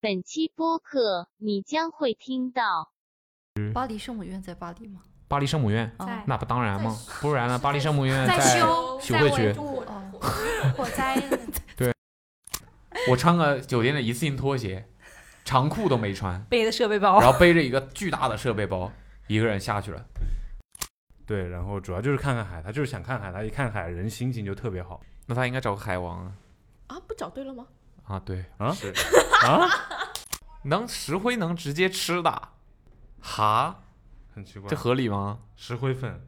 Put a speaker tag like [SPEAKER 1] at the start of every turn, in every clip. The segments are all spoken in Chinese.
[SPEAKER 1] 本期播客你将会听到
[SPEAKER 2] 巴黎圣母院在巴黎吗？
[SPEAKER 3] 巴黎圣母院，
[SPEAKER 2] 啊
[SPEAKER 4] 在
[SPEAKER 3] 那不当然吗？不然呢？巴黎圣母院
[SPEAKER 4] 在修，
[SPEAKER 3] 修
[SPEAKER 4] 在
[SPEAKER 3] 会
[SPEAKER 4] 维
[SPEAKER 3] 区，
[SPEAKER 4] 度
[SPEAKER 2] 哦，
[SPEAKER 4] 火灾，
[SPEAKER 3] 我穿个酒店的一次性拖鞋，长裤都没穿，
[SPEAKER 5] 背的设备包。
[SPEAKER 3] 然后背着一个巨大的设备包，一个人下去了。
[SPEAKER 6] 对，然后主要就是看看海，他就是想看海，他一看海人心情就特别好
[SPEAKER 3] 那他应该找个海王啊
[SPEAKER 7] 啊，不找对了吗？
[SPEAKER 3] 啊！对，
[SPEAKER 6] 啊
[SPEAKER 3] 是
[SPEAKER 6] 啊，
[SPEAKER 3] 能石灰能直接吃的，哈，
[SPEAKER 6] 很奇怪
[SPEAKER 3] 这，合理吗？
[SPEAKER 6] 石灰粉，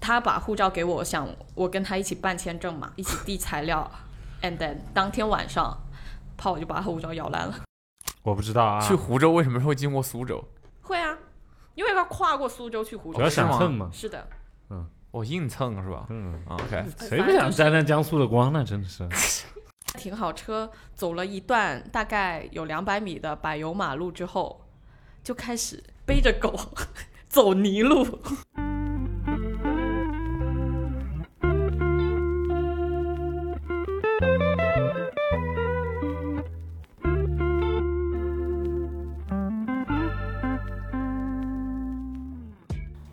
[SPEAKER 7] 他把护照给我，想我跟他一起办签证嘛，一起递材料，and then 当天晚上，怕我就把他护照咬烂了。
[SPEAKER 6] 我不知道啊，
[SPEAKER 3] 去湖州为什么会经过苏州？
[SPEAKER 7] 会啊，因为要跨过苏州去湖
[SPEAKER 6] 主
[SPEAKER 7] 州
[SPEAKER 6] 要。
[SPEAKER 3] 是吗
[SPEAKER 6] 想蹭嘛，
[SPEAKER 7] 是的，
[SPEAKER 3] 我硬蹭是吧？
[SPEAKER 6] 嗯，
[SPEAKER 3] 啊，OK，
[SPEAKER 6] 谁不想沾沾江苏的光呢？真的 是，
[SPEAKER 7] 停好车，走了一段大概有两百米的柏油马路之后，就开始背着狗 走泥路。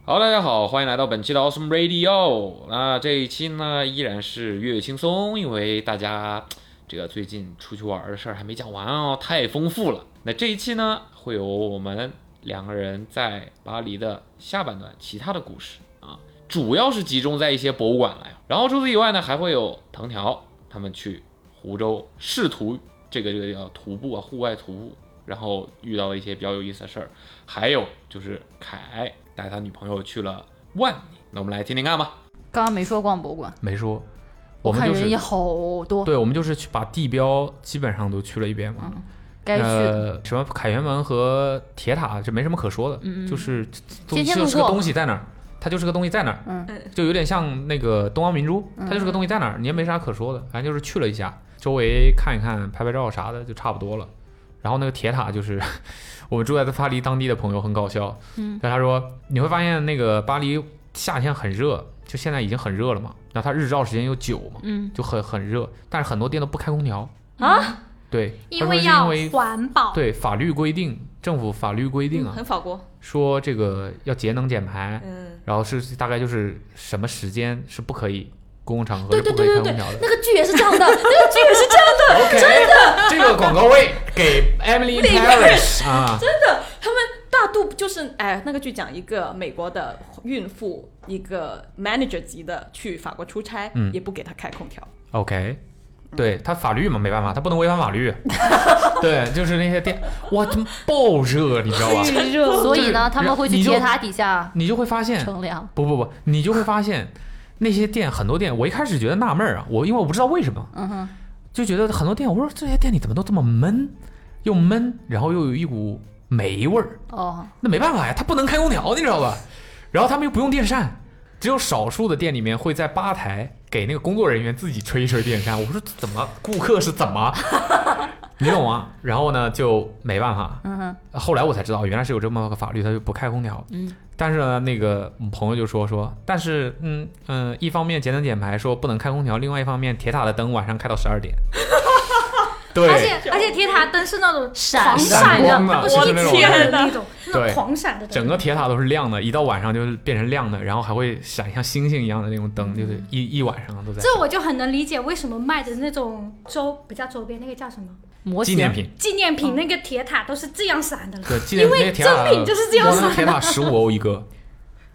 [SPEAKER 8] 好，大家好，欢迎来到本期的 Awesome Radio。那这一期呢，依然是月月轻松，因为大家这个最近出去玩的事儿还没讲完哦，太丰富了。那这一期呢，会有我们两个人在巴黎的下半段其他的故事啊，主要是集中在一些博物馆来。然后除此以外呢，还会有藤条他们去湖州试图这个这个叫徒步啊，户外徒步，然后遇到了一些比较有意思的事儿。还有就是凯带他女朋友去了万宁，那我们来听听看吧。
[SPEAKER 2] 刚刚没说逛博物馆，
[SPEAKER 3] 没说，我们
[SPEAKER 2] 看
[SPEAKER 3] 就
[SPEAKER 2] 人也
[SPEAKER 3] 是
[SPEAKER 2] 好多，
[SPEAKER 3] 对，我们就是去把地标基本上都去了一遍嘛。
[SPEAKER 2] 嗯，该去的。
[SPEAKER 3] 呃，什么凯旋门和铁塔，这没什么可说的，
[SPEAKER 2] 嗯嗯
[SPEAKER 3] 就是
[SPEAKER 2] 天天路
[SPEAKER 3] 就是个
[SPEAKER 2] 过
[SPEAKER 3] 东西在那儿，它就是个东西在那儿，
[SPEAKER 2] 嗯
[SPEAKER 3] 就有点像那个东方明珠，
[SPEAKER 4] 嗯
[SPEAKER 3] 它就是个东西在那儿，你也没啥可说的，反正就是去了一下，周围看一看，拍拍照啥的就差不多了。然后那个铁塔就是， 我们住在巴黎当地的朋友很搞笑，
[SPEAKER 2] 嗯，
[SPEAKER 3] 但他说你会发现那个巴黎夏天很热，就现在已经很热了嘛，然后它日照时间又久嘛，
[SPEAKER 2] 嗯，
[SPEAKER 3] 就很很热，但是很多店都不开空调
[SPEAKER 4] 啊，
[SPEAKER 3] 对，
[SPEAKER 4] 因
[SPEAKER 3] 他说
[SPEAKER 4] 为
[SPEAKER 3] 是
[SPEAKER 4] 要
[SPEAKER 3] 因为
[SPEAKER 4] 环保，
[SPEAKER 3] 对法律规定，政府法律规定啊，
[SPEAKER 4] 嗯
[SPEAKER 7] 很法国，
[SPEAKER 3] 说这个要节能减排，
[SPEAKER 7] 嗯，
[SPEAKER 3] 然后是大概就是什么时间是不可以公共场合
[SPEAKER 4] 对
[SPEAKER 3] 是
[SPEAKER 4] 对
[SPEAKER 3] 不可以
[SPEAKER 4] 对
[SPEAKER 3] 开
[SPEAKER 4] 对
[SPEAKER 3] 空
[SPEAKER 4] 对
[SPEAKER 3] 调的。
[SPEAKER 4] 那个剧也是这样的，那个剧也是这样
[SPEAKER 3] OK，这个广告位给 Emily
[SPEAKER 7] Emily
[SPEAKER 3] Paris 啊，
[SPEAKER 7] 他们大度就是哎，那个剧讲一个美国的孕妇，一个 manager 级的去法国出差，
[SPEAKER 3] 嗯
[SPEAKER 7] 也不给她开空调。
[SPEAKER 3] OK，对他法律嘛，没办法，他不能违反法律。 对，就是那些店，哇，他妈爆热，你知
[SPEAKER 4] 哎
[SPEAKER 3] 道吧？
[SPEAKER 5] 巨热，
[SPEAKER 2] 所以呢，他们会去
[SPEAKER 3] 你就
[SPEAKER 2] 铁塔底下
[SPEAKER 3] 你就会发现，
[SPEAKER 2] 乘凉。
[SPEAKER 3] 不不不，你就会发现那些店很多店，我一开始觉得纳闷儿啊，我因为我不知道为什么，
[SPEAKER 2] 嗯哼，
[SPEAKER 3] 就觉得很多店，我说这些店里怎么都这么闷，又闷，然后又有一股霉味儿，
[SPEAKER 2] 哦，
[SPEAKER 3] 那没办法呀，它不能开空调，你知道吧？然后他们又不用电扇，只有少数的店里面会在吧台给那个工作人员自己吹一吹电扇。我说怎么顾客是怎么， 你懂吗？然后呢就没办法，
[SPEAKER 2] 嗯哼，
[SPEAKER 3] 后来我才知道原来是有这么个法律，它就不开空调。
[SPEAKER 2] 嗯，
[SPEAKER 3] 但是呢，那个朋友就说说，但是嗯嗯、一方面节能减排说不能开空调，另外一方面铁塔的灯晚上开到十二点。 对，
[SPEAKER 4] 而且而且铁塔灯是那种
[SPEAKER 2] 闪
[SPEAKER 4] 狂
[SPEAKER 2] 的
[SPEAKER 3] 闪
[SPEAKER 4] 闪
[SPEAKER 3] 光的
[SPEAKER 4] 的，不是
[SPEAKER 3] 我
[SPEAKER 4] 一
[SPEAKER 3] 的
[SPEAKER 4] 直
[SPEAKER 3] 天
[SPEAKER 4] 的
[SPEAKER 7] 呐
[SPEAKER 4] 那种，那
[SPEAKER 3] 对
[SPEAKER 4] 种狂闪的灯。
[SPEAKER 3] 整个铁塔都是亮的，一到晚上就是变成亮的，然后还会闪像星星一样的那种灯，就是一一晚上都在。
[SPEAKER 4] 这我就很能理解为什么卖的那种周不叫周边，那个叫什么
[SPEAKER 2] 模
[SPEAKER 3] 纪
[SPEAKER 2] 型
[SPEAKER 3] 念品，
[SPEAKER 4] 纪念品，那个铁塔都是这样闪的了。
[SPEAKER 3] 对，纪念品那个铁塔
[SPEAKER 4] 真品就是这样
[SPEAKER 3] 光那
[SPEAKER 4] 子
[SPEAKER 3] 个铁塔十五欧一 个，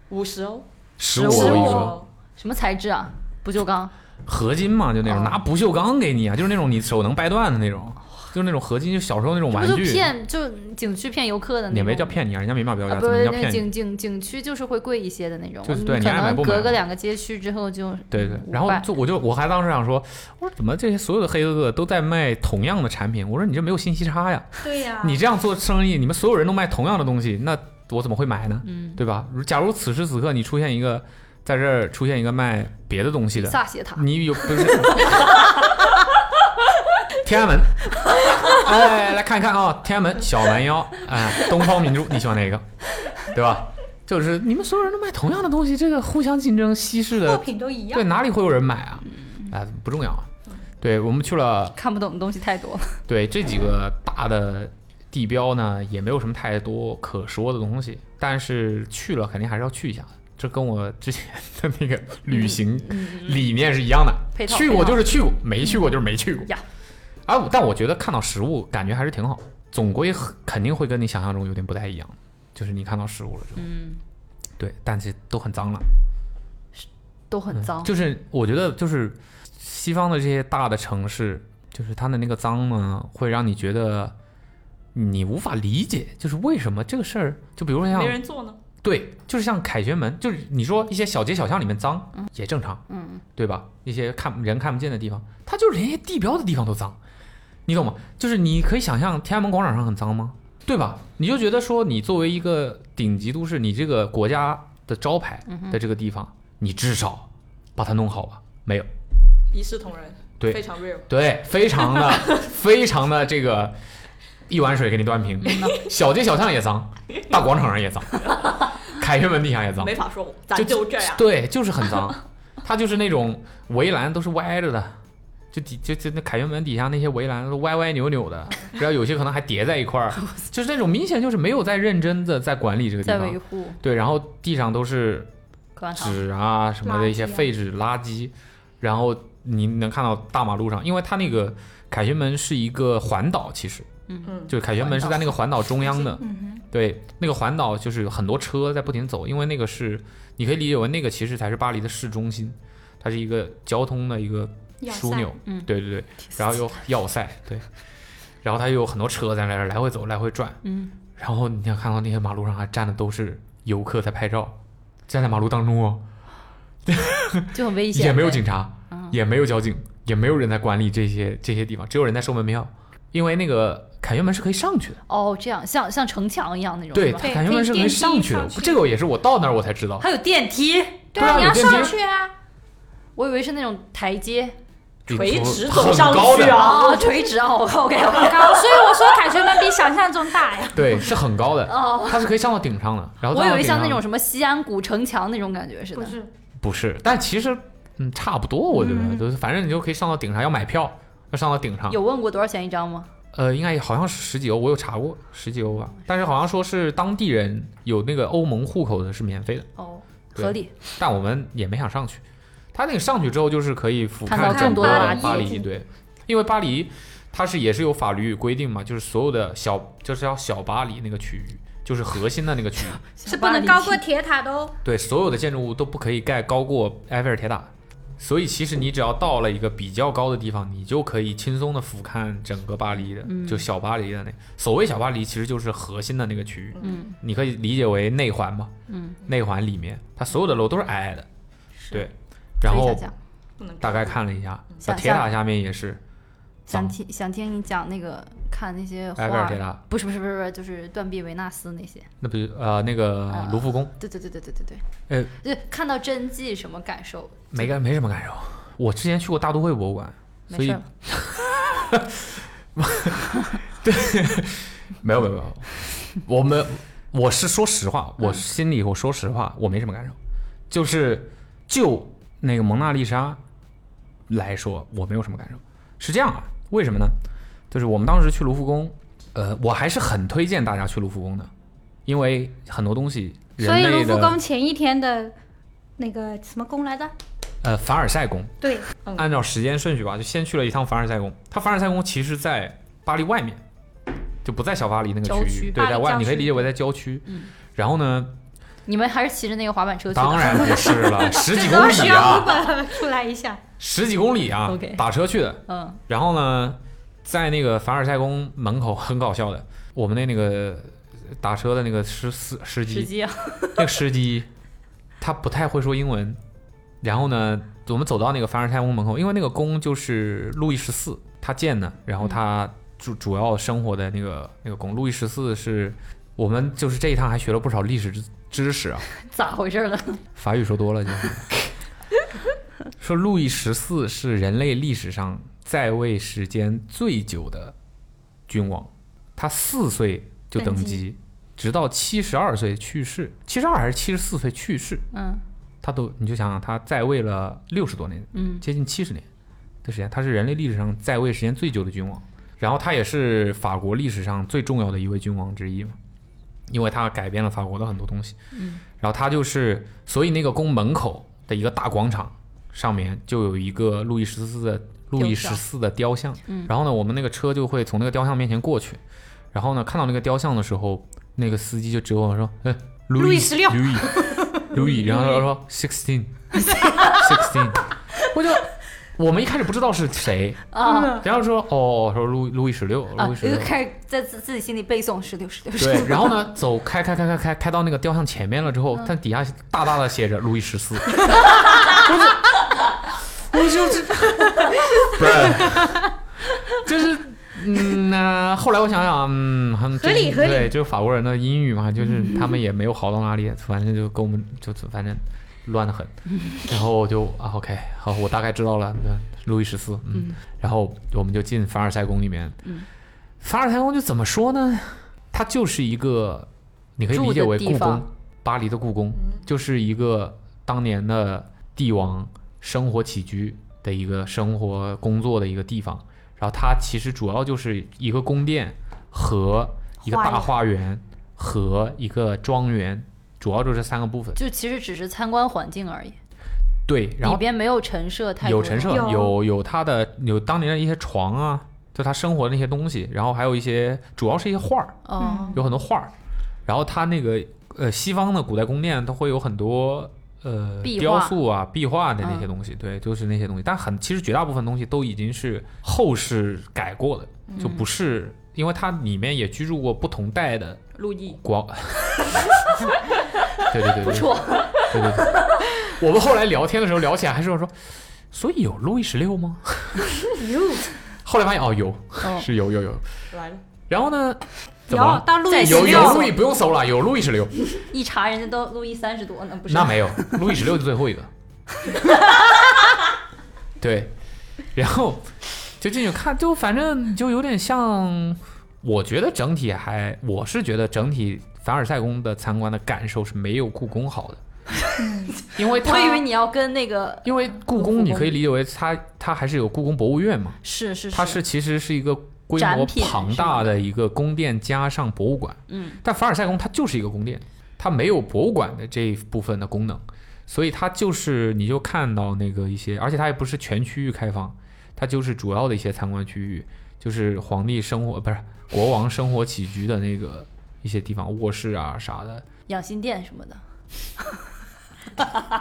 [SPEAKER 7] 五十欧，
[SPEAKER 3] 十五
[SPEAKER 2] 15
[SPEAKER 3] 欧一个，
[SPEAKER 7] 哦
[SPEAKER 2] 什么材质啊？不锈钢。
[SPEAKER 3] 合金嘛，就那种
[SPEAKER 2] 哦
[SPEAKER 3] 拿不锈钢给你啊，就是那种你手能掰断的那种，就是那种合金，就小时候那种
[SPEAKER 2] 这不
[SPEAKER 3] 玩
[SPEAKER 2] 就
[SPEAKER 3] 具。
[SPEAKER 2] 骗就景区骗游客的那种？
[SPEAKER 3] 也没叫骗你啊，人家没买标价，
[SPEAKER 2] 啊，
[SPEAKER 3] 怎
[SPEAKER 2] 不
[SPEAKER 3] 么
[SPEAKER 2] 是
[SPEAKER 3] 叫
[SPEAKER 2] 那
[SPEAKER 3] 骗
[SPEAKER 2] 个
[SPEAKER 3] 你？
[SPEAKER 2] 景景景区就是会贵一些的那种，
[SPEAKER 3] 就是
[SPEAKER 2] 嗯
[SPEAKER 3] 对你
[SPEAKER 2] 可
[SPEAKER 3] 爱买
[SPEAKER 2] 能
[SPEAKER 3] 不买
[SPEAKER 2] 隔个两个街区之后就
[SPEAKER 3] 对对
[SPEAKER 2] 嗯，
[SPEAKER 3] 然后
[SPEAKER 2] 五百
[SPEAKER 3] 就我就我还当时想说，我说怎么这些所有的黑哥哥都在卖同样的产品？我说你这没有信息差呀，
[SPEAKER 4] 对呀，
[SPEAKER 3] 你这样做生意，你们所有人都卖同样的东西，那我怎么会买呢？
[SPEAKER 2] 嗯，
[SPEAKER 3] 对吧？如假如此时此刻你出现一个在这儿出现一个卖别的东西的，
[SPEAKER 2] 萨斜塔
[SPEAKER 3] 你有不是天安门？哎，来看一看啊、天安门小蛮腰，哎，东方明珠，你喜欢哪个？对吧？就是你们所有人都卖同样的东西，这个互相竞争稀释
[SPEAKER 4] 货
[SPEAKER 3] 的，
[SPEAKER 4] 品都一样嗯
[SPEAKER 3] 对，。哪里会有人买啊？啊，不重要啊。对我们去了嗯
[SPEAKER 2] 看不懂的东西太多了。
[SPEAKER 3] 对这几个大的地标呢也没有什么太多可说的东西，但是去了肯定还是要去一下的。这跟我之前的那个
[SPEAKER 2] 嗯
[SPEAKER 3] 旅行理念是一样的，
[SPEAKER 2] 配套嗯
[SPEAKER 3] 去过就是去过，没去过就是没去过。
[SPEAKER 2] 呀
[SPEAKER 3] 啊，我但我觉得看到实物感觉还是挺好，总归很肯定会跟你想象中有点不太一样，就是你看到实物了之后，
[SPEAKER 2] 嗯，
[SPEAKER 3] 对，但是都很脏了。
[SPEAKER 2] 都很脏，
[SPEAKER 3] 就是我觉得就是西方的这些大的城市，就是它的那个脏呢，会让你觉得你无法理解，就是为什么这个事儿，就比如说像
[SPEAKER 7] 没人做呢。
[SPEAKER 3] 对，就是像凯旋门，就是你说一些小街小巷里面脏、也正常，嗯，对吧？一些看人看不见的地方，它就是连一些地标的地方都脏，你懂吗？就是你可以想象天安门广场上很脏吗？对吧？你就觉得说你作为一个顶级都市，你这个国家的招牌的这个地方，你至少把它弄好吧？没有，
[SPEAKER 7] 一视同仁，
[SPEAKER 3] 对
[SPEAKER 7] 非常 real。
[SPEAKER 3] 对，非常 的非常的这个一碗水给你端平，小街小巷也脏，大广场上 也脏，凯旋门地下也脏
[SPEAKER 7] 没，法说，咱就这
[SPEAKER 2] 啊
[SPEAKER 7] 样。
[SPEAKER 3] 对，就是很脏，它就是那种围栏都是歪着的，就底就就那凯旋门底下那些围栏都歪歪扭扭的，然后有些可能还叠在一块 儿，就是那种明显就是没有在认真的在管理这个地
[SPEAKER 2] 在维
[SPEAKER 3] 方。
[SPEAKER 2] 护
[SPEAKER 3] 对，然后地上都是
[SPEAKER 2] 口香糖，
[SPEAKER 3] 纸啊什么的一些废纸、垃圾，然后你能看到大马路上，因为它那个凯旋门是一个环岛，其实，
[SPEAKER 7] 嗯
[SPEAKER 3] 就是凯旋门是在那个环岛中央的，
[SPEAKER 4] 嗯
[SPEAKER 3] 对，那个环岛就是有很多车在不停走，因为那个是你可以理解为那个其实才是巴黎的市中心，它是一个交通的一个
[SPEAKER 4] 要塞
[SPEAKER 3] 枢纽，
[SPEAKER 2] 嗯
[SPEAKER 3] 对 对对，然后又要塞，对，然后它又有很多车在那儿来回走来回转，
[SPEAKER 2] 嗯，
[SPEAKER 3] 然后你要看到那些马路上还站的都是游客在拍照，站在马路当中哦。
[SPEAKER 2] 就很危险，
[SPEAKER 3] 也没有警察，
[SPEAKER 4] 嗯
[SPEAKER 3] 也没有交警，也没有人在管理这些这些地方，只有人在收门票，因为那个凯旋门是可以上去的，
[SPEAKER 2] 哦，这样像像城墙一样那种，
[SPEAKER 3] 对，
[SPEAKER 2] 是吧
[SPEAKER 3] 它凯旋门是可以上去的
[SPEAKER 4] 可以电梯上。去
[SPEAKER 3] 这个也是我到那儿我才知道，
[SPEAKER 2] 还有电梯，
[SPEAKER 4] 对
[SPEAKER 3] 对
[SPEAKER 4] 啊，你
[SPEAKER 3] 啊
[SPEAKER 4] 要
[SPEAKER 3] 有电梯
[SPEAKER 4] 上去啊，
[SPEAKER 2] 我以为是那种台阶
[SPEAKER 7] 垂直
[SPEAKER 3] 很
[SPEAKER 7] 走上
[SPEAKER 3] 高
[SPEAKER 7] 去
[SPEAKER 3] 的，
[SPEAKER 7] 啊！
[SPEAKER 2] 哦，垂直啊，OK OK，
[SPEAKER 4] 很高，所以 我说凯旋门比想象中大呀。
[SPEAKER 3] 对，是很高的，
[SPEAKER 2] 哦，
[SPEAKER 3] 它是可以上到顶上的。然后
[SPEAKER 2] 我以为
[SPEAKER 3] 站到
[SPEAKER 2] 像那
[SPEAKER 3] 顶上
[SPEAKER 2] 种什么西安古城墙那种感觉似
[SPEAKER 4] 不
[SPEAKER 2] 的，
[SPEAKER 4] 是，
[SPEAKER 3] 不是，但其实嗯差不多，我觉得就是反正你就可以上到顶上，要买票要上到顶上，
[SPEAKER 2] 嗯有问过多少钱一张吗？
[SPEAKER 3] 呃，应该好像是十几欧，我有查过十几欧吧，但是好像说是当地人有那个欧盟户口的是免费的。
[SPEAKER 2] 哦，
[SPEAKER 3] 对
[SPEAKER 2] 合理，
[SPEAKER 3] 但我们也没想上去。他那个上去之后，就是可以俯
[SPEAKER 2] 看到
[SPEAKER 3] 瞰
[SPEAKER 2] 更
[SPEAKER 3] 整
[SPEAKER 2] 多
[SPEAKER 3] 个
[SPEAKER 2] 的
[SPEAKER 4] 垃圾
[SPEAKER 3] 巴黎，对，因为巴黎它是也是有法律规定嘛，就是所有的小就是要小巴黎那个区域，就是核心的那个区域，
[SPEAKER 4] 是不能高过铁塔的哦。
[SPEAKER 3] 对，所有的建筑物都不可以盖高过埃菲尔铁塔。所以其实你只要到了一个比较高的地方，你就可以轻松的俯瞰整个巴黎的，
[SPEAKER 2] 嗯
[SPEAKER 3] 就小巴黎的那所谓小巴黎，其实就是核心的那个区域。
[SPEAKER 2] 嗯，
[SPEAKER 3] 你可以理解为内环嘛。嗯，内环里面它所有的楼都是矮矮的，对。然
[SPEAKER 2] 所
[SPEAKER 3] 后
[SPEAKER 2] 以想讲
[SPEAKER 7] 不能
[SPEAKER 3] 大概看了一下，
[SPEAKER 2] 下
[SPEAKER 3] 那铁塔下面也是
[SPEAKER 2] 想
[SPEAKER 3] 脏
[SPEAKER 2] 听想听你讲那个看那些
[SPEAKER 3] 埃菲尔
[SPEAKER 2] 画
[SPEAKER 3] 铁，塔，
[SPEAKER 2] 不是不是不是不是，就是断臂维纳斯那些，
[SPEAKER 3] 那不就呃那个
[SPEAKER 2] 啊
[SPEAKER 3] 卢浮宫，
[SPEAKER 2] 对对对对对对对，
[SPEAKER 3] 呃，
[SPEAKER 2] 就看到真迹什么感受？
[SPEAKER 3] 没感没什么感受。我之前去过大都会博物馆，
[SPEAKER 2] 没
[SPEAKER 3] 所以
[SPEAKER 2] 事儿
[SPEAKER 3] 没有没有 没有，我们我是说实话，
[SPEAKER 4] 嗯
[SPEAKER 3] 我心里我说实话，我没什么感受。就是就那个蒙娜丽莎来说，我没有什么感受。是这样啊，为什么呢？就是我们当时去卢浮宫，呃，我还是很推荐大家去卢浮宫的，因为很多东西人
[SPEAKER 4] 所以卢
[SPEAKER 3] 类
[SPEAKER 4] 浮
[SPEAKER 3] 的
[SPEAKER 4] 宫前一天的那个什么宫来着？
[SPEAKER 3] 呃凡尔赛宫，
[SPEAKER 4] 对，
[SPEAKER 3] 按照时间顺序吧，就先去了一趟凡尔赛宫。它凡尔赛宫其实，在巴黎外面，就不在小巴黎那个
[SPEAKER 2] 郊
[SPEAKER 3] 区域，
[SPEAKER 2] 区
[SPEAKER 3] 对，
[SPEAKER 4] 巴黎
[SPEAKER 3] 在外，
[SPEAKER 4] 郊
[SPEAKER 3] 你可以
[SPEAKER 4] 区嗯
[SPEAKER 3] 理解为在郊区。然后呢，
[SPEAKER 2] 你们还是骑着那个滑板车去的，
[SPEAKER 3] 当然不是了，十几
[SPEAKER 4] 这
[SPEAKER 3] 公
[SPEAKER 4] 都需
[SPEAKER 3] 里
[SPEAKER 4] 要
[SPEAKER 3] 啊，
[SPEAKER 4] Uber 出来一下。
[SPEAKER 3] 十几公里啊
[SPEAKER 2] OK
[SPEAKER 3] 打车去的。
[SPEAKER 2] 嗯，
[SPEAKER 3] 然后呢，在那个凡尔赛宫门口很搞笑的，我们的那个打车的那个司司司
[SPEAKER 2] 直
[SPEAKER 3] 机，
[SPEAKER 2] 接啊
[SPEAKER 3] 那个司机他不太会说英文。然后呢，我们走到那个凡尔赛宫门口，因为那个宫就是路易十四他建的，然后他主主要生活的那个那个宫，路易十四是我们就是这一趟还学了不少历史知知识啊。
[SPEAKER 2] 咋回事了？
[SPEAKER 3] 法语说多了 就是。说路易十四是人类历史上在位时间最久的君王，他四岁就登
[SPEAKER 4] 登
[SPEAKER 3] 基，直到七十二岁去世，七十二还是七十四岁去世，
[SPEAKER 2] 嗯
[SPEAKER 3] 他都你就想想他在位了六十多年，
[SPEAKER 2] 嗯，
[SPEAKER 3] 接近七十年的时间，他是人类历史上在位时间最久的君王。然后他也是法国历史上最重要的一位君王之一嘛，因为他改变了法国的很多东西。嗯，然后他就是，所以那个宫门口的一个大广场上面就有一个路易十四的路易十四的雕像。嗯，然后呢，我们那个车就会从那个雕像面前过去，然后呢，看到那个雕像的时候，那个司机就指我说：“哎，路易十六，路易，路易。”然后他说：“sixteen。” sixteen，我就我们一开始不知道是谁，
[SPEAKER 2] 啊
[SPEAKER 3] 然后说哦，说路路易十六，
[SPEAKER 2] 啊
[SPEAKER 3] 路易！十
[SPEAKER 2] 一
[SPEAKER 3] 六
[SPEAKER 2] 个。开始在自自己心里背诵十六十六十
[SPEAKER 3] 对，
[SPEAKER 2] 六，
[SPEAKER 3] 然后呢，走开开开开开开到那个雕像前面了之后，
[SPEAKER 4] 嗯
[SPEAKER 3] 它底下大大的写着路易十 四，我就 我就是不是，就是嗯那、后来我想想，嗯，他们
[SPEAKER 4] 合理
[SPEAKER 3] 真
[SPEAKER 4] 合理嗯
[SPEAKER 3] 对，就是法国人的英语嘛，就是他们也没有好到哪里，反正就跟我们就反正乱的 很，然后我就啊 OK 好，我大概知道了，那路易十四，嗯，然后我们就进凡尔赛宫里面，
[SPEAKER 2] 嗯
[SPEAKER 3] 凡尔赛宫就怎么说呢？它就是一个，你可以理解为
[SPEAKER 2] 住
[SPEAKER 3] 故
[SPEAKER 2] 的
[SPEAKER 3] 宫
[SPEAKER 2] 地方，嗯
[SPEAKER 3] 巴黎的故宫，就是一个当年的帝王生活起居的一个生活工作的一个地方。然后它其实主要就是一个宫殿和一个大花园和一个庄园，主要就这三个部分。
[SPEAKER 2] 就其实只是参观环境而已，
[SPEAKER 3] 对，然
[SPEAKER 2] 里
[SPEAKER 3] 后
[SPEAKER 2] 边没有陈设太多
[SPEAKER 3] 有陈设，
[SPEAKER 4] 有
[SPEAKER 3] 有有他的有当年的一些床啊，就他生活的那些东西，然后还有一些主要是一些画儿。
[SPEAKER 4] 嗯
[SPEAKER 2] 哦，
[SPEAKER 3] 有很多画儿，然后它那个呃西方的古代宫殿，它会有很多呃
[SPEAKER 2] 壁画嗯
[SPEAKER 3] 雕塑啊、壁画的那些东西，对，就是那些东西。但很其实绝大部分东西都已经是后世改过的，就
[SPEAKER 2] 嗯
[SPEAKER 3] 不是因为它里面也居住过不同代的
[SPEAKER 7] 陆毅
[SPEAKER 3] 国。 对对对对，
[SPEAKER 2] 不错，
[SPEAKER 3] 对对对。我们后来聊天的时候聊起来，还是我说，所以有路易十六吗？ 后来发现哦有，是有有有。
[SPEAKER 7] 来了，
[SPEAKER 3] 然后呢？怎么
[SPEAKER 4] 有
[SPEAKER 3] 了？
[SPEAKER 4] 到路易十
[SPEAKER 3] 有
[SPEAKER 4] 六
[SPEAKER 3] 有路易不用搜了，有路易十六。
[SPEAKER 2] 一查人家都路易三十多呢，不是？
[SPEAKER 3] 那没有，路易十六是最后一个。对，然后就进去看，就反正就有点像，我觉得整体还，我是觉得整体凡尔赛宫的参观的感受是没有故宫好的，因为
[SPEAKER 2] 我以为
[SPEAKER 3] 它
[SPEAKER 2] 你要跟那个
[SPEAKER 3] 因为故宫你可以理解为它它还是有故宫博物院嘛，
[SPEAKER 2] 是是
[SPEAKER 3] 它是其实是一个。规模
[SPEAKER 2] 展品
[SPEAKER 3] 庞大的一个宫殿加上博物馆，
[SPEAKER 2] 嗯，
[SPEAKER 3] 但凡尔赛宫它就是一个宫殿，它没有博物馆的这一部分的功能，所以它就是你就看到那个一些，而且它也不是全区域开放，它就是主要的一些参观区域，就是皇帝生活不是国王生活起居的那个一些地方，卧室啊啥的，
[SPEAKER 2] 养心殿什么的，
[SPEAKER 3] 哦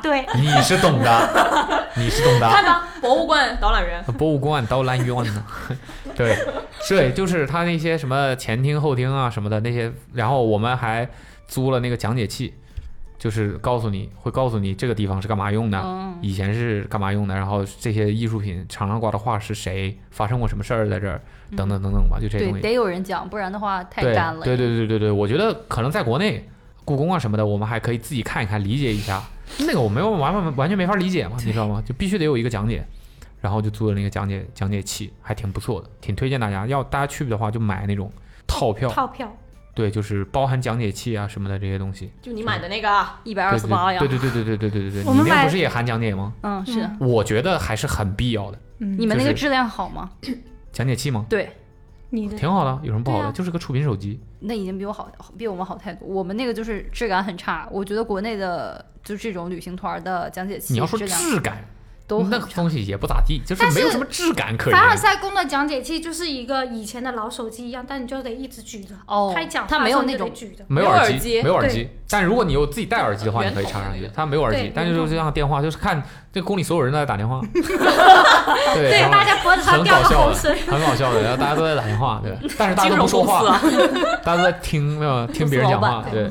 [SPEAKER 4] 对，
[SPEAKER 3] 你是懂的，你是懂的。
[SPEAKER 7] 看吧， 博物馆导览员，
[SPEAKER 3] 博物馆到烂院呢，对，对，就是他那些什么前厅后厅啊什么的那些，然后我们还租了那个讲解器，就是告诉你会告诉你这个地方是干嘛用的，
[SPEAKER 2] 嗯
[SPEAKER 3] 以前是干嘛用的，然后这些艺术品墙上挂的画是谁发生过什么事儿在这儿，等等等等吧，就这些
[SPEAKER 2] 对
[SPEAKER 3] 东，西。
[SPEAKER 2] 得有人讲，不然的话太
[SPEAKER 3] 对
[SPEAKER 2] 干了。
[SPEAKER 3] 对对对对对，我觉得可能在国内故宫啊什么的，我们还可以自己看一看，理解一下。那个我没有完完完全没法理解嘛，你知道吗？就必须得有一个讲解，然后就租了那个讲解讲解器，还挺不错的，挺推荐大家。要大家去的话，就买那种套票，
[SPEAKER 4] 套票
[SPEAKER 3] 对，就是包含讲解器啊什么的这些东西。
[SPEAKER 7] 就你买的那个啊，
[SPEAKER 2] 一百
[SPEAKER 3] 对
[SPEAKER 2] 二十八呀
[SPEAKER 3] 对，对对对对对对对对，
[SPEAKER 4] 我
[SPEAKER 3] 你
[SPEAKER 4] 们
[SPEAKER 3] 那
[SPEAKER 4] 买
[SPEAKER 3] 不是也含讲解吗？
[SPEAKER 2] 嗯是的。
[SPEAKER 3] 我觉得还是很必要的，
[SPEAKER 2] 你们那个
[SPEAKER 3] 就是
[SPEAKER 2] 质量好吗？
[SPEAKER 3] 讲解器吗？
[SPEAKER 2] 对，
[SPEAKER 4] 你的
[SPEAKER 3] 哦挺好的，有什么不好的？
[SPEAKER 4] 对啊
[SPEAKER 3] 就是个触屏手机。
[SPEAKER 2] 那已经比我好，比我们好太多。我们那个就是质感很差，我觉得国内的就是这种旅行团的讲解器，
[SPEAKER 3] 你要说
[SPEAKER 2] 质量
[SPEAKER 3] 质感，
[SPEAKER 2] 都
[SPEAKER 3] 那
[SPEAKER 2] 很
[SPEAKER 3] 个
[SPEAKER 2] 差。
[SPEAKER 3] 东西也不咋地，就是
[SPEAKER 4] 但是
[SPEAKER 3] 没有什么质感可言。
[SPEAKER 4] 凡尔赛宫的讲解器就是一个以前的老手机一样，但你就得一直举着。
[SPEAKER 2] 哦
[SPEAKER 4] 他一讲话
[SPEAKER 2] 它没有
[SPEAKER 4] 的
[SPEAKER 2] 那
[SPEAKER 4] 时候
[SPEAKER 2] 种
[SPEAKER 4] 你就得举着。
[SPEAKER 3] 没有
[SPEAKER 7] 有
[SPEAKER 3] 耳
[SPEAKER 7] 耳
[SPEAKER 3] 机，
[SPEAKER 7] 机
[SPEAKER 3] 没有耳
[SPEAKER 4] 对
[SPEAKER 3] 机。但如果你有自己戴耳机的话，
[SPEAKER 7] 圆
[SPEAKER 3] 你可以
[SPEAKER 7] 筒
[SPEAKER 3] 插
[SPEAKER 7] 的
[SPEAKER 3] 上
[SPEAKER 7] 那
[SPEAKER 3] 去
[SPEAKER 7] 个。
[SPEAKER 3] 它没有耳机
[SPEAKER 4] 对，
[SPEAKER 3] 但是
[SPEAKER 4] 圆
[SPEAKER 3] 就
[SPEAKER 4] 筒
[SPEAKER 3] 像电话，就是看这宫里所有人都在打电话，对，
[SPEAKER 4] 对，
[SPEAKER 3] 然后
[SPEAKER 4] 大家脖子上
[SPEAKER 3] 很
[SPEAKER 4] 吊
[SPEAKER 3] 搞
[SPEAKER 4] 个
[SPEAKER 3] 笑
[SPEAKER 4] 红
[SPEAKER 3] 的，
[SPEAKER 4] 绳，
[SPEAKER 3] 很搞笑的，然后大家都在打电话，对，但嗯是大家
[SPEAKER 7] 金
[SPEAKER 3] 都不
[SPEAKER 7] 融
[SPEAKER 3] 说
[SPEAKER 7] 公司
[SPEAKER 3] 话，
[SPEAKER 7] 啊，
[SPEAKER 3] 大家都在听，没有听别人讲话，对。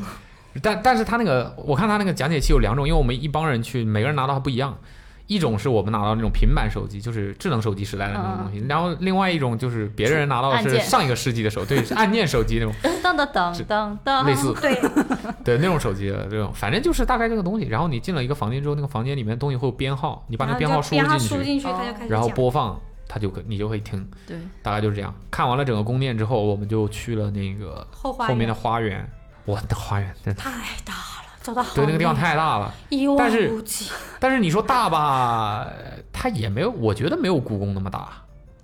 [SPEAKER 3] 但但是他那个，我看他那个讲解器有两种，因为我们一帮人去，每个人拿到还不一样。一种是我们拿到那种平板手机，就是智能手机时代的那种东西，然后另外一种就是别人拿到的
[SPEAKER 2] 按
[SPEAKER 3] 是
[SPEAKER 2] 键
[SPEAKER 3] 上一个世纪的手，对，是按键手机那种。
[SPEAKER 2] 当当当当当，
[SPEAKER 3] 类似
[SPEAKER 4] 对
[SPEAKER 3] 对那种手机的这种，反正就是大概这个东西。然后你进了一个房间之后，那个房间里面东西会有编号，你把
[SPEAKER 4] 然
[SPEAKER 3] 那
[SPEAKER 4] 后
[SPEAKER 3] 编号
[SPEAKER 4] 就
[SPEAKER 3] 输
[SPEAKER 4] 编号
[SPEAKER 3] 进
[SPEAKER 4] 输
[SPEAKER 3] 去，
[SPEAKER 4] 进去，
[SPEAKER 2] 哦
[SPEAKER 4] 他就开始
[SPEAKER 3] 然后
[SPEAKER 4] 讲。
[SPEAKER 3] 播放，它就可你就可以听，
[SPEAKER 2] 对，
[SPEAKER 3] 大概就是这样。看完了整个宫殿之后，我们就去了那个
[SPEAKER 4] 后花
[SPEAKER 3] 后面的花园。哇，那花园真的
[SPEAKER 4] 太大了，走到好
[SPEAKER 3] 对那个地方
[SPEAKER 4] 累
[SPEAKER 3] 太大了，
[SPEAKER 4] 一
[SPEAKER 3] 但是
[SPEAKER 4] 望无际。
[SPEAKER 3] 但是你说大吧，它也没有，我觉得没有故宫那么大，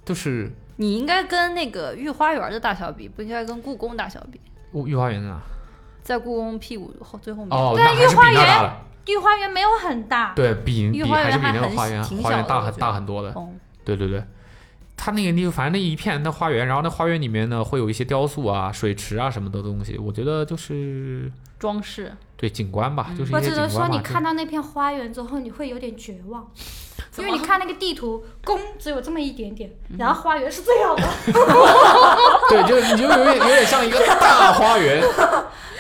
[SPEAKER 3] 就是
[SPEAKER 2] 你应该跟那个御花园的大小比，不应该跟故宫大小比。
[SPEAKER 3] 我御花园在哪？
[SPEAKER 2] 在故宫屁股后最后面，
[SPEAKER 3] 哦，
[SPEAKER 4] 对
[SPEAKER 3] 那还是
[SPEAKER 4] 御
[SPEAKER 3] 比
[SPEAKER 4] 花
[SPEAKER 3] 那
[SPEAKER 4] 园
[SPEAKER 3] 大的，
[SPEAKER 4] 御花园没有很大，
[SPEAKER 3] 对比比
[SPEAKER 2] 御花园
[SPEAKER 3] 还是比那
[SPEAKER 2] 还
[SPEAKER 3] 个
[SPEAKER 2] 很
[SPEAKER 3] 花园
[SPEAKER 2] 挺
[SPEAKER 3] 花园
[SPEAKER 2] 小
[SPEAKER 3] 大
[SPEAKER 2] 的
[SPEAKER 3] 很
[SPEAKER 2] 我觉
[SPEAKER 3] 大
[SPEAKER 2] 得
[SPEAKER 3] 很多的。
[SPEAKER 2] 哦，
[SPEAKER 3] 对对对，它那个地方反正那一片那花园，然后那花园里面呢会有一些雕塑啊、水池啊什么的东西，我觉得就是
[SPEAKER 2] 装饰。
[SPEAKER 3] 对景观吧，就是
[SPEAKER 4] 我
[SPEAKER 3] 一
[SPEAKER 4] 只
[SPEAKER 3] 些
[SPEAKER 4] 能
[SPEAKER 3] 景
[SPEAKER 4] 说
[SPEAKER 3] 观
[SPEAKER 4] 你
[SPEAKER 3] 嘛。
[SPEAKER 4] 看到那片花园之后，你会有点绝望，因
[SPEAKER 7] 怎
[SPEAKER 4] 为
[SPEAKER 7] 么
[SPEAKER 4] 你看那个地图，宫只有这么一点点，
[SPEAKER 3] 嗯
[SPEAKER 4] 然后花园是这样的，
[SPEAKER 3] 对，就你就有点有点像一个大花园，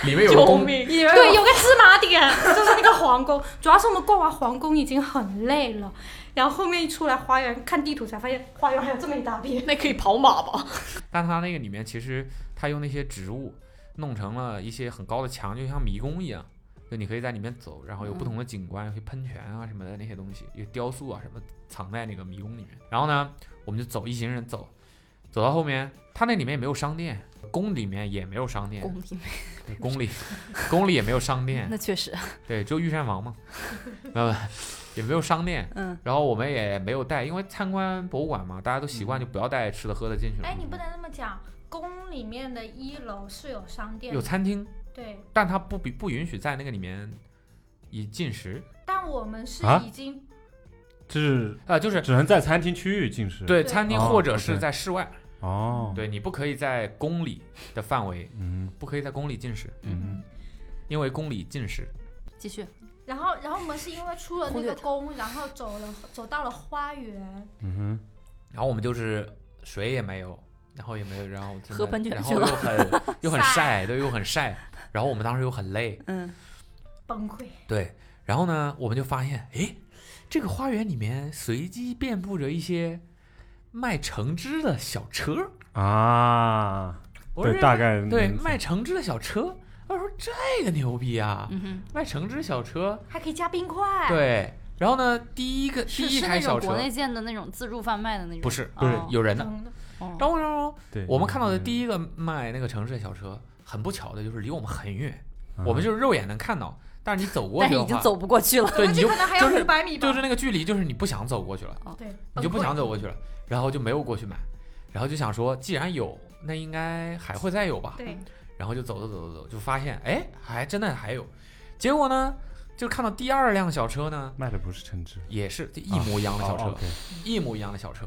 [SPEAKER 3] 里 面有个
[SPEAKER 7] 救
[SPEAKER 3] 宫，
[SPEAKER 7] 命！
[SPEAKER 4] 对，有个芝麻 点，就是那个皇宫。主要是我们逛完皇宫已经很累了，然后后面一出来花园，看地图才发现花园还有这么一大片。
[SPEAKER 7] 那可以跑马吧？
[SPEAKER 3] 但它那个里面其实它用那些植物弄成了一些很高的墙，就像迷宫一样。就你可以在里面走，然后有不同的景观，有些喷泉啊什么的那些东西，有雕塑啊什么藏在那个迷宫里面。然后呢，我们就走，一行人走，走到后面，它那里面也没有商店，宫里面也没有商店，
[SPEAKER 2] 宫里面，
[SPEAKER 3] 对宫里宫里也没有商店，
[SPEAKER 2] 那确实，
[SPEAKER 3] 对，只有御膳房嘛， 呃，也没有商店。
[SPEAKER 2] 嗯，
[SPEAKER 3] 然后我们也没有带，因为参观博物馆嘛，大家都习惯就不要带吃的喝的进去了。
[SPEAKER 4] 哎，你不能这么讲，宫里面的一楼是有商店
[SPEAKER 3] 有，餐厅，
[SPEAKER 4] 对，
[SPEAKER 3] 但它不比不允许在那个里面以进食
[SPEAKER 4] 但我们是
[SPEAKER 6] 啊
[SPEAKER 4] 已经、
[SPEAKER 6] 这是
[SPEAKER 3] 啊、呃就是
[SPEAKER 6] 只能在餐厅区域进食。
[SPEAKER 3] 对
[SPEAKER 4] 对
[SPEAKER 3] 餐厅
[SPEAKER 6] 哦
[SPEAKER 3] 或者是
[SPEAKER 6] OK
[SPEAKER 3] 在室外，
[SPEAKER 6] 哦，，
[SPEAKER 3] 对你不可以在宫里的范围，
[SPEAKER 6] 嗯
[SPEAKER 3] 不可以在宫里进食，
[SPEAKER 6] 嗯，
[SPEAKER 3] 因为宫里进食。
[SPEAKER 2] 继续。
[SPEAKER 4] 然后，然后我们是因为出了那
[SPEAKER 2] 忽略
[SPEAKER 4] 个
[SPEAKER 2] 它
[SPEAKER 4] 宫，然后走了，走到了花园。
[SPEAKER 6] 嗯哼，
[SPEAKER 3] 然后我们就是水也没有，然后也没有，然后真的
[SPEAKER 2] 喝喷泉
[SPEAKER 3] 然后
[SPEAKER 2] 去
[SPEAKER 3] 又
[SPEAKER 2] 了
[SPEAKER 3] 很 又很
[SPEAKER 4] 晒
[SPEAKER 3] 晒，对，又很晒。然后我们当时又很累，
[SPEAKER 2] 嗯，
[SPEAKER 4] 崩溃，
[SPEAKER 3] 对，然后呢，我们就发现，诶，这个花园里面随机遍布着一些卖橙汁的小车。
[SPEAKER 6] 啊，
[SPEAKER 3] 我说
[SPEAKER 6] 对，
[SPEAKER 3] 这
[SPEAKER 6] 大概
[SPEAKER 3] 对
[SPEAKER 6] 能
[SPEAKER 3] 卖橙汁的小车，我说这个牛逼啊，
[SPEAKER 2] 嗯哼，
[SPEAKER 3] 卖橙汁小车。
[SPEAKER 4] 还可以加冰块。，
[SPEAKER 3] 对，然后呢，第一个第
[SPEAKER 2] 是
[SPEAKER 3] 一
[SPEAKER 2] 是
[SPEAKER 3] 台
[SPEAKER 2] 那
[SPEAKER 3] 小
[SPEAKER 2] 种
[SPEAKER 3] 车
[SPEAKER 2] 国内建的那种自助贩卖的那种，
[SPEAKER 3] 不是，
[SPEAKER 2] 哦
[SPEAKER 6] 对
[SPEAKER 3] 有人的。
[SPEAKER 4] 嗯，
[SPEAKER 2] 哦
[SPEAKER 3] 然后然后
[SPEAKER 6] 对，嗯
[SPEAKER 3] 我们看到的第
[SPEAKER 6] 一，
[SPEAKER 3] 一个卖那个橙汁的小车，很不巧的就是离我们很远，
[SPEAKER 6] 嗯
[SPEAKER 3] 我们就是肉眼能看到，但是你走过
[SPEAKER 2] 但
[SPEAKER 3] 去
[SPEAKER 2] 是
[SPEAKER 3] 的
[SPEAKER 2] 已经
[SPEAKER 3] 话，
[SPEAKER 2] 走不过去了。
[SPEAKER 3] 对，你就
[SPEAKER 4] 可能还
[SPEAKER 3] 就
[SPEAKER 4] 要
[SPEAKER 3] 是
[SPEAKER 4] 五百米吧。
[SPEAKER 3] 就是那个距离，就是你不想走过去了。
[SPEAKER 4] 对，
[SPEAKER 2] 哦
[SPEAKER 3] 你就不
[SPEAKER 4] 崩溃
[SPEAKER 3] 想走过去了，然后就没有过去买，然后就想说，既然有，那应该还会再有吧，
[SPEAKER 4] 对，
[SPEAKER 3] 然后就走走走走走，就发现，哎，还真的还有，结果呢，就看到第二辆小车呢，
[SPEAKER 6] 卖的不是橙汁，
[SPEAKER 3] 也是就一模一样的小车，
[SPEAKER 6] 哦，OK
[SPEAKER 3] 一模一样的小车。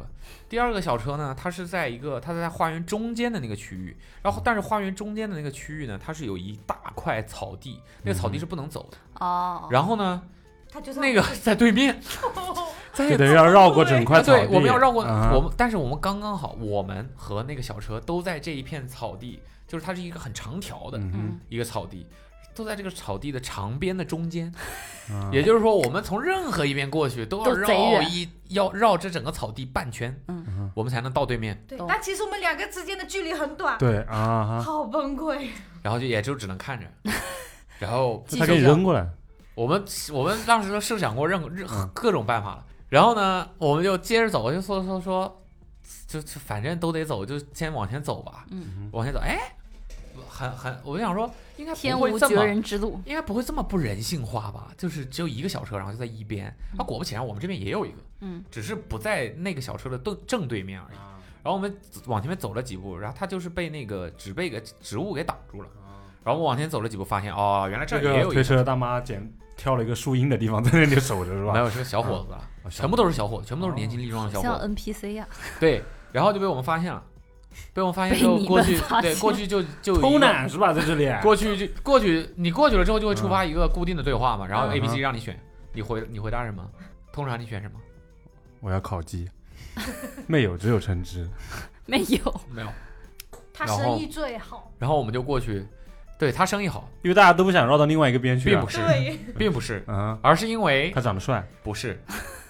[SPEAKER 3] 第二个小车呢，它是在一个它是在花园中间的那个区域，然后
[SPEAKER 6] 嗯
[SPEAKER 3] 但是花园中间的那个区域呢，它是有一大块草地，那个
[SPEAKER 6] 嗯
[SPEAKER 3] 草地是不能走的。
[SPEAKER 2] 哦，
[SPEAKER 3] 然后呢，
[SPEAKER 4] 他就是
[SPEAKER 3] 那个在对 面， 在
[SPEAKER 6] 就等于要绕过整块
[SPEAKER 3] 啊，
[SPEAKER 6] 草 地。
[SPEAKER 3] 对，我们要绕过、
[SPEAKER 6] 啊
[SPEAKER 3] 我们，但是我们刚刚好，我们和那个小车都在这一片草地，就是它是一个很长条的
[SPEAKER 6] 嗯
[SPEAKER 2] 嗯
[SPEAKER 3] 一个草地，都在这个草地的长边的中间。
[SPEAKER 6] 哼啊
[SPEAKER 3] 也就是说，我们从任何一边过去都要
[SPEAKER 2] 都贼
[SPEAKER 3] 绕
[SPEAKER 2] 远
[SPEAKER 3] 一要绕这整个草地半圈，
[SPEAKER 2] 嗯
[SPEAKER 6] 嗯
[SPEAKER 3] 我们才能到对面。
[SPEAKER 4] 对
[SPEAKER 2] 懂，
[SPEAKER 4] 但其实我们两个之间的距离很短，
[SPEAKER 6] 对啊哈，
[SPEAKER 4] 好崩溃。
[SPEAKER 3] 然后就也就只能看 着。然后
[SPEAKER 2] 继
[SPEAKER 6] 他给你
[SPEAKER 2] 续聊
[SPEAKER 6] 扔过来，
[SPEAKER 3] 我们我们当时都设想过任何任
[SPEAKER 6] 嗯
[SPEAKER 3] 何各种办法了。然后呢，我们就接着走，就说说说，就就反正都得走，就先往前走吧。
[SPEAKER 2] 嗯，
[SPEAKER 3] 往前走，哎，很很，我就想说，应该
[SPEAKER 2] 天
[SPEAKER 3] 不会
[SPEAKER 2] 无
[SPEAKER 3] 这
[SPEAKER 2] 绝
[SPEAKER 3] 么，
[SPEAKER 2] 人之路，
[SPEAKER 3] 应该不会这么不人性化吧？就是只有一个小车，然后就在一边。啊，果不其然，我们这边也有一个，
[SPEAKER 2] 嗯，
[SPEAKER 3] 只是不在那个小车的正正对面而已。
[SPEAKER 6] 啊
[SPEAKER 3] 然后我们往前面走了几步，然后它就是被那个植被给植物给挡住了。然后我们往前走了几步，发现哦，原来这
[SPEAKER 6] 啊这
[SPEAKER 3] 儿也
[SPEAKER 6] 个
[SPEAKER 3] 有一
[SPEAKER 6] 推车大妈捡挑了一个树荫的地方，在那里守着是
[SPEAKER 3] 没
[SPEAKER 6] 吧？
[SPEAKER 3] 有是个小伙子啊，
[SPEAKER 6] 啊
[SPEAKER 3] 全部都是小伙子，全部都是年轻力壮的小
[SPEAKER 2] 像
[SPEAKER 3] 伙子。
[SPEAKER 2] NPC 呀，
[SPEAKER 3] 对，然后就被我们发现了，被我们发现
[SPEAKER 2] 被
[SPEAKER 3] 之后
[SPEAKER 2] 你
[SPEAKER 3] 过
[SPEAKER 2] 们
[SPEAKER 3] 去，
[SPEAKER 2] 发
[SPEAKER 3] 对，
[SPEAKER 2] 现
[SPEAKER 3] 过去就就有一
[SPEAKER 6] 偷
[SPEAKER 3] 个
[SPEAKER 6] 懒是吧？在 这里，
[SPEAKER 3] 过去就过去，你过去了之后就会触发一个固定的对话嘛，
[SPEAKER 6] 嗯
[SPEAKER 3] 然后 A、B、C 让你选，你回你回答什么？通常你选什么？
[SPEAKER 6] 我要烤鸡，没有，只有橙汁。
[SPEAKER 2] 没有，
[SPEAKER 6] 哦
[SPEAKER 3] 没有。
[SPEAKER 4] 他
[SPEAKER 3] 然后
[SPEAKER 4] 生意最好，
[SPEAKER 3] 然后我们就过去，对他生意好，
[SPEAKER 6] 因为大家都不想绕到另外一个边去
[SPEAKER 3] 并
[SPEAKER 6] 啊
[SPEAKER 3] 不。是，并不是，
[SPEAKER 6] 嗯，
[SPEAKER 3] 而是因为
[SPEAKER 6] 他长得帅，
[SPEAKER 3] 不是，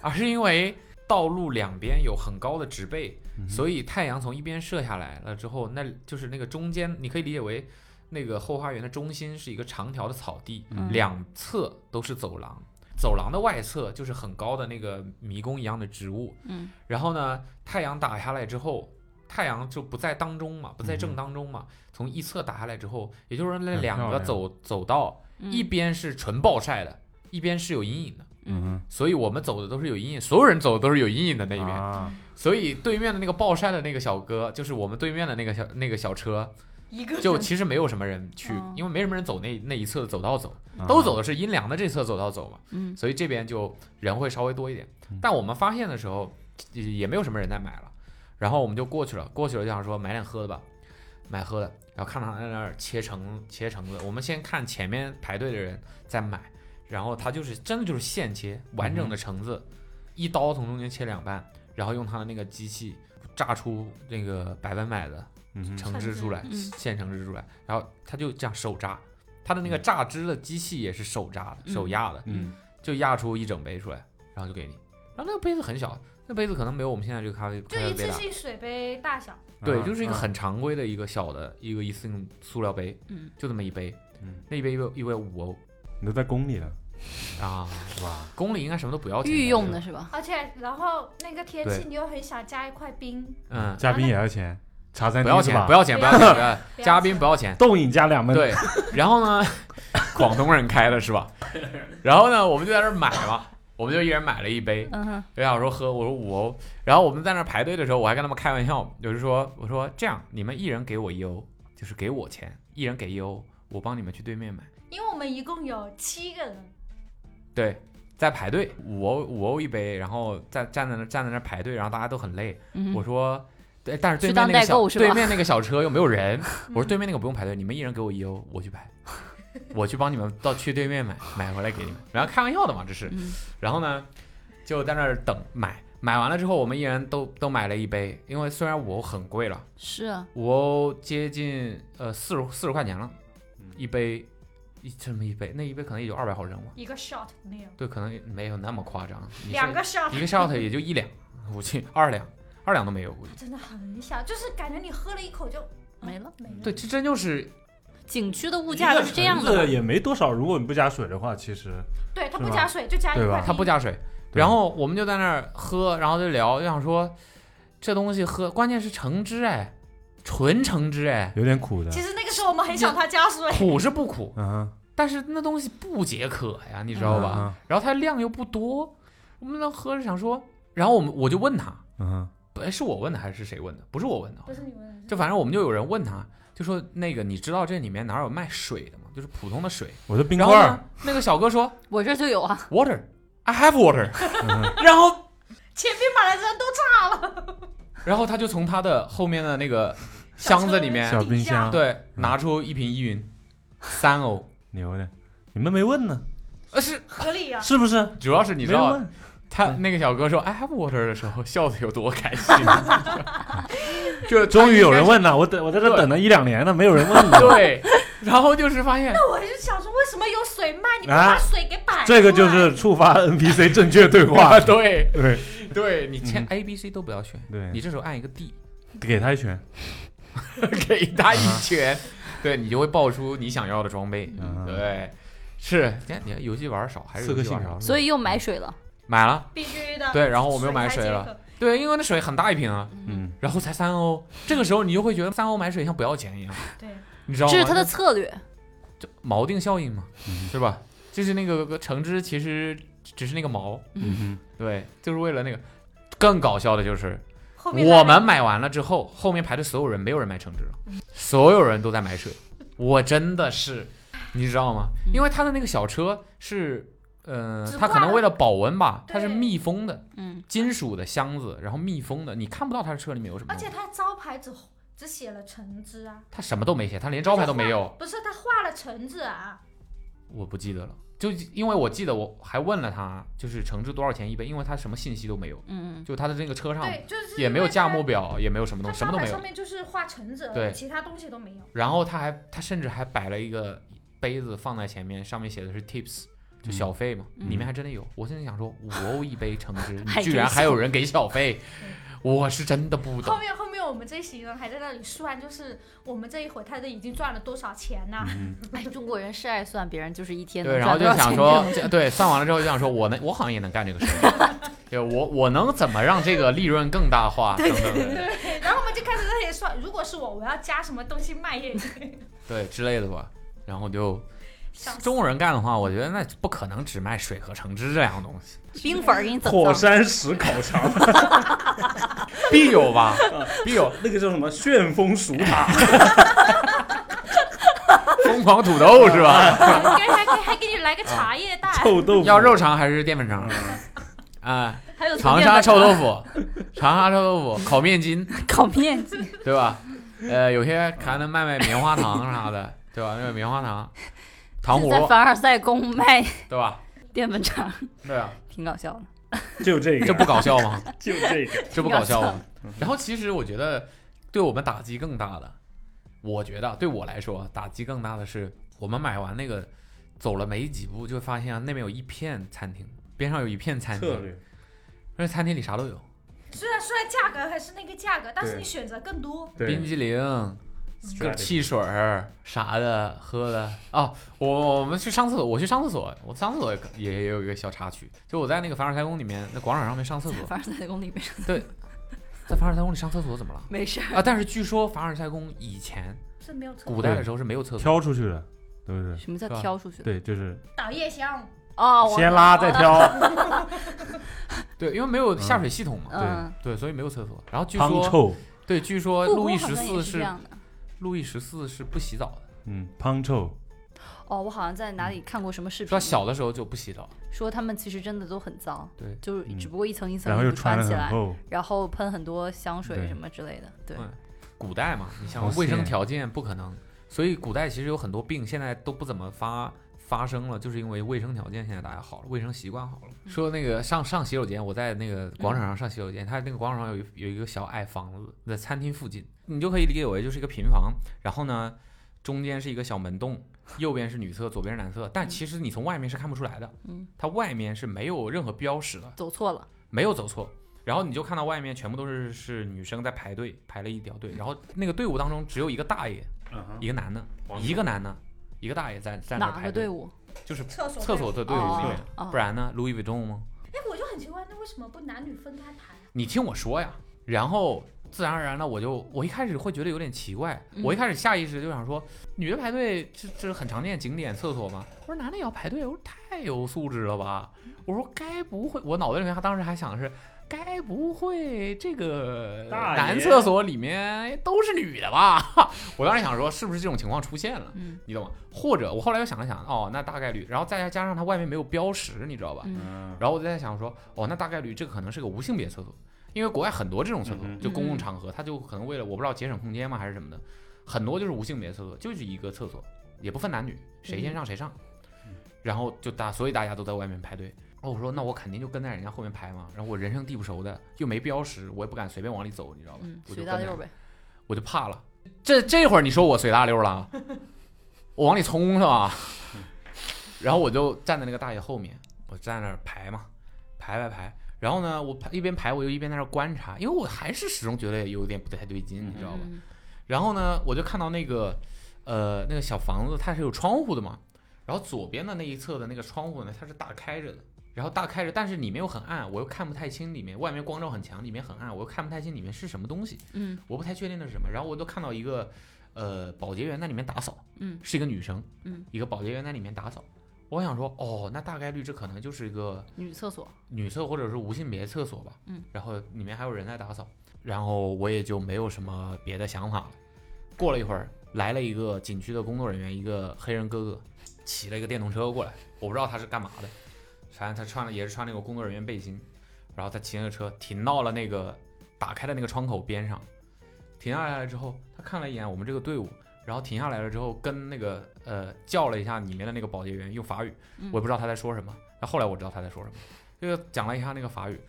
[SPEAKER 3] 而是因为道路两边有很高的植被，
[SPEAKER 6] 嗯
[SPEAKER 3] 所以太阳从一边射下来了之后，那就是那个中间，你可以理解为那个后花园的中心是一个长条的草地，
[SPEAKER 2] 嗯
[SPEAKER 3] 两侧都是走廊，走廊的外侧就是很高的那个迷宫一样的植物，
[SPEAKER 2] 嗯，
[SPEAKER 3] 然后呢，太阳打下来之后。太阳就不在当中嘛，不在正当中嘛，从一侧打下来之后，也就是说那
[SPEAKER 6] 嗯很
[SPEAKER 3] 两个
[SPEAKER 6] 漂亮
[SPEAKER 2] 嗯
[SPEAKER 3] 走走道，一边是纯暴晒的，一边是有阴影的，
[SPEAKER 6] 嗯
[SPEAKER 3] 所以我们走的都是有阴影，所有人走的都是有阴影的那
[SPEAKER 6] 哼，
[SPEAKER 3] 一边。
[SPEAKER 6] 啊，
[SPEAKER 3] 所以对面的那个暴晒的那个小哥，就是我们对面的那个小那个小车，
[SPEAKER 4] 一个
[SPEAKER 3] 就其实没有什么人去
[SPEAKER 2] 哦，
[SPEAKER 3] 因为没什么人走那那一侧的走道走，
[SPEAKER 6] 啊
[SPEAKER 3] 都走的是阴凉的这侧走道走嘛，
[SPEAKER 2] 嗯
[SPEAKER 3] 所以这边就人会稍微多一点
[SPEAKER 6] 嗯。
[SPEAKER 3] 但我们发现的时候，也也没有什么人在买了，然后我们就过去了，过去了就想说买点喝的吧，买喝的，然后看到他在那儿切橙切橙子，我们先看前面排队的人在买，然后他就是真的就是现切完
[SPEAKER 6] 嗯
[SPEAKER 3] 整的橙子，一刀从中间切两半，然后用他的那个机器榨出那个百分百的
[SPEAKER 6] 嗯哼
[SPEAKER 3] 橙汁出来，
[SPEAKER 7] 嗯
[SPEAKER 3] 现橙汁出来，然后他就这样手榨，他的那个榨汁的机器也是手榨的，
[SPEAKER 7] 嗯
[SPEAKER 3] 手压的，
[SPEAKER 6] 嗯
[SPEAKER 3] 就压出一整杯出来，然后就给你。然后那个杯子很小，那杯子可能没有我们现在这个咖啡咖
[SPEAKER 4] 就
[SPEAKER 3] 啡
[SPEAKER 4] 一
[SPEAKER 3] 杯
[SPEAKER 4] 次
[SPEAKER 3] 大，
[SPEAKER 4] 性水杯大小，
[SPEAKER 3] 对，就是一个
[SPEAKER 6] 啊
[SPEAKER 3] 很常规的一个小的一个一次性塑料杯，
[SPEAKER 2] 嗯，
[SPEAKER 3] 就这么一杯，
[SPEAKER 6] 嗯，
[SPEAKER 3] 那一杯一杯一杯五欧
[SPEAKER 6] 你都在宫里了，
[SPEAKER 3] 啊，
[SPEAKER 6] 哇，
[SPEAKER 3] 宫里应该什么都不要钱，
[SPEAKER 2] 御用的，是吧？
[SPEAKER 4] 而且然后那个天气
[SPEAKER 3] 对
[SPEAKER 4] 你又很想加一块冰，
[SPEAKER 3] 嗯，
[SPEAKER 6] 嘉宾也要钱，茶餐
[SPEAKER 3] 不
[SPEAKER 6] 厅
[SPEAKER 3] 要
[SPEAKER 6] 是
[SPEAKER 3] 钱，
[SPEAKER 6] 吧
[SPEAKER 3] 不要钱，不
[SPEAKER 4] 不
[SPEAKER 3] 要
[SPEAKER 4] 要
[SPEAKER 3] 钱，不
[SPEAKER 4] 钱
[SPEAKER 3] 要钱
[SPEAKER 4] 不要
[SPEAKER 3] 嘉宾
[SPEAKER 4] 钱
[SPEAKER 3] 不要钱，
[SPEAKER 6] 冻饮加两闷，
[SPEAKER 3] 对，然后呢， 广东人开的是 吧？然后呢，我们就在那儿买嘛，我们就一人买了一杯。
[SPEAKER 2] 嗯哼，
[SPEAKER 3] 刘想说喝，我说五欧。然后我们在那儿排队的时候，我还跟他们开玩笑，我就说我说这样，你们一人给我一欧，就是给我钱，一人给一欧，我帮你们去对面买。
[SPEAKER 4] 因为我们一共有七个人，
[SPEAKER 3] 对，在排队，五欧五欧一杯，然后在站在那站在那儿排队，然后大家都很累。
[SPEAKER 2] 嗯
[SPEAKER 3] 我
[SPEAKER 2] 哼，
[SPEAKER 3] 说。对，但是对
[SPEAKER 2] 去
[SPEAKER 3] 面
[SPEAKER 2] 当
[SPEAKER 3] 那个
[SPEAKER 2] 代
[SPEAKER 3] 小
[SPEAKER 2] 购是吧
[SPEAKER 3] 对面那个小车又没有 人，我说对面那个不用排队，你们一人给我一欧，我去排， 我去帮你们到去对面买，买回来给你们。然后开玩笑的嘛，这是。
[SPEAKER 2] 嗯
[SPEAKER 3] 然后呢，就在那儿等买，买完了之后，我们一人都都买了一杯，因为虽然五欧很贵了，
[SPEAKER 2] 是啊，
[SPEAKER 3] 五欧接近呃四十四十块钱了，一杯一这么一杯，那一杯可能也就二百毫升吧，
[SPEAKER 4] 一个 shot 没有，
[SPEAKER 3] 对，可能没有那么夸张，你是
[SPEAKER 4] 两个 shot
[SPEAKER 3] 一个 shot 也就一两，我去二两，二两都没有，估计。
[SPEAKER 4] 真的很小，就是感觉你喝了一口就
[SPEAKER 2] 没了。
[SPEAKER 4] 没了。
[SPEAKER 3] 对，这真就是
[SPEAKER 2] 景区的物价就是这样
[SPEAKER 6] 一个橙
[SPEAKER 2] 的
[SPEAKER 6] 子
[SPEAKER 2] 嘛，
[SPEAKER 6] 也没多少，如果你不加水的话，其实
[SPEAKER 4] 对，它
[SPEAKER 6] 是
[SPEAKER 4] 不
[SPEAKER 6] 吧
[SPEAKER 4] 加水，就加一
[SPEAKER 6] 对
[SPEAKER 4] 块
[SPEAKER 6] 吧
[SPEAKER 4] 冰，
[SPEAKER 3] 他不加水，
[SPEAKER 6] 对
[SPEAKER 3] 然后我们就在那儿喝，然后就聊，就想说这东西喝，关键是橙汁哎，纯橙汁哎，
[SPEAKER 6] 有点苦的，
[SPEAKER 4] 其实那个时候我们很想它加水，
[SPEAKER 3] 苦是不苦，
[SPEAKER 6] 嗯哼，
[SPEAKER 3] 但是那东西不解渴呀，你知道吧？
[SPEAKER 6] 嗯
[SPEAKER 3] 然后它量又不多，我们当时喝着想说，然后我们我就问他，
[SPEAKER 6] 嗯哼，
[SPEAKER 3] 哎，是我问的还是谁问的？不是我问的，
[SPEAKER 4] 不是你们
[SPEAKER 3] 就反正我们就有人问他，就说那个你知道这里面哪有卖水的吗？就是普通的水。
[SPEAKER 6] 我的冰
[SPEAKER 3] 然
[SPEAKER 6] 棍
[SPEAKER 3] 后
[SPEAKER 6] 儿
[SPEAKER 3] 呢，那个小哥说
[SPEAKER 2] 我这儿就有啊。
[SPEAKER 3] water，I have water，
[SPEAKER 6] 嗯哼
[SPEAKER 3] 然后
[SPEAKER 4] 前面买的人都炸
[SPEAKER 3] 然后他就从他的后面的那个箱子里面
[SPEAKER 6] 小，嗯冰箱
[SPEAKER 3] 对，拿出一瓶依云，三欧。
[SPEAKER 6] 牛的，你们没问呢，
[SPEAKER 3] 呃，是，
[SPEAKER 4] 合理啊，
[SPEAKER 6] 是不是？
[SPEAKER 3] 主要是你
[SPEAKER 6] 你
[SPEAKER 3] 知道，啊他那个小哥说 “I have water” 的时 候，笑的有多开心。就
[SPEAKER 6] 终于有人，问了，我等我在这等了一两年了，没有人问我。
[SPEAKER 3] 对，然后就是发现，。
[SPEAKER 4] 那我就想说为什么有水卖，你不
[SPEAKER 6] 啊
[SPEAKER 4] 把水给摆出
[SPEAKER 6] 这
[SPEAKER 4] 来
[SPEAKER 6] 个就是触发 NPC 正确对 话
[SPEAKER 3] 对
[SPEAKER 6] 对
[SPEAKER 3] 对，你签
[SPEAKER 6] 嗯
[SPEAKER 3] A、B、C 都不要选，你
[SPEAKER 6] 对，
[SPEAKER 3] 这时候按一个 D，
[SPEAKER 6] 给他一拳。
[SPEAKER 3] 给他一拳，对你就会爆出你想要的装备。
[SPEAKER 6] 嗯
[SPEAKER 3] 对，是，你看你看游戏玩儿少还是
[SPEAKER 6] 四个
[SPEAKER 3] 游戏玩儿
[SPEAKER 6] 信条
[SPEAKER 3] 少
[SPEAKER 2] 所以又买水了，
[SPEAKER 3] 买了，
[SPEAKER 4] 必须的。
[SPEAKER 3] 对，然后我们又
[SPEAKER 4] 水
[SPEAKER 3] 买
[SPEAKER 4] 才
[SPEAKER 3] 水
[SPEAKER 4] 解
[SPEAKER 3] 了，
[SPEAKER 4] 渴，
[SPEAKER 3] 对，因为那水很大一瓶啊，
[SPEAKER 6] 嗯，
[SPEAKER 3] 然后才三欧，这个时候你就会觉得三欧买水像不要钱一样，
[SPEAKER 4] 对，
[SPEAKER 3] 你知道吗？
[SPEAKER 2] 这是他的策略。
[SPEAKER 3] 就锚定效应嘛，
[SPEAKER 6] 嗯
[SPEAKER 3] 是吧？就是那个橙汁其实只是那个锚，
[SPEAKER 6] 嗯
[SPEAKER 3] 对，就是为了那个。更搞笑的就是，
[SPEAKER 4] 后面来
[SPEAKER 3] 我们买完了之后，后面排队所有人没有人买橙汁了，所有人都在买水。我真的是，你知道吗？因为他的那个小车是，呃，
[SPEAKER 4] 只
[SPEAKER 3] 他可
[SPEAKER 4] 嗯挂
[SPEAKER 3] 能
[SPEAKER 4] 了
[SPEAKER 3] 为了保温吧，它是
[SPEAKER 4] 对
[SPEAKER 3] 密封的，
[SPEAKER 2] 嗯，
[SPEAKER 3] 金属的箱子，然后密封的，你看不到他的车里面有什么
[SPEAKER 4] 而
[SPEAKER 3] 东西。
[SPEAKER 4] 且它招牌只只写了橙汁啊，
[SPEAKER 3] 他什么都没写，他连招牌都没有。
[SPEAKER 4] 不是它画了橙子啊，
[SPEAKER 3] 我不记得了，就因为我记得我还问了他，就是橙汁多少钱一杯，因为他什么信息都没有，
[SPEAKER 2] 嗯，
[SPEAKER 3] 就他的那个车上
[SPEAKER 4] 对，就是
[SPEAKER 3] 也没有价目
[SPEAKER 4] 表，
[SPEAKER 3] 表，也没有什么
[SPEAKER 4] 它
[SPEAKER 3] 东西，什么都
[SPEAKER 4] 招牌
[SPEAKER 3] 没有
[SPEAKER 4] 上。面就是画橙子而已，
[SPEAKER 3] 对
[SPEAKER 4] 其他东西都没有。
[SPEAKER 3] 然后他还他甚至还摆了一个杯子放在前面，上面写的是 tips，就小费嘛，
[SPEAKER 6] 嗯
[SPEAKER 3] 里面还真的有。我现在想说，五欧一杯橙汁，
[SPEAKER 2] 还
[SPEAKER 3] 你
[SPEAKER 2] 给
[SPEAKER 3] 居然还有人给小 费，我是真的不懂
[SPEAKER 4] 后。面后面我们这一行人还在那里算，就是我们这一回他都已经赚了多少钱呐、
[SPEAKER 6] 嗯，
[SPEAKER 2] 哎，中国人是爱算别人就是一天
[SPEAKER 3] 对，
[SPEAKER 2] 能
[SPEAKER 3] 然后
[SPEAKER 2] 赚
[SPEAKER 3] 就
[SPEAKER 2] 啊多少
[SPEAKER 3] 想
[SPEAKER 2] 钱
[SPEAKER 3] 说
[SPEAKER 2] 这种，
[SPEAKER 3] 这对，算完了之后就想说，我能，我好像也能干这个事 儿，对我我能怎么让这个利润更大化？等等的。
[SPEAKER 4] 对，然后我们就开始在那 里算，如果是我，我要加什么东西卖给你？
[SPEAKER 3] 对之类的吧。然后就
[SPEAKER 4] 像
[SPEAKER 3] 中国人干的话，我觉得那不可能只卖水和橙汁这两个东西，
[SPEAKER 2] 冰粉儿给你整
[SPEAKER 5] 火
[SPEAKER 2] 脏，
[SPEAKER 5] 山石烤 肠，
[SPEAKER 3] 必有吧？
[SPEAKER 6] 哎
[SPEAKER 3] 必有
[SPEAKER 5] 那个叫什么旋风薯 塔，
[SPEAKER 3] 疯狂土豆是吧？
[SPEAKER 4] 给还给还给你
[SPEAKER 3] 啊
[SPEAKER 4] 来个茶叶蛋，
[SPEAKER 5] 臭豆腐，
[SPEAKER 3] 要肉肠还是淀粉肠？
[SPEAKER 6] 嗯
[SPEAKER 3] 啊，
[SPEAKER 4] 还有
[SPEAKER 3] 长沙臭豆腐， 长沙臭豆腐，烤面筋，
[SPEAKER 2] 烤面筋，
[SPEAKER 3] 对吧？呃，有些还能卖卖棉花糖啥的，对吧？那个棉花糖、糖葫
[SPEAKER 2] 在
[SPEAKER 3] 芦，
[SPEAKER 2] 凡尔赛宫卖
[SPEAKER 3] 对吧？
[SPEAKER 2] 淀粉肠，
[SPEAKER 3] 对啊，
[SPEAKER 2] 挺搞笑的。
[SPEAKER 5] 就这
[SPEAKER 3] 这
[SPEAKER 5] 个，
[SPEAKER 3] 不搞笑吗？
[SPEAKER 5] 就这个，
[SPEAKER 3] 这不搞笑吗？ 然后其实我觉得对我们打击更大的，我觉得对我来说啊打击更大的是，我们买完那个走了没几步，就发现、啊、那边有一片餐厅，边上有一片餐
[SPEAKER 5] 策
[SPEAKER 3] 厅，
[SPEAKER 5] 略
[SPEAKER 3] 那餐厅里啥都有，
[SPEAKER 4] 虽然虽然价格还是那个价格，但是
[SPEAKER 5] 对
[SPEAKER 4] 你选择更多。
[SPEAKER 5] 对
[SPEAKER 3] 冰激凌、各
[SPEAKER 5] strategy
[SPEAKER 3] 汽水儿啥的喝的哦，我我们去上厕所，我去上厕所，我上厕所也可也也有一个小插曲，就我在那个凡尔赛宫里面那广场上面上厕所，
[SPEAKER 2] 凡尔赛宫里边
[SPEAKER 3] 在凡尔赛宫里上厕所怎么了？
[SPEAKER 2] 没事儿，
[SPEAKER 3] 啊，但是据说凡尔赛宫以前
[SPEAKER 4] 是没有错，
[SPEAKER 3] 古代的时候是没有厕所的。
[SPEAKER 6] 挑出去的，对不对？
[SPEAKER 2] 什么叫
[SPEAKER 3] 是吧
[SPEAKER 2] 挑出去的？
[SPEAKER 6] 对，就是
[SPEAKER 4] 打夜香，
[SPEAKER 2] 哦，我
[SPEAKER 6] 先拉再挑，
[SPEAKER 3] 对，因为没有下水系统嘛，
[SPEAKER 2] 嗯，
[SPEAKER 3] 对，所以没有厕所。然 后据
[SPEAKER 6] 汤
[SPEAKER 3] 说，
[SPEAKER 6] 臭，
[SPEAKER 3] 对，据说
[SPEAKER 2] 故
[SPEAKER 3] 呃路易
[SPEAKER 2] 宫好
[SPEAKER 3] 十
[SPEAKER 2] 像也
[SPEAKER 3] 四
[SPEAKER 2] 是这
[SPEAKER 3] 是
[SPEAKER 2] 样的。
[SPEAKER 3] 路易十四是不洗澡的，
[SPEAKER 6] 嗯，汤臭，
[SPEAKER 2] 哦，我好像在哪里看过什么视频，
[SPEAKER 3] 说小的时候就不洗澡，
[SPEAKER 2] 说他们其实真的都很脏，
[SPEAKER 3] 对
[SPEAKER 2] 就是
[SPEAKER 6] 嗯
[SPEAKER 2] 只不过一层一层
[SPEAKER 6] 然后
[SPEAKER 2] 衣
[SPEAKER 6] 又
[SPEAKER 2] 服
[SPEAKER 6] 穿
[SPEAKER 2] 穿起
[SPEAKER 6] 的很
[SPEAKER 2] 来，
[SPEAKER 6] 厚，
[SPEAKER 2] 然后喷很多香水
[SPEAKER 6] 对
[SPEAKER 2] 什么之类的，对，
[SPEAKER 3] 嗯古代嘛，你像
[SPEAKER 6] 好
[SPEAKER 3] 卫生
[SPEAKER 6] 险
[SPEAKER 3] 条件不可能，所以古代其实有很多病现在都不怎么发。发生了，就是因为卫生条件现在大家好了，卫生习惯好了。说那个上上洗手间，我在那个广场上上洗手间，它那个广场上有一有一个小矮房子，在餐厅附近，你就可以理解为就是一个平房，然后呢，中间是一个小门洞，右边是女厕，左边是男厕，但其实你从外面是看不出来的，
[SPEAKER 2] 嗯，
[SPEAKER 3] 它外面是没有任何标识的，
[SPEAKER 2] 走错了，
[SPEAKER 3] 没有走错。然后你就看到外面全部都是是女生在排队，排了一条队，然后那个队伍当中只有一个大爷，
[SPEAKER 5] 嗯哼
[SPEAKER 3] 一个男的，一个男的，一个大爷在站着
[SPEAKER 2] 哪
[SPEAKER 3] 排
[SPEAKER 2] 个队伍？
[SPEAKER 3] 就是
[SPEAKER 4] 厕所
[SPEAKER 3] 厕所的队伍里面，
[SPEAKER 2] 哦
[SPEAKER 3] 不然呢，Louis Vuitton 吗？
[SPEAKER 4] 哎，我就很奇怪，那为什么不男女分开啊排？
[SPEAKER 3] 你听我说呀，然后自然而然的我就我一开始会觉得有点奇怪，
[SPEAKER 2] 嗯
[SPEAKER 3] 我一开始下意识就想说，女的排队这这是很常见的景点厕所吗？我说男的也要排队，我说太有素质了吧？我说该不会，我脑袋里面当时还想的是。该不会这个
[SPEAKER 5] 大爷
[SPEAKER 3] 男厕所里面都是女的吧？ 我当时想说，是不是这种情况出现了？
[SPEAKER 2] 嗯
[SPEAKER 3] 你懂吗？或者我后来又想了想，哦，那大概率，然后再加上它外面没有标识，你知道吧？
[SPEAKER 2] 嗯
[SPEAKER 5] 嗯
[SPEAKER 3] 然后我就在想说，哦，那大概率这个可能是个无性别厕所，因为国外很多这种厕所
[SPEAKER 5] 嗯，哼
[SPEAKER 3] 就公共场合，它就可能为了我不知道节省空间嘛还是什么的，很多就是无性别厕所，就是一个厕所，也不分男女，谁先上谁上，
[SPEAKER 5] 嗯
[SPEAKER 3] 然后就大，所以大家都在外面排队。哦，我说那我肯定就跟在人家后面排嘛，然后我人生地不熟的，又没标识，我也不敢随便往里走，你知道吧？
[SPEAKER 2] 嗯，
[SPEAKER 3] 我就
[SPEAKER 2] 随
[SPEAKER 3] 跟
[SPEAKER 2] 大
[SPEAKER 3] 在
[SPEAKER 2] 溜呗，
[SPEAKER 3] 我就怕了。这这会儿你说我随大溜了啊，我往里冲是吧？ 然后我就站在那个大爷后面，我站在那儿排嘛，排排排。然后呢，我排一边排我就一边在那儿观察，因为我还是始终觉得有点不太对劲，你知道吧？
[SPEAKER 2] 嗯
[SPEAKER 3] 然后呢，我就看到那个呃那个小房子它是有窗户的嘛，然后左边的那一侧的那个窗户呢，它是大开着的。然后大开着，但是里面又很暗，我又看不太清里面，外面光照很强，里面很暗，我又看不太清里面是什么东西。
[SPEAKER 2] 嗯
[SPEAKER 3] 我不太确定那是什么。然后我都看到一个呃保洁员在里面打扫，
[SPEAKER 2] 嗯，
[SPEAKER 3] 是一个女生，
[SPEAKER 2] 嗯，
[SPEAKER 3] 一个保洁员在里面打扫。我想说，哦，那大概率这可能就是一个
[SPEAKER 2] 女厕所，
[SPEAKER 3] 女厕或者是无性别厕所吧，
[SPEAKER 2] 嗯，
[SPEAKER 3] 然后里面还有人在打扫，然后我也就没有什么别的想法了。过了一会儿，来了一个景区的工作人员，一个黑人哥哥，骑了一个电动车过来，我不知道他是干嘛的，反正他穿了也是穿那个工作人员背心，然后他骑那个车停到了那个打开的那个窗口边上，停下来了之后，他看了一眼我们这个队伍，然后停下来了之后跟那个呃叫了一下里面的那个保洁员用法语，
[SPEAKER 2] 嗯
[SPEAKER 3] 我也不知道他在说什么，那后来我知道他在说什么，就讲了一下那个法语，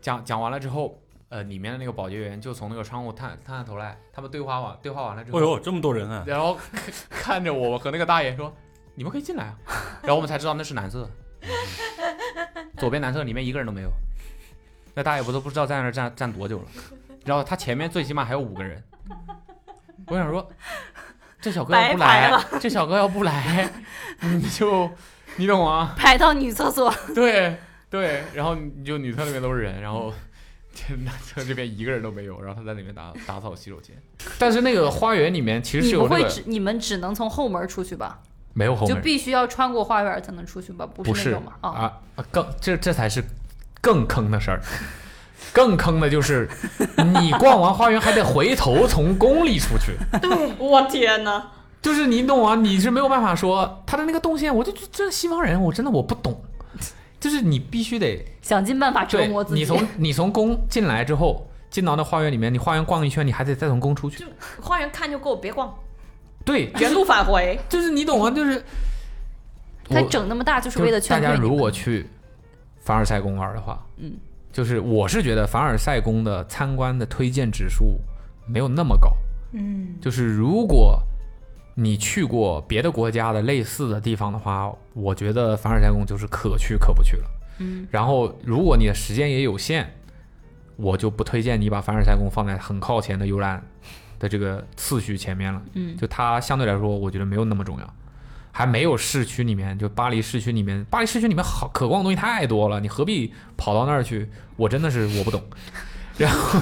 [SPEAKER 3] 讲讲完了之后。呃，里面的那个保洁员就从那个窗户探探下头来，他们对话完对话完了之后，
[SPEAKER 6] 哦呦，这么多人啊！
[SPEAKER 3] 然后看 看着我和那个大爷说：“你们可以进来啊。”然后我们才知道那是男厕，左边男厕里面一个人都没有。那大爷不都不知道在那儿站站多久了，然后他前面最起码还有五个人。我想说，这小哥要不
[SPEAKER 7] 白排
[SPEAKER 3] 来，这小哥要不来，你就 你懂吗？
[SPEAKER 2] 排到女厕所，
[SPEAKER 3] 对对，然后你就女厕那边都是人，然后这男厕这边一个人都没有，然后他在里面打打扫洗手间。但是那个花园里面其实是
[SPEAKER 2] 你
[SPEAKER 3] 有
[SPEAKER 2] 们
[SPEAKER 3] 那
[SPEAKER 2] 会
[SPEAKER 3] 个
[SPEAKER 2] 只你们只能从后门出去吧？
[SPEAKER 3] 没有后
[SPEAKER 2] 就
[SPEAKER 3] 门，
[SPEAKER 2] 必须要穿过花园才能出去吧？不
[SPEAKER 3] 不
[SPEAKER 2] 是
[SPEAKER 3] 是
[SPEAKER 2] 那种嘛？啊，
[SPEAKER 3] 啊，啊更这这才是更坑的事儿。更坑的就是，你逛完花园还得回头从宫里出去，
[SPEAKER 7] 我天哪！
[SPEAKER 3] 就是你懂啊，你是没有办法说他的那个动线，我就就这西方人，我真的我不懂，就是你必须得
[SPEAKER 2] 想尽办法折
[SPEAKER 3] 对
[SPEAKER 2] 磨自己。
[SPEAKER 3] 你从你从宫进来之后，进到那花园里面，你花园逛一圈，你还得再从宫出去，
[SPEAKER 7] 花园看就够，别逛，
[SPEAKER 3] 对，
[SPEAKER 7] 原路返回。
[SPEAKER 3] 就是你懂吗？就是
[SPEAKER 2] 他
[SPEAKER 3] 我
[SPEAKER 2] 整那么大就是
[SPEAKER 3] 就
[SPEAKER 2] 为了
[SPEAKER 3] 大
[SPEAKER 2] 劝
[SPEAKER 3] 家
[SPEAKER 2] 退你
[SPEAKER 3] 如
[SPEAKER 2] 们。
[SPEAKER 3] 果去凡尔赛宫玩的话，
[SPEAKER 7] 嗯，
[SPEAKER 3] 就是我是觉得凡尔赛宫的参观的推荐指数没有那么高，
[SPEAKER 4] 嗯，
[SPEAKER 3] 就是如果你去过别的国家的类似的地方的话，我觉得凡尔赛宫就是可去可不去了。
[SPEAKER 2] 嗯，
[SPEAKER 3] 然后如果你的时间也有限，我就不推荐你把凡尔赛宫放在很靠前的游览的这个次序前面了。
[SPEAKER 2] 嗯
[SPEAKER 3] 就它相对来说，我觉得没有那么重要，还没有市区里面，就巴黎市区里面，巴黎市区里面好可逛的东西太多了，你何必跑到那儿去？我真的是我不懂。然后，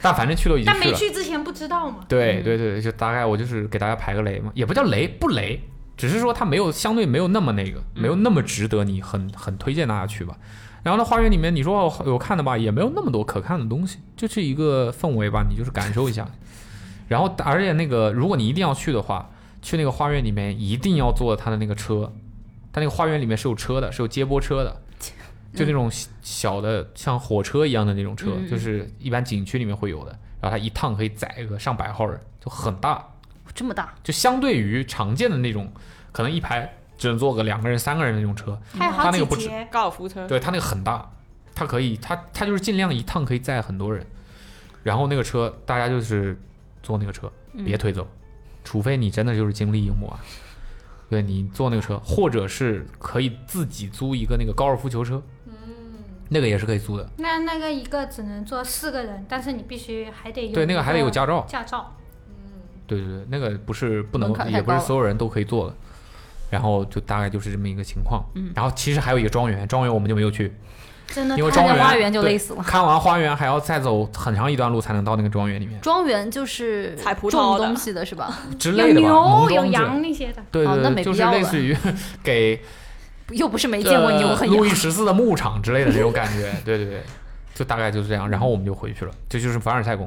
[SPEAKER 3] 但反正去都已经
[SPEAKER 4] 但
[SPEAKER 3] 去
[SPEAKER 4] 没
[SPEAKER 3] 了，
[SPEAKER 4] 去之前不知道嘛。
[SPEAKER 3] 对对对，就大概我就是给大家排个雷嘛，也不叫雷，不雷，只是说它没有相对没有那么那个，没有那么值得你很很推荐大家去吧。然后呢，花园里面你说哦有看的吧，也没有那么多可看的东西，就是一个氛围吧，你就是感受一下。 然后而且那个，如果你一定要去的话，去那个花园里面一定要坐他的那个车，他那个花园里面是有车的，是有接驳车的。就那种小小的像火车一样的那种车，
[SPEAKER 2] 嗯嗯
[SPEAKER 3] 就是一般景区里面会有的。然后它一趟可以载个上百号人，就很大。
[SPEAKER 2] 这么大，
[SPEAKER 3] 就相对于常见的那种，可能一排只能坐个两个人、三个人的那种车，
[SPEAKER 4] 还有
[SPEAKER 3] 他
[SPEAKER 4] 好
[SPEAKER 3] 那
[SPEAKER 4] 几
[SPEAKER 3] 个不止
[SPEAKER 4] 节，
[SPEAKER 7] 高尔
[SPEAKER 2] 嗯
[SPEAKER 7] 夫车，
[SPEAKER 3] 对，它那个很大，它可以，它它就是尽量一趟可以载很多人。然后那个车，大家就是坐那个车，
[SPEAKER 2] 嗯
[SPEAKER 3] 别推走，除非你真的就是精力一抹啊。对你坐那个车，或者是可以自己租一个那个高尔夫球车，
[SPEAKER 2] 嗯
[SPEAKER 3] 那个也是可以租的。
[SPEAKER 4] 那那个一个只能坐四个人，但是你必须还得有
[SPEAKER 3] 对，那个还得有驾照。
[SPEAKER 4] 驾照。
[SPEAKER 3] 对对对，那个不是不能
[SPEAKER 2] 门槛，太
[SPEAKER 3] 也不是
[SPEAKER 2] 高了
[SPEAKER 3] 所有人都可以做的。然后就大概就是这么一个情况。
[SPEAKER 2] 嗯
[SPEAKER 3] 然后其实还有一个庄园，庄园我们就没有去，
[SPEAKER 4] 真的
[SPEAKER 3] 因为
[SPEAKER 4] 太
[SPEAKER 3] 庄
[SPEAKER 2] 看
[SPEAKER 3] 园
[SPEAKER 2] 见花园就
[SPEAKER 3] 对
[SPEAKER 2] 累死了
[SPEAKER 3] 看完花园还要再走很长一段路才能到那个庄园里面
[SPEAKER 2] 庄园就是
[SPEAKER 7] 采葡萄
[SPEAKER 2] 种
[SPEAKER 7] 的
[SPEAKER 2] 东西的是吧？
[SPEAKER 3] 之
[SPEAKER 4] 有
[SPEAKER 3] 类的吧，
[SPEAKER 4] 牛
[SPEAKER 3] 农
[SPEAKER 4] 有
[SPEAKER 3] 庄之类
[SPEAKER 4] 羊那些的，
[SPEAKER 3] 对
[SPEAKER 2] 哦
[SPEAKER 3] 对
[SPEAKER 2] 那
[SPEAKER 3] 对，
[SPEAKER 2] 没
[SPEAKER 3] 就是
[SPEAKER 2] 必要
[SPEAKER 3] 类
[SPEAKER 2] 了
[SPEAKER 3] 似于给
[SPEAKER 2] 又不是没见过
[SPEAKER 3] 呃
[SPEAKER 2] 牛和
[SPEAKER 3] 路
[SPEAKER 2] 羊
[SPEAKER 3] 易。十四的牧场之类的这种感觉。对对对，就大概就是这样。然后我们就回去了，这就是凡尔赛宫。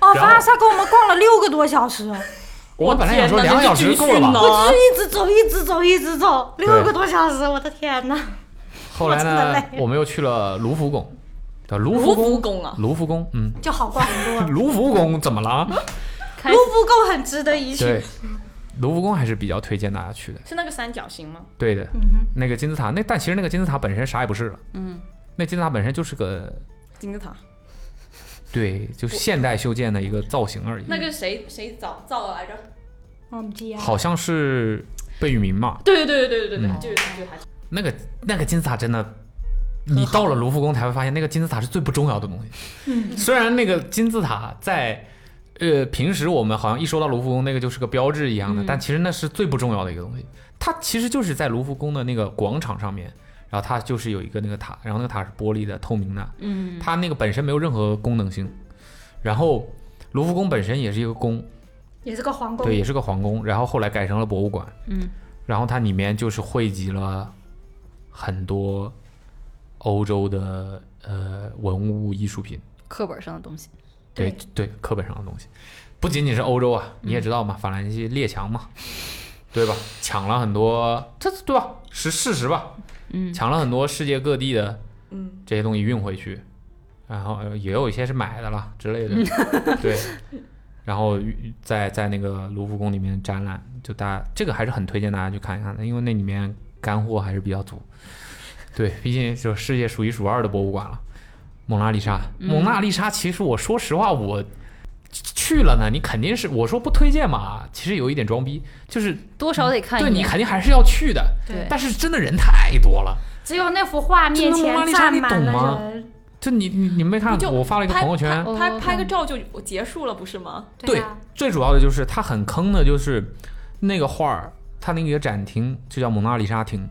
[SPEAKER 4] 哦，
[SPEAKER 3] 然后
[SPEAKER 4] 凡尔赛宫我们逛了六个多 小时哦，
[SPEAKER 3] 我本来想说
[SPEAKER 7] 天哪
[SPEAKER 3] 两个小时够了吧
[SPEAKER 7] 这是军训呢
[SPEAKER 4] 我就是一直走，一直走，一直走，六个多小时，我的天呐！
[SPEAKER 3] 后来
[SPEAKER 4] 我真
[SPEAKER 3] 呢，
[SPEAKER 4] 的累
[SPEAKER 3] 我们又去了卢浮宫。对，卢
[SPEAKER 7] 卢
[SPEAKER 3] 浮宫，
[SPEAKER 7] 浮宫啊，
[SPEAKER 3] 卢浮宫，嗯，
[SPEAKER 4] 就好逛很 多了。
[SPEAKER 3] 卢浮宫怎么了？
[SPEAKER 2] 开
[SPEAKER 4] 卢浮宫很值得一去，
[SPEAKER 3] 对，卢浮宫还是比较推荐大家去的。
[SPEAKER 7] 是那个三角形吗？
[SPEAKER 3] 对的，
[SPEAKER 4] 嗯哼，
[SPEAKER 3] 那个金字塔，那但其实那个金字塔本身啥也不是了。嗯，那金字塔本身就是个
[SPEAKER 7] 金字塔，
[SPEAKER 3] 对，就是现代修建的一个造型而已。
[SPEAKER 7] 那个谁谁造造的来着？
[SPEAKER 4] 我们记啊，
[SPEAKER 3] 好像是贝聿铭嘛，
[SPEAKER 7] 对对对对对对
[SPEAKER 3] 嗯
[SPEAKER 7] 对，就是就是他。
[SPEAKER 3] 那个那个金字塔真的。你到了卢浮宫才会发现，那个金字塔是最不重要的东西。
[SPEAKER 4] 嗯，
[SPEAKER 3] 虽然那个金字塔在，呃，平时我们好像一说到卢浮宫，那个就是个标志一样的，但其实那是最不重要的一个东西。它其实就是在卢浮宫的那个广场上面，然后它就是有一个那个塔，然后那个塔是玻璃的、透明的，
[SPEAKER 2] 嗯，
[SPEAKER 3] 它那个本身没有任何功能性。然后卢浮宫本身也是一个宫，
[SPEAKER 4] 也是个皇宫
[SPEAKER 3] 对，，也是个皇宫，然后后来改成了博物馆。
[SPEAKER 2] 嗯，
[SPEAKER 3] 然后它里面就是汇集了很多欧洲的呃文物艺术品，
[SPEAKER 2] 课本上的东西，
[SPEAKER 3] 对对，课本上的东西，不仅仅是欧洲啊，你也知道嘛，法兰西列强嘛，对吧？抢了很多，这对吧？是事实吧？
[SPEAKER 2] 嗯，
[SPEAKER 3] 抢了很多世界各地的
[SPEAKER 7] 嗯，
[SPEAKER 3] 这些东西运回去，然后呃也有一些是买的啦之类的， 对。然后在在那个卢浮宫里面展览，就大家这个还是很推荐大家去看一看的，因为那里面干货还是比较足。对，毕竟就世界数一数二的博物馆了。蒙娜丽莎，
[SPEAKER 7] 嗯
[SPEAKER 3] 蒙娜丽莎，其实我说实话，我去了呢，你肯定是我说不推荐嘛，其实有一点装逼，就是
[SPEAKER 2] 多少得看
[SPEAKER 3] 对
[SPEAKER 2] 一
[SPEAKER 3] 你
[SPEAKER 2] 眼。
[SPEAKER 3] 肯定还是要去的，
[SPEAKER 2] 对
[SPEAKER 3] 但是真的人太多了。
[SPEAKER 4] 只有那幅画面
[SPEAKER 3] 真的蒙娜
[SPEAKER 4] 前
[SPEAKER 3] 丽莎
[SPEAKER 4] 站
[SPEAKER 3] 你
[SPEAKER 4] 满
[SPEAKER 3] 懂吗
[SPEAKER 4] 了人。
[SPEAKER 3] 就你你你们没看
[SPEAKER 7] 不，就
[SPEAKER 3] 我发了一个
[SPEAKER 7] 拍
[SPEAKER 3] 朋友圈，
[SPEAKER 2] 哦
[SPEAKER 7] 拍拍个照就结束了，不是吗？
[SPEAKER 3] 对
[SPEAKER 4] 啊，
[SPEAKER 3] 最主要的就是它很坑的，就是那个画儿，它那个展厅就叫蒙娜丽莎厅，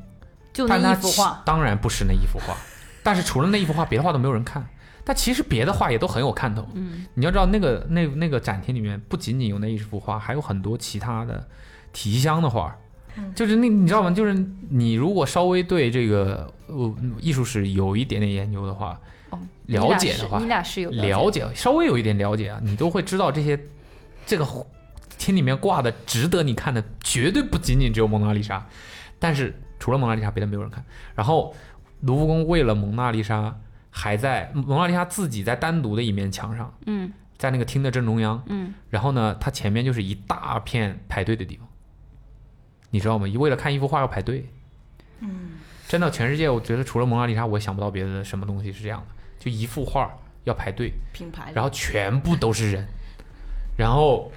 [SPEAKER 2] 就
[SPEAKER 3] 但
[SPEAKER 2] 那
[SPEAKER 3] 它
[SPEAKER 2] 一幅画，
[SPEAKER 3] 其当然不是那一幅画，但是除了那一幅画，别的画都没有人看。但其实别的画也都很有看头。
[SPEAKER 2] 嗯，
[SPEAKER 3] 你要知道，那个那那个展厅里面不仅仅有那一幅画，还有很多其他的体香的画儿，
[SPEAKER 2] 嗯
[SPEAKER 3] 就是那你知道吗？就是你如果稍微对这个呃艺术史有一点点研究的话，
[SPEAKER 2] 哦
[SPEAKER 3] 了解的话
[SPEAKER 2] 你，俩是有
[SPEAKER 3] 了解稍微有一点了解啊，你都会知道这些这个天里面挂的值得你看的，绝对不仅仅只有蒙娜丽莎，但是除了蒙娜丽莎，别的没有人看。然后卢浮宫为了蒙娜丽莎，还在蒙娜丽莎自己在单独的一面墙上，
[SPEAKER 2] 嗯
[SPEAKER 3] 在那个厅的正中央，
[SPEAKER 2] 嗯，
[SPEAKER 3] 然后呢，它前面就是一大片排队的地方，你知道吗？为了看一幅画要排队。
[SPEAKER 4] 嗯，
[SPEAKER 3] 真的，全世界我觉得除了蒙娜丽莎，我也想不到别的什么东西是这样的，就一幅画要排队，
[SPEAKER 7] 品牌
[SPEAKER 3] 然后全部都是人，然后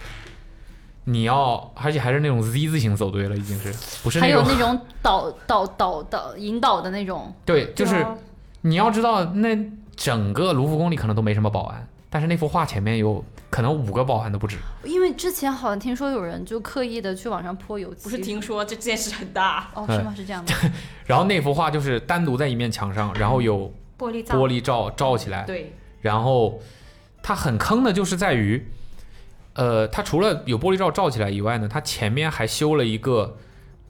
[SPEAKER 3] 你要，而且还是那种 Z 字形走队了，已经是不是
[SPEAKER 2] 还
[SPEAKER 3] 那
[SPEAKER 2] 有
[SPEAKER 3] 种
[SPEAKER 2] 那种导导导导引导的那种，
[SPEAKER 3] 对，就是
[SPEAKER 4] 对啊
[SPEAKER 3] 你要知道，那整个卢浮宫里可能都没什么保安，但是那幅画前面有可能五个保安都不止，
[SPEAKER 2] 因为之前好像听说有人就刻意的去往上泼油漆，
[SPEAKER 7] 不是听说这件事很大，
[SPEAKER 2] 哦是吗？是这样的，
[SPEAKER 3] 然后那幅画就是单独在一面墙上，然后有
[SPEAKER 4] 玻璃罩，
[SPEAKER 3] 玻璃罩罩起来，
[SPEAKER 7] 对，
[SPEAKER 3] 然后它很坑的就是在于，呃，它除了有玻璃罩罩起来以外呢，它前面还修了一个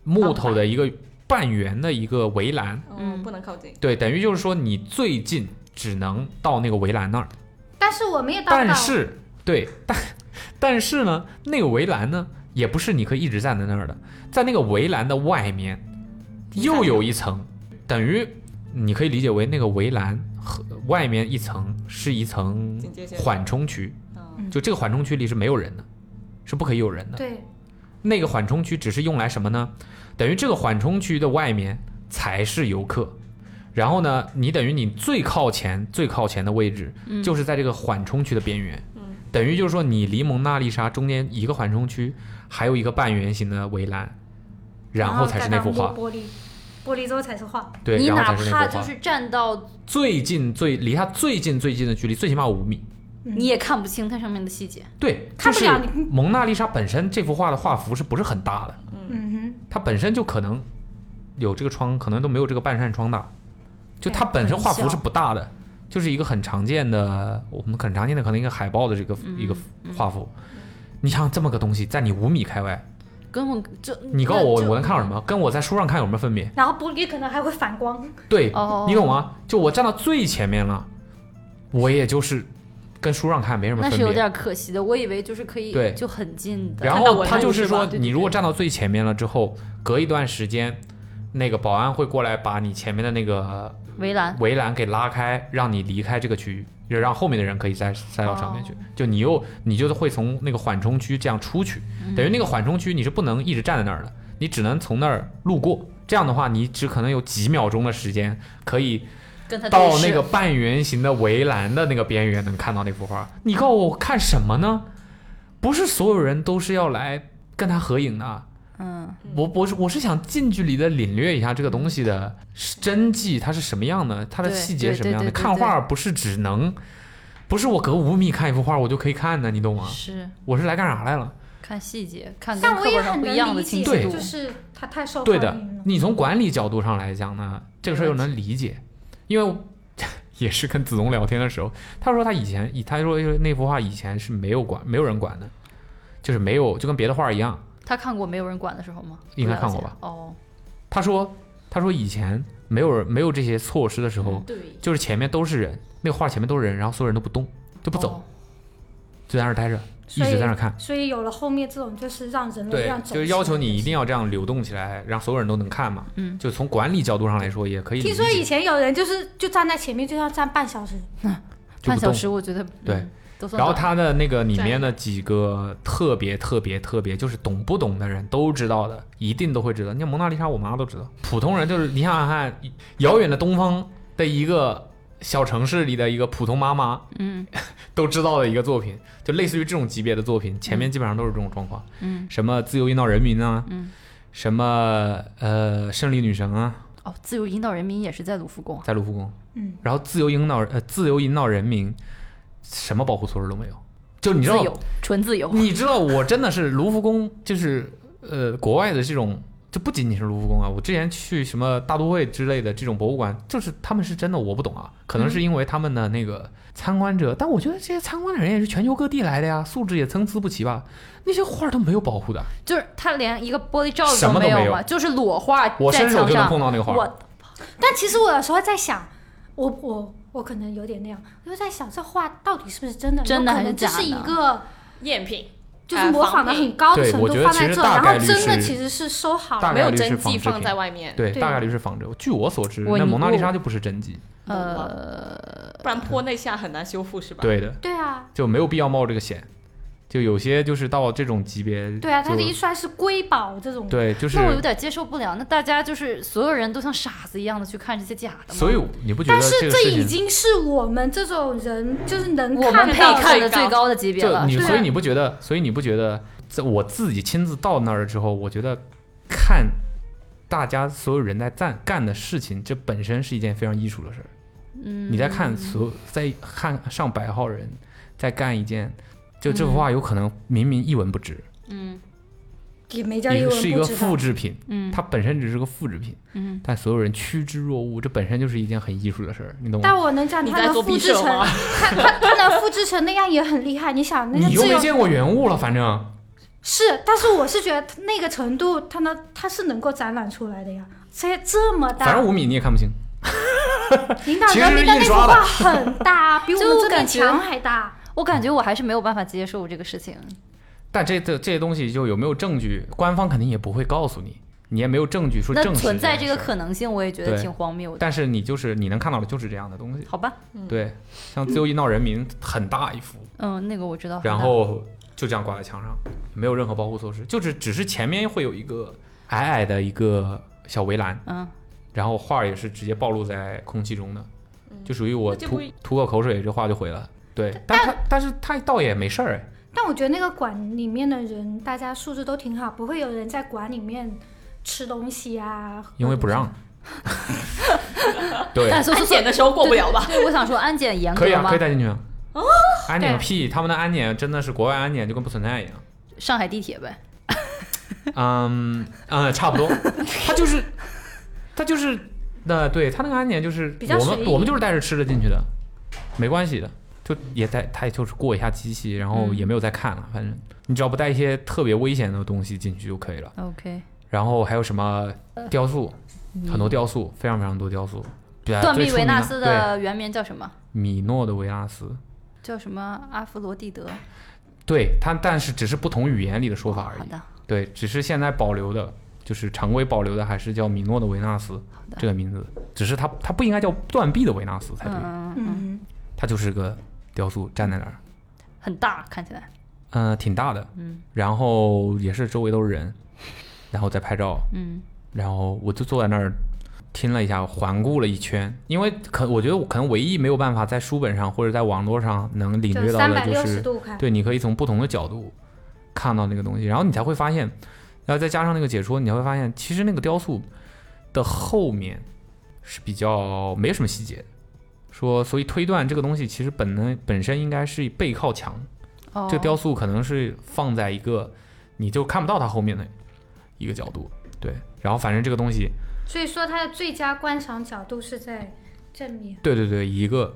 [SPEAKER 3] 木头的一个半圆的一个围栏，
[SPEAKER 7] 嗯，不能靠近，
[SPEAKER 3] 对，等于就是说你最近只能到那个围栏那儿，
[SPEAKER 4] 但是我们也到不
[SPEAKER 3] 但
[SPEAKER 4] 了，
[SPEAKER 3] 是对，但但是呢，那个围栏呢也不是你可以一直站在那儿的，在那个围栏的外面又有一层，等于你可以理解为那个围栏和外面一层是一层
[SPEAKER 7] 警戒线，
[SPEAKER 3] 缓冲区。
[SPEAKER 7] 嗯
[SPEAKER 3] 就这个缓冲区里是没有人的，是不可以有人的。
[SPEAKER 4] 对，
[SPEAKER 3] 那个缓冲区只是用来什么呢？等于这个缓冲区的外面才是游客，然后呢，你等于你最靠前、最靠前的位置，
[SPEAKER 2] 嗯
[SPEAKER 3] 就是在这个缓冲区的边缘。
[SPEAKER 7] 嗯
[SPEAKER 3] 等于就是说，你离蒙娜丽莎中间一个缓冲区，还有一个半圆形的围栏，然后才是那幅
[SPEAKER 4] 然
[SPEAKER 2] 啊
[SPEAKER 3] 画。
[SPEAKER 4] 后再到玻璃，玻璃之后才是画，
[SPEAKER 3] 对，
[SPEAKER 2] 你
[SPEAKER 3] 然后
[SPEAKER 2] 哪
[SPEAKER 3] 才是那
[SPEAKER 2] 怕
[SPEAKER 3] 幅
[SPEAKER 2] 就
[SPEAKER 3] 画。
[SPEAKER 2] 是站到
[SPEAKER 3] 最近最离它最近最近的距离，最起码五米。
[SPEAKER 2] 你也看不清它上面的细节，
[SPEAKER 3] 对，
[SPEAKER 4] 看
[SPEAKER 3] 就
[SPEAKER 4] 不
[SPEAKER 3] 是
[SPEAKER 4] 了
[SPEAKER 2] 嗯
[SPEAKER 4] 你
[SPEAKER 3] 蒙娜丽莎本身这幅画的画幅是不是很大的？
[SPEAKER 4] 嗯
[SPEAKER 3] 它本身就可能有这个窗，可能都没有这个半扇窗大，就它本身画幅是不大的，就是一个很常见的，我们很常见的可能一个海报的这个、
[SPEAKER 2] 嗯
[SPEAKER 3] 一个画幅。你想这么个东西，在你五米开外，
[SPEAKER 2] 根本就
[SPEAKER 3] 你告诉我
[SPEAKER 2] 嗯那就
[SPEAKER 3] 我能看到什么？跟我在书上看有什么分别
[SPEAKER 4] 哼，？然后玻璃可能还会反 光，
[SPEAKER 3] 对，
[SPEAKER 2] 哦
[SPEAKER 3] 你懂吗？就我站到最前面了，我也就是跟书上看没什么
[SPEAKER 2] 那
[SPEAKER 3] 分别。
[SPEAKER 2] 是有点可惜的，我以为就是可以
[SPEAKER 3] 对
[SPEAKER 2] 就很近的，
[SPEAKER 3] 然
[SPEAKER 7] 看到
[SPEAKER 3] 后
[SPEAKER 7] 我
[SPEAKER 3] 他
[SPEAKER 7] 那
[SPEAKER 3] 就
[SPEAKER 7] 里
[SPEAKER 3] 是
[SPEAKER 7] 是吧
[SPEAKER 3] 说，
[SPEAKER 7] 对对
[SPEAKER 3] 你如果站到最前面了之后，隔一段时间，那个保安会过来把你前面的那
[SPEAKER 7] 嗯
[SPEAKER 3] 个
[SPEAKER 2] 围栏
[SPEAKER 3] 围栏给拉开，让你离开这个区域，就让后面的人可以塞塞到上面
[SPEAKER 7] 哦
[SPEAKER 3] 去。就你又你就是会从那个缓冲区这样出去，
[SPEAKER 7] 嗯
[SPEAKER 3] 等于那个缓冲区你是不能一直站在那儿的，你只能从那儿路过。这样的话，你只可能有几秒钟的时间可以
[SPEAKER 2] 跟它对
[SPEAKER 3] 到
[SPEAKER 2] 视
[SPEAKER 3] 那个半圆形的围栏的那个边缘能看到那幅画。你告诉我看什么呢？不是所有人都是要来跟他合影的。
[SPEAKER 2] 嗯
[SPEAKER 3] 我我是我是想近距离的领略一下这个东西的真迹，它是什么样的，它的
[SPEAKER 2] 对
[SPEAKER 3] 细节是什么样的。
[SPEAKER 2] 对对对对
[SPEAKER 3] 看画不是只能，不是我隔五米看一幅画我就可以看的，你懂吗？
[SPEAKER 2] 是
[SPEAKER 3] 我是来干啥来了？
[SPEAKER 2] 看细节，看嗯跟
[SPEAKER 4] 但我
[SPEAKER 2] 课
[SPEAKER 4] 也
[SPEAKER 2] 本上
[SPEAKER 4] 很
[SPEAKER 2] 不一
[SPEAKER 4] 能
[SPEAKER 2] 样
[SPEAKER 4] 理
[SPEAKER 2] 的清
[SPEAKER 4] 解，
[SPEAKER 2] 晰
[SPEAKER 3] 对
[SPEAKER 2] 度
[SPEAKER 4] 就，是它太受欢
[SPEAKER 3] 对
[SPEAKER 4] 迎
[SPEAKER 3] 的
[SPEAKER 4] 了，，
[SPEAKER 3] 你从管理角度上来讲呢，这个事儿又能理解，因为我 也是跟子龙聊天的时候，他说他以前以他说那幅画以前是没有管没有人管的，就是没有就跟别的画一样。
[SPEAKER 2] 他看过没有人管的时候吗？
[SPEAKER 3] 应该
[SPEAKER 2] 不了
[SPEAKER 3] 看过
[SPEAKER 2] 解
[SPEAKER 3] 吧？
[SPEAKER 2] 哦，
[SPEAKER 3] 他说他说以前没有人没有这些措施的时候，
[SPEAKER 7] 对，
[SPEAKER 3] 就是前面都是人，那个画前面都是人，然后所有人都不动就不走，
[SPEAKER 2] 哦
[SPEAKER 3] 就在那儿待着，一
[SPEAKER 4] 所以
[SPEAKER 3] 直在那儿看。
[SPEAKER 4] 所以有了后面这种就是让人类
[SPEAKER 3] 对
[SPEAKER 4] 让，
[SPEAKER 3] 就是要求你一定要这样流动起来，让所有人都能看嘛。
[SPEAKER 2] 嗯
[SPEAKER 3] 就从管理角度上来说，也可以理
[SPEAKER 4] 听
[SPEAKER 3] 解。
[SPEAKER 4] 说以前有人就是就站在前面就要站半小时，
[SPEAKER 3] 就
[SPEAKER 2] 半
[SPEAKER 3] 不
[SPEAKER 2] 小
[SPEAKER 3] 动。
[SPEAKER 2] 时我觉得
[SPEAKER 3] 对
[SPEAKER 2] 嗯都算
[SPEAKER 3] 然后
[SPEAKER 2] 短
[SPEAKER 3] 它的那个里面的几个特别特别特别，就是懂不懂的人都知道的，一定都会知道。你看蒙娜丽莎，我妈都知道。普通人就是你想想看，遥远的东方的一个小城市里的一个普通妈妈
[SPEAKER 2] 嗯
[SPEAKER 3] 都知道的一个作品，就类似于这种级别的作品，前面基本上都是这种状况。
[SPEAKER 2] 嗯
[SPEAKER 3] 什么自由引导人民啊，
[SPEAKER 2] 嗯
[SPEAKER 3] 什么呃胜利女神啊，
[SPEAKER 2] 哦，自由引导人民也是在卢浮宫啊，
[SPEAKER 3] 在卢浮宫。
[SPEAKER 4] 嗯，
[SPEAKER 3] 然后自由引导呃自由引导人民，什么保护措施都没有。就你知
[SPEAKER 2] 自
[SPEAKER 3] 道
[SPEAKER 2] 由纯自由，
[SPEAKER 3] 你知道我真的是卢浮宫，就是呃，国外的这种这不仅仅是卢浮宫啊，我之前去什么大都会之类的这种博物馆，就是他们是真的我不懂啊，可能是因为他们的那个参观者，但我觉得这些参观的人也是全球各地来的呀，素质也参差不齐吧。那些画儿都没有保护的，
[SPEAKER 2] 就是他连一个玻璃罩子
[SPEAKER 3] 什么都
[SPEAKER 2] 没
[SPEAKER 3] 没有
[SPEAKER 2] 嘛，就是裸画
[SPEAKER 3] 我
[SPEAKER 2] 在
[SPEAKER 3] 伸手
[SPEAKER 2] 墙
[SPEAKER 3] 就能
[SPEAKER 2] 上。
[SPEAKER 3] 碰到那个画
[SPEAKER 2] 我
[SPEAKER 3] 儿。
[SPEAKER 4] 但其实我有时候在想，我我我可能有点那样，我就在想这画到底是不是真的？
[SPEAKER 2] 真的
[SPEAKER 4] 有可
[SPEAKER 2] 还是
[SPEAKER 4] 能
[SPEAKER 2] 假
[SPEAKER 4] 这
[SPEAKER 2] 的哎
[SPEAKER 4] 是一个
[SPEAKER 7] 赝品，
[SPEAKER 4] 就是模仿的很高的
[SPEAKER 3] 对
[SPEAKER 4] 程
[SPEAKER 3] 我
[SPEAKER 4] 度
[SPEAKER 3] 觉得
[SPEAKER 4] 放
[SPEAKER 3] 其
[SPEAKER 4] 在
[SPEAKER 3] 实
[SPEAKER 4] 这，
[SPEAKER 3] 大
[SPEAKER 4] 然
[SPEAKER 3] 概
[SPEAKER 4] 后
[SPEAKER 3] 率
[SPEAKER 4] 真的
[SPEAKER 3] 是
[SPEAKER 4] 仿仿其实是收好
[SPEAKER 3] 大
[SPEAKER 4] 了。
[SPEAKER 7] 没有
[SPEAKER 3] 概率是
[SPEAKER 7] 真
[SPEAKER 3] 仿
[SPEAKER 7] 迹
[SPEAKER 3] 制
[SPEAKER 7] 放
[SPEAKER 3] 品
[SPEAKER 7] 在外面，
[SPEAKER 3] 对，
[SPEAKER 4] 对
[SPEAKER 3] 大概率是仿制。据我所知，
[SPEAKER 2] 我
[SPEAKER 3] 那蒙娜丽莎
[SPEAKER 2] 我
[SPEAKER 3] 就不是真迹。
[SPEAKER 2] 呃，
[SPEAKER 7] 不然泼那下很难修复是吧？，
[SPEAKER 3] 对的，
[SPEAKER 4] 对啊，
[SPEAKER 3] 就没有必要冒这个险。就有些就是到这种级别，
[SPEAKER 4] 对啊，它
[SPEAKER 3] 就
[SPEAKER 4] 一算是瑰宝这种。
[SPEAKER 3] 对，就是
[SPEAKER 2] 那我有点接受不了。那大家就是所有人都像傻子一样的去看这些假的吗？
[SPEAKER 3] 所以你不觉
[SPEAKER 4] 但
[SPEAKER 3] 得
[SPEAKER 4] 是
[SPEAKER 3] 个
[SPEAKER 4] 这
[SPEAKER 3] 事
[SPEAKER 4] 已
[SPEAKER 3] 情
[SPEAKER 4] 经是我们这种人就是能
[SPEAKER 2] 我们
[SPEAKER 4] 看得
[SPEAKER 2] 配
[SPEAKER 4] 到
[SPEAKER 2] 看
[SPEAKER 4] 的
[SPEAKER 2] 的最高的级别
[SPEAKER 3] 就
[SPEAKER 2] 了
[SPEAKER 3] 你，，
[SPEAKER 4] 对啊
[SPEAKER 3] 所以你不觉得？所以你不觉得？在我自己亲自到那儿之后，我觉得看大家所有人在干干的事情，这本身是一件非常艺术的事儿。
[SPEAKER 2] 嗯，
[SPEAKER 3] 你在看所有在看上百号人在干一件，
[SPEAKER 4] 嗯
[SPEAKER 3] 就这幅画有可能明明一文不值，
[SPEAKER 7] 嗯，
[SPEAKER 4] 也没叫一
[SPEAKER 3] 也
[SPEAKER 4] 文
[SPEAKER 3] 是一个
[SPEAKER 4] 不值
[SPEAKER 3] 复
[SPEAKER 4] 的。
[SPEAKER 3] 制品，
[SPEAKER 2] 嗯
[SPEAKER 3] 它本身只是个复制品，
[SPEAKER 2] 嗯，
[SPEAKER 3] 但所有人趋之若鹜，这本身就是一件很艺术的事儿，你懂
[SPEAKER 4] 但
[SPEAKER 3] 吗？
[SPEAKER 4] 我能讲
[SPEAKER 7] 你
[SPEAKER 4] 它
[SPEAKER 7] 在
[SPEAKER 4] 能
[SPEAKER 7] 做
[SPEAKER 4] 复
[SPEAKER 7] 毕
[SPEAKER 4] 制
[SPEAKER 7] 设
[SPEAKER 4] 成，
[SPEAKER 7] 吗？
[SPEAKER 4] 它它它能复制成那样也很厉害。你想，那个
[SPEAKER 3] 你又
[SPEAKER 4] 自
[SPEAKER 3] 没
[SPEAKER 4] 由
[SPEAKER 3] 见过原物了，反正。
[SPEAKER 4] 是，但是我是觉得它那个程度，它能它是能够展览出来的呀。这这么
[SPEAKER 3] 反
[SPEAKER 4] 大
[SPEAKER 3] 正，五米你也看不清，
[SPEAKER 4] 领导
[SPEAKER 3] 其实
[SPEAKER 4] 人民的
[SPEAKER 3] 是
[SPEAKER 4] 那
[SPEAKER 3] 印
[SPEAKER 4] 幅
[SPEAKER 3] 刷的
[SPEAKER 4] 画很 大，比我们
[SPEAKER 2] 就
[SPEAKER 4] 这面
[SPEAKER 2] 感觉
[SPEAKER 4] 墙还大。
[SPEAKER 2] 我感觉我还是没有办法接受这个事情。
[SPEAKER 3] 但这这这些东西就有没有证据，官方肯定也不会告诉你，你也没有证据说
[SPEAKER 2] 那
[SPEAKER 3] 证实
[SPEAKER 2] 存在这
[SPEAKER 3] 件
[SPEAKER 2] 个
[SPEAKER 3] 事儿
[SPEAKER 2] 可能性，我也觉得
[SPEAKER 3] 对
[SPEAKER 2] 挺荒谬的。
[SPEAKER 3] 但是你就是你能看到的就是这样的东西，
[SPEAKER 2] 好吧，
[SPEAKER 3] 对，像《自由一闹人民》很大一幅，
[SPEAKER 2] 嗯，那个我知道。
[SPEAKER 3] 然后就这样挂在墙上，没有任何保护措施，就是只是前面会有一个矮矮的一个小围栏，
[SPEAKER 2] 嗯，
[SPEAKER 3] 然后画儿也是直接暴露在空气中的，
[SPEAKER 2] 嗯
[SPEAKER 3] 就属于我
[SPEAKER 7] 那就
[SPEAKER 3] 吐
[SPEAKER 7] 不一
[SPEAKER 3] 吐个口水，这画就毁了。对，但他但是他倒也没事儿哎，
[SPEAKER 4] 但我觉得那个馆里面的人，大家素质都挺好，不会有人在馆里面吃东西啊。
[SPEAKER 3] 因为不让。 对，
[SPEAKER 2] 但是
[SPEAKER 7] 安检的时候过不了吧？
[SPEAKER 2] 对，对我想说安检严格
[SPEAKER 3] 可以啊，
[SPEAKER 2] 吗哦
[SPEAKER 3] 可以？带进去啊。安
[SPEAKER 4] 对
[SPEAKER 3] 检
[SPEAKER 4] 啊
[SPEAKER 3] 屁，他们的安检真的是国外安检就跟不存在一样。
[SPEAKER 2] 上海地铁呗，
[SPEAKER 3] 嗯嗯，差不 多，他就是他就是那对他那个安检就是
[SPEAKER 4] 比较
[SPEAKER 3] 我
[SPEAKER 4] 随
[SPEAKER 3] 们
[SPEAKER 4] 意
[SPEAKER 3] 我们就是带着吃的进去的，没关系的，就也在他也就是过一下机器，然
[SPEAKER 2] 嗯
[SPEAKER 3] 后也没有再看了，反正你只要不带一些特别危险的东西进去就可以了。
[SPEAKER 2] OK，
[SPEAKER 3] 然后还有什么
[SPEAKER 2] 呃
[SPEAKER 3] 雕塑，很多雕塑，非常非常多雕塑。比较
[SPEAKER 2] 嗯断
[SPEAKER 3] 哎最
[SPEAKER 2] 臂
[SPEAKER 3] 出
[SPEAKER 2] 维
[SPEAKER 3] 名
[SPEAKER 2] 纳斯的原名叫什么？
[SPEAKER 3] 对米诺的维纳斯，
[SPEAKER 2] 叫什么阿弗罗蒂德？
[SPEAKER 3] 哎对他，但是只是不同语言里的说法而已
[SPEAKER 2] 好。的，
[SPEAKER 3] 对，只是现在保留的，就是常规保留的还是叫米诺的维纳斯
[SPEAKER 2] 的
[SPEAKER 3] 这个名字，只是它它不应该叫断臂的维纳斯才对，
[SPEAKER 2] 嗯，嗯嗯，
[SPEAKER 4] 嗯，
[SPEAKER 3] 它就是个雕塑站在那儿，
[SPEAKER 2] 很大，看起来，
[SPEAKER 3] 嗯、挺大的，
[SPEAKER 2] 嗯，
[SPEAKER 3] 然后也是周围都是人，然后再拍照，
[SPEAKER 2] 嗯，
[SPEAKER 3] 然后我就坐在那儿听了一下，环顾了一圈，因为可我觉得我可能唯一没有办法在书本上或者在网络上能领
[SPEAKER 4] 就
[SPEAKER 3] 略到
[SPEAKER 4] 三
[SPEAKER 3] 的
[SPEAKER 4] 百
[SPEAKER 3] 就
[SPEAKER 4] 六
[SPEAKER 3] 是
[SPEAKER 4] 十度看。
[SPEAKER 3] 对，你可以从不同的角度看到那个东西，然后你才会发现，然后再加上那个解说，你才会发现，其实那个雕塑的后面是比较没有什么细节的。说，所以推断这个东西其实本能本身应该是背靠墙，
[SPEAKER 2] 哦，
[SPEAKER 3] 这个雕塑可能是放在一个你就看不到它后面的一个角度，对。然后反正这个东西，
[SPEAKER 4] 所以说它的最佳观赏角度是在正面
[SPEAKER 3] 对对对，一个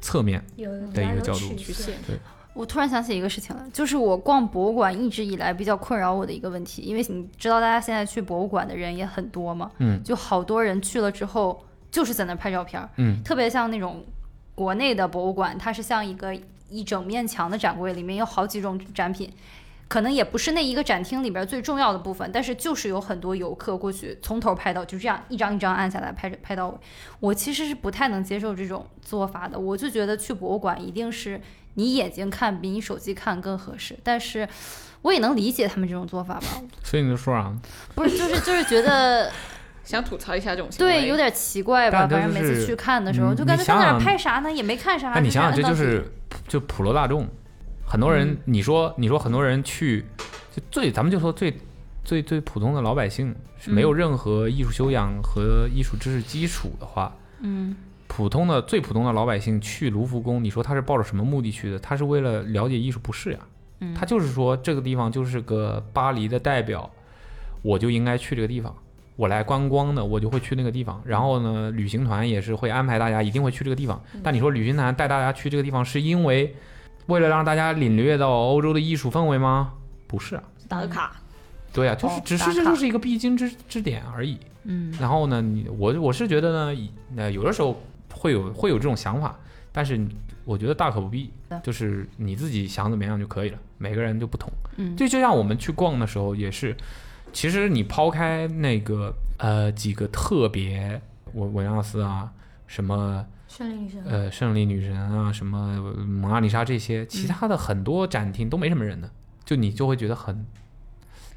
[SPEAKER 3] 侧面，
[SPEAKER 4] 有
[SPEAKER 3] 的一个
[SPEAKER 4] 有
[SPEAKER 3] 角度
[SPEAKER 4] 曲
[SPEAKER 7] 局
[SPEAKER 4] 线。
[SPEAKER 7] 限，
[SPEAKER 2] 我突然想起一个事情了，就是我逛博物馆一直以来比较困扰我的一个问题，因为你知道大家现在去博物馆的人也很多嘛，
[SPEAKER 3] 嗯
[SPEAKER 2] 就好多人去了之后就是在那儿拍照片儿，
[SPEAKER 3] 嗯
[SPEAKER 2] 特别像那种国内的博物馆，它是像一个一整面墙的展柜，里面有好几种展品，可能也不是那一个展厅里边最重要的部分，但是就是有很多游客过去从头拍到，就这样一张一张按下来拍着拍到尾。我其实是不太能接受这种做法的，我就觉得去博物馆一定是你眼睛看比你手机看更合适，但是。我也能理解他们这种做法吧，
[SPEAKER 3] 所以你就说啊，
[SPEAKER 2] 不是，就是就是觉得
[SPEAKER 7] 想吐槽一下这种行为
[SPEAKER 2] 对，有点奇怪
[SPEAKER 3] 但
[SPEAKER 2] 吧？
[SPEAKER 3] 就
[SPEAKER 2] 反正每次
[SPEAKER 3] 是
[SPEAKER 2] 去看的时候，
[SPEAKER 3] 你
[SPEAKER 2] 就感觉
[SPEAKER 3] 你
[SPEAKER 2] 在
[SPEAKER 3] 想
[SPEAKER 2] 那儿
[SPEAKER 3] 想
[SPEAKER 2] 拍啥呢，也没看啥。
[SPEAKER 3] 哎，你想想，
[SPEAKER 2] 按
[SPEAKER 3] 这
[SPEAKER 2] 到
[SPEAKER 3] 就
[SPEAKER 2] 自己
[SPEAKER 3] 是就普罗大众，很多人，你说你说很多人去，就最咱们就说最最最普通的老百姓，是没有任何艺术修养和艺术知识基础的话，
[SPEAKER 2] 嗯，
[SPEAKER 3] 普通的最普通的老百姓去卢浮宫，你说他是抱着什么目的去的？他是为了了解艺术，不是呀？他就是说这个地方就是个巴黎的代表，我就应该去这个地方。我来观光的，我就会去那个地方。然后呢，旅行团也是会安排大家一定会去这个地方。
[SPEAKER 2] 嗯
[SPEAKER 3] 但你说旅行团带大家去这个地方，是因为为了让大家领略到欧洲的艺术氛围吗？不是啊，
[SPEAKER 7] 打个卡，
[SPEAKER 3] 对啊，就是
[SPEAKER 2] 哦
[SPEAKER 3] 只
[SPEAKER 2] 打
[SPEAKER 3] 是这
[SPEAKER 2] 卡
[SPEAKER 3] 就是一个必经之之点而已。
[SPEAKER 2] 嗯，
[SPEAKER 3] 然后呢，你我我是觉得呢，以呃，有的时候会有会有这种想法，但是我觉得大可不必
[SPEAKER 2] 对，
[SPEAKER 3] 就是你自己想怎么样就可以了，每个人就不同。
[SPEAKER 2] 嗯
[SPEAKER 3] 就就像我们去逛的时候也是，其实你抛开那个呃几个特别维维纳斯啊，什么
[SPEAKER 4] 森林女神，
[SPEAKER 3] 呃胜利女神啊，什么蒙娜丽莎这
[SPEAKER 2] 嗯
[SPEAKER 3] 些，其他的很多展厅都没什么人的，就你就会觉得很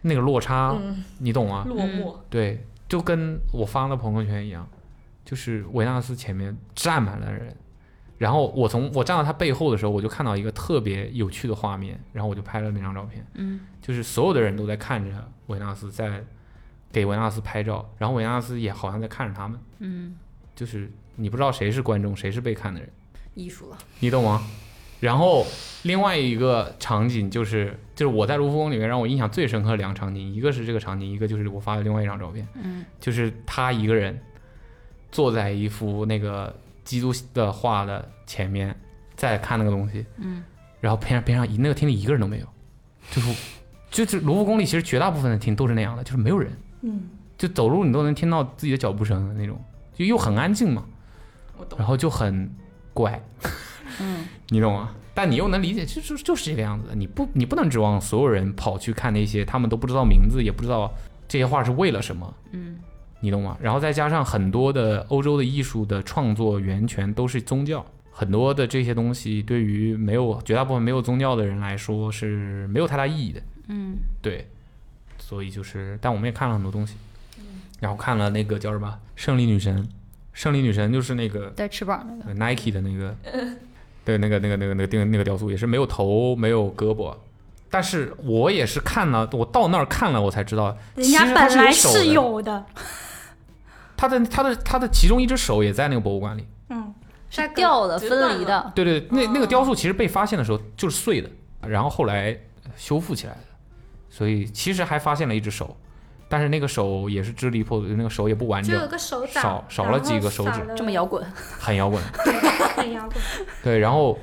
[SPEAKER 3] 那个落差，
[SPEAKER 7] 嗯，
[SPEAKER 3] 你懂吗？
[SPEAKER 7] 落寞，
[SPEAKER 3] 对，就跟我发了朋友圈一样，就是维纳斯前面站满了人，然后我从我站到他背后的时候，我就看到一个特别有趣的画面，然后我就拍了那张照片。
[SPEAKER 2] 嗯，
[SPEAKER 3] 就是所有的人都在看着维纳斯在给维纳斯拍照，然后维纳斯也好像在看着他们。
[SPEAKER 2] 嗯，
[SPEAKER 3] 就是你不知道谁是观众，谁是被看的人。
[SPEAKER 7] 艺术了，
[SPEAKER 3] 你懂吗？然后另外一个场景就是，就是我在卢浮宫里面让我印象最深刻的两个场景，一个是这个场景，一个就是我发的另外一张照片，
[SPEAKER 2] 嗯，
[SPEAKER 3] 就是他一个人坐在一幅那个基督的画的前面，在看那个东西，
[SPEAKER 2] 嗯，
[SPEAKER 3] 然后边上边上一那个厅里一个人都没有，就是就是卢浮宫里其实绝大部分的厅都是那样的，就是没有人，
[SPEAKER 4] 嗯，
[SPEAKER 3] 就走路你都能听到自己的脚步声的那种，就又很安静嘛，
[SPEAKER 7] 我懂
[SPEAKER 3] 然。后就很怪，
[SPEAKER 2] 嗯，
[SPEAKER 3] 你懂吗？但你又能理解，就就就是这个样子的。你不，你不能指望所有人跑去看那些他们都不知道名字，也不知道这些画是为了什么，
[SPEAKER 2] 嗯，
[SPEAKER 3] 你懂吗？然后再加上很多的欧洲的艺术的创作源泉都是宗教，很多的这些东西对于没有绝大部分没有宗教的人来说是没有太大意义的。
[SPEAKER 2] 嗯，
[SPEAKER 3] 对，所以就是，但我们也看了很多东西，
[SPEAKER 2] 嗯
[SPEAKER 3] 然后看了那个叫什么《胜利女神》，《胜利女神》就是那个
[SPEAKER 2] 带翅膀那个，
[SPEAKER 3] 呃 Nike 的那个，对，那个那个那个那个那个那个雕塑也是没有头没有胳膊，但是我也是看了，我到那儿看了，我才知道，
[SPEAKER 4] 人家
[SPEAKER 3] 其实它
[SPEAKER 4] 本
[SPEAKER 3] 是
[SPEAKER 4] 来
[SPEAKER 3] 手
[SPEAKER 4] 是
[SPEAKER 3] 的
[SPEAKER 4] 有的，
[SPEAKER 3] 他的他的他的其中一只手也在那个博物馆里。
[SPEAKER 4] 嗯，
[SPEAKER 2] 是掉的
[SPEAKER 7] 折
[SPEAKER 2] 分
[SPEAKER 7] 断
[SPEAKER 2] 离
[SPEAKER 7] 了
[SPEAKER 2] 的，
[SPEAKER 3] 对对，对那那个雕塑其实被发现的时候就是碎的，然后后来修复起来的，所以其实还发现了一只手，但是那个手也是支离破碎，那个手也不完
[SPEAKER 4] 就有
[SPEAKER 3] 整，
[SPEAKER 4] 个手掌，
[SPEAKER 3] 少少了几个手指
[SPEAKER 2] 这么摇滚，
[SPEAKER 3] 很摇滚。
[SPEAKER 4] 很摇滚，
[SPEAKER 3] 对，然后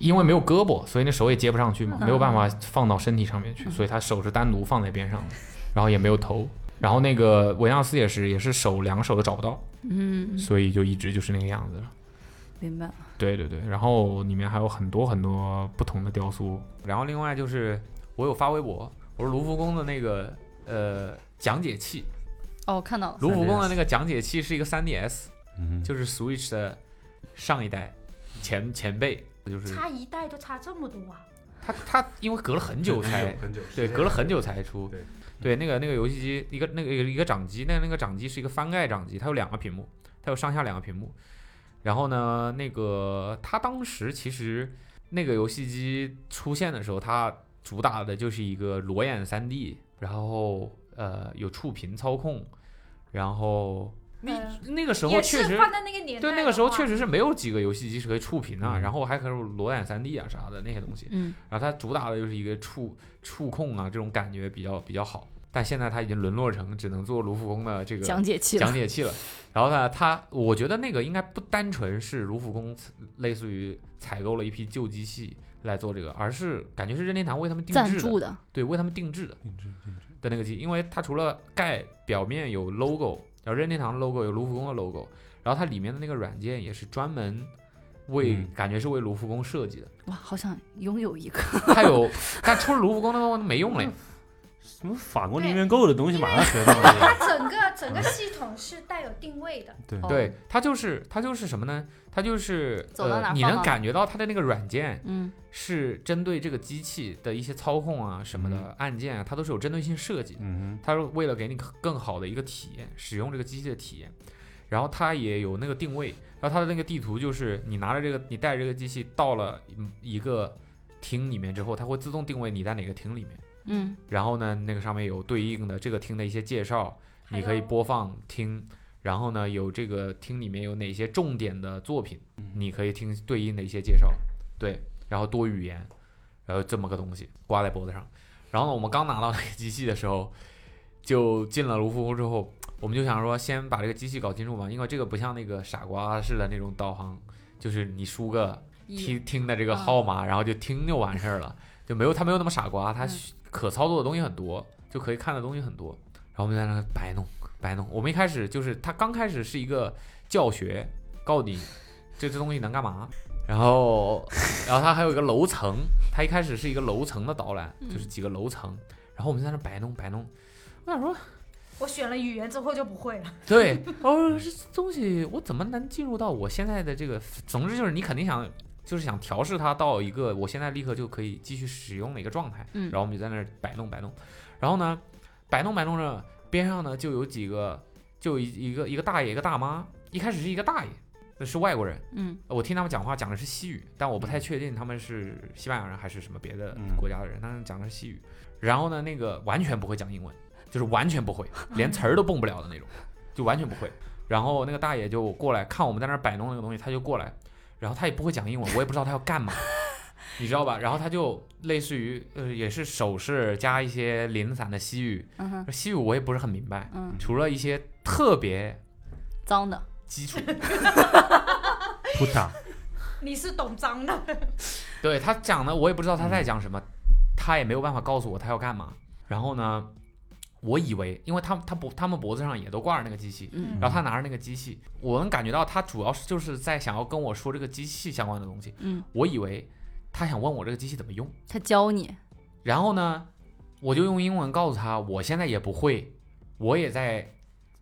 [SPEAKER 3] 因为没有胳膊，所以那手也接不上去嘛，没有办法放到身体上面去，所以他手是单独放在边上的，然后也没有头。然后那个维纳斯也是，也是手两个手都找不到，
[SPEAKER 2] 嗯，
[SPEAKER 3] 所以就一直就是那个样子了。
[SPEAKER 2] 明白了，
[SPEAKER 3] 对对对，然后里面还有很多很多不同的雕塑。然后另外就是我有发微博，我说卢浮宫的那个呃讲解器，
[SPEAKER 2] 哦，看到了，
[SPEAKER 3] 卢浮宫的那个讲解器是一个 3DS，
[SPEAKER 6] 嗯，
[SPEAKER 3] 就是 Switch 的上一代前前辈，就是
[SPEAKER 4] 差一代都差这么多啊！
[SPEAKER 3] 它它因为隔了很久才
[SPEAKER 6] 很久，
[SPEAKER 3] 对，隔了很久才出。
[SPEAKER 6] 对
[SPEAKER 3] 对，那个那个游戏机，一个那个一个掌机，那个那个掌机是一个翻盖掌机，它有两个屏幕，它有上下两个屏幕。然后呢，那个它当时其实那个游戏机出现的时候，它主打的就是一个裸眼3 D，然后呃有触屏操控，然后那、那个时候
[SPEAKER 4] 嗯也
[SPEAKER 3] 确
[SPEAKER 4] 是
[SPEAKER 3] 实
[SPEAKER 4] 放在那个年代
[SPEAKER 3] 对
[SPEAKER 4] 的话，
[SPEAKER 3] 那个时候确实是没有几个游戏机是可以触屏啊，
[SPEAKER 6] 嗯
[SPEAKER 3] 然后还可以裸眼3 D 啊啥的那些东西。
[SPEAKER 2] 嗯，
[SPEAKER 3] 然后它主打的就是一个触触控啊，这种感觉比较比较好。但现在它已经沦落成只能做卢浮宫的这个
[SPEAKER 2] 讲解器了
[SPEAKER 3] 讲，解器了。然后呢，它我觉得那个应该不单纯是卢浮宫类似于采购了一批旧机器来做这个，而是感觉是任天堂为他们定
[SPEAKER 2] 赞
[SPEAKER 3] 制的，
[SPEAKER 2] 助的，
[SPEAKER 3] 对，为他们定制的
[SPEAKER 6] 定制定制
[SPEAKER 3] 的那个机，因为它除了盖表面有 logo，然后任天堂的 logo 有卢浮宫的 logo，然后它里面的那个软件也是专门为、
[SPEAKER 6] 嗯
[SPEAKER 3] 感觉是为卢浮宫设计的。
[SPEAKER 2] 哇，好想拥有一个，
[SPEAKER 3] 它有，但除了卢浮宫的 logo 没用了呀。
[SPEAKER 5] 什么法国零元购的东西马上学到了，
[SPEAKER 4] 它整个整个系统是带有定位的，
[SPEAKER 6] 对
[SPEAKER 2] 哦
[SPEAKER 3] 对，它就是它就是什么呢？它就是
[SPEAKER 2] 走到哪
[SPEAKER 3] 呃，
[SPEAKER 2] 儿
[SPEAKER 3] 你
[SPEAKER 2] 放
[SPEAKER 3] 能
[SPEAKER 2] 到
[SPEAKER 3] 感觉到它的那个软件
[SPEAKER 2] 嗯
[SPEAKER 3] 是针对这个机器的一些操控啊什么的按键啊，它都是有针对性设计的。
[SPEAKER 6] 嗯
[SPEAKER 3] 它是为了给你更好的一个体验，使用这个机器的体验。然后它也有那个定位，然后它的那个地图就是你拿着这个，你带着这个机器到了嗯一个厅里面之后，它会自动定位你在哪个厅里面。
[SPEAKER 2] 嗯
[SPEAKER 3] 然后呢，那个上面有对应的这个厅的一些介绍，
[SPEAKER 4] 还
[SPEAKER 3] 你可以
[SPEAKER 4] 有
[SPEAKER 3] 播放听。然后呢，有这个厅里面有哪些重点的作品，
[SPEAKER 4] 嗯
[SPEAKER 3] 你可以听对应的一些介绍。对，然后多语言，然后这么个东西挂在脖子上。然后呢，我们刚拿到那个机器的时候，就进了卢浮宫之后，我们就想说先把这个机器搞清楚嘛，因为这个不像那个傻瓜似的那种导航，就是你输个
[SPEAKER 2] 嗯
[SPEAKER 3] 听听的这个号码，然后就听就完事儿了，就没有他没有那么傻瓜，他可操作的东西很多，就可以看的东西很多。然后我们在那白弄白弄，我们一开始就是他刚开始是一个教学，告你 这这东西能干嘛，然后然后它还有一个楼层，它一开始是一个楼层的导览，就是几个楼层，然后我们在那摆弄摆弄，我想说
[SPEAKER 4] 我选了语言之后就不会了。
[SPEAKER 3] 对，哦，这东西我怎么能进入到我现在的这个？总之就是你肯定想，就是想调试它到一个我现在立刻就可以继续使用的一个状态。
[SPEAKER 2] 嗯
[SPEAKER 3] 然后我们就在那儿摆弄摆弄，然后呢，摆弄摆弄着，边上呢就有几个，就有一一个一个大爷一个大妈，一开始是一个大爷，那是外国人，
[SPEAKER 2] 嗯，
[SPEAKER 3] 我听他们讲话讲的是西语，但我不太确定他们是西班牙人还是什么别的
[SPEAKER 5] 嗯
[SPEAKER 3] 国家的人，但是讲的是西语。然后呢，那个完全不会讲英文，就是完全不会，连词儿都蹦不了的那种，就完全不会。然后那个大爷就过来看我们在那儿摆弄那个东西，他就过来，然后他也不会讲英文，我也不知道他要干嘛， 你知道吧？然后他就类似于呃，也是手势加一些零散的西语，
[SPEAKER 2] 嗯哼，
[SPEAKER 3] 西语我也不是很明白，
[SPEAKER 2] 嗯
[SPEAKER 3] 除了一些特别
[SPEAKER 2] 脏的，
[SPEAKER 3] 基础
[SPEAKER 6] 扑打，
[SPEAKER 4] 你是懂脏的，
[SPEAKER 3] 对他讲的，我也不知道他在讲什么，他也没有办法告诉我他要干嘛。然后呢，我以为，因为他他脖他们脖子上也都挂着那个机器，
[SPEAKER 2] 嗯
[SPEAKER 3] 然后他拿着那个机器，我能感觉到他主要是就是在想要跟我说这个机器相关的东西。
[SPEAKER 2] 嗯，
[SPEAKER 3] 我以为他想问我这个机器怎么用，
[SPEAKER 2] 他教你，
[SPEAKER 3] 然后呢，我就用英文告诉他，我现在也不会，我也在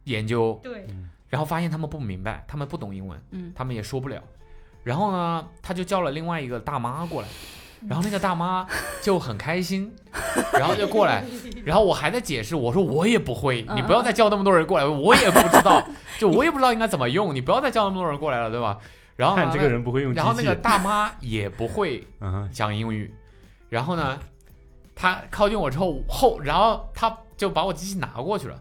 [SPEAKER 3] 研究，
[SPEAKER 4] 对，
[SPEAKER 3] 然后发现他们不明白，他们不懂英文，
[SPEAKER 2] 嗯
[SPEAKER 3] 他们也说不了。然后呢，他就叫了另外一个大妈过来，
[SPEAKER 2] 嗯
[SPEAKER 3] 然后那个大妈就很开心， 然后就过来，然后我还在解释，我说我也不会，
[SPEAKER 2] 嗯
[SPEAKER 3] 你不要再叫那么多人过来，我也不知道，就我也不知道应该怎么用，你不要再叫那么多人过来了，对吧？然后呢
[SPEAKER 6] 看这个，人不会用机器。
[SPEAKER 3] 然后哦那个大妈也不会
[SPEAKER 6] 嗯 哼，
[SPEAKER 3] 讲英语，然后呢，他靠近我之后后，然后他就把我机器拿过去了，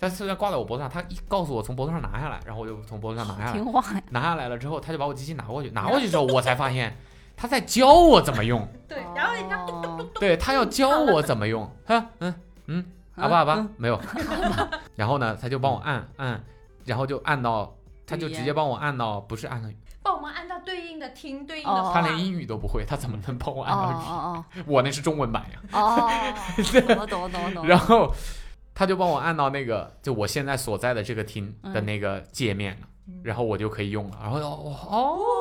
[SPEAKER 3] 他虽然挂在我脖子上，他一告诉我从脖子上拿下来，然后我就从脖子上拿 下来，
[SPEAKER 2] 听话呀，
[SPEAKER 3] 拿下来了之后，他就把我机器拿过去，拿过去之后我才发现他在教我怎么用，
[SPEAKER 4] 对，然后人 家
[SPEAKER 2] 咚咚咚，
[SPEAKER 3] 对他要教我怎么用，哈嗯嗯，阿巴阿巴没有，然后呢他就帮我按按，然后就按到。他就直接帮我按到，不是按到，
[SPEAKER 4] 帮我们按照对应的听对应
[SPEAKER 2] 哦
[SPEAKER 4] 的
[SPEAKER 3] 他
[SPEAKER 4] 话。
[SPEAKER 3] 连英语都不会，他怎么能帮我
[SPEAKER 2] 哦
[SPEAKER 3] 按到
[SPEAKER 2] 哦
[SPEAKER 3] 语？我那是中文版呀。
[SPEAKER 2] 哦哦，懂了懂了懂了懂了，
[SPEAKER 3] 然后他就帮我按到那个就我现在所在的这个厅的那个界面了，然后我就可以用了。然后哦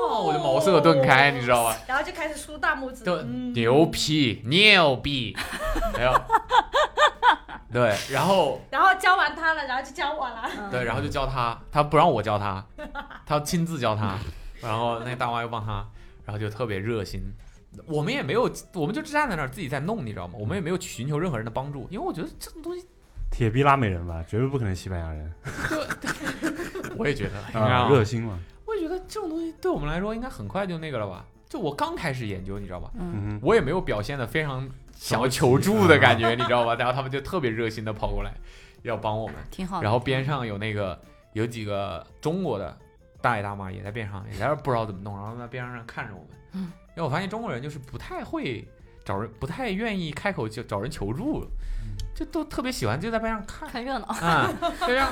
[SPEAKER 3] 哦，我的茅塞顿开，你知道吧？
[SPEAKER 4] 然后就开始竖大拇指，
[SPEAKER 3] 就
[SPEAKER 4] 嗯，
[SPEAKER 3] 牛批牛逼， 没有。对，然后
[SPEAKER 4] 然后教完他了，然后就教我了，
[SPEAKER 3] 对，然后就教他，他不让我教他，他亲自教他，然后那个大妈又帮他，然后就特别热心。我们也没有，我们就站在那儿自己在弄，你知道吗？我们也没有寻求任何人的帮助，因为我觉得这种东西，
[SPEAKER 6] 铁臂拉美人吧，绝对不可能西班 牙人
[SPEAKER 3] 我也觉得，你知道
[SPEAKER 6] 啊，
[SPEAKER 3] 吗
[SPEAKER 6] 热？心嘛，
[SPEAKER 3] 我也觉得这种东西对我们来说应该很快就那个了吧？就我刚开始研究，你知道吧？
[SPEAKER 6] 嗯哼，
[SPEAKER 3] 我也没有表现的非常想要求助的感觉，你知道吧？然后他们就特别热心的跑过来要帮我们，
[SPEAKER 2] 挺好的。
[SPEAKER 3] 然后边上有那个有几个中国的大爷大妈也在边上，也在那儿不知道怎么弄，然后在边上看着我们。
[SPEAKER 2] 嗯，
[SPEAKER 3] 因为我发现中国人就是不太会找人，不太愿意开口就找人求助，就都特别喜欢就在边上 看
[SPEAKER 2] 看热闹，
[SPEAKER 3] 啊，就这样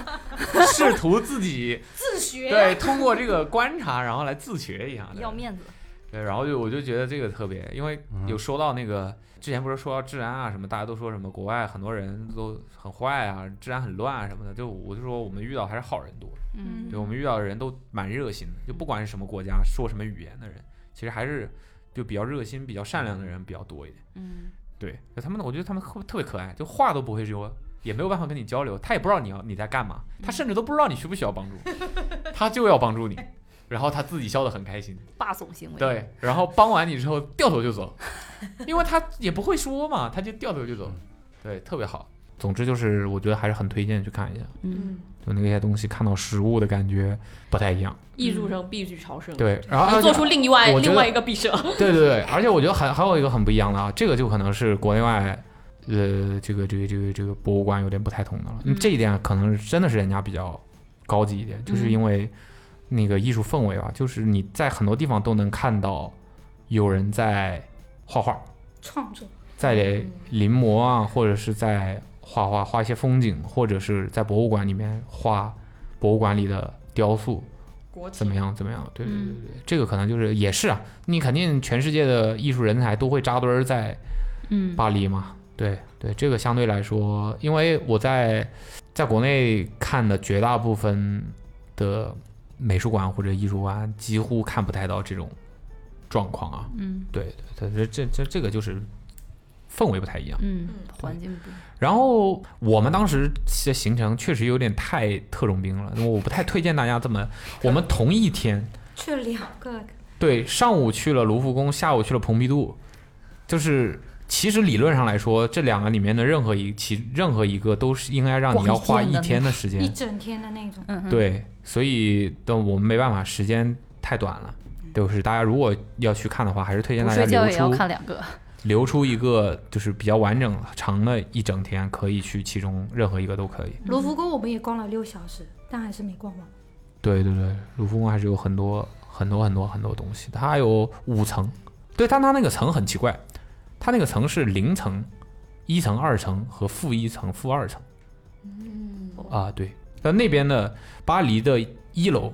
[SPEAKER 3] 试图自己。
[SPEAKER 4] 自学呀
[SPEAKER 3] 对，通过这个观察，然后来自学一下。对
[SPEAKER 2] 要面子，
[SPEAKER 3] 对，然后就我就觉得这个特别，因为有说到那个之前不是说到治安啊什么，大家都说什么国外很多人都很坏啊，治安很乱啊什么的，就我就说我们遇到还是好人多，
[SPEAKER 2] 嗯
[SPEAKER 4] 嗯
[SPEAKER 3] 对我们遇到的人都蛮热心的，就不管是什么国家说什么语言的人，其实还是就比较热心、比较善良的人比较多一点。
[SPEAKER 2] 嗯，
[SPEAKER 3] 对，就他们，我觉得他们特特别可爱，就话都不会说，也没有办法跟你交流，他也不知道你要你在干嘛，
[SPEAKER 7] 嗯
[SPEAKER 3] 他甚至都不知道你需不需要帮助，他就要帮 助你，然后他自己笑得很开心，
[SPEAKER 2] 霸总行为，，
[SPEAKER 3] 对，然后帮完你之后掉头就走，因为他也不会说嘛，他就掉头就走，对，特别好。总之就是，我觉得还是很推荐去看一下，
[SPEAKER 2] 嗯，
[SPEAKER 3] 就那些东西看到实物的感觉不太一样。
[SPEAKER 7] 艺术生必须朝圣，，
[SPEAKER 3] 对，然后
[SPEAKER 7] 嗯做出另外
[SPEAKER 3] 我觉得
[SPEAKER 7] 另外一个必胜。
[SPEAKER 3] 对对对，而且我觉得还还有一个很不一样的啊，这个就可能是国内外，呃，这个这个这个这个博物馆有点不太同的了。
[SPEAKER 2] 嗯
[SPEAKER 3] 这一点可能是真的是人家比较高级一点，就是因为那个艺术氛围吧，就是你在很多地方都能看到有人在画画，
[SPEAKER 4] 创作，
[SPEAKER 3] 在临摹啊，或者是在画画画一些风景，或者是在博物馆里面画博物馆里的雕塑，
[SPEAKER 7] 国
[SPEAKER 3] 怎
[SPEAKER 7] 情
[SPEAKER 3] 么样怎么样？对对对对，
[SPEAKER 2] 嗯
[SPEAKER 3] 对这个可能就是也是啊，你肯定全世界的艺术人才都会扎堆儿在
[SPEAKER 2] 嗯
[SPEAKER 3] 巴黎嘛。对对，这个相对来说，因为我在在国内看的绝大部分的美术馆或者艺术馆，几乎看不太到这种状况啊。
[SPEAKER 2] 嗯
[SPEAKER 3] 对对对，这这这个就是氛围不太一样。
[SPEAKER 2] 嗯，环境不
[SPEAKER 3] 然后我们当时的行程确实有点太特种兵了，我不太推荐大家这么。我们同一天，
[SPEAKER 4] 去两个，
[SPEAKER 3] 对，上午去了卢浮宫，下午去了蓬皮杜，就是其实理论上来说，这两个里面的任何一其任何一个都是应该让你要花
[SPEAKER 2] 逛一
[SPEAKER 3] 一
[SPEAKER 2] 天
[SPEAKER 3] 天的时间
[SPEAKER 4] 一，整天的那种。
[SPEAKER 2] 嗯哼，
[SPEAKER 3] 对，所以但我们没办法，时间太短了。就是大家如果要去看的话，还是推荐
[SPEAKER 2] 不
[SPEAKER 3] 大家
[SPEAKER 2] 睡觉
[SPEAKER 3] 留
[SPEAKER 2] 也要
[SPEAKER 3] 出
[SPEAKER 2] 看两个，
[SPEAKER 3] 留出一个就是比较完整长的一整天，可以去其中任何一个都可以。
[SPEAKER 4] 卢浮宫我们也逛了六小时，但还是没逛完。
[SPEAKER 3] 对对对，卢浮宫还是有很多很多很多很多东西，它有五层，对，但它那个层很奇怪，它那个层是零层、一层、二层和负一层、负二层。啊，对，但那边的巴黎的一楼，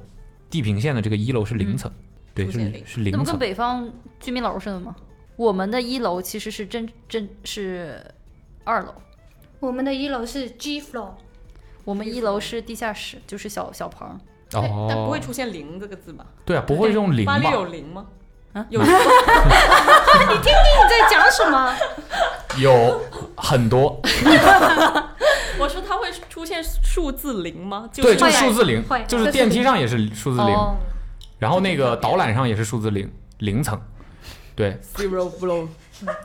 [SPEAKER 3] 地平线的这个一楼是零层，对，
[SPEAKER 7] 不
[SPEAKER 3] 是
[SPEAKER 7] 限
[SPEAKER 3] 零
[SPEAKER 7] 零
[SPEAKER 3] 是
[SPEAKER 2] 那
[SPEAKER 3] 零
[SPEAKER 2] 不跟
[SPEAKER 3] 层，
[SPEAKER 2] 北方居民楼似的吗？我们的一楼其实是真真是二楼，
[SPEAKER 4] 我们的一楼是 G floor，
[SPEAKER 2] 我们一楼是地下室，就是小小棚。
[SPEAKER 7] 哎但不
[SPEAKER 3] 哦
[SPEAKER 7] 会，出现“零”这个字吧？
[SPEAKER 3] 对啊，不会用零
[SPEAKER 7] 巴
[SPEAKER 3] 吧
[SPEAKER 7] 黎？有零吗？
[SPEAKER 2] 啊
[SPEAKER 7] 有
[SPEAKER 4] 你在讲什么？
[SPEAKER 3] 有很多，
[SPEAKER 7] 我说它会出现数字零吗？就
[SPEAKER 3] 对，
[SPEAKER 7] 是
[SPEAKER 3] 就
[SPEAKER 7] 在
[SPEAKER 3] 数字零
[SPEAKER 4] 会，
[SPEAKER 3] 就是电梯上也是数字零，
[SPEAKER 2] 哦，
[SPEAKER 3] 然后那个导览上也是数字零，零层，对，
[SPEAKER 7] zero below。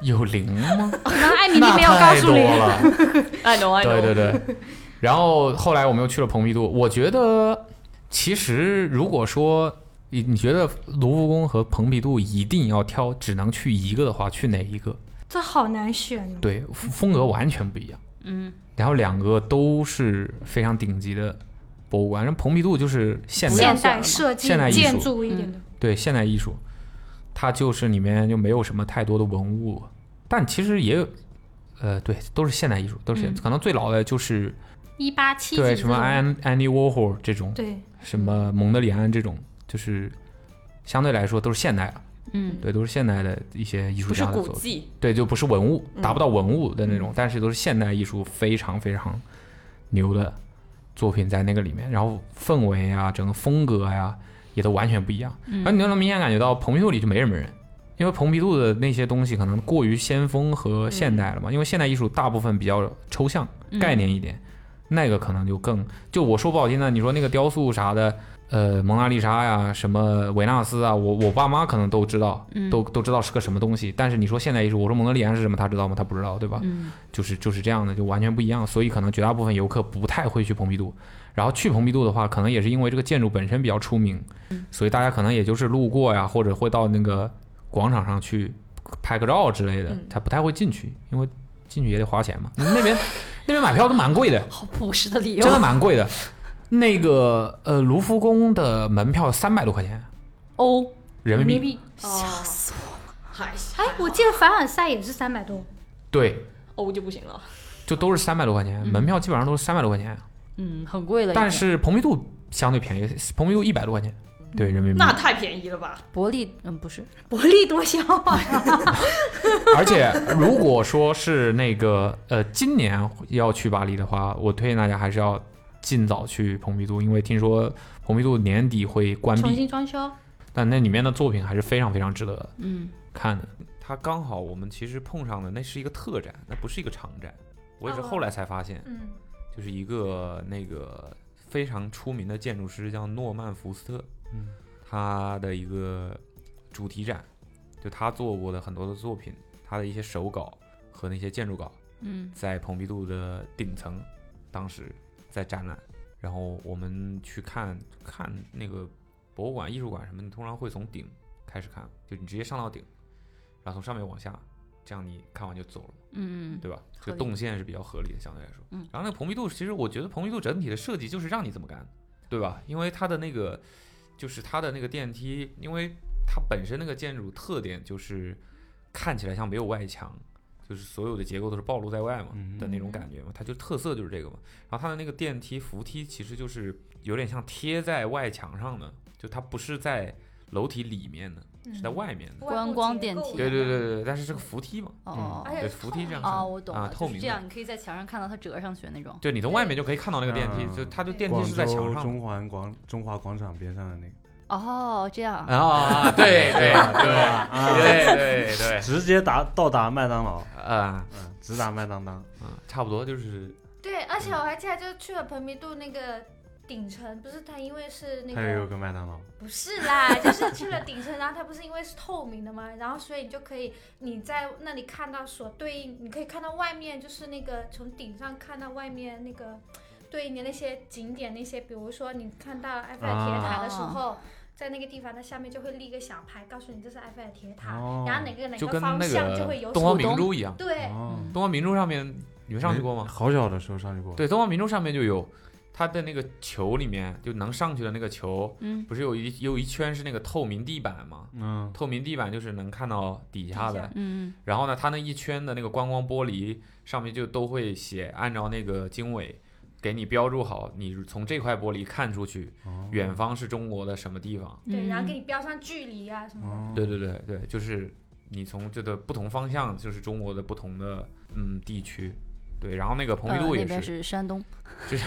[SPEAKER 3] 有零 吗？
[SPEAKER 4] 然后艾米丽
[SPEAKER 3] 那
[SPEAKER 4] 没有告
[SPEAKER 3] 太
[SPEAKER 4] 诉
[SPEAKER 3] 多
[SPEAKER 4] 哎你，
[SPEAKER 3] 了，
[SPEAKER 7] I
[SPEAKER 4] 哎
[SPEAKER 7] know, I know。
[SPEAKER 3] 对对对。然后后来我们又去了蓬皮杜，我觉得其实如果说你你觉得卢浮宫和蓬皮杜一定要挑只能去一个的话，去哪一个？
[SPEAKER 4] 这好难选哦。
[SPEAKER 3] 对，风风格完全不一样。
[SPEAKER 2] 嗯，
[SPEAKER 3] 然后两个都是非常顶级的博物馆，然后蓬皮杜就是现代
[SPEAKER 4] 现代设计
[SPEAKER 3] 现代、艺术嗯
[SPEAKER 4] 建筑一点的，
[SPEAKER 3] 对现代艺术，它就是里面就没有什么太多的文物，但其实也有，呃，对，都是现代艺术，都是现、
[SPEAKER 2] 嗯
[SPEAKER 3] 可能最老的就是
[SPEAKER 4] 一八七几
[SPEAKER 3] 对
[SPEAKER 4] 这
[SPEAKER 3] 什么
[SPEAKER 4] 种。
[SPEAKER 3] 安安迪沃霍这种，
[SPEAKER 4] 对，
[SPEAKER 3] 什
[SPEAKER 7] 嗯
[SPEAKER 3] 么蒙德里安这种，就是相对来说都是现代了，
[SPEAKER 2] 嗯，
[SPEAKER 3] 对，都是现代的一些艺术
[SPEAKER 7] 不是
[SPEAKER 3] 家的
[SPEAKER 7] 古
[SPEAKER 3] 作品，
[SPEAKER 7] 迹，
[SPEAKER 3] 对，就不是文物，
[SPEAKER 7] 嗯
[SPEAKER 3] 达不到文物的那种，但是都是现代艺术非常非常牛的作品在那个里面，然后氛围啊，整个风格呀、也都完全不一样，然后你就能明显感觉到蓬皮杜里就没什么人。因为蓬皮杜的那些东西可能过于先锋和现代了嘛，因为现代艺术大部分比较抽象、概念一点，那个可能就更就我说不好听的，你说那个雕塑啥的，呃，蒙娜丽莎呀，什么维纳斯啊，我我爸妈可能都知道，都都知道是个什么东西。但是你说现代艺术，我说蒙德里安是什么，他知道吗？他不知道，对吧？
[SPEAKER 2] 嗯
[SPEAKER 3] 就是就是这样的，就完全不一样。所以可能绝大部分游客不太会去蓬皮杜，然后去蓬皮杜的话，可能也是因为这个建筑本身比较出名，所以大家可能也就是路过呀，或者会到那个广场上去拍个照之类的
[SPEAKER 7] 嗯，
[SPEAKER 3] 他不太会进去，因为进去也得花钱嘛。那边那边买票都蛮贵 的。
[SPEAKER 2] 好朴实的理由
[SPEAKER 3] 真。的蛮贵的。那个呃，卢浮宫的门票三百多块钱
[SPEAKER 2] 欧
[SPEAKER 3] 人民币，
[SPEAKER 2] 哦
[SPEAKER 7] 吓死我了！还是
[SPEAKER 4] 哎，我记得凡尔赛也是三百多，
[SPEAKER 3] 对，
[SPEAKER 7] 欧哦就不行了，
[SPEAKER 3] 就都是三百多块钱，门票基本上都是三百多块钱。
[SPEAKER 2] 嗯，很贵了已经。
[SPEAKER 3] 但是蓬皮杜相对便宜，蓬皮杜一百多块钱，
[SPEAKER 4] 嗯
[SPEAKER 3] 对人民币
[SPEAKER 7] 那。太便宜了吧？
[SPEAKER 2] 伯利，嗯，不是，
[SPEAKER 4] 薄利多销 啊。
[SPEAKER 3] 而且如果说是那个呃，今年要去巴黎的话，我推荐大家还是要尽早去蓬皮杜，因为听说蓬皮杜年底会关
[SPEAKER 4] 重
[SPEAKER 3] 闭，
[SPEAKER 4] 新装修，
[SPEAKER 3] 但那里面的作品还是非常非常值得
[SPEAKER 2] 嗯，
[SPEAKER 3] 看的。
[SPEAKER 6] 它刚好我们其实碰上的那是一个特展，那不是一个长展。
[SPEAKER 3] 我也是
[SPEAKER 4] 哦
[SPEAKER 3] 后来才发现，
[SPEAKER 4] 嗯，
[SPEAKER 3] 就是一个那个非常出名的建筑师叫诺曼福斯特，
[SPEAKER 6] 嗯，
[SPEAKER 3] 他的一个主题展，就他做过的很多的作品，他的一些手稿和那些建筑稿，
[SPEAKER 2] 嗯，
[SPEAKER 3] 在蓬皮杜的顶层，当时在展览，然后我们去看看那个博物馆、艺术馆什么，你通常会从顶开始看，就你直接上到顶，然后从上面往下，这样你看完就走了。
[SPEAKER 2] 嗯，
[SPEAKER 3] 对吧？
[SPEAKER 2] 合
[SPEAKER 3] 这
[SPEAKER 2] 理
[SPEAKER 3] 个动线是比较合理的，相对来说。
[SPEAKER 2] 嗯
[SPEAKER 3] 然后那个蓬皮杜，其实我觉得蓬皮杜整体的设计就是让你这么干，对吧？因为它的那个，就是它的那个电梯，因为它本身那个建筑特点就是看起来像没有外墙，就是所有的结构都是暴露在外嘛
[SPEAKER 6] 嗯
[SPEAKER 3] 的那种感觉嘛，它就特色就是这个嘛。然后它的那个电梯扶梯其实就是有点像贴在外墙上的，就它不是在楼体里面的，
[SPEAKER 9] 嗯
[SPEAKER 2] 嗯
[SPEAKER 3] 是在外面的。
[SPEAKER 2] 观光电梯
[SPEAKER 3] 对对对对，对但是是个扶梯嘛，
[SPEAKER 2] 哦
[SPEAKER 4] 而且
[SPEAKER 3] 对
[SPEAKER 4] 是
[SPEAKER 3] 扶梯这样
[SPEAKER 2] 哦，
[SPEAKER 3] 上
[SPEAKER 2] 我懂
[SPEAKER 3] 啊，
[SPEAKER 2] 了，
[SPEAKER 3] 透
[SPEAKER 2] 就是
[SPEAKER 3] 明
[SPEAKER 2] 这
[SPEAKER 3] 的，
[SPEAKER 2] 样，你可以在墙上看到它折上去那种。
[SPEAKER 3] 对你从外面就可以看到那个电梯，
[SPEAKER 6] 嗯
[SPEAKER 3] 就它就电
[SPEAKER 6] 广
[SPEAKER 3] 梯是在
[SPEAKER 6] 州
[SPEAKER 3] 墙上的
[SPEAKER 6] 中环广中华广场边上的那 个，
[SPEAKER 2] 哦，这样，
[SPEAKER 3] 啊，对对对
[SPEAKER 6] 啊，
[SPEAKER 3] 对对对，
[SPEAKER 6] 直接达到达麦当劳，
[SPEAKER 3] 啊
[SPEAKER 6] 嗯，直达麦当当，
[SPEAKER 3] 嗯，差不多就是
[SPEAKER 9] 对，而且我还记得，就去了蓬皮杜那个顶层，不是它因为是那
[SPEAKER 6] 它也有
[SPEAKER 9] 个
[SPEAKER 6] 个麦当劳，
[SPEAKER 9] 不是啦，就是去了顶层，然后它不是因为是透明的嘛，然后所以你就可以你在那里看到所对应，你可以看到外面就是那个从顶上看到外面那个对应的那些景点那些，比如说你看到埃菲尔铁塔的
[SPEAKER 3] 啊
[SPEAKER 9] 时候。在那个地方，它下面就会立一个小牌，告诉你这是埃菲尔铁塔，
[SPEAKER 6] 哦
[SPEAKER 9] 然后哪个哪
[SPEAKER 3] 就
[SPEAKER 9] 个
[SPEAKER 3] 跟
[SPEAKER 9] 方
[SPEAKER 3] 那
[SPEAKER 9] 向就
[SPEAKER 3] 个
[SPEAKER 9] 会有
[SPEAKER 3] 东方
[SPEAKER 9] 所
[SPEAKER 3] 明珠一样，
[SPEAKER 9] 对，嗯
[SPEAKER 6] 哦，哎
[SPEAKER 3] 东方明珠上面你们上去过吗？
[SPEAKER 6] 好小的时候上去过，
[SPEAKER 3] 对，东方明珠上面就有它的那个球里面就能上去的那个球，
[SPEAKER 2] 嗯，
[SPEAKER 3] 不是有一有一圈是那个透明地板吗？
[SPEAKER 6] 嗯，
[SPEAKER 3] 透明地板就是能看到底下的，
[SPEAKER 2] 嗯，
[SPEAKER 3] 然后呢，它那一圈的那个观光玻璃上面就都会写，按照那个经纬给你标注好，你从这块玻璃看出去，
[SPEAKER 6] 哦
[SPEAKER 3] 远方是中国的什么地方？
[SPEAKER 9] 对，然后给
[SPEAKER 2] 你
[SPEAKER 9] 你标上距离啊什么的。
[SPEAKER 6] 哦
[SPEAKER 3] 对对对对，就是你从这个不同方向，就是中国的不同的嗯地区。对，然后那个蓬皮杜也
[SPEAKER 2] 呃那边
[SPEAKER 3] 是，
[SPEAKER 2] 是山东，
[SPEAKER 3] 只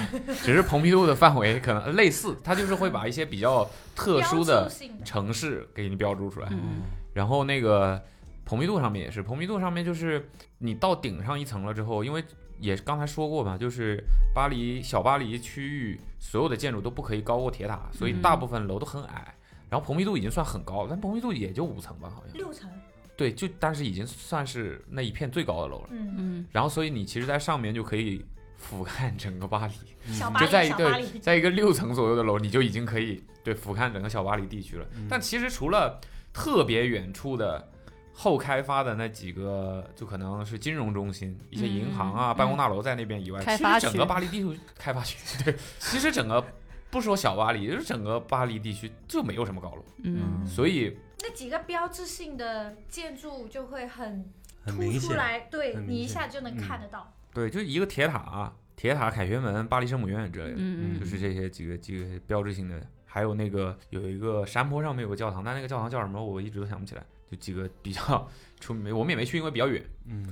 [SPEAKER 3] 是蓬皮杜的范围可能类似，它就是会把一些比较哦特殊
[SPEAKER 9] 标
[SPEAKER 3] 的
[SPEAKER 9] 注性
[SPEAKER 3] 城市给你标注出来。
[SPEAKER 2] 嗯，
[SPEAKER 3] 然后那个蓬皮杜上面也是，蓬皮杜上面就是你到顶上一层了之后，因为也刚才说过嘛，就是巴黎小巴黎区域所有的建筑都不可以高过铁塔，所以
[SPEAKER 2] 嗯
[SPEAKER 3] 大部分楼都很矮。然后蓬皮杜已经算很高了，但蓬皮杜也就五层吧，好像
[SPEAKER 9] 六层，
[SPEAKER 3] 对，就但是已经算是那一片最高的楼了。
[SPEAKER 9] 嗯，
[SPEAKER 2] 嗯
[SPEAKER 3] 然后所以你其实，在上面就可以俯瞰整个巴黎，
[SPEAKER 6] 嗯
[SPEAKER 9] 小巴
[SPEAKER 3] 就
[SPEAKER 9] 黎，
[SPEAKER 3] 在一
[SPEAKER 9] 小巴
[SPEAKER 3] 个
[SPEAKER 9] 黎，
[SPEAKER 3] 在一个六层左右的楼，你就已经可以对俯瞰整个小巴黎地区了。
[SPEAKER 2] 嗯
[SPEAKER 3] 但其实除了特别远处的后开发的那几个，就可能是金融中心、一些银行啊、
[SPEAKER 2] 嗯
[SPEAKER 3] 办公大楼在那边以外，
[SPEAKER 2] 开
[SPEAKER 3] 其
[SPEAKER 2] 发
[SPEAKER 3] 实
[SPEAKER 2] 区
[SPEAKER 3] 整个巴黎地区开发区， 对，其实整个不说小巴黎，就是整个巴黎地区就没有什么高楼，
[SPEAKER 2] 嗯，
[SPEAKER 3] 所以
[SPEAKER 9] 那几个标志性的建筑就会很
[SPEAKER 6] 很
[SPEAKER 9] 突
[SPEAKER 6] 明
[SPEAKER 9] 出
[SPEAKER 6] 显，
[SPEAKER 9] 来，对
[SPEAKER 6] 很明
[SPEAKER 9] 你一
[SPEAKER 6] 显
[SPEAKER 9] 下就
[SPEAKER 3] 嗯
[SPEAKER 9] 能看得到。
[SPEAKER 3] 对，就一个铁塔、啊铁塔、凯旋门、巴黎圣母院之类的。
[SPEAKER 2] 嗯
[SPEAKER 3] 就是这些几个几个标志性的，还有那个有一个山坡上面有个教堂，但那个教堂叫什么我一直都想不起来，就几个比较 出名，我们也没去，因为比较远。
[SPEAKER 6] 嗯，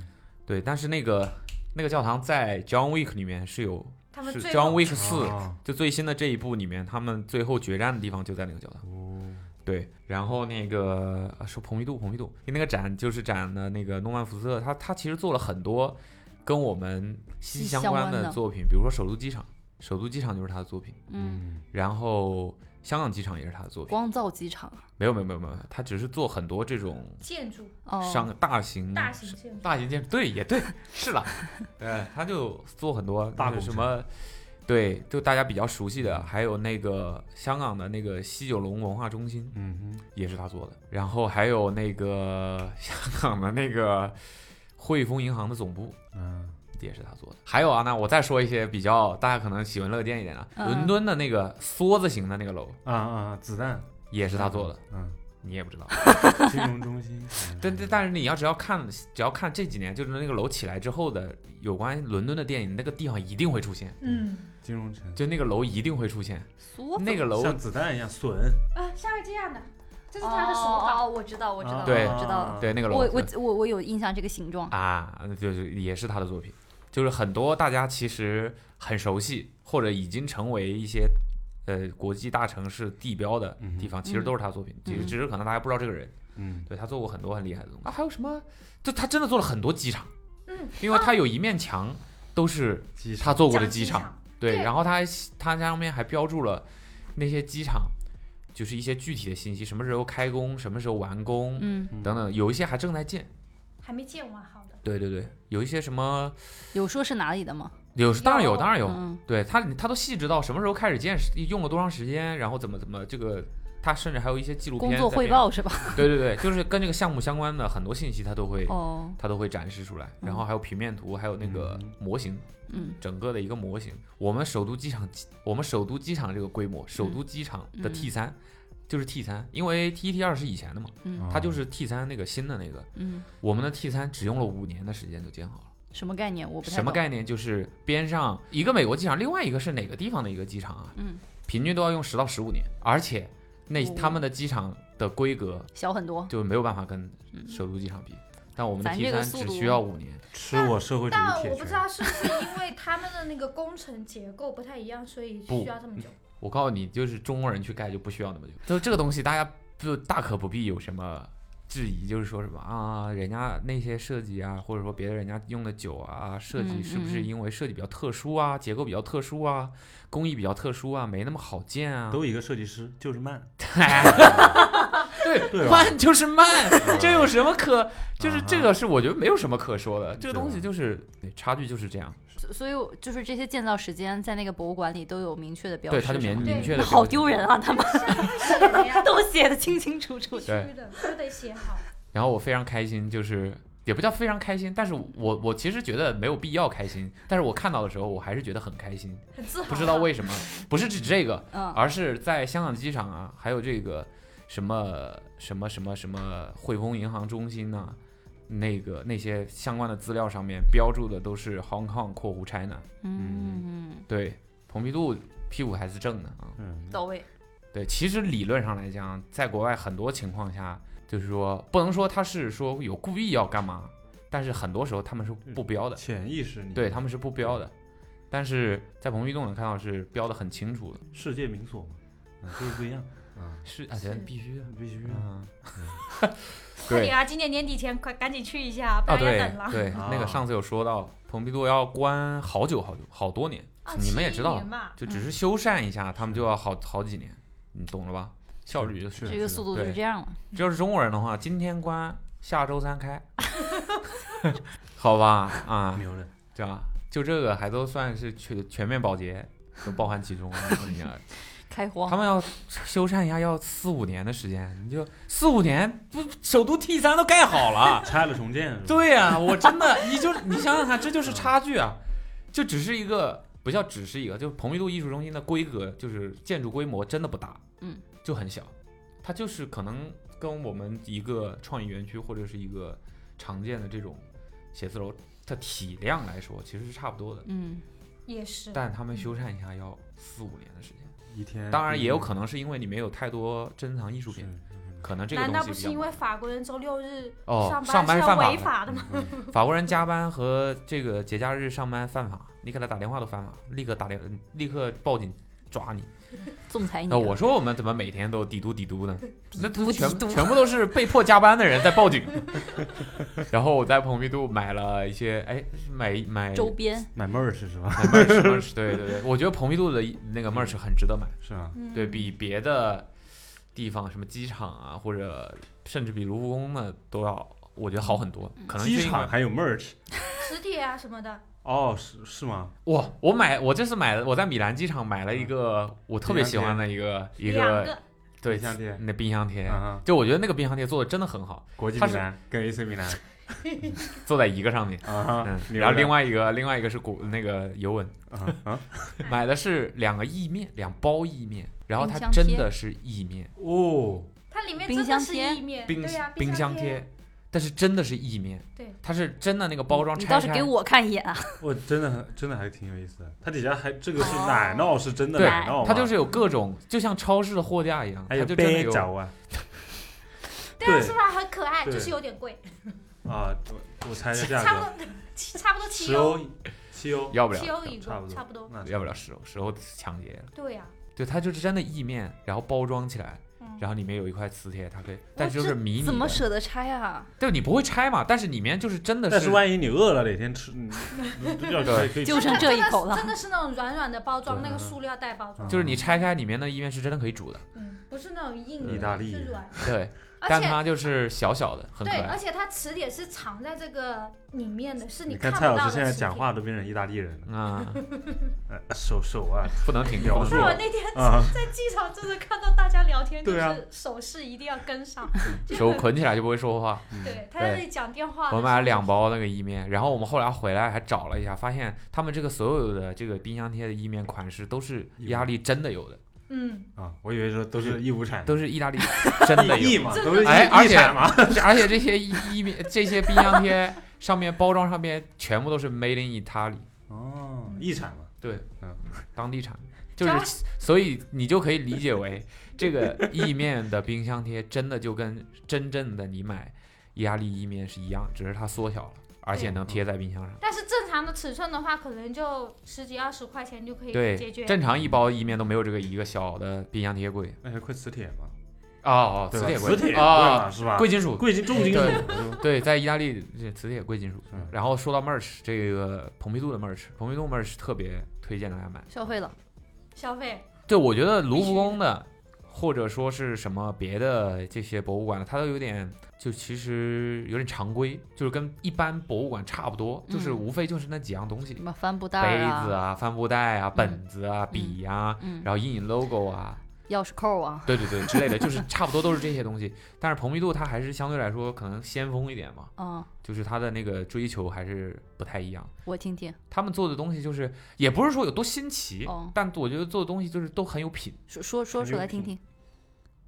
[SPEAKER 3] 对，但是那个那个教堂在《John Wick》里面是有，
[SPEAKER 9] 他们
[SPEAKER 3] 是《
[SPEAKER 9] 最
[SPEAKER 3] John
[SPEAKER 9] 后
[SPEAKER 3] Wick 四》
[SPEAKER 6] 哦
[SPEAKER 3] 就最新的这一部里面，他们最后决战的地方就在那个教堂。
[SPEAKER 6] 哦，
[SPEAKER 3] 对，然后那个啊说蓬皮杜，蓬皮杜那个展就是展的那个诺曼福斯特，他他其实做了很多跟我们息息
[SPEAKER 2] 息息
[SPEAKER 3] 相
[SPEAKER 2] 相
[SPEAKER 3] 关
[SPEAKER 2] 关
[SPEAKER 3] 的
[SPEAKER 2] 的
[SPEAKER 3] 作品，比如说《首都机场》，《首都机场》就是他的作品。
[SPEAKER 2] 嗯，
[SPEAKER 3] 然后香港机场也是他的作品。
[SPEAKER 2] 光造机场
[SPEAKER 3] 没有没有没有没有，他只是做很多这种
[SPEAKER 9] 建筑，
[SPEAKER 3] 嗯
[SPEAKER 2] 哦，
[SPEAKER 3] 商大型
[SPEAKER 9] 大型建筑，
[SPEAKER 3] 大型建筑，对也对，是 了，对，他就做很多
[SPEAKER 6] 大
[SPEAKER 3] 那个
[SPEAKER 6] 工
[SPEAKER 3] 什
[SPEAKER 6] 程
[SPEAKER 3] 么。对，就大家比较熟悉的，还有那个香港的那个西九龙文化中心
[SPEAKER 6] 嗯
[SPEAKER 3] 也是他做的，然后还有那个 香港的那个汇丰银行的总部
[SPEAKER 6] 哼，嗯，
[SPEAKER 3] 也是他做的。还有啊，那我再说一些比较大家可能喜闻乐见一点的，
[SPEAKER 2] 嗯
[SPEAKER 3] 伦敦的那个梭子型的那个楼
[SPEAKER 6] 啊啊，子弹
[SPEAKER 3] 也是他做的，，
[SPEAKER 6] 嗯，
[SPEAKER 3] 你也不知道。
[SPEAKER 6] 金融中心，嗯
[SPEAKER 3] 但但但是你要只要看，只要看这几年就是那个楼起来之后的有关伦敦的电影，那个地方一定会出现，
[SPEAKER 9] 嗯
[SPEAKER 6] 金融城，
[SPEAKER 3] 就那个楼一定会出现，
[SPEAKER 2] 梭
[SPEAKER 3] 那个楼
[SPEAKER 6] 像子弹一样损，
[SPEAKER 9] 啊，像是这样的，这是
[SPEAKER 2] 它
[SPEAKER 9] 它的手法，
[SPEAKER 2] 哦，我知道，我知道，
[SPEAKER 3] 啊对
[SPEAKER 2] 我知道了。
[SPEAKER 3] 对那个楼
[SPEAKER 2] 我我我我有印象这个形状，
[SPEAKER 3] 啊，就是也是他的作品，就是很多大家其实很熟悉或者已经成为一些呃国际大城市地标的地方，其实都是他的作品，只是只是可能大家不知道这个人，
[SPEAKER 6] 嗯，
[SPEAKER 3] 对他做过很多很厉害的东西啊，还有什么？啊就他真的做了很多机场，
[SPEAKER 9] 嗯，
[SPEAKER 3] 因为他有一面墙都是
[SPEAKER 6] 机场
[SPEAKER 3] 他做过的
[SPEAKER 9] 讲机
[SPEAKER 3] 机场。，对，
[SPEAKER 9] 对
[SPEAKER 3] 然后他还他上面还标注了那些机场，就是一些具体的信息，什么时候开工，什么时候完工、
[SPEAKER 2] 嗯，
[SPEAKER 3] 等等，有一些还正在建。
[SPEAKER 9] 还没建完好的，
[SPEAKER 3] 对对对，有一些什么
[SPEAKER 2] 有说是哪里的吗？
[SPEAKER 3] 有当然有当然有，
[SPEAKER 2] 嗯
[SPEAKER 3] 对他他都细致到什么时候开始建，用了多长时间，然后怎么怎么这个。他甚至还有一些纪录片
[SPEAKER 2] 工作
[SPEAKER 3] 在
[SPEAKER 2] 汇
[SPEAKER 3] 那啊样，
[SPEAKER 2] 报是吧？
[SPEAKER 3] 对对对，就是跟这个项目相关的很多信息，他都会
[SPEAKER 2] 哦，
[SPEAKER 3] 它都会展示出来，然后还有平面图，还有那个模型，
[SPEAKER 2] 嗯，
[SPEAKER 3] 整个的一个模型。我们首都机场，我们首都机场这个规模，首都机场的
[SPEAKER 2] 嗯
[SPEAKER 3] T 三、就是 T 三，因为 T 一 T 二是以前的嘛，
[SPEAKER 2] 嗯
[SPEAKER 3] 它就是 T 三那个新的那个。
[SPEAKER 2] 嗯，
[SPEAKER 3] 我们的 T 三只用了五年的时间就建好了。
[SPEAKER 2] 什么概念？我不太
[SPEAKER 3] 什么
[SPEAKER 2] 懂
[SPEAKER 3] 概念？就是边上一个美国机场，另外一个是哪个地方的一个机场啊？
[SPEAKER 2] 嗯，
[SPEAKER 3] 平均都要用十到十五年，而且那
[SPEAKER 2] 哦
[SPEAKER 3] 他们的机场的规格
[SPEAKER 2] 小很多，
[SPEAKER 3] 就没有办法跟首都机场比。但我们的
[SPEAKER 2] 咱
[SPEAKER 3] T
[SPEAKER 2] 这个
[SPEAKER 3] 三
[SPEAKER 2] 速
[SPEAKER 3] 只
[SPEAKER 2] 度
[SPEAKER 3] 需要五年，
[SPEAKER 6] 吃我社会主
[SPEAKER 9] 但
[SPEAKER 6] 义铁
[SPEAKER 9] 我不知
[SPEAKER 6] 拳。
[SPEAKER 9] 道是不是因为他们的那个工程结构不太一样，所以
[SPEAKER 3] 不
[SPEAKER 9] 需要这 么久。
[SPEAKER 3] 我告诉你，就是中国人去盖就不需要那么久。就这个东西，大家就大可不必有什么质疑，就是说什么啊，人家那些设计啊，或者说别的人家用的酒啊，设计
[SPEAKER 2] 嗯
[SPEAKER 3] 是不是
[SPEAKER 2] 嗯
[SPEAKER 3] 因为设计比较特殊啊，结构比较特殊啊，工艺比较特殊啊，没那么好建啊？
[SPEAKER 5] 都一个设计师，就是慢。
[SPEAKER 3] 对
[SPEAKER 5] 对吧啊
[SPEAKER 3] 慢就是慢，这有什么可？就是这个是我觉得没有什么可说的，这个
[SPEAKER 6] 对
[SPEAKER 3] 东西
[SPEAKER 5] 啊
[SPEAKER 3] 就是对差距就是这样，
[SPEAKER 2] 所所以我就是这些建造时间在那个博物馆里都有明确的标
[SPEAKER 3] 对，
[SPEAKER 2] 识，
[SPEAKER 3] 它就是明
[SPEAKER 2] 吗
[SPEAKER 3] 明确的
[SPEAKER 2] 好丢人啊！他们
[SPEAKER 9] 写的 呀，
[SPEAKER 2] 都写的清清楚楚
[SPEAKER 9] 必
[SPEAKER 2] 的。
[SPEAKER 9] 须的，都得写好。
[SPEAKER 3] 然后我非常开心，就是也不叫非常开心，但是我我其实觉得没有必要开心，但是我看到的时候我还是觉得很开心，
[SPEAKER 9] 很自豪啊。
[SPEAKER 3] 不知道为什么，不是指这个，
[SPEAKER 2] 嗯，
[SPEAKER 3] 而是在香港机场啊，还有这个什么什么什么什么汇丰银行中心呐、那个那些相关的资料上面标注的都是 Hong Kong（ 括弧 China）。
[SPEAKER 2] 嗯，
[SPEAKER 3] 对，蓬皮杜屁股还是正的啊。
[SPEAKER 5] 嗯，
[SPEAKER 2] 到位。
[SPEAKER 3] 对，其实理论上来讲，在国外很多情况下，就是说不能说他是说有故意要干嘛，但是很多时候他们是不标的，
[SPEAKER 5] 潜意识你
[SPEAKER 3] 对他们是不标的。但是在蓬皮杜能看到是标的很清楚的，
[SPEAKER 5] 世界名所嘛，嗯就是不一样，
[SPEAKER 3] 是啊，对必须的，
[SPEAKER 5] 必须啊
[SPEAKER 3] 嗯，
[SPEAKER 4] 快
[SPEAKER 3] 对
[SPEAKER 4] 点啊！今年年底前快赶紧去一下，不
[SPEAKER 3] 啊，
[SPEAKER 4] 然
[SPEAKER 3] 对
[SPEAKER 4] 要等了。
[SPEAKER 3] 对，那个上次有说到，蓬皮杜要关好久好久好多年，嗯
[SPEAKER 4] 啊
[SPEAKER 3] 你们也知
[SPEAKER 4] 71
[SPEAKER 3] 道
[SPEAKER 4] 年，吧
[SPEAKER 3] 就只是修缮一下，他们就要好好几年，你懂了吧？效率就是
[SPEAKER 2] 这个速度就
[SPEAKER 3] 对
[SPEAKER 2] 是这样了。
[SPEAKER 3] 这要是中国人的话，今天关，下周三开， 好吧？啊，
[SPEAKER 5] 牛的，。
[SPEAKER 3] 对吧？就这个还都算是全全面保洁，都包含其中了。你想
[SPEAKER 2] 开
[SPEAKER 3] 他
[SPEAKER 2] 荒，
[SPEAKER 3] 们要修缮一下要四五年的时间，你就四五年，不首都 T 三都盖好了
[SPEAKER 5] 拆了重建是吧，
[SPEAKER 3] 对呀、我真的，你就你想想看，这就是差距啊！就只是一个，不叫只是一个，就是蓬皮杜艺术中心的规格，就是建筑规模真的不大，
[SPEAKER 2] 嗯，
[SPEAKER 3] 就很小，它就是可能跟我们一个创意园区或者是一个常见的这种写字楼的体量来说，其实是差不多的，
[SPEAKER 2] 嗯，
[SPEAKER 4] 也是，
[SPEAKER 3] 但他们修缮一下要四五年的时间，
[SPEAKER 5] 一
[SPEAKER 6] 嗯
[SPEAKER 5] 天，
[SPEAKER 3] 当然也有可能是因为你没有太多珍藏艺术
[SPEAKER 5] 是
[SPEAKER 3] 品，可能这个
[SPEAKER 4] 难道
[SPEAKER 3] 东
[SPEAKER 4] 不
[SPEAKER 3] 西比
[SPEAKER 4] 是
[SPEAKER 3] 较
[SPEAKER 4] 因为
[SPEAKER 3] 忙。
[SPEAKER 4] 法国人周六日
[SPEAKER 3] 哦上班
[SPEAKER 4] 班
[SPEAKER 3] 是
[SPEAKER 4] 是
[SPEAKER 3] 犯法
[SPEAKER 4] 要
[SPEAKER 3] 嗯
[SPEAKER 4] 违
[SPEAKER 3] 的
[SPEAKER 4] 法
[SPEAKER 5] 嗯
[SPEAKER 4] 的吗？
[SPEAKER 3] 法国人加班和这个节假日上班犯法，你给他打电话都犯法，立刻打电，立刻报警抓你。
[SPEAKER 2] 仲裁你啊
[SPEAKER 3] 那
[SPEAKER 2] 了。
[SPEAKER 3] 我说我们怎么每天都抵督抵督呢？那都全
[SPEAKER 2] 抵督
[SPEAKER 3] 全部都是被迫加班的人在报警。然后我在蓬皮杜买了一些，哎，买买
[SPEAKER 2] 周边
[SPEAKER 5] 买 merch 是吧？
[SPEAKER 3] 买 merch merch，对对对，我觉得蓬皮杜的那个 merch 很值得买，
[SPEAKER 5] 是啊，
[SPEAKER 4] 嗯
[SPEAKER 3] 对比别的地方什么机场啊，或者甚至比卢浮宫呢都要，我觉得好很多。可能是因
[SPEAKER 5] 机
[SPEAKER 3] 为
[SPEAKER 5] 场还有 merch
[SPEAKER 9] 磁铁啊什么的，
[SPEAKER 5] 哦，是是吗？
[SPEAKER 3] 哇，我买我这次买了，我在米兰机场买了
[SPEAKER 5] 嗯
[SPEAKER 3] 一个我特别喜欢的一个一
[SPEAKER 4] 两
[SPEAKER 3] 个对
[SPEAKER 5] 冰箱贴
[SPEAKER 3] 那冰箱贴，
[SPEAKER 5] 啊哈，
[SPEAKER 3] 就我觉得那个冰箱贴做的真的很好，
[SPEAKER 5] 国际
[SPEAKER 3] 它
[SPEAKER 5] 米
[SPEAKER 3] 是
[SPEAKER 5] 兰跟 AC 米兰
[SPEAKER 3] 坐在一个上面。
[SPEAKER 5] 啊哈
[SPEAKER 3] 嗯，，
[SPEAKER 5] 牛
[SPEAKER 3] 然后
[SPEAKER 5] 的
[SPEAKER 3] 另外一个另外一个是古那个尤文，
[SPEAKER 5] 啊啊，
[SPEAKER 3] 买的是两个意面，两包意面，然后它
[SPEAKER 2] 嗯冰箱
[SPEAKER 3] 真
[SPEAKER 2] 贴
[SPEAKER 3] 的是意面
[SPEAKER 5] 哦，
[SPEAKER 9] 它里面
[SPEAKER 2] 冰
[SPEAKER 9] 真的
[SPEAKER 2] 箱
[SPEAKER 9] 是
[SPEAKER 2] 贴
[SPEAKER 9] 意面，
[SPEAKER 3] 冰
[SPEAKER 9] 对呀，
[SPEAKER 3] 冰箱
[SPEAKER 9] 箱
[SPEAKER 3] 贴，但是真的是意面，
[SPEAKER 9] 对，
[SPEAKER 3] 它是真的那个包装
[SPEAKER 2] 你
[SPEAKER 3] 拆
[SPEAKER 2] 倒是
[SPEAKER 3] 开
[SPEAKER 2] 给，我看一眼啊！
[SPEAKER 5] 我真的很真的还挺有意思的，它底下还这个是
[SPEAKER 9] 哦
[SPEAKER 5] 奶酪，是真的
[SPEAKER 3] 对
[SPEAKER 5] 奶酪吗，
[SPEAKER 3] 它就是有各种，就像超市的货架一样，它
[SPEAKER 5] 还有
[SPEAKER 3] 就真的
[SPEAKER 5] 杯
[SPEAKER 3] 有
[SPEAKER 5] 脚啊
[SPEAKER 9] 对啊，
[SPEAKER 5] 对
[SPEAKER 9] 是不是很可爱？
[SPEAKER 5] 对
[SPEAKER 9] 就是有点贵，
[SPEAKER 5] 啊，我我猜一下
[SPEAKER 9] 差
[SPEAKER 5] 价格，
[SPEAKER 9] 不多 七差不多七
[SPEAKER 5] 十
[SPEAKER 9] 欧，
[SPEAKER 5] 欧七欧，
[SPEAKER 3] 要不了
[SPEAKER 2] 哦
[SPEAKER 9] 七欧一
[SPEAKER 5] 差不
[SPEAKER 9] 个，
[SPEAKER 5] 多
[SPEAKER 9] 差不多。
[SPEAKER 5] 那
[SPEAKER 3] 要不了时候时候抢劫了。
[SPEAKER 9] 对呀，
[SPEAKER 3] 对，它就是真的意面，然后包装起来，
[SPEAKER 9] 嗯
[SPEAKER 3] 然后里面有一块磁铁，它可以，
[SPEAKER 2] 我
[SPEAKER 3] 但是就是
[SPEAKER 2] 这
[SPEAKER 3] 迷你
[SPEAKER 2] 怎么
[SPEAKER 3] 的，
[SPEAKER 2] 舍得拆啊？
[SPEAKER 3] 对，你不会拆嘛，但是里面就是真的
[SPEAKER 5] 但是万一你饿了哪天吃， 嗯要可以可以
[SPEAKER 2] 就
[SPEAKER 5] 吃
[SPEAKER 2] 剩这一口了
[SPEAKER 9] 真。的是那种软软的包装，
[SPEAKER 5] 对嗯
[SPEAKER 9] 那个塑料袋包装，
[SPEAKER 3] 就是你拆开里面的意面是真的可以煮的，
[SPEAKER 9] 嗯，不是那种硬的，
[SPEAKER 5] 意大利
[SPEAKER 9] 是软的，
[SPEAKER 3] 对，
[SPEAKER 9] 而
[SPEAKER 3] 但
[SPEAKER 9] 且。
[SPEAKER 3] 它就是小小的，很可
[SPEAKER 9] 对，而
[SPEAKER 3] 爱。
[SPEAKER 9] 且它磁铁是藏在这个里面的，是
[SPEAKER 5] 你
[SPEAKER 9] 看
[SPEAKER 5] 看
[SPEAKER 9] 不
[SPEAKER 5] 蔡
[SPEAKER 9] 到
[SPEAKER 5] 老
[SPEAKER 9] 的。
[SPEAKER 5] 师现在讲，话都变成意大利人了，
[SPEAKER 3] 啊，
[SPEAKER 5] 呃手手啊
[SPEAKER 3] 不能停
[SPEAKER 5] 描
[SPEAKER 3] 掉
[SPEAKER 5] 述
[SPEAKER 4] 但我那天
[SPEAKER 5] 啊，
[SPEAKER 4] 在机场真的看到大家聊天，就
[SPEAKER 5] 对啊
[SPEAKER 4] 是手势一定要跟 上。
[SPEAKER 3] 手捆起来就不会说话。
[SPEAKER 4] 对，他在那里讲电话的时
[SPEAKER 3] 我
[SPEAKER 4] 候。
[SPEAKER 3] 买了两包那个意面，然后我们后来回来还找了一下，发现他们这个所有的这个冰箱贴的意面款式都是意大利真的有的，
[SPEAKER 4] 嗯，
[SPEAKER 6] 啊，我以为说都是义乌产的，
[SPEAKER 3] 都是意 大利真的
[SPEAKER 5] 意义
[SPEAKER 3] 有，
[SPEAKER 5] 嘛，都是
[SPEAKER 3] 哎而
[SPEAKER 5] 意义
[SPEAKER 3] 且
[SPEAKER 5] 产嘛。
[SPEAKER 3] 而且这些衣衣这些冰箱贴上面包装上面全部都是 made in Italy，嗯
[SPEAKER 5] 哦，意产嘛，
[SPEAKER 3] 当地产，就是所以你就可以理解为这个意面的冰箱贴真的就跟真正的你买意大利意面是一样，只是它缩小了，而且能贴在冰箱上。
[SPEAKER 9] 但是正常的尺寸的话，可能就十几二十块钱就可以解
[SPEAKER 3] 对，
[SPEAKER 9] 决。
[SPEAKER 3] 正常一包意面都没有这个一个小的冰箱贴贵。
[SPEAKER 5] 那还会磁铁嘛，
[SPEAKER 3] 哦哦，
[SPEAKER 5] 对
[SPEAKER 3] 磁
[SPEAKER 5] 吧？
[SPEAKER 3] 铁
[SPEAKER 5] 磁铁贵
[SPEAKER 3] 啊，
[SPEAKER 5] 嘛，是吧？
[SPEAKER 3] 贵金属。
[SPEAKER 5] 贵金重金属
[SPEAKER 3] 对
[SPEAKER 5] 是吧
[SPEAKER 3] 对，在意大利这磁铁贵金属
[SPEAKER 5] 嗯。
[SPEAKER 3] 然后说到 merch，这个蓬皮杜的 merch，蓬皮杜 merch 特别推荐大家买。
[SPEAKER 2] 消费了。
[SPEAKER 9] 消费，
[SPEAKER 3] 对，我觉得卢浮宫的，或者说是什么别的这些博物馆的，它都有点就其实有点常规，就是跟一般博物馆差不多，就是
[SPEAKER 2] 嗯
[SPEAKER 3] 无非就是那几样东西
[SPEAKER 2] 什，么帆布袋
[SPEAKER 3] 杯
[SPEAKER 2] 儿啊，
[SPEAKER 3] 子啊、帆布袋啊、本子啊、笔啊，
[SPEAKER 2] 嗯，
[SPEAKER 3] 然后印印 logo 啊，
[SPEAKER 2] 钥匙扣啊，
[SPEAKER 3] 对对对之类的，就是差不多都是这些东西。但是蓬皮杜它还是相对来说可能先锋一点嘛，
[SPEAKER 2] 嗯，
[SPEAKER 3] 就是它的那个追求还是不太一样。
[SPEAKER 2] 我听听，
[SPEAKER 3] 他们做的东西就是也不是说有多新奇，
[SPEAKER 2] 哦
[SPEAKER 3] 但我觉得做的东西就是都很有品。
[SPEAKER 2] 说说说出来听听。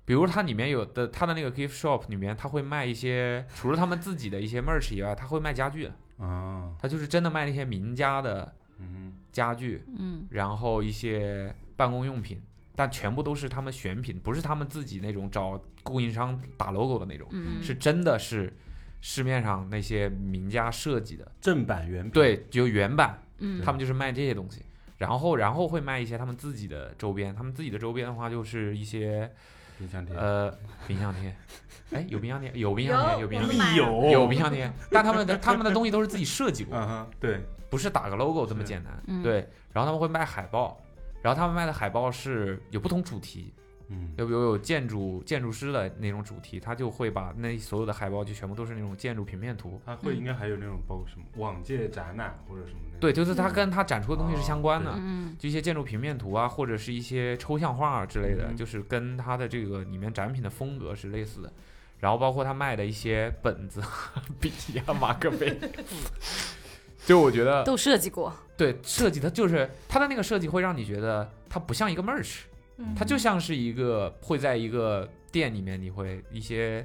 [SPEAKER 3] 比如它里面有的，它的那个 gift shop 里面，它会卖一些除了他们自己的一些 merch 以外，它会卖家具，
[SPEAKER 5] 啊，
[SPEAKER 3] 它就是真的卖那些名家的
[SPEAKER 5] 嗯，
[SPEAKER 3] 家具，
[SPEAKER 2] 嗯，
[SPEAKER 3] 然后一些办公用品，但全部都是他们选品，不是他们自己那种找供应商打 logo 的那种，
[SPEAKER 2] 嗯，
[SPEAKER 3] 是真的是市面上那些名家设计的，
[SPEAKER 5] 正版原品，
[SPEAKER 3] 对，有原版，
[SPEAKER 2] 嗯，
[SPEAKER 3] 他们就是卖这些东西，然后然后会卖一些他们自己的周边，他们自己的周边的话就是一些
[SPEAKER 5] 冰箱贴，
[SPEAKER 3] 呃冰箱贴，哎有冰箱贴有冰箱贴有冰箱贴。
[SPEAKER 5] 必有
[SPEAKER 3] 有冰箱贴，但他们的他们的东西都是自己设计过，
[SPEAKER 5] 嗯哼，对，
[SPEAKER 3] 不是打个 logo 这么
[SPEAKER 5] 是
[SPEAKER 3] 简单。
[SPEAKER 2] 嗯
[SPEAKER 3] 对，然后他们会卖海报，然后他们卖的海报是有不同主题，
[SPEAKER 5] 嗯，
[SPEAKER 3] 有有有建筑建筑师的那种主题，他就会把那所有的海报就全部都是那种建筑平面图，
[SPEAKER 5] 它会应该还有那种包括什么往届展览或者什么那
[SPEAKER 3] 嗯
[SPEAKER 5] 种，
[SPEAKER 3] 对，就是它跟他展出的东西是相关的。
[SPEAKER 2] 嗯
[SPEAKER 3] 就一些建筑平面图啊，或者是一些抽象画啊之类的，
[SPEAKER 5] 嗯
[SPEAKER 3] 就是跟它的这个里面展品的风格是类似的。然后包括他卖的一些本子、 笔啊、马克杯， 就我觉得
[SPEAKER 2] 都设计过，
[SPEAKER 3] 对设计，它就是它的那个设计会让你觉得它不像一个 merch，
[SPEAKER 4] 嗯
[SPEAKER 3] 它就像是一个会在一个店里面你会一些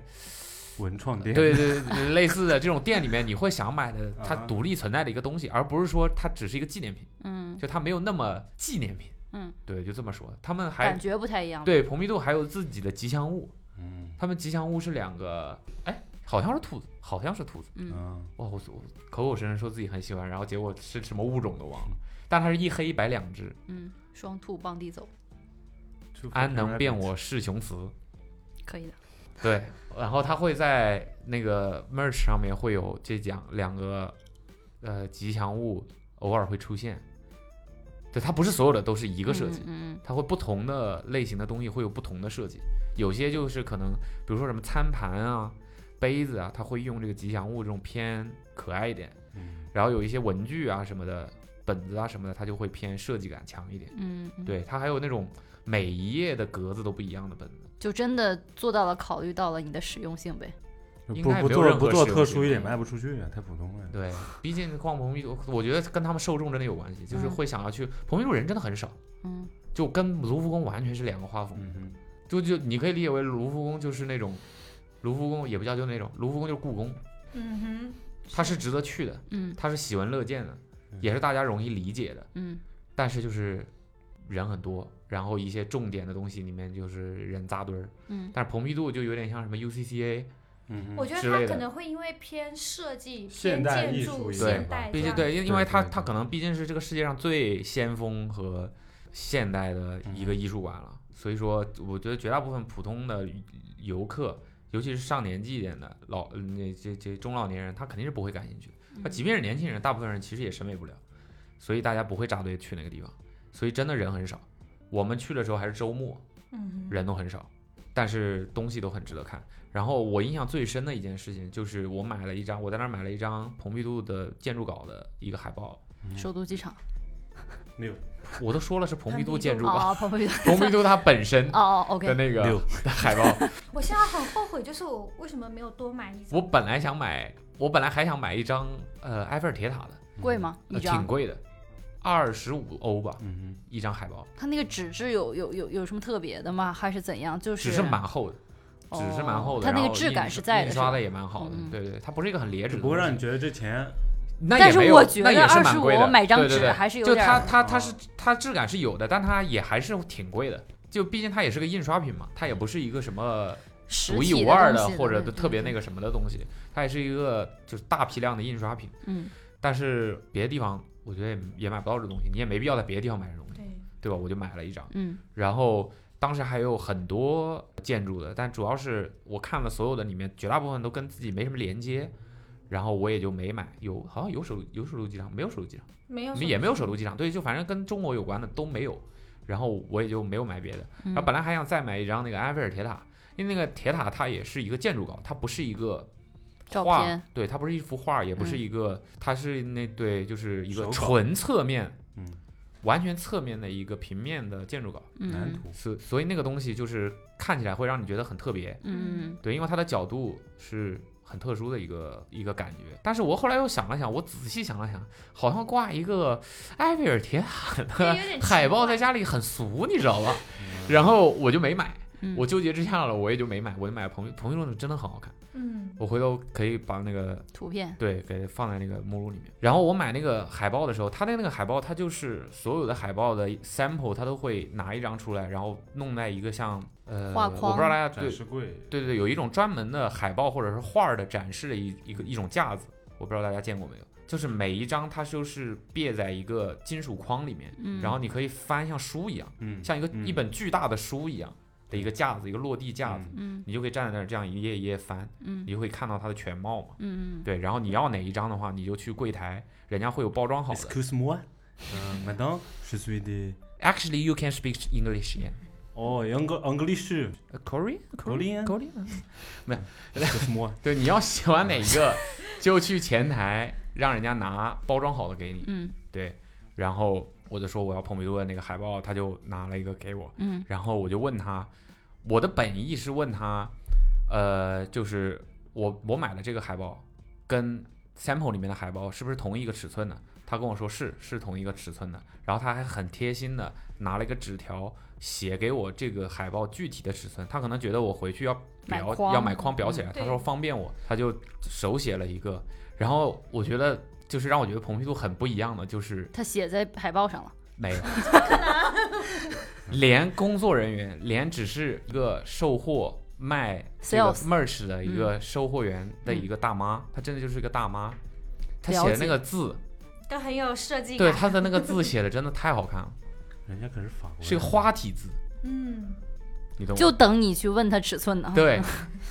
[SPEAKER 5] 文创店，
[SPEAKER 3] 对，对对 对类似的这种店里面你会想买的它
[SPEAKER 5] 啊
[SPEAKER 3] 独立存在的一个东西，而不是说它只是一个纪念品，
[SPEAKER 2] 嗯，
[SPEAKER 3] 就它没有那么纪念品。
[SPEAKER 2] 嗯，
[SPEAKER 3] 对，就这么说。他们还
[SPEAKER 2] 感觉不太一样。，
[SPEAKER 3] 对，蓬皮杜还有自己的吉祥物，
[SPEAKER 5] 嗯
[SPEAKER 3] 他们吉祥物是两个，哎，好像是兔子，好像是兔子。
[SPEAKER 2] 嗯
[SPEAKER 5] 嗯，
[SPEAKER 3] 哇，我我口口声声说自己很喜欢，然后结果是什么物种都忘了。但它是一黑一白两只，
[SPEAKER 2] 嗯，双兔傍地走，
[SPEAKER 3] 安能辨我是雄雌？
[SPEAKER 2] 可以的。
[SPEAKER 3] 对，然后它会在那个 merch 上面会有这两两个呃吉祥物偶尔会出现。对，它不是所有的都是一个设计，
[SPEAKER 2] 嗯
[SPEAKER 3] 它会不同的类型的东西会有不同的设计，有些就是可能，比如说什么餐盘啊、杯子啊，它会用这个吉祥物这种偏可爱一点，
[SPEAKER 5] 嗯，
[SPEAKER 3] 然后有一些文具啊什么的、本子啊什么的，它就会偏设计感强一点。
[SPEAKER 2] 嗯，嗯，
[SPEAKER 3] 对，它还有那种每一页的格子都不一样的本子，
[SPEAKER 2] 就真的做到了考虑到了你的实用性呗。
[SPEAKER 3] 应
[SPEAKER 5] 不
[SPEAKER 3] 该
[SPEAKER 5] 不
[SPEAKER 3] 没有
[SPEAKER 5] 做
[SPEAKER 3] 任何
[SPEAKER 5] 不做
[SPEAKER 3] 实用
[SPEAKER 5] 特
[SPEAKER 3] 性
[SPEAKER 5] 殊一点卖不出去啊，太普通了，
[SPEAKER 3] 对，毕竟逛蓬皮杜，我觉得跟他们受众真的有关系，就是
[SPEAKER 2] 嗯
[SPEAKER 3] 会想要去蓬皮杜人真的很少，
[SPEAKER 2] 嗯
[SPEAKER 3] 就跟卢浮宫完全是两个画风。
[SPEAKER 5] 嗯哼，
[SPEAKER 3] 就就你可以理解为卢浮宫就是那种，卢浮宫也不叫就那种，卢浮宫就是故宫，
[SPEAKER 4] 嗯哼，
[SPEAKER 3] 它是值得去的，
[SPEAKER 2] 嗯
[SPEAKER 3] 它是喜闻乐见的，
[SPEAKER 5] 嗯
[SPEAKER 3] 也是大家容易理解的。
[SPEAKER 2] 嗯
[SPEAKER 3] 但是就是人很多，然后一些重点的东西里面就是人扎堆儿。
[SPEAKER 2] 嗯
[SPEAKER 3] 但是蓬皮杜就有点像什么 UCCA，
[SPEAKER 5] 嗯哼，
[SPEAKER 9] 我觉
[SPEAKER 3] 之
[SPEAKER 9] 得
[SPEAKER 3] 类
[SPEAKER 9] 它
[SPEAKER 3] 的
[SPEAKER 9] 可能会因为偏设计、
[SPEAKER 5] 现
[SPEAKER 9] 偏
[SPEAKER 5] 代
[SPEAKER 9] 建
[SPEAKER 5] 艺
[SPEAKER 9] 筑、
[SPEAKER 5] 术一
[SPEAKER 3] 点
[SPEAKER 9] 现
[SPEAKER 5] 吧
[SPEAKER 9] 代
[SPEAKER 3] 毕竟
[SPEAKER 9] 这样
[SPEAKER 3] 对，因
[SPEAKER 5] 对
[SPEAKER 3] 因为它
[SPEAKER 5] 对
[SPEAKER 3] 它可能毕竟是这个世界上最先锋和现代的一
[SPEAKER 5] 嗯
[SPEAKER 3] 个艺术馆了，所以说我觉得绝大部分普通的游客，尤其是上年纪一点的老嗯那这这中老年人，他肯定是不会感兴趣的。他即便是年轻
[SPEAKER 9] 嗯
[SPEAKER 3] 人，大部分人其实也审美不了，所以大家不会扎堆去那个地方，所以真的人很少。我们去的时候还是周末，
[SPEAKER 4] 嗯
[SPEAKER 3] 人都很少，但是东西都很值得看。然后我印象最深的一件事情就是我买了一张，我在那儿买了一张蓬皮杜的建筑稿的一个海报，
[SPEAKER 2] 嗯，首都机场
[SPEAKER 5] 六
[SPEAKER 3] 我都说了是蓬皮杜建筑稿，
[SPEAKER 2] 哦，蓬皮杜，
[SPEAKER 3] 蓬皮杜它本身
[SPEAKER 2] 哦哦
[SPEAKER 3] 的
[SPEAKER 2] ，OK，
[SPEAKER 3] 那个
[SPEAKER 5] 六
[SPEAKER 3] 的海报，
[SPEAKER 9] 我现在很后悔，就是我为什么没有多买一
[SPEAKER 3] 我
[SPEAKER 9] 张？
[SPEAKER 3] 本来想买，我本来还想买一张呃埃菲尔铁塔的，
[SPEAKER 2] 贵吗？
[SPEAKER 3] 呃
[SPEAKER 2] 一
[SPEAKER 3] 挺
[SPEAKER 2] 张
[SPEAKER 3] 贵的，二十五欧吧，
[SPEAKER 6] 嗯
[SPEAKER 3] 一张海报，
[SPEAKER 2] 它那个纸质有有有有什么特别的吗？还是怎样？就是
[SPEAKER 3] 纸是蛮厚的，
[SPEAKER 2] 哦
[SPEAKER 3] 纸是蛮厚的，
[SPEAKER 2] 它那
[SPEAKER 3] 然
[SPEAKER 2] 个
[SPEAKER 3] 后
[SPEAKER 2] 质感
[SPEAKER 3] 印
[SPEAKER 2] 是在
[SPEAKER 3] 印
[SPEAKER 2] 的，
[SPEAKER 3] 刷的
[SPEAKER 2] 是吧
[SPEAKER 3] 也蛮好的
[SPEAKER 2] 嗯嗯，
[SPEAKER 3] 对对，它不是一个很劣质
[SPEAKER 5] 只
[SPEAKER 3] 的东西，
[SPEAKER 5] 不过让你觉得这钱
[SPEAKER 3] 那
[SPEAKER 2] 但
[SPEAKER 3] 也
[SPEAKER 2] 是
[SPEAKER 3] 没有
[SPEAKER 2] 我觉
[SPEAKER 3] 那
[SPEAKER 2] 得
[SPEAKER 3] 也是
[SPEAKER 2] 二十
[SPEAKER 3] 蛮
[SPEAKER 2] 五
[SPEAKER 3] 贵
[SPEAKER 2] 欧
[SPEAKER 3] 的，
[SPEAKER 2] 买张
[SPEAKER 3] 对对
[SPEAKER 2] 纸
[SPEAKER 3] 对
[SPEAKER 2] 还是有
[SPEAKER 3] 就
[SPEAKER 2] 点
[SPEAKER 3] 它
[SPEAKER 2] 儿。
[SPEAKER 3] 它它是它质感是有的，但它也还是挺贵的。就毕竟它也是个印刷品嘛，它也不是一个什么
[SPEAKER 2] 实
[SPEAKER 3] 独一
[SPEAKER 2] 体
[SPEAKER 3] 无二
[SPEAKER 2] 的东西
[SPEAKER 3] 或者
[SPEAKER 2] 嗯
[SPEAKER 3] 特别
[SPEAKER 2] 嗯
[SPEAKER 3] 那个什么的东西，它也是一个就是大批量的印刷品。
[SPEAKER 2] 嗯，
[SPEAKER 3] 但是别的地方我觉得也也买不到这东西，你也没必要在别的地方买这东西，
[SPEAKER 4] 对，
[SPEAKER 3] 对吧？我就买了一张，
[SPEAKER 2] 嗯
[SPEAKER 3] 然后当时还有很多建筑的，但主要是我看了所有的里面，绝大部分都跟自己没什么连接，然后我也就没买。有好像有手有手录机厂，没有手录机厂。
[SPEAKER 4] 没有什么
[SPEAKER 3] 也没有首都机场，对，就反正跟中国有关的都没有。然后我也就没有买别的。
[SPEAKER 2] 嗯
[SPEAKER 3] 然后本来还想再买一张那个埃菲尔铁塔，因为那个铁塔它也是一个建筑稿，它不是一个
[SPEAKER 2] 照
[SPEAKER 3] 画
[SPEAKER 2] 片，
[SPEAKER 3] 对，它不是一幅画，也不是
[SPEAKER 2] 嗯
[SPEAKER 3] 一个，它是那对，就是一
[SPEAKER 5] 手
[SPEAKER 3] 个
[SPEAKER 5] 稿
[SPEAKER 3] 纯侧面，
[SPEAKER 5] 嗯，
[SPEAKER 3] 完全侧面的一个平面的建筑稿，
[SPEAKER 5] 难
[SPEAKER 2] 嗯
[SPEAKER 5] 图，
[SPEAKER 3] 所所以那个东西就是看起来会让你觉得很特别，
[SPEAKER 2] 嗯
[SPEAKER 3] 对，因为它的角度是很特殊的一个一个感觉。但是我后来又想了想，我仔细想了想，好像挂一个埃菲尔铁塔的
[SPEAKER 4] 有点奇
[SPEAKER 3] 海报
[SPEAKER 4] 怪
[SPEAKER 3] 在家里很俗，你知道吧？
[SPEAKER 5] 嗯
[SPEAKER 3] 然后我就没买，
[SPEAKER 2] 嗯，
[SPEAKER 3] 我纠结之下了，我也就没买，我就买了朋友朋友用的真的很好看，
[SPEAKER 4] 嗯，
[SPEAKER 3] 我回头可以把那个
[SPEAKER 2] 图片
[SPEAKER 3] 对，给放在那个目录里面。然后我买那个海报的时候，它的那个海报，它就是所有的海报的 sample，它都会拿一张出来，然后弄在一个像呃，
[SPEAKER 2] 画
[SPEAKER 3] 我
[SPEAKER 2] 框
[SPEAKER 3] 不知道大家对
[SPEAKER 5] 展示柜，
[SPEAKER 3] 对对对，有一种专门的海报或者是画儿的展示的一一个一种架子，我不知道大家见过没有，就是每一张它就是别在一个金属框里面，
[SPEAKER 2] 嗯
[SPEAKER 3] 然后你可以翻像书一样，
[SPEAKER 5] 嗯，
[SPEAKER 3] 像一个、
[SPEAKER 5] 嗯
[SPEAKER 3] 一本巨大的书一样的一个架子，一个落地架子，
[SPEAKER 2] 嗯
[SPEAKER 3] 你就可以站在那儿这样一页一页翻，
[SPEAKER 2] 嗯
[SPEAKER 3] 你就会看到它的全貌嘛。
[SPEAKER 2] 嗯嗯
[SPEAKER 3] 对，然后你要哪一张的话，你就去柜台，人家会有包装好的。
[SPEAKER 5] Excuse moi，嗯，Madame, je suis de
[SPEAKER 3] Actually, you can speak English in
[SPEAKER 5] oh Eng- English,
[SPEAKER 3] Korean,
[SPEAKER 5] Korean,
[SPEAKER 3] Korean.
[SPEAKER 5] excuse moi，
[SPEAKER 3] 对，你要喜欢哪一个，就去前台让人家拿包装好的给你。
[SPEAKER 2] 嗯
[SPEAKER 3] 对，然后我就说我要蓬皮杜的那个海报，他就拿了一个给我，
[SPEAKER 2] 嗯
[SPEAKER 3] 然后我就问他，我的本意是问他，呃，就是我我买了这个海报跟 sample 里面的海报是不是同一个尺寸的？他跟我说是，是同一个尺寸的。然后他还很贴心的拿了一个纸条写给我这个海报具体的尺寸。他可能觉得我回去要
[SPEAKER 2] 买
[SPEAKER 3] 裱，
[SPEAKER 2] 框
[SPEAKER 3] 要买框裱起来，
[SPEAKER 4] 嗯
[SPEAKER 3] 他说方便我，他就手写了一个。然后我觉得就是让我觉得蓬皮杜很不一样的就是
[SPEAKER 2] 他写在海报上了，
[SPEAKER 3] 没有，连工作人员，连只是一个售货卖这个
[SPEAKER 2] Sales
[SPEAKER 3] merch 的一个售货员的一个大
[SPEAKER 5] 嗯
[SPEAKER 3] 妈，她真的就是一个大妈。她写的那个字，
[SPEAKER 4] 都很有设计
[SPEAKER 3] 对
[SPEAKER 4] 感。
[SPEAKER 3] 她的那个字写的真的太好看 了，
[SPEAKER 5] 人家可是法国人，
[SPEAKER 3] 是个花体字，
[SPEAKER 4] 嗯，
[SPEAKER 3] 你懂吗？
[SPEAKER 2] 就等你去问他尺寸呢。
[SPEAKER 3] 对，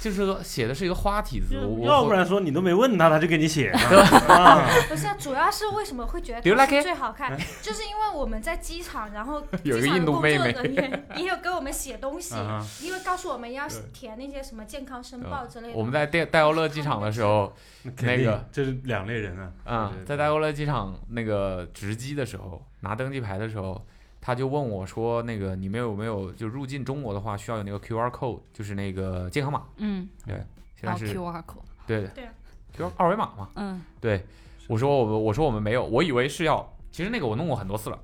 [SPEAKER 3] 就是个写的是一个花体字。我
[SPEAKER 5] 要不，然说你都没问他，他就给你写 上啊，
[SPEAKER 4] 不是，主要是为什么会觉得
[SPEAKER 3] Do you
[SPEAKER 4] 它
[SPEAKER 3] like
[SPEAKER 4] 是
[SPEAKER 3] it？哎
[SPEAKER 4] 最好看，就是因为我们在机场，然后
[SPEAKER 3] 有一个
[SPEAKER 4] 机场
[SPEAKER 3] 印
[SPEAKER 4] 的
[SPEAKER 3] 度
[SPEAKER 4] 工作
[SPEAKER 3] 妹妹
[SPEAKER 4] 人员也有给我们写东西
[SPEAKER 5] 啊哈，
[SPEAKER 4] 因为告诉我们要
[SPEAKER 3] 对哦
[SPEAKER 4] 填那些什么健康申报之类
[SPEAKER 3] 我
[SPEAKER 4] 的。
[SPEAKER 3] 我们在戴戴奥勒机场的时候，
[SPEAKER 5] 肯
[SPEAKER 3] 那
[SPEAKER 5] 定
[SPEAKER 3] 个
[SPEAKER 5] 这是两类人啊，
[SPEAKER 3] 啊、
[SPEAKER 5] 对对
[SPEAKER 3] 在戴欧勒机场那个值机的时候，拿登机牌的时候，他就问我说：“那个你们有没有就入境中国的话需要有那个 QR code，就是那个健康码？
[SPEAKER 2] 嗯，
[SPEAKER 3] 现在
[SPEAKER 2] 然后
[SPEAKER 3] 是、
[SPEAKER 2] QR code，
[SPEAKER 3] 对的
[SPEAKER 4] 对啊
[SPEAKER 3] QR 二维码嘛。
[SPEAKER 2] 嗯
[SPEAKER 3] 对，我说我们我说我们没有，我以为是要，其实那个我弄过很多次了，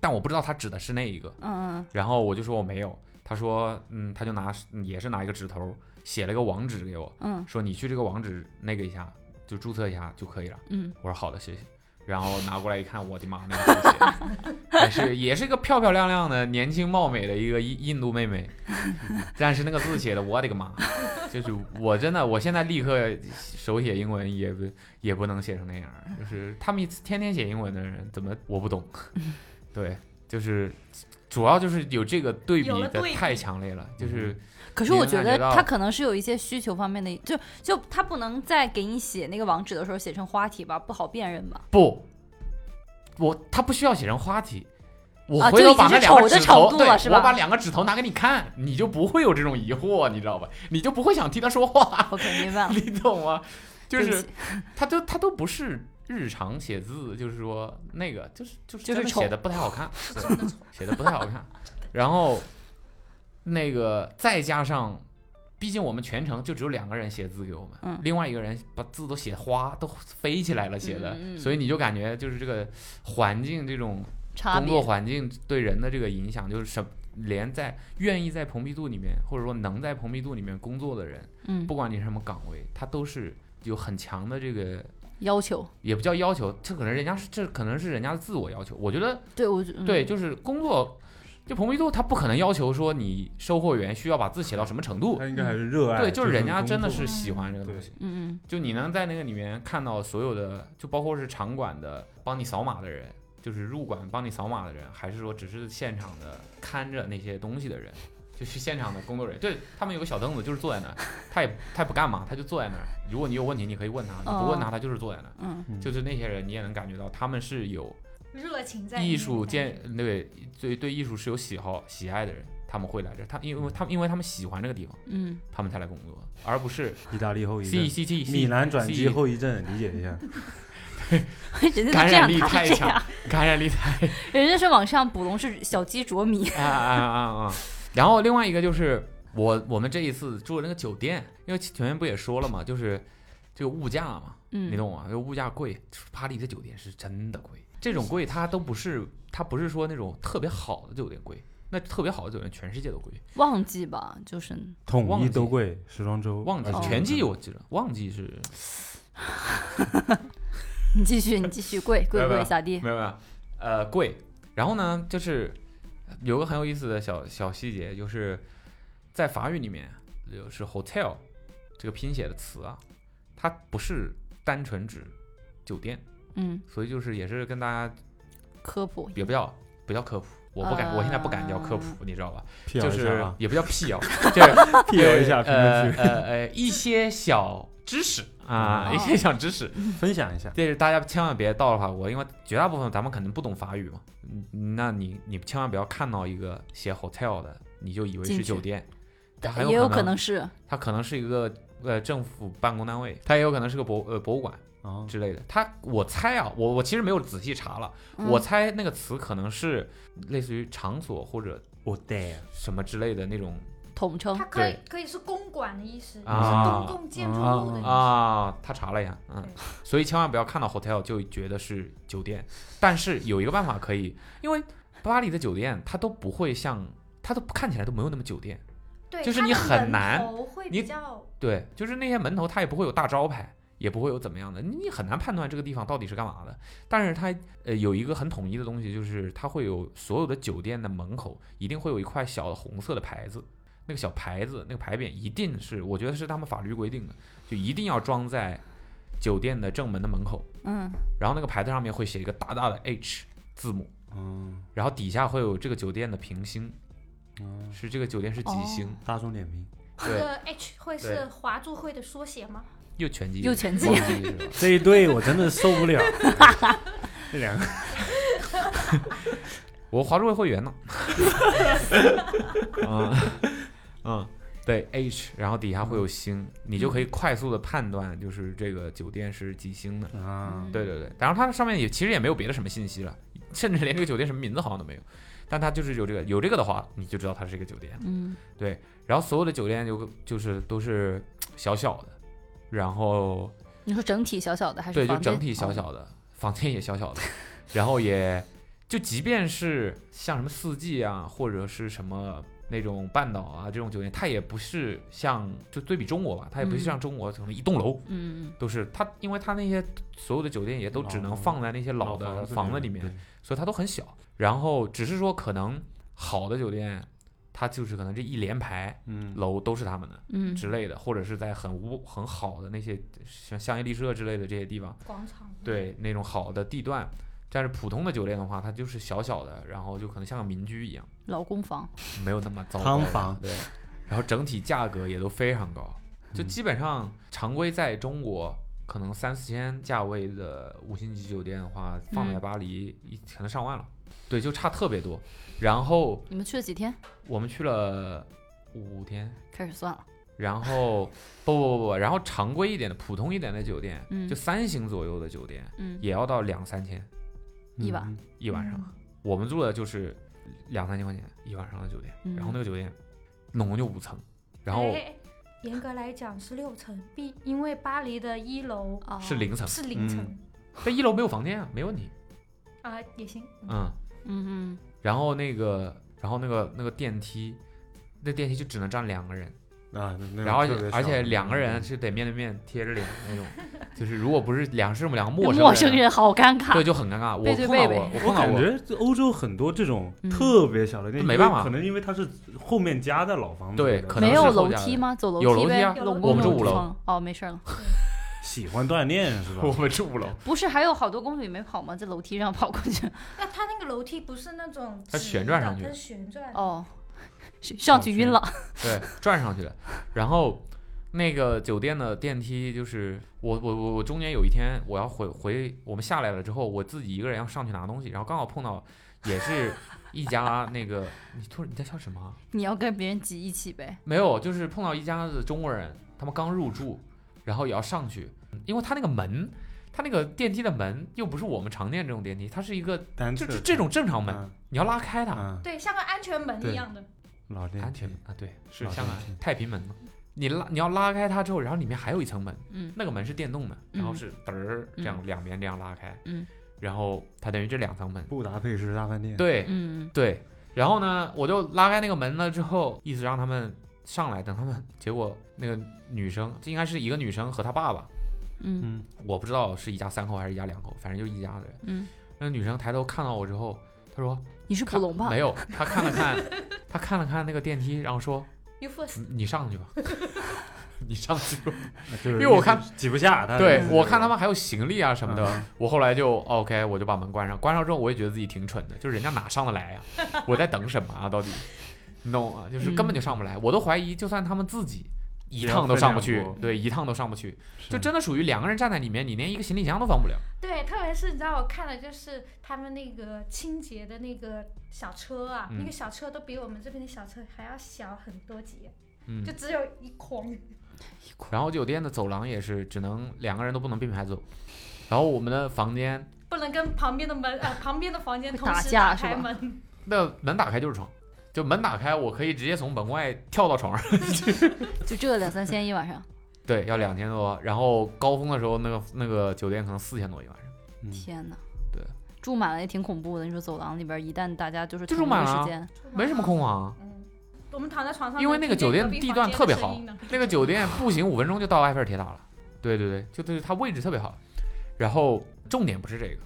[SPEAKER 3] 但我不知道他指的是那一个。
[SPEAKER 2] 嗯嗯
[SPEAKER 3] 然后我就说我没有，他说嗯，他就拿也是拿一个纸头写了个网址给我，
[SPEAKER 2] 嗯
[SPEAKER 3] 说你去这个网址那个一下，就注册一下就可以了。
[SPEAKER 2] 嗯，
[SPEAKER 3] 我说好的，谢谢。然后拿过来一看，我的妈，那个东西 也是也是个漂漂亮亮的、年轻貌美的一个印印度妹妹， 但是那个字写的，我的个妈，就是我真的，我现在立刻手写英文也不也不能写成那样儿，就是他们天天写英文的人怎么我 不懂，对，就是主要就是有这个对比
[SPEAKER 4] 有了
[SPEAKER 3] 的
[SPEAKER 4] 对比
[SPEAKER 3] 太强烈了，就是
[SPEAKER 2] 可是我
[SPEAKER 3] 你能
[SPEAKER 2] 觉
[SPEAKER 3] 感觉
[SPEAKER 2] 得
[SPEAKER 3] 到
[SPEAKER 2] 他可能是有一些需求方面的，就就他不能在给你写那个网址的时候写成花体吧，不好辨认吧？
[SPEAKER 3] 不，我他不需要写成花体，我
[SPEAKER 2] 啊
[SPEAKER 3] 回
[SPEAKER 2] 就已
[SPEAKER 3] 头把
[SPEAKER 2] 经是
[SPEAKER 3] 那两
[SPEAKER 2] 丑
[SPEAKER 3] 个
[SPEAKER 2] 的
[SPEAKER 3] 指
[SPEAKER 2] 程
[SPEAKER 3] 头，
[SPEAKER 2] 度
[SPEAKER 3] 对，
[SPEAKER 2] 了是吧
[SPEAKER 3] 我把两个指头拿给你看，你就不会有这种疑惑，你知道吧？你就不会想替他说话，
[SPEAKER 2] 我肯定问了。
[SPEAKER 3] 你懂吗？就
[SPEAKER 2] 对不
[SPEAKER 3] 是
[SPEAKER 2] 起
[SPEAKER 3] 他都他都不是日常写字，就是说那个就是就是
[SPEAKER 2] 就是
[SPEAKER 3] 真的
[SPEAKER 2] 丑
[SPEAKER 3] 写的不太好 看，写的不太好看，然后那个再加上毕竟我们全程就只有两个人写字给我们，
[SPEAKER 10] 嗯
[SPEAKER 3] 另外一个人把字都写花，都飞起来了写的，
[SPEAKER 10] 嗯嗯嗯
[SPEAKER 3] 所以你就感觉就是这个环境这种
[SPEAKER 10] 差
[SPEAKER 3] 工
[SPEAKER 10] 别
[SPEAKER 3] 作环境对人的这个影响，就是什连在愿意在蓬皮杜里面，或者说能在蓬皮杜里面工作的人，
[SPEAKER 10] 嗯
[SPEAKER 3] 不管你是什么岗位，他都是有很强的这个，
[SPEAKER 10] 要求，
[SPEAKER 3] 也不叫要求，这可能人家是这可能是人家的自我要求。我觉得
[SPEAKER 10] 对我觉得嗯
[SPEAKER 3] 对，就是工作，就蓬皮杜他不可能要求说你售货员需要把字写到什么程度
[SPEAKER 5] 他，应该还是热爱。
[SPEAKER 3] 对，就是
[SPEAKER 5] 这份
[SPEAKER 3] 人家真的
[SPEAKER 5] 工作
[SPEAKER 3] 是喜欢这个东西。
[SPEAKER 10] 嗯
[SPEAKER 3] 就你能在那个里面看到所有的，就包括是场馆的帮你扫码的人，就是入馆帮你扫码的人，还是说只是现场的看着那些东西的人，就是现场的工作人员，对他们有个小凳子，就是坐在那儿，他也他也不干嘛，他就坐在那儿。如果你有问题，你可以问他，你不
[SPEAKER 9] 哦
[SPEAKER 3] 问他，他就是坐在那儿。
[SPEAKER 10] 嗯
[SPEAKER 3] 就是那些人，你也能感觉到他们是有
[SPEAKER 9] 热情在里面
[SPEAKER 3] 艺术见对对对艺术是有喜好喜爱的人，他们会来这儿，他因为他们因为他们喜欢这个地方，
[SPEAKER 10] 嗯
[SPEAKER 3] 他们才来工作，而不是
[SPEAKER 5] 意大利后遗
[SPEAKER 3] C
[SPEAKER 5] 症，
[SPEAKER 3] C T
[SPEAKER 5] 米兰转机后遗症，理解 一下。
[SPEAKER 10] 嗯，人家
[SPEAKER 3] 感
[SPEAKER 10] 都这
[SPEAKER 3] 染
[SPEAKER 10] 样，
[SPEAKER 3] 力
[SPEAKER 10] 他
[SPEAKER 3] 太
[SPEAKER 10] 是这
[SPEAKER 3] 强
[SPEAKER 10] 样，，
[SPEAKER 3] 感染力太
[SPEAKER 10] 人家是往上补龙是小鸡啄 米，
[SPEAKER 3] 啊啊啊啊！然后另外一个就是我我们这一次住的那个酒店，因为前面不也说了嘛，就是这个物价嘛，
[SPEAKER 10] 嗯，
[SPEAKER 3] 你懂吗？就物价贵，巴黎的酒店是真的贵，这种贵它都不是它不是说那种特别好的酒店贵，那特别好的酒店全世界都贵，
[SPEAKER 10] 旺季吧，就是
[SPEAKER 5] 统
[SPEAKER 3] 旺
[SPEAKER 5] 一
[SPEAKER 3] 季
[SPEAKER 5] 都贵，时装周
[SPEAKER 3] 旺季
[SPEAKER 6] 哦
[SPEAKER 5] 而且
[SPEAKER 3] 全季我记得旺季是
[SPEAKER 10] 你继续你继续跪跪
[SPEAKER 3] 没有没
[SPEAKER 10] 跪
[SPEAKER 3] 有
[SPEAKER 10] 咋地？
[SPEAKER 3] 没有没有，呃，贵。然后呢，就是有个很有意思的小小细节，就是在法语里面，就是 hotel 这个拼写的词啊，它不是单纯指酒店，
[SPEAKER 10] 嗯，
[SPEAKER 3] 所以就是也是跟大家
[SPEAKER 10] 科普
[SPEAKER 3] 也不叫不叫科普，我不敢，我现在不敢叫科普
[SPEAKER 10] 啊，
[SPEAKER 3] 你知道吧？
[SPEAKER 5] 辟谣
[SPEAKER 3] 就
[SPEAKER 5] 一下
[SPEAKER 3] 是
[SPEAKER 5] 啊，
[SPEAKER 3] 也不叫辟谣，就是
[SPEAKER 5] 辟谣一下评
[SPEAKER 3] 呃
[SPEAKER 5] 论区，
[SPEAKER 3] 呃呃一些小知识啊，一些小知识。
[SPEAKER 5] 分 享一下。
[SPEAKER 3] 但是大家千万别到了法国，因为绝大部分咱们肯定不懂法语嘛。嗯，那你你千万不要看到一个写 hotel 的，你就以为
[SPEAKER 10] 进
[SPEAKER 3] 是
[SPEAKER 10] 去
[SPEAKER 3] 酒店，它很
[SPEAKER 10] 也有
[SPEAKER 3] 可
[SPEAKER 10] 可能是
[SPEAKER 3] 它可能是一个呃政府办公单位，它也有可能是个博呃博物馆
[SPEAKER 5] 哦，
[SPEAKER 3] 之类的。它我猜啊，我我其实没有仔细查了，
[SPEAKER 10] 嗯
[SPEAKER 3] 我猜那个词可能是类似于场所或者
[SPEAKER 5] 我的
[SPEAKER 3] 什么之类的那种
[SPEAKER 10] 统称
[SPEAKER 2] 嗯
[SPEAKER 9] 它，可以
[SPEAKER 3] 对
[SPEAKER 9] 可以是公馆的意思，也是
[SPEAKER 3] 啊
[SPEAKER 9] 公共建筑物
[SPEAKER 4] 嗯
[SPEAKER 9] 的意思。
[SPEAKER 3] 啊，他查了呀，嗯
[SPEAKER 9] 对，
[SPEAKER 3] 所以千万不要看到 hotel 就觉得是酒店，但是有一个办法可以，因为巴黎的酒店它都不会像，它都看起来都没有那么酒店，
[SPEAKER 9] 对，
[SPEAKER 3] 啊就是
[SPEAKER 9] 它
[SPEAKER 3] 你
[SPEAKER 9] 的
[SPEAKER 3] 很
[SPEAKER 9] 门
[SPEAKER 3] 难
[SPEAKER 9] 头会
[SPEAKER 3] 你
[SPEAKER 9] 比较
[SPEAKER 3] 对，就是那些门头它也不会有大招牌，也不会有怎么样的，你你很难判断这个地方到底是干嘛的。但是它呃有一个很统一的东西，就是它会有所有的酒店的门口一定会有一块小的红色的牌子，那个小牌子那个牌匾一定是我觉得是他们法律规定的，就一定要装在酒店的正门的门口，
[SPEAKER 10] 嗯
[SPEAKER 3] 然后那个牌子上面会写一个大大的 H 字母，
[SPEAKER 5] 嗯，
[SPEAKER 3] 然后底下会有这个酒店的评星，
[SPEAKER 5] 嗯
[SPEAKER 3] 是这个酒店是几星，
[SPEAKER 6] 哦
[SPEAKER 5] 大众点 评
[SPEAKER 9] 这
[SPEAKER 3] 对
[SPEAKER 9] 个 H 会是
[SPEAKER 3] 对
[SPEAKER 9] 华住会的缩写吗？
[SPEAKER 3] 又拳击
[SPEAKER 10] 又拳击
[SPEAKER 3] 忘记是吧
[SPEAKER 5] 这一对我真的受不 了。这两个
[SPEAKER 3] 我华住会会员呢。嗯嗯，对 H，然后底下会有星，你就可以快速的判断，就是这个酒店是几星的。
[SPEAKER 5] 啊，
[SPEAKER 3] 对对对，然后它上面也其实也没有别的什么信息了，甚至连这个酒店什么名字好像都没有，但它就是有这个有这个的话，你就知道它是一个酒店了。
[SPEAKER 10] 嗯
[SPEAKER 3] 然后所有的酒店就就是都是小小的，然后
[SPEAKER 10] 你说整体小小的还是
[SPEAKER 3] 对，就
[SPEAKER 10] 房间
[SPEAKER 3] 整体小
[SPEAKER 10] 哦
[SPEAKER 3] 小的，房间也小小 的，然后也就即便是像什么四季啊，或者是什么那种半岛啊这种酒店，它也不是像就对比中国吧，它也不是
[SPEAKER 10] 嗯
[SPEAKER 3] 像中国可能一栋楼
[SPEAKER 10] 嗯
[SPEAKER 3] 都是它，因为它那些所有的酒店也都只能
[SPEAKER 5] 老
[SPEAKER 3] 放在那些老的房子里面，，所以它都很小。然后只是说可能好的酒店，它就是可能这一连排
[SPEAKER 5] 嗯，
[SPEAKER 3] 楼都是他们的。
[SPEAKER 10] 嗯嗯
[SPEAKER 3] 之类的，或者是在很污很好的那些像香榭丽舍之类的这些地方，
[SPEAKER 9] 广场
[SPEAKER 4] 嗯
[SPEAKER 3] 对那种好的地段。但是普通的酒店的话，它就是小小的，然后就可能像个民居一样，
[SPEAKER 10] 老公房，
[SPEAKER 3] 没有那么糟糕。
[SPEAKER 5] 汤房
[SPEAKER 3] 对，然后整体价格也都非常高，就基本上常规在中国可能三四千价位的五星级酒店的话，放在
[SPEAKER 10] 嗯
[SPEAKER 3] 巴黎一可能上万了，对，就差特别多。然后
[SPEAKER 10] 你们去了几天？
[SPEAKER 3] 我们去了五天，
[SPEAKER 10] 开始算了，
[SPEAKER 3] 然后不不不不，然后常规一点的、普通一点的酒店，
[SPEAKER 10] 嗯
[SPEAKER 3] 就三星左右的酒店，
[SPEAKER 10] 嗯
[SPEAKER 3] 也要到两三千
[SPEAKER 5] 嗯
[SPEAKER 10] 一晚
[SPEAKER 3] 一晚
[SPEAKER 4] 嗯
[SPEAKER 3] 上。我们住的就是两三千块钱一晚上的酒店，
[SPEAKER 10] 嗯
[SPEAKER 3] 然后那个酒店总共就五层，然后
[SPEAKER 9] 哎
[SPEAKER 4] 严格来讲是六层，毕因为巴黎的一楼
[SPEAKER 10] 嗯
[SPEAKER 3] 是零层，
[SPEAKER 4] 是零层
[SPEAKER 3] 嗯。但一楼没有房间啊，没问题。
[SPEAKER 4] 啊，也行。
[SPEAKER 3] 嗯，
[SPEAKER 10] 嗯
[SPEAKER 3] 然后那个，然后那个那个电梯，那电梯就只能站两个人
[SPEAKER 6] 啊那
[SPEAKER 3] 然后
[SPEAKER 6] 特别
[SPEAKER 3] 而且
[SPEAKER 6] 小嗯
[SPEAKER 3] 两个人
[SPEAKER 5] 嗯
[SPEAKER 3] 是得面对面贴着脸那种，就是如果不是两是我们两个陌
[SPEAKER 10] 陌
[SPEAKER 3] 生啊
[SPEAKER 10] 生人好尴尬
[SPEAKER 3] 对，就很尴尬。我
[SPEAKER 10] 背对
[SPEAKER 3] 碰到
[SPEAKER 10] 背
[SPEAKER 3] 过，
[SPEAKER 10] 呗
[SPEAKER 3] 我
[SPEAKER 6] 我
[SPEAKER 3] 碰到
[SPEAKER 6] 感
[SPEAKER 3] 过，
[SPEAKER 6] 觉这欧洲很多这种
[SPEAKER 10] 嗯
[SPEAKER 6] 特别小的店，
[SPEAKER 3] 那没办法
[SPEAKER 6] 因为可能因为它是后面加的老房子，
[SPEAKER 3] 对可能
[SPEAKER 10] 没有
[SPEAKER 3] 是后
[SPEAKER 10] 楼
[SPEAKER 3] 加
[SPEAKER 10] 梯
[SPEAKER 3] 的
[SPEAKER 10] 吗？走楼
[SPEAKER 3] 有
[SPEAKER 10] 梯
[SPEAKER 3] 楼
[SPEAKER 10] 呗，
[SPEAKER 3] 梯啊
[SPEAKER 10] 拢
[SPEAKER 3] 我
[SPEAKER 10] 共
[SPEAKER 3] 们
[SPEAKER 10] 有
[SPEAKER 3] 住
[SPEAKER 10] 地
[SPEAKER 3] 五楼
[SPEAKER 10] 方哦，没事儿了。
[SPEAKER 6] 喜欢锻炼是吧？
[SPEAKER 3] 我们住五楼，
[SPEAKER 10] 不是还有好多公里没跑吗？在楼梯上跑过 去。
[SPEAKER 4] 那它那个楼梯不是那种
[SPEAKER 3] 它
[SPEAKER 4] 直
[SPEAKER 3] 旋
[SPEAKER 4] 的
[SPEAKER 3] 转上去
[SPEAKER 4] 它是旋转的。
[SPEAKER 10] 哦，是上去晕了。
[SPEAKER 3] 对，转上去了。然后那个酒店的电梯，就是我我我我中间有一天我要回回，我们下来了之后，我自己一个人要上去拿东西，然后刚好碰到也是一家那个，你突然你在笑什么啊？
[SPEAKER 10] 你要跟别人挤一起呗。
[SPEAKER 3] 没有，就是碰到一家子中国人，他们刚入住，然后也要上去，因为他那个门。他那个电梯的门又不是我们常见这种电梯，它是一个
[SPEAKER 6] 单
[SPEAKER 3] 就
[SPEAKER 6] 侧
[SPEAKER 3] 就这种正常门，
[SPEAKER 6] 嗯
[SPEAKER 3] 你要拉开它，
[SPEAKER 6] 嗯，
[SPEAKER 4] 对，像个安全门
[SPEAKER 6] 对
[SPEAKER 4] 一样的。
[SPEAKER 6] 老店
[SPEAKER 3] 安全门啊，对，是
[SPEAKER 6] 老
[SPEAKER 3] 香
[SPEAKER 6] 电
[SPEAKER 3] 港
[SPEAKER 6] 梯
[SPEAKER 3] 太平门嘛。你拉你要拉开它之后，然后里面还有一层门，
[SPEAKER 10] 嗯
[SPEAKER 3] 那个门是电动的，然后
[SPEAKER 10] 嗯
[SPEAKER 3] 是嘚儿这样两边这样拉开，
[SPEAKER 10] 嗯，
[SPEAKER 3] 然后它等于这两层门，
[SPEAKER 6] 布达佩斯大饭店，
[SPEAKER 3] 对
[SPEAKER 10] 嗯，
[SPEAKER 3] 对。然后呢，我就拉开那个门了之后，意思让他们上来，等他们。结果那个女生，这应该是一个女生和她爸爸，
[SPEAKER 10] 嗯
[SPEAKER 6] 嗯，
[SPEAKER 3] 我不知道是一家三口还是一家两口，反正就一家的人。
[SPEAKER 10] 嗯，
[SPEAKER 3] 那个女生抬头看到我之后，她说
[SPEAKER 10] 你是普龙吧？
[SPEAKER 3] 没有，她看了看，她看了看那个电梯，然后说
[SPEAKER 4] You first，
[SPEAKER 3] 你上去吧， 你上去吧。
[SPEAKER 6] 就是
[SPEAKER 3] 嗯因为我看
[SPEAKER 6] 挤不下 他，
[SPEAKER 3] 对
[SPEAKER 6] 嗯
[SPEAKER 3] 我看他们还有行李啊什么的，
[SPEAKER 6] 嗯
[SPEAKER 3] 我后来就哦 OK，我就把门关上。关上之后，我也觉得自己挺蠢的，就是人家哪上得 来呀、啊我在等什么啊？到底，你懂吗？就是根本就上不来，我都怀疑，就算他们自己一
[SPEAKER 6] 也要
[SPEAKER 3] 趟都
[SPEAKER 6] 分
[SPEAKER 3] 上不
[SPEAKER 6] 两
[SPEAKER 3] 去
[SPEAKER 6] 拨，
[SPEAKER 3] 对，一趟都上不去，
[SPEAKER 6] 是
[SPEAKER 3] 就真的属于两个人站在里面，你连一个行李箱都放不了。
[SPEAKER 4] 对，特别是你知道，我看了就是他们那个清洁的那个小车啊，
[SPEAKER 3] 嗯
[SPEAKER 4] 那个小车都比我们这边的小车还要小很多节，
[SPEAKER 3] 嗯
[SPEAKER 4] 就只有一筐。
[SPEAKER 3] 然后酒店的走廊也是，只能两个人都不能并排走。然后我们的房间
[SPEAKER 4] 不能跟旁边的门呃旁边的房间
[SPEAKER 10] 会
[SPEAKER 4] 同
[SPEAKER 10] 打
[SPEAKER 4] 时
[SPEAKER 10] 架
[SPEAKER 4] 打
[SPEAKER 10] 是吧
[SPEAKER 4] 开门，
[SPEAKER 3] 那门打开就是床，就门打开，我可以直接从门外跳到床上。
[SPEAKER 10] 就这两三千一晚上。
[SPEAKER 3] 对，要两千多，然后高峰的时候，那个那个酒店可能四千多一晚上。
[SPEAKER 6] 嗯
[SPEAKER 10] 天哪！
[SPEAKER 3] 对，
[SPEAKER 10] 住满了也挺恐怖的。你说走廊里边一旦大家就是
[SPEAKER 3] 就
[SPEAKER 10] 同
[SPEAKER 3] 住满
[SPEAKER 10] 一个
[SPEAKER 3] 了
[SPEAKER 10] 时
[SPEAKER 3] 啊
[SPEAKER 10] 间，
[SPEAKER 3] 没什么空啊房，
[SPEAKER 4] 嗯，我们躺在床上，
[SPEAKER 3] 因为那个酒店地段特别好，那个酒店步行五分钟就到埃菲尔铁塔了。对对对，就对它位置特别好。然后重点不是这个，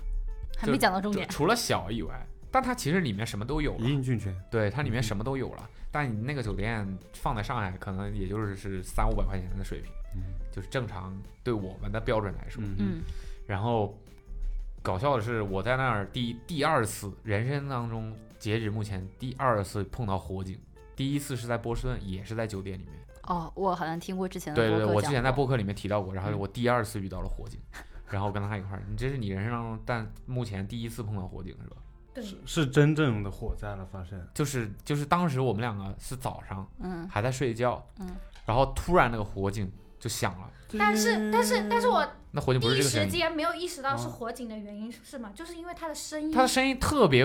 [SPEAKER 10] 还
[SPEAKER 3] 就
[SPEAKER 10] 没讲到重
[SPEAKER 3] 就
[SPEAKER 10] 点。
[SPEAKER 3] 除了小以外，但它其实里面什么都有了
[SPEAKER 6] 一应俱全，
[SPEAKER 3] 对，它里面什么都有了。但你那个酒店放在上海，可能也就是是三五百块钱的水平，
[SPEAKER 6] 嗯
[SPEAKER 3] 就是正常对我们的标准来说。
[SPEAKER 6] 嗯
[SPEAKER 10] 嗯，
[SPEAKER 3] 然后搞笑的是，我在那儿第第二次人生当中截止目前第二次碰到火警，第一次是在波士顿，也是在酒店里面。
[SPEAKER 10] 哦，我好像听过之前的
[SPEAKER 3] 对
[SPEAKER 10] 播
[SPEAKER 3] 对
[SPEAKER 10] 客
[SPEAKER 3] 对，我之前在
[SPEAKER 10] 讲过
[SPEAKER 3] 播客里面提到过，然后
[SPEAKER 10] 嗯
[SPEAKER 3] 我第二次遇到了火警，然后跟他一块儿，你这是你人生当中但目前第一次碰到火警是吧？
[SPEAKER 4] 对，
[SPEAKER 6] 是是真正的火灾了发生，
[SPEAKER 3] 就是就是当时我们两个是早上
[SPEAKER 10] 嗯，
[SPEAKER 3] 还在睡觉，
[SPEAKER 10] 嗯，
[SPEAKER 3] 然后突然那个火警就响了，
[SPEAKER 4] 但是但是但是我
[SPEAKER 3] 那火警
[SPEAKER 4] 第
[SPEAKER 3] 不是
[SPEAKER 4] 一
[SPEAKER 3] 这个声
[SPEAKER 4] 时
[SPEAKER 3] 音，哦
[SPEAKER 4] 间没有意识到是火警的原因是吗？就是因为它的声音
[SPEAKER 3] 它，的声音特别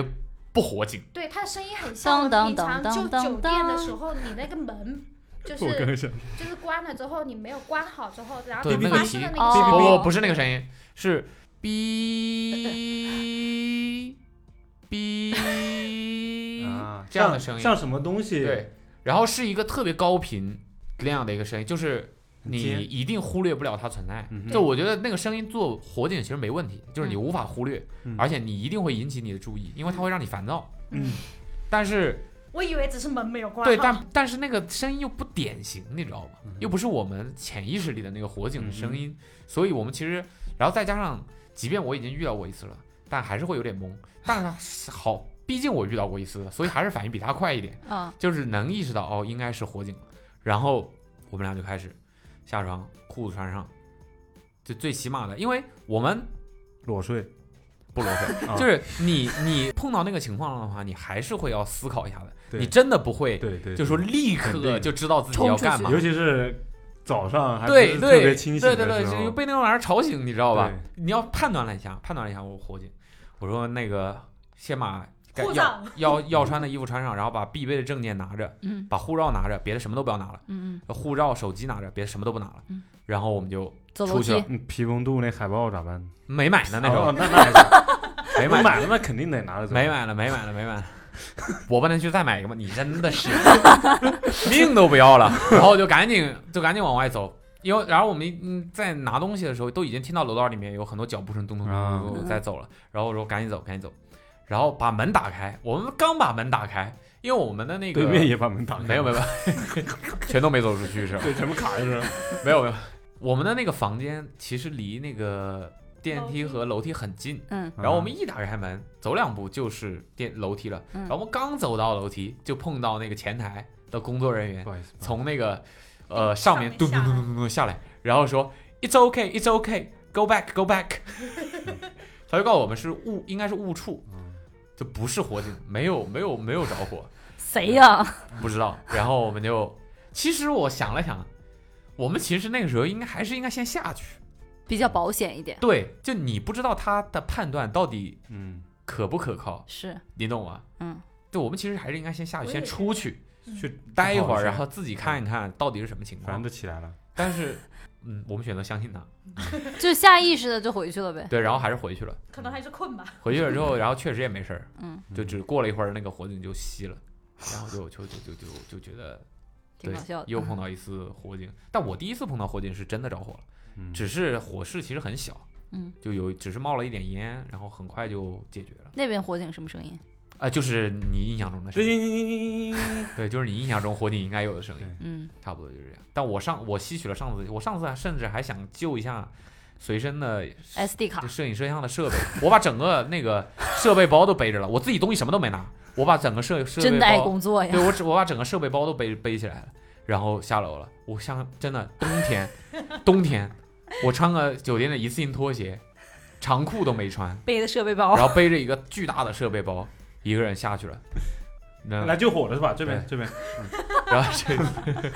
[SPEAKER 3] 不火警，
[SPEAKER 4] 对它的声音很像
[SPEAKER 10] 当
[SPEAKER 4] 平常
[SPEAKER 10] 当当
[SPEAKER 4] 就
[SPEAKER 10] 当
[SPEAKER 4] 酒店的时候你那个门。 就是
[SPEAKER 6] 我刚想
[SPEAKER 4] 就是关了之后，你没有关好之后，
[SPEAKER 6] 啊
[SPEAKER 4] 然后
[SPEAKER 3] 对
[SPEAKER 4] 它
[SPEAKER 3] 那个
[SPEAKER 4] 发
[SPEAKER 3] 提
[SPEAKER 4] 生了那
[SPEAKER 10] 哦
[SPEAKER 4] 个声音
[SPEAKER 3] 不不不是那个声 音，是哔哔
[SPEAKER 6] 啊，
[SPEAKER 3] 这样
[SPEAKER 6] 像
[SPEAKER 3] 的声音
[SPEAKER 6] 像什么东西
[SPEAKER 3] 对，然后是一个特别高频那样的一个声音，就是。你
[SPEAKER 6] 接
[SPEAKER 3] 一定忽略不了它存在，
[SPEAKER 6] 嗯哼
[SPEAKER 3] 就我觉得那个声音做火警其实没问题，就是你无法忽略，
[SPEAKER 6] 嗯
[SPEAKER 3] 而且你一定会引起你的注意，因为它会让你烦躁。
[SPEAKER 6] 嗯，
[SPEAKER 3] 但是
[SPEAKER 4] 我以为只是门没有关好。
[SPEAKER 3] 对，但但是那个声音又不典型，你知道吗？
[SPEAKER 6] 嗯
[SPEAKER 3] 又不是我们潜意识里的那个火警的声音，所以我们其实，然后再加上，即便我已经遇到过一次了，但还是会有点懵。但是好，毕竟我遇到过一次了，所以还是反应比他快一 点，
[SPEAKER 10] 啊，
[SPEAKER 3] 就是能意识到哦，应该是火警了。然后我们俩就开始下床，裤子穿上，就最起码的，因为我们
[SPEAKER 6] 裸 睡，
[SPEAKER 3] 不裸睡，
[SPEAKER 6] 啊
[SPEAKER 3] 就是你你碰到那个情况的话，你还是会要思考一下的，
[SPEAKER 6] 对
[SPEAKER 3] 你真的不会。
[SPEAKER 6] 对对，
[SPEAKER 3] 就说
[SPEAKER 6] 对
[SPEAKER 3] 立
[SPEAKER 6] 肯定
[SPEAKER 3] 刻
[SPEAKER 6] 的
[SPEAKER 3] 就知道自己要干嘛
[SPEAKER 6] 尤。其是早上还不
[SPEAKER 3] 对
[SPEAKER 6] 是特
[SPEAKER 3] 对
[SPEAKER 6] 别清醒
[SPEAKER 3] 对
[SPEAKER 6] 的
[SPEAKER 3] 对对，
[SPEAKER 6] 时
[SPEAKER 3] 就
[SPEAKER 6] 候，
[SPEAKER 3] 被那种玩意儿吵醒，你知道吧
[SPEAKER 6] 对？
[SPEAKER 3] 你要判断了一下，判断了一下我火警。我说那个先把该
[SPEAKER 9] 护
[SPEAKER 3] 要
[SPEAKER 9] 照
[SPEAKER 3] 要要穿的衣服穿上，然后把必备的证件拿着，
[SPEAKER 10] 嗯
[SPEAKER 3] 把护照拿着，别的什么都不要拿了，
[SPEAKER 10] 嗯
[SPEAKER 3] 护照、手机拿着，别的什么都不拿了，
[SPEAKER 10] 嗯
[SPEAKER 3] 然后我们就
[SPEAKER 10] 走楼
[SPEAKER 3] 出
[SPEAKER 10] 梯
[SPEAKER 3] 去了，
[SPEAKER 6] 嗯皮蓬度那海报咋办？
[SPEAKER 3] 没买 呢那时候
[SPEAKER 6] 哦那那
[SPEAKER 3] 没
[SPEAKER 6] 还行
[SPEAKER 3] 买
[SPEAKER 6] 买了那肯定得拿着走。
[SPEAKER 3] 没买了，没买了，没 买了。我不能去再买一个吗？你真的是 命都不要了。然后就赶紧就赶紧往外走，因为然后我们嗯在拿东西的时候，都已经听到楼道里面有很多脚步声咚咚咚
[SPEAKER 6] 啊
[SPEAKER 3] 咚咚咚在走了。然后我说赶紧走，赶紧走，然后把门打开。我们刚把门打开，因为我们的那个
[SPEAKER 6] 对面也把门打开，
[SPEAKER 3] 没有没有，没有全都没走出去是吧？
[SPEAKER 6] 对，全部卡在这儿。
[SPEAKER 3] 没有没有，我们的那个房间其实离那个电梯和楼梯很近，
[SPEAKER 10] 嗯
[SPEAKER 3] 然后我们一打开门，走两步就是电楼梯了，
[SPEAKER 10] 嗯
[SPEAKER 3] 然后我们刚走到楼梯，就碰到那个前台的工作人员
[SPEAKER 10] 嗯
[SPEAKER 6] 不好意思，
[SPEAKER 3] 从那个呃上面
[SPEAKER 9] 上面
[SPEAKER 3] 咚咚咚咚咚咚下来，然后说 It's okay, It's okay, Go back, Go back，他 就告诉我们是误，应该是误触，
[SPEAKER 10] 嗯
[SPEAKER 3] 就不是火警，没有没有没有着火，
[SPEAKER 10] 谁呀、
[SPEAKER 3] 不知道。然后我们就， 其实我想了想，我们其实那个时候应该还是应该先下去。
[SPEAKER 10] 比较保险一点，
[SPEAKER 3] 对，就你不知道他的判断到底
[SPEAKER 6] 嗯，
[SPEAKER 3] 可不可靠，
[SPEAKER 10] 是，
[SPEAKER 3] 你懂吗？
[SPEAKER 10] 嗯，
[SPEAKER 3] 对，我们其实还是应该先下去，
[SPEAKER 9] 我也
[SPEAKER 3] 先出去
[SPEAKER 6] 去
[SPEAKER 3] 待一会
[SPEAKER 6] 跑
[SPEAKER 3] 儿，
[SPEAKER 6] 下
[SPEAKER 3] 然后自己看一看到底是什么情
[SPEAKER 6] 反正
[SPEAKER 3] 况
[SPEAKER 6] 都。起来了。
[SPEAKER 3] 但是，嗯，我们选择相信他，
[SPEAKER 10] 就下意识的就回去了呗。
[SPEAKER 3] 对，然后还是回去了。
[SPEAKER 4] 可能还是困吧。
[SPEAKER 3] 回去了之后，然后确实也没事儿，
[SPEAKER 10] 嗯，
[SPEAKER 3] 就只过了一会儿，那个火警就熄了，然后就就就就就就觉得
[SPEAKER 10] 挺搞笑的。嗯
[SPEAKER 3] 又碰到一次火警。但我第一次碰到火警是真的着火了，
[SPEAKER 6] 嗯
[SPEAKER 3] 只是火势其实很小，
[SPEAKER 10] 嗯，
[SPEAKER 3] 就有只是冒了一点烟，然后很快就解决了。
[SPEAKER 10] 那边火警什么声音？
[SPEAKER 3] 啊、就是你印象中的声音，
[SPEAKER 6] 叮
[SPEAKER 3] 对，就是你印象中火警应该有的声音，
[SPEAKER 10] 嗯，
[SPEAKER 3] 差不多就是这样。但我上我吸取了上次，我上次还甚至还想救一下随身的
[SPEAKER 10] SD 卡
[SPEAKER 3] 就摄影摄像的设备，我把整个那个设备包都背着了，我自己东西什么都没拿，我把整个设设备
[SPEAKER 10] 真的爱
[SPEAKER 3] 包，
[SPEAKER 10] 工作呀
[SPEAKER 3] 对！我只我把整个设备包都背背起来了，然后下楼了。我像真的冬天，冬天我穿个酒店的一次性拖鞋，长裤都没穿，
[SPEAKER 10] 背的设备
[SPEAKER 2] 哦
[SPEAKER 10] 包，
[SPEAKER 3] 然后背着一个巨大的设备包，一个人下去了。那
[SPEAKER 6] 来救火了是吧？这边
[SPEAKER 3] 对
[SPEAKER 6] 这边，
[SPEAKER 3] 然后这次，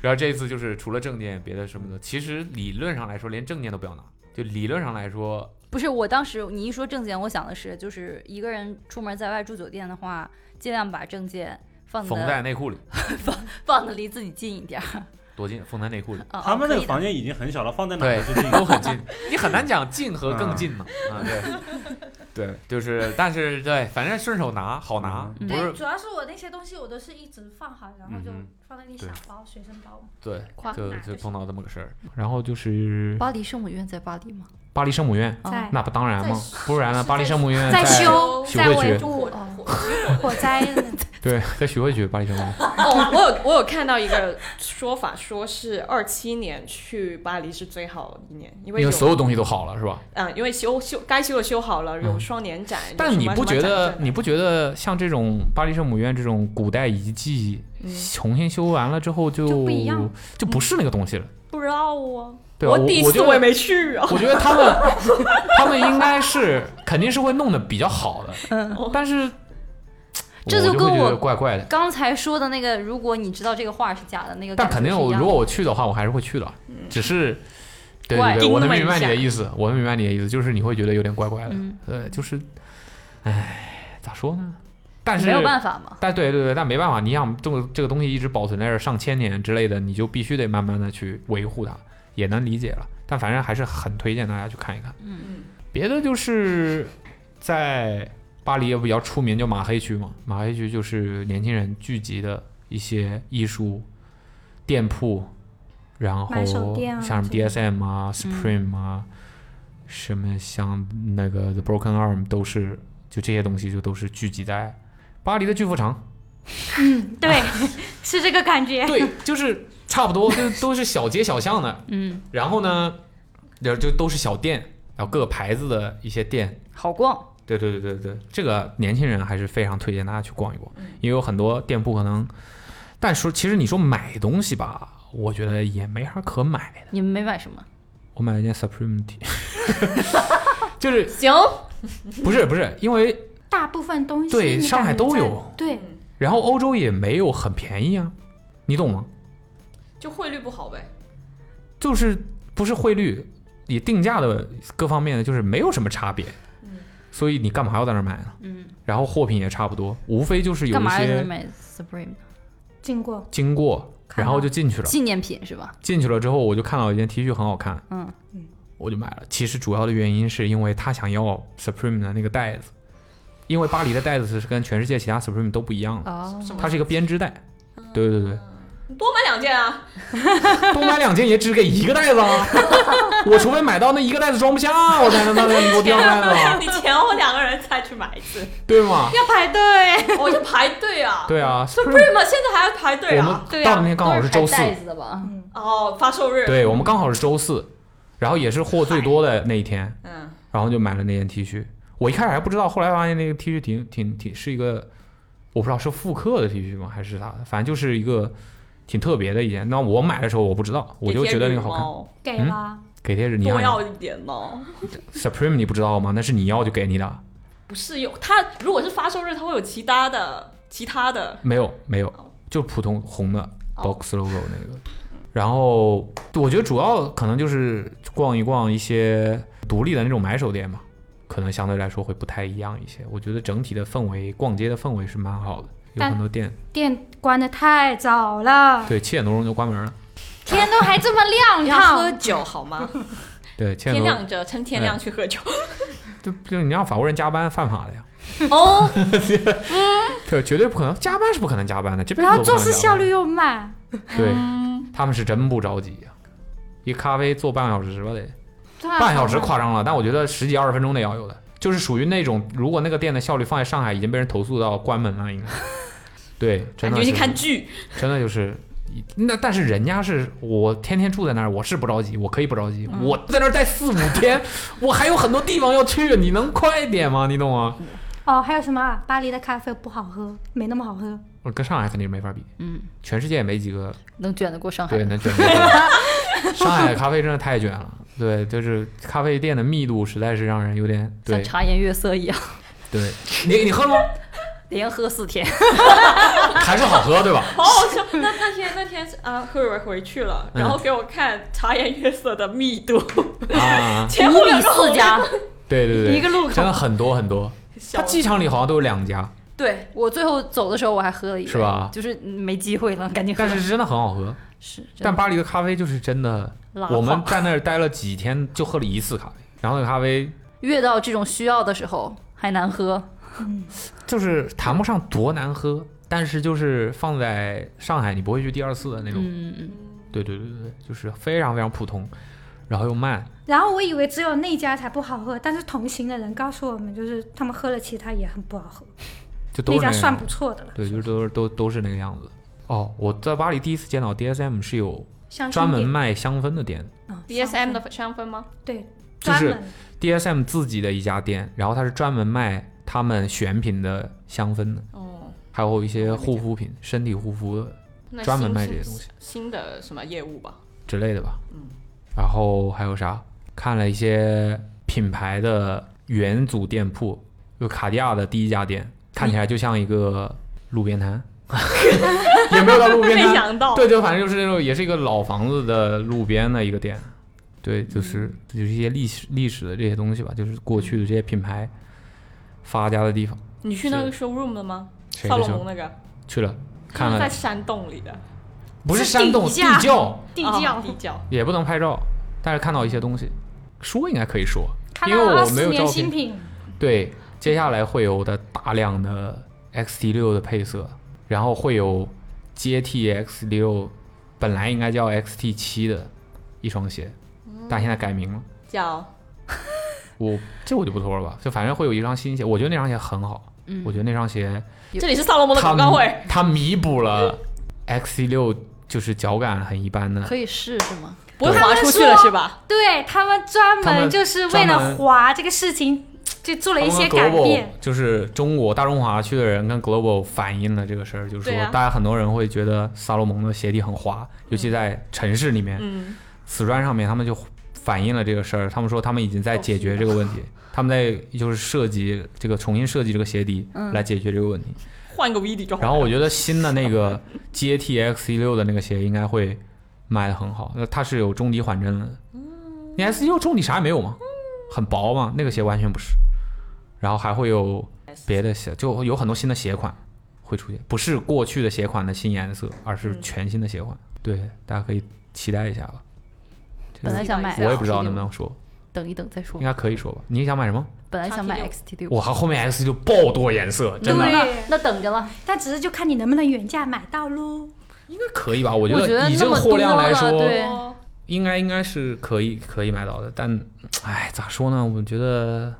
[SPEAKER 3] 然后这一次就是除了证件，别的什么的，其实理论上来说连证件都不要拿，就理论上来说
[SPEAKER 10] 不是，我当时你一说证件，我想的是，就是一个人出门在外住酒店的话，尽量把证件放
[SPEAKER 3] 缝
[SPEAKER 10] 的
[SPEAKER 3] 在内裤里，
[SPEAKER 10] 放的离自己近一点儿。
[SPEAKER 3] 多近，缝在内裤里。
[SPEAKER 10] 啊、
[SPEAKER 6] 他们
[SPEAKER 10] 可
[SPEAKER 6] 那个
[SPEAKER 10] 以的
[SPEAKER 6] 房间已经很小了，放在哪
[SPEAKER 3] 对
[SPEAKER 6] 儿都是，
[SPEAKER 3] 都很近，你很难讲近和更近嘛。啊，对，对，就是，但是对，反正顺手拿好拿，
[SPEAKER 10] 嗯
[SPEAKER 3] 不
[SPEAKER 9] 对，
[SPEAKER 3] 是
[SPEAKER 9] 主要是我那些东西我都是一直放好，然后就
[SPEAKER 6] 嗯
[SPEAKER 9] 放在那
[SPEAKER 6] 对
[SPEAKER 9] 小包、随身包。
[SPEAKER 3] 对，
[SPEAKER 10] 夸
[SPEAKER 3] 就就碰到这么个事儿。然后就是
[SPEAKER 10] 巴黎圣母院在巴黎吗？
[SPEAKER 3] 巴黎圣母院，
[SPEAKER 7] 哎
[SPEAKER 10] 在
[SPEAKER 3] 那不当然嘛，不然呢？
[SPEAKER 9] 是
[SPEAKER 3] 巴黎圣母院
[SPEAKER 4] 在
[SPEAKER 9] 修
[SPEAKER 3] 徐汇区，
[SPEAKER 9] 火
[SPEAKER 10] 哦
[SPEAKER 9] 火灾，
[SPEAKER 3] 对，在徐汇区，巴黎圣母院。
[SPEAKER 7] 哦，我有我有看到一个说法，说是二七年去巴黎是最好的一年，因为
[SPEAKER 3] 因
[SPEAKER 7] 有
[SPEAKER 3] 为所有东西都好了，是吧？
[SPEAKER 7] 嗯，因为修修该修的修好了，有
[SPEAKER 3] 嗯
[SPEAKER 7] 双年展。有
[SPEAKER 3] 但
[SPEAKER 7] 什
[SPEAKER 3] 你
[SPEAKER 7] 么
[SPEAKER 3] 不
[SPEAKER 7] 什
[SPEAKER 3] 觉
[SPEAKER 7] 么展
[SPEAKER 3] 得
[SPEAKER 7] 之，类
[SPEAKER 3] 你不觉得像这种巴黎圣母院这种古代遗迹，
[SPEAKER 7] 嗯
[SPEAKER 3] 重新修完了之后就
[SPEAKER 4] 就不一样
[SPEAKER 3] 就不是那个东西了，
[SPEAKER 7] 的不知道啊？
[SPEAKER 3] 对吧？我
[SPEAKER 7] 第一
[SPEAKER 3] 我
[SPEAKER 7] 次
[SPEAKER 3] 就
[SPEAKER 7] 我也没去啊。
[SPEAKER 3] 我觉得 他们他们应该是肯定是会弄得比较好的，但是
[SPEAKER 10] 嗯这
[SPEAKER 3] 我
[SPEAKER 10] 就
[SPEAKER 3] 就
[SPEAKER 10] 跟
[SPEAKER 3] 会觉
[SPEAKER 10] 我
[SPEAKER 3] 得怪怪的。
[SPEAKER 10] 刚才说的那个，如果你知道这个话是假的，那个
[SPEAKER 3] 但
[SPEAKER 10] 感
[SPEAKER 3] 肯定
[SPEAKER 10] 觉是一
[SPEAKER 3] 我
[SPEAKER 10] 样
[SPEAKER 3] 如果
[SPEAKER 10] 的嗯
[SPEAKER 3] 我去的话，我还是会去的，只是。对
[SPEAKER 7] 怪
[SPEAKER 3] 对对，我能
[SPEAKER 7] 盯那
[SPEAKER 3] 明
[SPEAKER 7] 么
[SPEAKER 3] 白
[SPEAKER 7] 一
[SPEAKER 3] 你的
[SPEAKER 7] 下
[SPEAKER 3] 意思，我能明白你的意思，就是你会觉得有点怪怪的，
[SPEAKER 10] 嗯
[SPEAKER 3] 对，就是，唉，咋说呢？但是
[SPEAKER 10] 没有办法嘛，
[SPEAKER 3] 但对对对，但没办法，你想这个这个东西一直保存在这儿上千年之类的，你就必须得慢慢的去维护它，也能理解了。但反正还是很推荐大家去看一看。
[SPEAKER 10] 嗯，
[SPEAKER 3] 别的就是在巴黎也比较出名，就马黑区嘛，马黑区就是年轻人聚集的一些艺术店铺，然后
[SPEAKER 4] 买手店啊
[SPEAKER 3] 像什么
[SPEAKER 4] 这嗯
[SPEAKER 3] DSM 啊、Supreme 啊，什么像那个 The Broken Arm 都是，就这些东西就都是聚集在巴黎的巨富长。
[SPEAKER 4] 嗯，对，是这个感觉。
[SPEAKER 3] 对，就是差不多，就都是小街小巷的。
[SPEAKER 10] 嗯，
[SPEAKER 3] 然后呢，就就都是小店，然后各个牌子的一些店。
[SPEAKER 10] 好逛，
[SPEAKER 3] 对对对对对，这个年轻人还是非常推荐大家去逛一逛，因为有很多店铺可能，但说其实你说买东西吧，我觉得也没啥可买的。
[SPEAKER 10] 你们没买什么？
[SPEAKER 3] 我买了一件 Supreme T，就是
[SPEAKER 7] 行，
[SPEAKER 3] 不是不是，因为
[SPEAKER 4] 大部分东西
[SPEAKER 3] 对
[SPEAKER 4] 你感
[SPEAKER 3] 上海
[SPEAKER 4] 觉
[SPEAKER 3] 都
[SPEAKER 4] 在
[SPEAKER 3] 有
[SPEAKER 4] 对，
[SPEAKER 7] 嗯
[SPEAKER 3] 然后欧洲也没有很便宜啊，你懂吗？
[SPEAKER 7] 就汇率不好呗。
[SPEAKER 3] 就是不是汇率，也定价的各方面的，就是没有什么差别。所以你干嘛要在那儿买呢？
[SPEAKER 10] 嗯，
[SPEAKER 3] 然后货品也差不多，无非就是有
[SPEAKER 10] 干
[SPEAKER 3] 一
[SPEAKER 10] 嘛要
[SPEAKER 3] 些
[SPEAKER 10] 买 Supreme？
[SPEAKER 4] 经过
[SPEAKER 3] 经过，然后就进去了。
[SPEAKER 10] 纪念品是吧？
[SPEAKER 3] 进去了之后，我就看到一件 T 恤很好看，
[SPEAKER 10] 嗯，
[SPEAKER 3] 我就买了。其实主要的原因是因为他想要 Supreme 的那个袋子，因为巴黎的袋子是跟全世界其他 Supreme 都不一样的，
[SPEAKER 10] 哦
[SPEAKER 3] 它是一个编织袋。对对对，
[SPEAKER 7] 你多买两 件啊！
[SPEAKER 3] 多买两件也只给一个袋子啊！我除非买到那一个袋子装不下，我才能那给我第二个 袋子啊，
[SPEAKER 7] 你前后两个人才去买一次，
[SPEAKER 3] 对吗？
[SPEAKER 4] 要排 队，
[SPEAKER 7] 我就排队啊。
[SPEAKER 3] 对啊
[SPEAKER 7] Supreme 现在还要排队
[SPEAKER 3] 我
[SPEAKER 7] 啊？
[SPEAKER 3] 们到的那天刚好是周四，
[SPEAKER 10] 的吧？
[SPEAKER 7] 哦，发售日。
[SPEAKER 3] 对我们刚好是周四，然后也是货最多的那一天，
[SPEAKER 7] 嗯，
[SPEAKER 3] 然后就买了那件 T 恤。我一开始还不知道，后来发现那个 T 恤挺挺挺是一个，我不知道是复刻的 T 恤吗，还是啥的，反正就是一个挺特别的一件。那我买的时候我不知道，我就觉得那个好看。
[SPEAKER 4] 给
[SPEAKER 3] 嗯
[SPEAKER 4] 啦。
[SPEAKER 3] 给贴纸你
[SPEAKER 7] 多
[SPEAKER 3] 还
[SPEAKER 7] 要一点哦呢。
[SPEAKER 3] Supreme 你不知道吗？那是你要就给你的，
[SPEAKER 7] 不是有它，如果是发售日，它会有其他的、其他的。
[SPEAKER 3] 没有没有，就普通红的
[SPEAKER 4] 哦
[SPEAKER 3] box logo 那个。然后我觉得主要可能就是逛一逛一些独立的那种买手店嘛，可能相对来说会不太一样一些。我觉得整体的氛围，逛街的氛围是蛮好的，有
[SPEAKER 4] 但
[SPEAKER 3] 很多店，
[SPEAKER 4] 店关的太早了，
[SPEAKER 3] 对，七点多钟就关门了。
[SPEAKER 4] 天都还这么亮
[SPEAKER 7] 要
[SPEAKER 4] 堂
[SPEAKER 7] 喝。酒好 吗？
[SPEAKER 3] 对，七
[SPEAKER 7] 天
[SPEAKER 3] 点多
[SPEAKER 7] 亮着，趁天亮去喝酒。
[SPEAKER 3] 就就你让法国人加班犯法的呀，
[SPEAKER 7] 哦，
[SPEAKER 3] 对，绝对不可能，加班是不可能加班的，这辈子
[SPEAKER 4] 然后
[SPEAKER 3] 都不
[SPEAKER 4] 做
[SPEAKER 3] 可能
[SPEAKER 4] 事
[SPEAKER 3] 加
[SPEAKER 4] 效
[SPEAKER 3] 班。
[SPEAKER 4] 率嗯又慢，
[SPEAKER 3] 对，他们是真不着急呀、一咖啡做半个小时吧得。
[SPEAKER 4] 对啊
[SPEAKER 3] 半小时夸张了，但我觉得十几二十分钟得要有的，就是属于那种如果那个店的效率放在上海，已经被人投诉到关门了，应 该。对，真
[SPEAKER 7] 感
[SPEAKER 3] 的
[SPEAKER 7] 觉
[SPEAKER 3] 是，
[SPEAKER 7] 去看剧。
[SPEAKER 3] 真的就是，那但是人家是我天天住在那儿，我是不着急，我可以不着急，
[SPEAKER 7] 嗯
[SPEAKER 3] 我在那儿待四五天， 我还有很多地方要去，你能快点吗？你懂吗？
[SPEAKER 7] 嗯
[SPEAKER 4] 哦，还有什么啊？巴黎的咖啡不好喝，没那么好喝。
[SPEAKER 3] 我跟上海肯定没法比，
[SPEAKER 10] 嗯，
[SPEAKER 3] 全世界也没几个
[SPEAKER 10] 能卷得过上海
[SPEAKER 3] 对，能卷过去。 上海的咖啡真的太卷了，对，就是咖啡店的密度实在是让人有点
[SPEAKER 10] 像
[SPEAKER 3] 对
[SPEAKER 10] 茶颜悦色一样，
[SPEAKER 3] 对。你你喝了吗？
[SPEAKER 10] 连喝四 天。
[SPEAKER 3] 还是好喝对吧？
[SPEAKER 7] 好好笑！哦那那天那天啊，慧慧回去了，
[SPEAKER 3] 嗯
[SPEAKER 7] 然后给我看《茶颜悦色》的密度，
[SPEAKER 3] 啊，
[SPEAKER 7] 前后两个红绿
[SPEAKER 10] 家，
[SPEAKER 3] 对对对，
[SPEAKER 10] 一个路口
[SPEAKER 3] 真的很多很多。
[SPEAKER 7] 小
[SPEAKER 3] 它机场里好像都有两家，
[SPEAKER 10] 对我最后走的时候我还喝了一杯，
[SPEAKER 3] 是吧
[SPEAKER 10] 就是没机会了，赶紧喝
[SPEAKER 3] 但。是真的很好喝。
[SPEAKER 10] 是，真的
[SPEAKER 3] 但巴黎的咖啡就是真的，
[SPEAKER 10] 拉
[SPEAKER 3] 我们
[SPEAKER 10] 胯
[SPEAKER 3] 在那儿待了几天，就喝了一次咖啡，然后那个咖啡
[SPEAKER 10] 越到这种需要的时候还难喝，
[SPEAKER 3] 就是谈不上多难喝，但是就是放在上海你不会去第二次的那种。
[SPEAKER 10] 嗯嗯，
[SPEAKER 3] 对对对对，对就是非常非常普通，然后又慢。
[SPEAKER 4] 然后我以为只有那家才不好喝，但是同行的人告诉我们，就是他们喝了其他也很不好喝，
[SPEAKER 3] 就都
[SPEAKER 4] 那
[SPEAKER 3] 是那
[SPEAKER 4] 家
[SPEAKER 3] 个
[SPEAKER 4] 算不错的了。
[SPEAKER 3] 对，就是都是都都是那个样子。哦，我在巴黎第一次见到 DSM 是有
[SPEAKER 4] 香薰
[SPEAKER 3] 专门
[SPEAKER 4] 店
[SPEAKER 3] 卖香氛的店，
[SPEAKER 4] 嗯
[SPEAKER 7] DSM 的香氛吗？
[SPEAKER 4] 对，
[SPEAKER 3] 就
[SPEAKER 4] 专
[SPEAKER 3] 是
[SPEAKER 4] 门
[SPEAKER 3] DSM 自己的一家店，然后它是专门卖他们选品的香氛的，
[SPEAKER 7] 哦，
[SPEAKER 3] 还有一些护肤品、身体护肤的
[SPEAKER 7] 那
[SPEAKER 3] 专门
[SPEAKER 7] 新
[SPEAKER 3] 卖这些东西
[SPEAKER 7] 新的什么业务吧？
[SPEAKER 3] 之类的吧。
[SPEAKER 7] 嗯，
[SPEAKER 3] 然后还有啥？看了一些品牌的元祖店铺，就卡地亚的第一家店，看起来就像一个路边 摊，也没有到路边
[SPEAKER 7] 没
[SPEAKER 3] 摊，
[SPEAKER 7] 想到，
[SPEAKER 3] 对，就反正就是那种，也是一个老房子的路边的一个店，对，就是
[SPEAKER 7] 嗯
[SPEAKER 3] 就是一些历史历史的这些东西吧，就是过去的这些品牌发家的地方。
[SPEAKER 7] 你去那个 showroom 了吗？
[SPEAKER 3] 谁
[SPEAKER 7] 萨
[SPEAKER 3] 的
[SPEAKER 7] 洛
[SPEAKER 3] show？
[SPEAKER 7] 蒙那个，
[SPEAKER 3] 去了，
[SPEAKER 7] 他
[SPEAKER 3] 看
[SPEAKER 7] 们在
[SPEAKER 3] 了，
[SPEAKER 7] 山洞里的
[SPEAKER 3] 不是山洞
[SPEAKER 4] 底
[SPEAKER 3] 地
[SPEAKER 4] 下
[SPEAKER 3] 窖，
[SPEAKER 4] 地
[SPEAKER 7] 哦
[SPEAKER 4] 窖。
[SPEAKER 7] 啊地窖，
[SPEAKER 3] 也不能拍照，但是看到一些东西，说应该可以说，
[SPEAKER 4] 看
[SPEAKER 3] 因
[SPEAKER 4] 到
[SPEAKER 3] 为
[SPEAKER 4] 了
[SPEAKER 3] 我
[SPEAKER 4] 二
[SPEAKER 3] 没
[SPEAKER 4] 十
[SPEAKER 3] 有
[SPEAKER 4] 年
[SPEAKER 3] 照
[SPEAKER 4] 新
[SPEAKER 3] 片。
[SPEAKER 4] 品，
[SPEAKER 3] 对，接下来会有的大量的 XT 六的配色，然后会有接替 XT 六本来应该叫 XT 七的一双鞋，但现在改名了。
[SPEAKER 7] 叫
[SPEAKER 3] 我这我就不说了吧，就反正会有一双新鞋，我觉得那双鞋很好，
[SPEAKER 10] 嗯
[SPEAKER 3] 我觉得那双鞋
[SPEAKER 7] 这里是萨洛蒙的
[SPEAKER 3] 它
[SPEAKER 7] 广告会，
[SPEAKER 3] 它弥补了 X 六就是脚感很一般的
[SPEAKER 10] 嗯可，以试是吗？
[SPEAKER 3] 嗯
[SPEAKER 7] 不会滑出去了是吧？
[SPEAKER 4] 对他们专
[SPEAKER 3] 他
[SPEAKER 4] 门
[SPEAKER 3] 们
[SPEAKER 4] 就是为
[SPEAKER 3] 专
[SPEAKER 4] 了
[SPEAKER 3] 门
[SPEAKER 4] 滑这个事情，就做了一些改变。
[SPEAKER 3] Global 就是中国大中华区的人跟 Global 反映了这个事儿，就是说
[SPEAKER 7] 对啊
[SPEAKER 3] 大家很多人会觉得萨洛蒙的鞋底很滑，尤其在城市里面，
[SPEAKER 7] 嗯，
[SPEAKER 3] 瓷砖上面他们就反映了这个事儿，他们说他们已经在解决这个问
[SPEAKER 4] 哦
[SPEAKER 3] 题，他们在就是设计这个重新设计这个鞋底
[SPEAKER 4] 嗯
[SPEAKER 3] 来解决这个问题。
[SPEAKER 7] 换个 V 底就好了。
[SPEAKER 3] 然后我觉得新的那个接替 X 一六的那个鞋应该会卖的很好，那它是有中底缓
[SPEAKER 10] 嗯
[SPEAKER 3] 震的。你 S 一六中底啥也没有吗？很薄嘛，那个鞋完全不是。然后还会有别的鞋，就有很多新的鞋款会出现，不是过去的鞋款的新颜色，而是
[SPEAKER 10] 嗯
[SPEAKER 3] 全新的鞋款。对，大家可以期待一下吧。这个
[SPEAKER 10] 本来想买
[SPEAKER 3] 我也不知道
[SPEAKER 10] XT6
[SPEAKER 3] 能不能说，
[SPEAKER 10] 等一等再说
[SPEAKER 3] 应。该可以说吧。你想买什么？
[SPEAKER 10] 本来想买 XT 六，
[SPEAKER 3] 我靠，后面 X 就爆多颜色，真的
[SPEAKER 4] 那
[SPEAKER 10] 那等着了，
[SPEAKER 4] 但只是就看你能不能原价买到喽。
[SPEAKER 3] 可以吧？我觉
[SPEAKER 10] 我觉得
[SPEAKER 3] 以这
[SPEAKER 10] 那
[SPEAKER 3] 个
[SPEAKER 10] 么
[SPEAKER 3] 货
[SPEAKER 10] 多
[SPEAKER 3] 量来
[SPEAKER 10] 了，
[SPEAKER 3] 说，
[SPEAKER 10] 对，
[SPEAKER 3] 应该应该是可以可以买到的，但哎，咋说呢？我觉得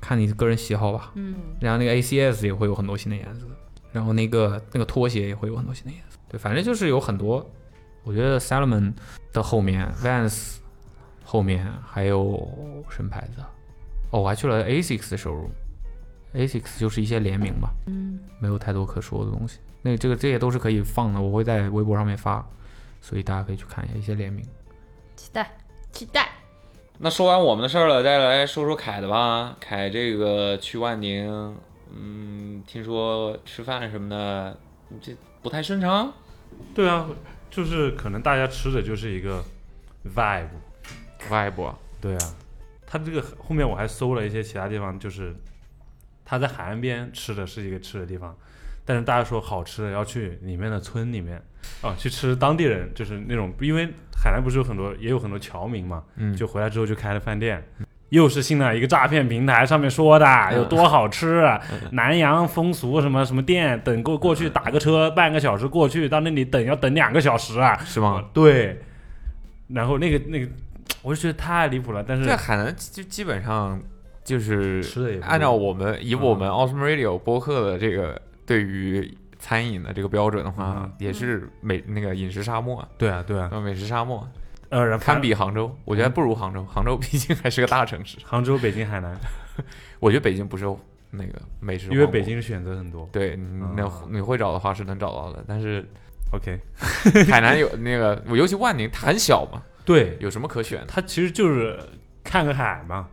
[SPEAKER 3] 看你个人喜好吧。
[SPEAKER 10] 嗯，
[SPEAKER 3] 然后那个 ACS 也会有很多新的颜色，然后那个那个拖鞋也会有很多新的颜色。对，反正就是有很多。我觉得 Salomon 的后面，Vans 后面还有什么牌子啊？哦，我还去了 Asics 的 showroom，Asics 就是一些联名吧。
[SPEAKER 10] 嗯，
[SPEAKER 3] 没有太多可说的东西。那这个这些都是可以放的，我会在微博上面发，所以大家可以去看一下一些联名。
[SPEAKER 10] 期 待。
[SPEAKER 7] 期待。
[SPEAKER 8] 那说完我们的事儿了，再来说说凯的吧。凯这个去万宁，嗯，听说吃饭什么的，这不太顺畅。
[SPEAKER 6] 对啊，就是可能大家吃的就是一个 vibe，
[SPEAKER 8] 外部
[SPEAKER 6] 对啊，他这个后面我还搜了一些其他地方，就是他在海岸边吃的是一个吃的地方，但是大家说好吃的要去里面的村里面啊，去吃当地人，就是那种因为海南不是有很多也有很多侨民嘛，
[SPEAKER 3] 嗯
[SPEAKER 6] 就回来之后就开了饭店。又是信了一个诈骗平台上面说的有多好吃，啊南洋风俗什么什么店，等过过去打个车半个小时过去，到那里等要等两个小时啊，
[SPEAKER 8] 是吗？
[SPEAKER 6] 对，然后那个那个，我就觉得太离谱了。但是
[SPEAKER 8] 这海南就基本上就是
[SPEAKER 6] 吃的也不多
[SPEAKER 8] 按照我们以我
[SPEAKER 6] 嗯
[SPEAKER 8] 们 Awesome Radio 播客的这个对于餐饮的这个标准的话，
[SPEAKER 6] 嗯
[SPEAKER 8] 也是美那个饮食沙漠，
[SPEAKER 6] 对啊，对啊，
[SPEAKER 8] 呃美食沙漠，
[SPEAKER 6] 呃，然后
[SPEAKER 8] 堪比杭州。我觉
[SPEAKER 6] 嗯
[SPEAKER 8] 得不如杭州，杭州 毕竟还是个大城市。
[SPEAKER 6] 杭州、北京、海南，
[SPEAKER 8] 我觉得北京不是那个美食，
[SPEAKER 6] 因为北。京选择很多。
[SPEAKER 8] 对，你
[SPEAKER 6] 嗯
[SPEAKER 8] 那你会找的话是能找到的，但是
[SPEAKER 6] OK，
[SPEAKER 8] 海南有那个，我尤其万宁，它很小嘛，
[SPEAKER 6] 对，
[SPEAKER 8] 有什么可选的？
[SPEAKER 6] 它其实就是看个海嘛。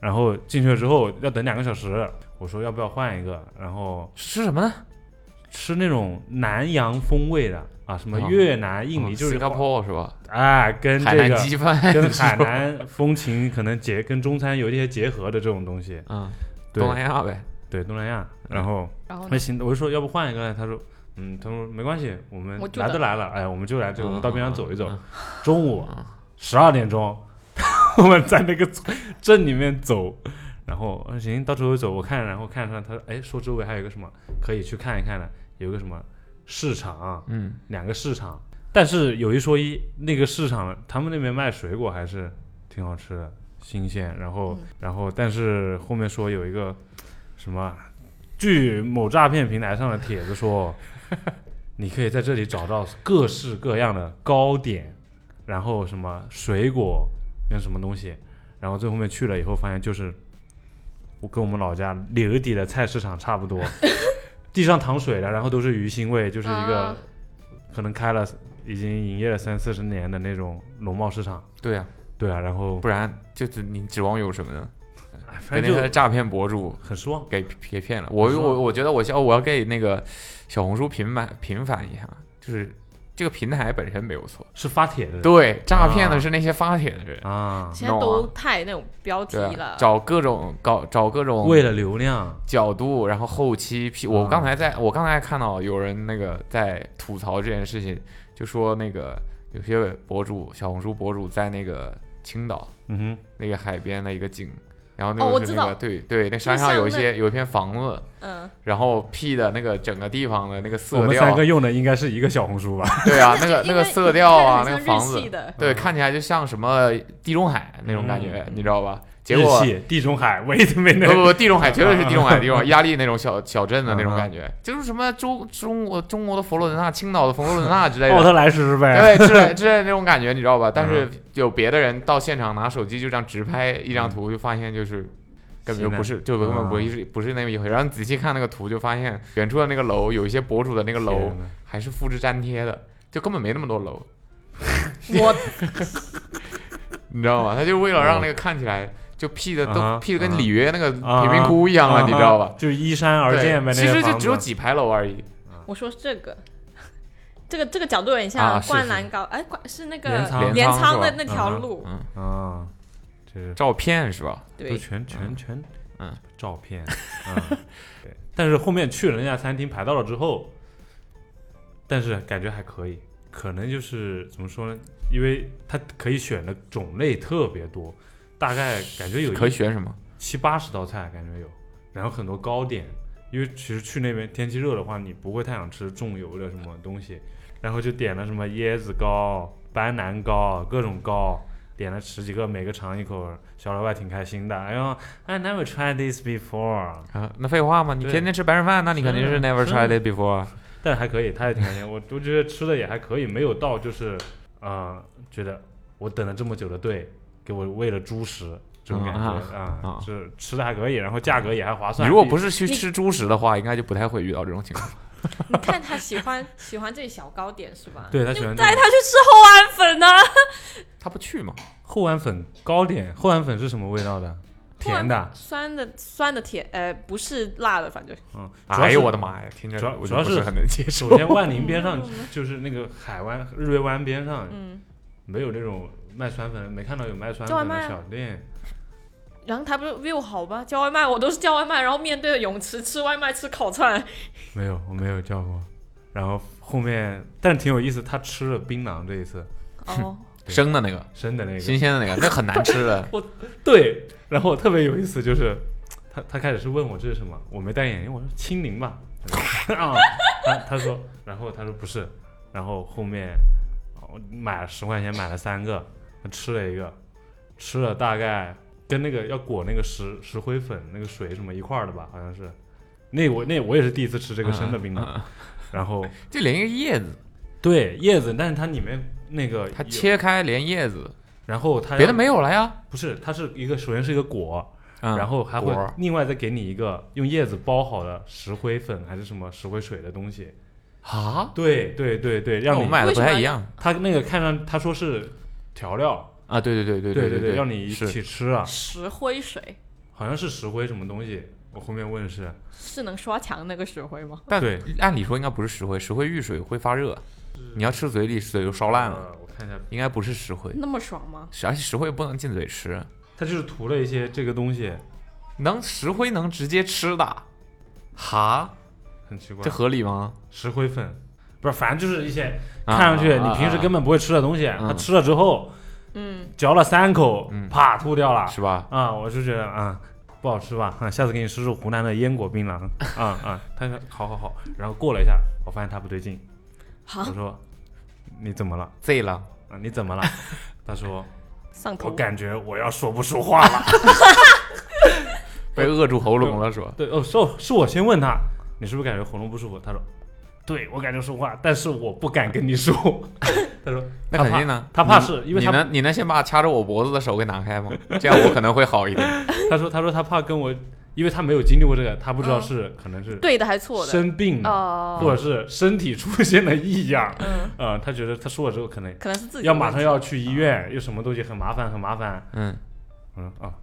[SPEAKER 6] 然后进去了之后要等两个小时，我说要不要换一个？然后
[SPEAKER 8] 吃什么呢？
[SPEAKER 6] 吃那种南洋风味的啊，什么
[SPEAKER 8] 哦
[SPEAKER 6] 越南、印尼，
[SPEAKER 8] 哦
[SPEAKER 6] 就是
[SPEAKER 8] Singapore 是吧？
[SPEAKER 6] 哎，跟
[SPEAKER 8] 海
[SPEAKER 6] 这
[SPEAKER 8] 南鸡
[SPEAKER 6] 个
[SPEAKER 8] 饭，
[SPEAKER 6] 跟海南风情可能结跟中餐有一些结合的这种东西。
[SPEAKER 8] 嗯，
[SPEAKER 6] 对
[SPEAKER 8] 东南亚呗。
[SPEAKER 6] 对东南亚，然后
[SPEAKER 7] 然后
[SPEAKER 6] 那行，我就说要不换一个呢？他说，嗯，他说没关系，我们
[SPEAKER 7] 我就
[SPEAKER 6] 来都
[SPEAKER 7] 等
[SPEAKER 6] 来了，哎，我们就来这个，我们
[SPEAKER 8] 嗯
[SPEAKER 6] 到边上
[SPEAKER 8] 嗯
[SPEAKER 6] 走一走
[SPEAKER 8] 嗯。
[SPEAKER 6] 中午
[SPEAKER 8] 嗯
[SPEAKER 6] 十二点钟， 我们在那个镇里面走，然后我说行，到处走，我看，然后看上他，哎，说周围还有一个什么可以去看一看的，有一个什么市场，
[SPEAKER 8] 嗯，
[SPEAKER 6] 两个市场，但是有一说一，那个市场他们那边卖水果还是挺好吃的，新鲜。然后，然后，但是后面说有一个什么，据某诈骗平台上的帖子说， 你可以在这里找到各式各样的糕点，然后什么水果跟什么东西，然后最后面去了以后发现就是。我跟我们老家柳底的菜市场差不多， 地上淌水了，然后都是鱼腥味，就是一个
[SPEAKER 7] 啊
[SPEAKER 6] 可能开了已经营业了三四十年的那种农贸市场。
[SPEAKER 8] 对呀，
[SPEAKER 6] 对啊，然后
[SPEAKER 8] 不然就是你指望有什么呢？
[SPEAKER 6] 哎
[SPEAKER 8] 被
[SPEAKER 6] 反
[SPEAKER 8] 那
[SPEAKER 6] 正
[SPEAKER 8] 些
[SPEAKER 6] 就
[SPEAKER 8] 诈骗博主
[SPEAKER 6] 很失望。
[SPEAKER 8] 给给骗了。我
[SPEAKER 6] 是吧
[SPEAKER 8] 我我觉得我要我要给那个小红书平反平反一下，就是这个平台本身没有错，
[SPEAKER 6] 是发帖的
[SPEAKER 8] 对，诈骗的是那些发帖的人，
[SPEAKER 6] 啊，
[SPEAKER 7] 现在都太那种标题
[SPEAKER 8] 对
[SPEAKER 7] 了
[SPEAKER 8] 啊，，找各种搞找各种
[SPEAKER 6] 为了流量，
[SPEAKER 8] 角度，然后后期
[SPEAKER 7] 嗯
[SPEAKER 8] P。我
[SPEAKER 6] 啊
[SPEAKER 8] 刚才在、我刚才看到有人那个在吐槽这件事情，就说那个有些博主小红书博主在那个青岛
[SPEAKER 6] 嗯
[SPEAKER 8] 那个海边的一个景，然后
[SPEAKER 7] 哦
[SPEAKER 8] 那
[SPEAKER 7] 我
[SPEAKER 8] 个是
[SPEAKER 7] 知
[SPEAKER 8] 那个、
[SPEAKER 7] 道
[SPEAKER 8] 对对，那山上
[SPEAKER 7] 像
[SPEAKER 8] 有一
[SPEAKER 7] 那
[SPEAKER 8] 些有一片房子，
[SPEAKER 7] 嗯，
[SPEAKER 8] 然后 P 的那个整个地方的那个
[SPEAKER 6] 哼，我
[SPEAKER 8] 色
[SPEAKER 6] 们
[SPEAKER 8] 调
[SPEAKER 6] 三，个用的应该是一个小红书吧？
[SPEAKER 8] 对 啊，那个那
[SPEAKER 7] 因
[SPEAKER 8] 个
[SPEAKER 7] 为
[SPEAKER 8] 色调啊，
[SPEAKER 7] 看
[SPEAKER 8] 那
[SPEAKER 7] 着很
[SPEAKER 8] 个
[SPEAKER 7] 像
[SPEAKER 8] 房
[SPEAKER 7] 日
[SPEAKER 8] 子
[SPEAKER 7] 系，的，
[SPEAKER 8] 对，看起来就像什么地中海那种感觉，
[SPEAKER 6] 嗯
[SPEAKER 8] 你知道吧？结
[SPEAKER 6] 日
[SPEAKER 8] 果
[SPEAKER 6] 系、地中海，我一直没
[SPEAKER 8] 不不
[SPEAKER 6] 能。
[SPEAKER 8] 不，地中海绝对是地中海，地中海 压力那种小小镇的那种感觉，就是什么中中国中国的佛罗伦萨、青岛的佛罗伦 萨之类
[SPEAKER 6] 奥
[SPEAKER 8] 的，
[SPEAKER 6] 特莱斯呗，
[SPEAKER 8] 对，之类之类那种感觉，你知道吧？但是有别的人到现场拿手机就这样直拍一张图，就发现就是。根本就不是，就根
[SPEAKER 6] 啊
[SPEAKER 8] 本不是不是那么一回事。然后你仔细看那个图，就发现远处的那个楼，有一些博主的那个楼
[SPEAKER 6] 天哪
[SPEAKER 8] 还是复制粘贴的，就根本没那么多楼。
[SPEAKER 7] 我
[SPEAKER 8] 你知道吗？他就为了让那个看起来就 P 的
[SPEAKER 6] 啊哈
[SPEAKER 8] 都 P 的跟里约那个
[SPEAKER 6] 啊
[SPEAKER 8] 贫民窟一样了，
[SPEAKER 6] 啊
[SPEAKER 8] 你知道吧？
[SPEAKER 6] 就依山而
[SPEAKER 8] 对
[SPEAKER 6] 建呗，那
[SPEAKER 8] 其
[SPEAKER 6] 个
[SPEAKER 8] 实就
[SPEAKER 6] 房
[SPEAKER 8] 只有
[SPEAKER 6] 子
[SPEAKER 8] 几排楼而已。
[SPEAKER 7] 我说这个，这个这个角度有点
[SPEAKER 8] 啊
[SPEAKER 7] 像
[SPEAKER 8] 是
[SPEAKER 7] 灌
[SPEAKER 8] 是
[SPEAKER 7] 篮高，哎，灌是那
[SPEAKER 6] 镰
[SPEAKER 7] 个
[SPEAKER 6] 仓
[SPEAKER 7] 镰仓
[SPEAKER 8] 是吧
[SPEAKER 7] 的那条路，
[SPEAKER 8] 嗯，
[SPEAKER 6] 啊，这是
[SPEAKER 8] 照片是吧？
[SPEAKER 6] 都
[SPEAKER 7] 对，
[SPEAKER 6] 全全全
[SPEAKER 3] 嗯，
[SPEAKER 6] 照片， 嗯，对。但是后面去了那家餐厅排到了之后，但是感觉还可以，可能就是怎么说呢？因为它可以选的种类特别多，大概感觉有
[SPEAKER 3] 可以选什么
[SPEAKER 6] 七八十道菜，感觉有，然后很多糕点。因为其实去那边天气热的话，你不会太想吃重油的什么东西，然后就点了什么椰子糕、班南糕、各种糕，点了十几个，每个尝一口，小老外挺开心的。哎呦，I never tried this before。
[SPEAKER 3] 啊，那废话嘛，你
[SPEAKER 6] 对
[SPEAKER 3] 天天吃白人饭，那你肯定是 never
[SPEAKER 6] 是
[SPEAKER 3] tried it before。
[SPEAKER 6] 但是还可以，他也挺开心。我我觉得吃的也还可以，没有到就是，呃，觉得我等了这么久的队，给我喂了猪食这种感觉
[SPEAKER 3] 啊
[SPEAKER 6] 啊、
[SPEAKER 3] 啊
[SPEAKER 6] 是吃的还可以，然后价格也还划
[SPEAKER 3] 你
[SPEAKER 6] 算。
[SPEAKER 3] 如果不是去
[SPEAKER 6] 啊你
[SPEAKER 3] 吃猪食的话，应该就不太会遇到这种情况。
[SPEAKER 7] 你看他喜欢 喜欢这些小糕点是吧？
[SPEAKER 6] 对他喜欢
[SPEAKER 7] 你
[SPEAKER 6] 这种
[SPEAKER 7] 带他去吃厚安粉啊呢、
[SPEAKER 3] 他不去嘛？
[SPEAKER 6] 厚碗粉糕点，厚碗粉是什么味道的？ 甜的。
[SPEAKER 7] 酸的酸的甜，呃，不是辣的，反正
[SPEAKER 6] 嗯，主要
[SPEAKER 3] 哎
[SPEAKER 6] 是
[SPEAKER 3] 呦我的妈呀，听着
[SPEAKER 6] 主要
[SPEAKER 3] 我
[SPEAKER 6] 主
[SPEAKER 3] 就
[SPEAKER 6] 要
[SPEAKER 3] 不
[SPEAKER 6] 是
[SPEAKER 3] 很能接受。
[SPEAKER 6] 首先，万宁边上就是那个海湾、日月湾边上，
[SPEAKER 7] 嗯，
[SPEAKER 6] 没有那种卖酸粉，没看到有卖酸
[SPEAKER 7] 叫外
[SPEAKER 6] 粉
[SPEAKER 7] 卖
[SPEAKER 6] 的
[SPEAKER 7] 啊
[SPEAKER 6] 小店。
[SPEAKER 7] 然后他不是 view 好吧，叫外卖，我都是叫外卖，然后面对着泳池吃外卖吃烤 串，
[SPEAKER 6] 没有，我没有叫过。然后后面，但挺有意思，他吃了槟榔这一次。
[SPEAKER 7] 哦，
[SPEAKER 3] 生的那个，
[SPEAKER 6] 生的那个，。
[SPEAKER 3] 新鲜的那个，那很难吃的
[SPEAKER 6] 我对，然后特别有意思，就是他他开始是问我这是什么，我没戴眼镜，我说青柠吧。啊，他他说，然后他说不是，然后后面我买了十块钱买了三个，吃了一个，吃了大概跟那个要裹那个石石灰粉那个水什么一块儿的吧，好像是。那我那我也是第一次吃这个生的槟
[SPEAKER 3] 嗯
[SPEAKER 6] 榔，然后
[SPEAKER 3] 就连一个叶子，
[SPEAKER 6] 对叶子，但是它里面那个
[SPEAKER 3] 它
[SPEAKER 6] 有
[SPEAKER 3] 切开连叶子，
[SPEAKER 6] 然后它
[SPEAKER 3] 别
[SPEAKER 6] 要
[SPEAKER 3] 的没有了
[SPEAKER 7] 啊
[SPEAKER 3] 呀。
[SPEAKER 6] 不是，它是一个首先是一个果，
[SPEAKER 3] 嗯
[SPEAKER 6] 然后还会
[SPEAKER 3] 果
[SPEAKER 6] 另外再给你一个用叶子包好的石灰粉还是什么石灰水的东西。
[SPEAKER 3] 啊，
[SPEAKER 6] 对对对对，让
[SPEAKER 3] 那
[SPEAKER 6] 你
[SPEAKER 3] 我买的不太一样
[SPEAKER 6] 他那个看上他说是调料，
[SPEAKER 3] 啊！对对对
[SPEAKER 6] 对
[SPEAKER 3] 对
[SPEAKER 6] 对
[SPEAKER 3] 对，
[SPEAKER 6] 让你一
[SPEAKER 3] 是
[SPEAKER 6] 起吃啊，
[SPEAKER 7] 石灰水
[SPEAKER 6] 好像是石灰什么东西。我后面问是，
[SPEAKER 7] 是能刷墙那个石灰吗？
[SPEAKER 3] 但
[SPEAKER 6] 对
[SPEAKER 3] 按理说应该不是石灰，石灰遇水会发热，你要吃嘴里水就烧烂了，
[SPEAKER 6] 呃，我看一下，
[SPEAKER 3] 应该不是石灰，
[SPEAKER 7] 那么爽吗？
[SPEAKER 3] 是而且石灰不能进嘴吃，
[SPEAKER 6] 他就是涂了一些这个东西，
[SPEAKER 3] 能石灰能直接吃的，哈，
[SPEAKER 6] 很奇怪
[SPEAKER 3] 这，合理吗？
[SPEAKER 6] 石灰粉不是，反正就是一些
[SPEAKER 3] 啊
[SPEAKER 6] 看上去
[SPEAKER 3] 啊啊
[SPEAKER 6] 你平时根本不会吃的东西，
[SPEAKER 3] 嗯
[SPEAKER 6] 他吃了之后
[SPEAKER 7] 嗯，
[SPEAKER 6] 嚼了三口
[SPEAKER 3] 嗯，
[SPEAKER 6] 啪吐掉了，
[SPEAKER 3] 是吧？
[SPEAKER 6] 啊，我就觉得啊，不好吃吧？啊，下次给你试试湖南的烟果槟榔。 啊啊，他说好好好。然后过了一下，我发现他不对劲。
[SPEAKER 7] 好
[SPEAKER 6] 我说你怎么了？
[SPEAKER 3] 醉了，
[SPEAKER 6] 啊，你怎么了？他说
[SPEAKER 7] 上
[SPEAKER 6] 我
[SPEAKER 7] 头。
[SPEAKER 6] 感觉我要说不出话了。
[SPEAKER 3] 被扼住喉咙了是吧？
[SPEAKER 6] 对，哦，是我是我先问他，你是不是感觉喉咙不舒服？他说，对我感觉说话，但是我不敢跟你说。 他说
[SPEAKER 3] 那肯定呢，
[SPEAKER 6] 他怕
[SPEAKER 3] 你
[SPEAKER 6] 是因为
[SPEAKER 3] 你
[SPEAKER 6] 他
[SPEAKER 3] 能你能先把掐着我脖子的手给拿开 吗？这样我可能会好一点。
[SPEAKER 6] 他说他说他怕跟我，因为他没有经历过这个，他不知道
[SPEAKER 7] 嗯
[SPEAKER 6] 是可能是
[SPEAKER 7] 对的还错的，
[SPEAKER 6] 生病了
[SPEAKER 7] 哦
[SPEAKER 6] 或者是身体出现了异样。
[SPEAKER 7] 嗯，
[SPEAKER 6] 呃，他觉得他说了之后可能
[SPEAKER 7] 可能是自己
[SPEAKER 6] 要
[SPEAKER 7] 的
[SPEAKER 6] 马
[SPEAKER 7] 问
[SPEAKER 6] 上
[SPEAKER 7] 题嗯
[SPEAKER 6] 要去医院，又什么东西很麻烦，很麻烦。
[SPEAKER 3] 嗯，
[SPEAKER 6] 我说啊，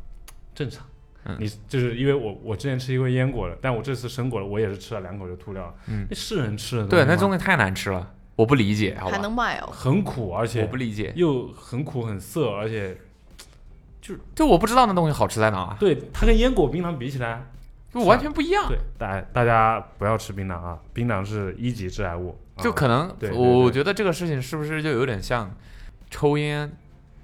[SPEAKER 6] 正常。
[SPEAKER 3] 嗯
[SPEAKER 6] 你就是因为我我之前吃过腌果的，但我这次生果了，我也是吃了两口就吐掉了。
[SPEAKER 3] 嗯
[SPEAKER 6] 那是人吃 的
[SPEAKER 3] 对，那东
[SPEAKER 6] 东西吗
[SPEAKER 3] 西太难吃了，嗯我不理解，好
[SPEAKER 7] 还
[SPEAKER 3] 吧？
[SPEAKER 7] 能卖哦，
[SPEAKER 6] 很苦，而且
[SPEAKER 3] 我不理解，
[SPEAKER 6] 又很苦很涩，而且
[SPEAKER 3] 就我不知道那东西好吃在哪，啊
[SPEAKER 6] 对它跟腌果槟榔比起来，
[SPEAKER 3] 就完全不一样。
[SPEAKER 6] 对大大家不要吃槟榔啊，槟榔是一级致癌物，
[SPEAKER 3] 就
[SPEAKER 6] 啊
[SPEAKER 3] 可能
[SPEAKER 6] 对对
[SPEAKER 3] 我
[SPEAKER 6] 对
[SPEAKER 3] 觉得这个事情是不是就有点像抽烟、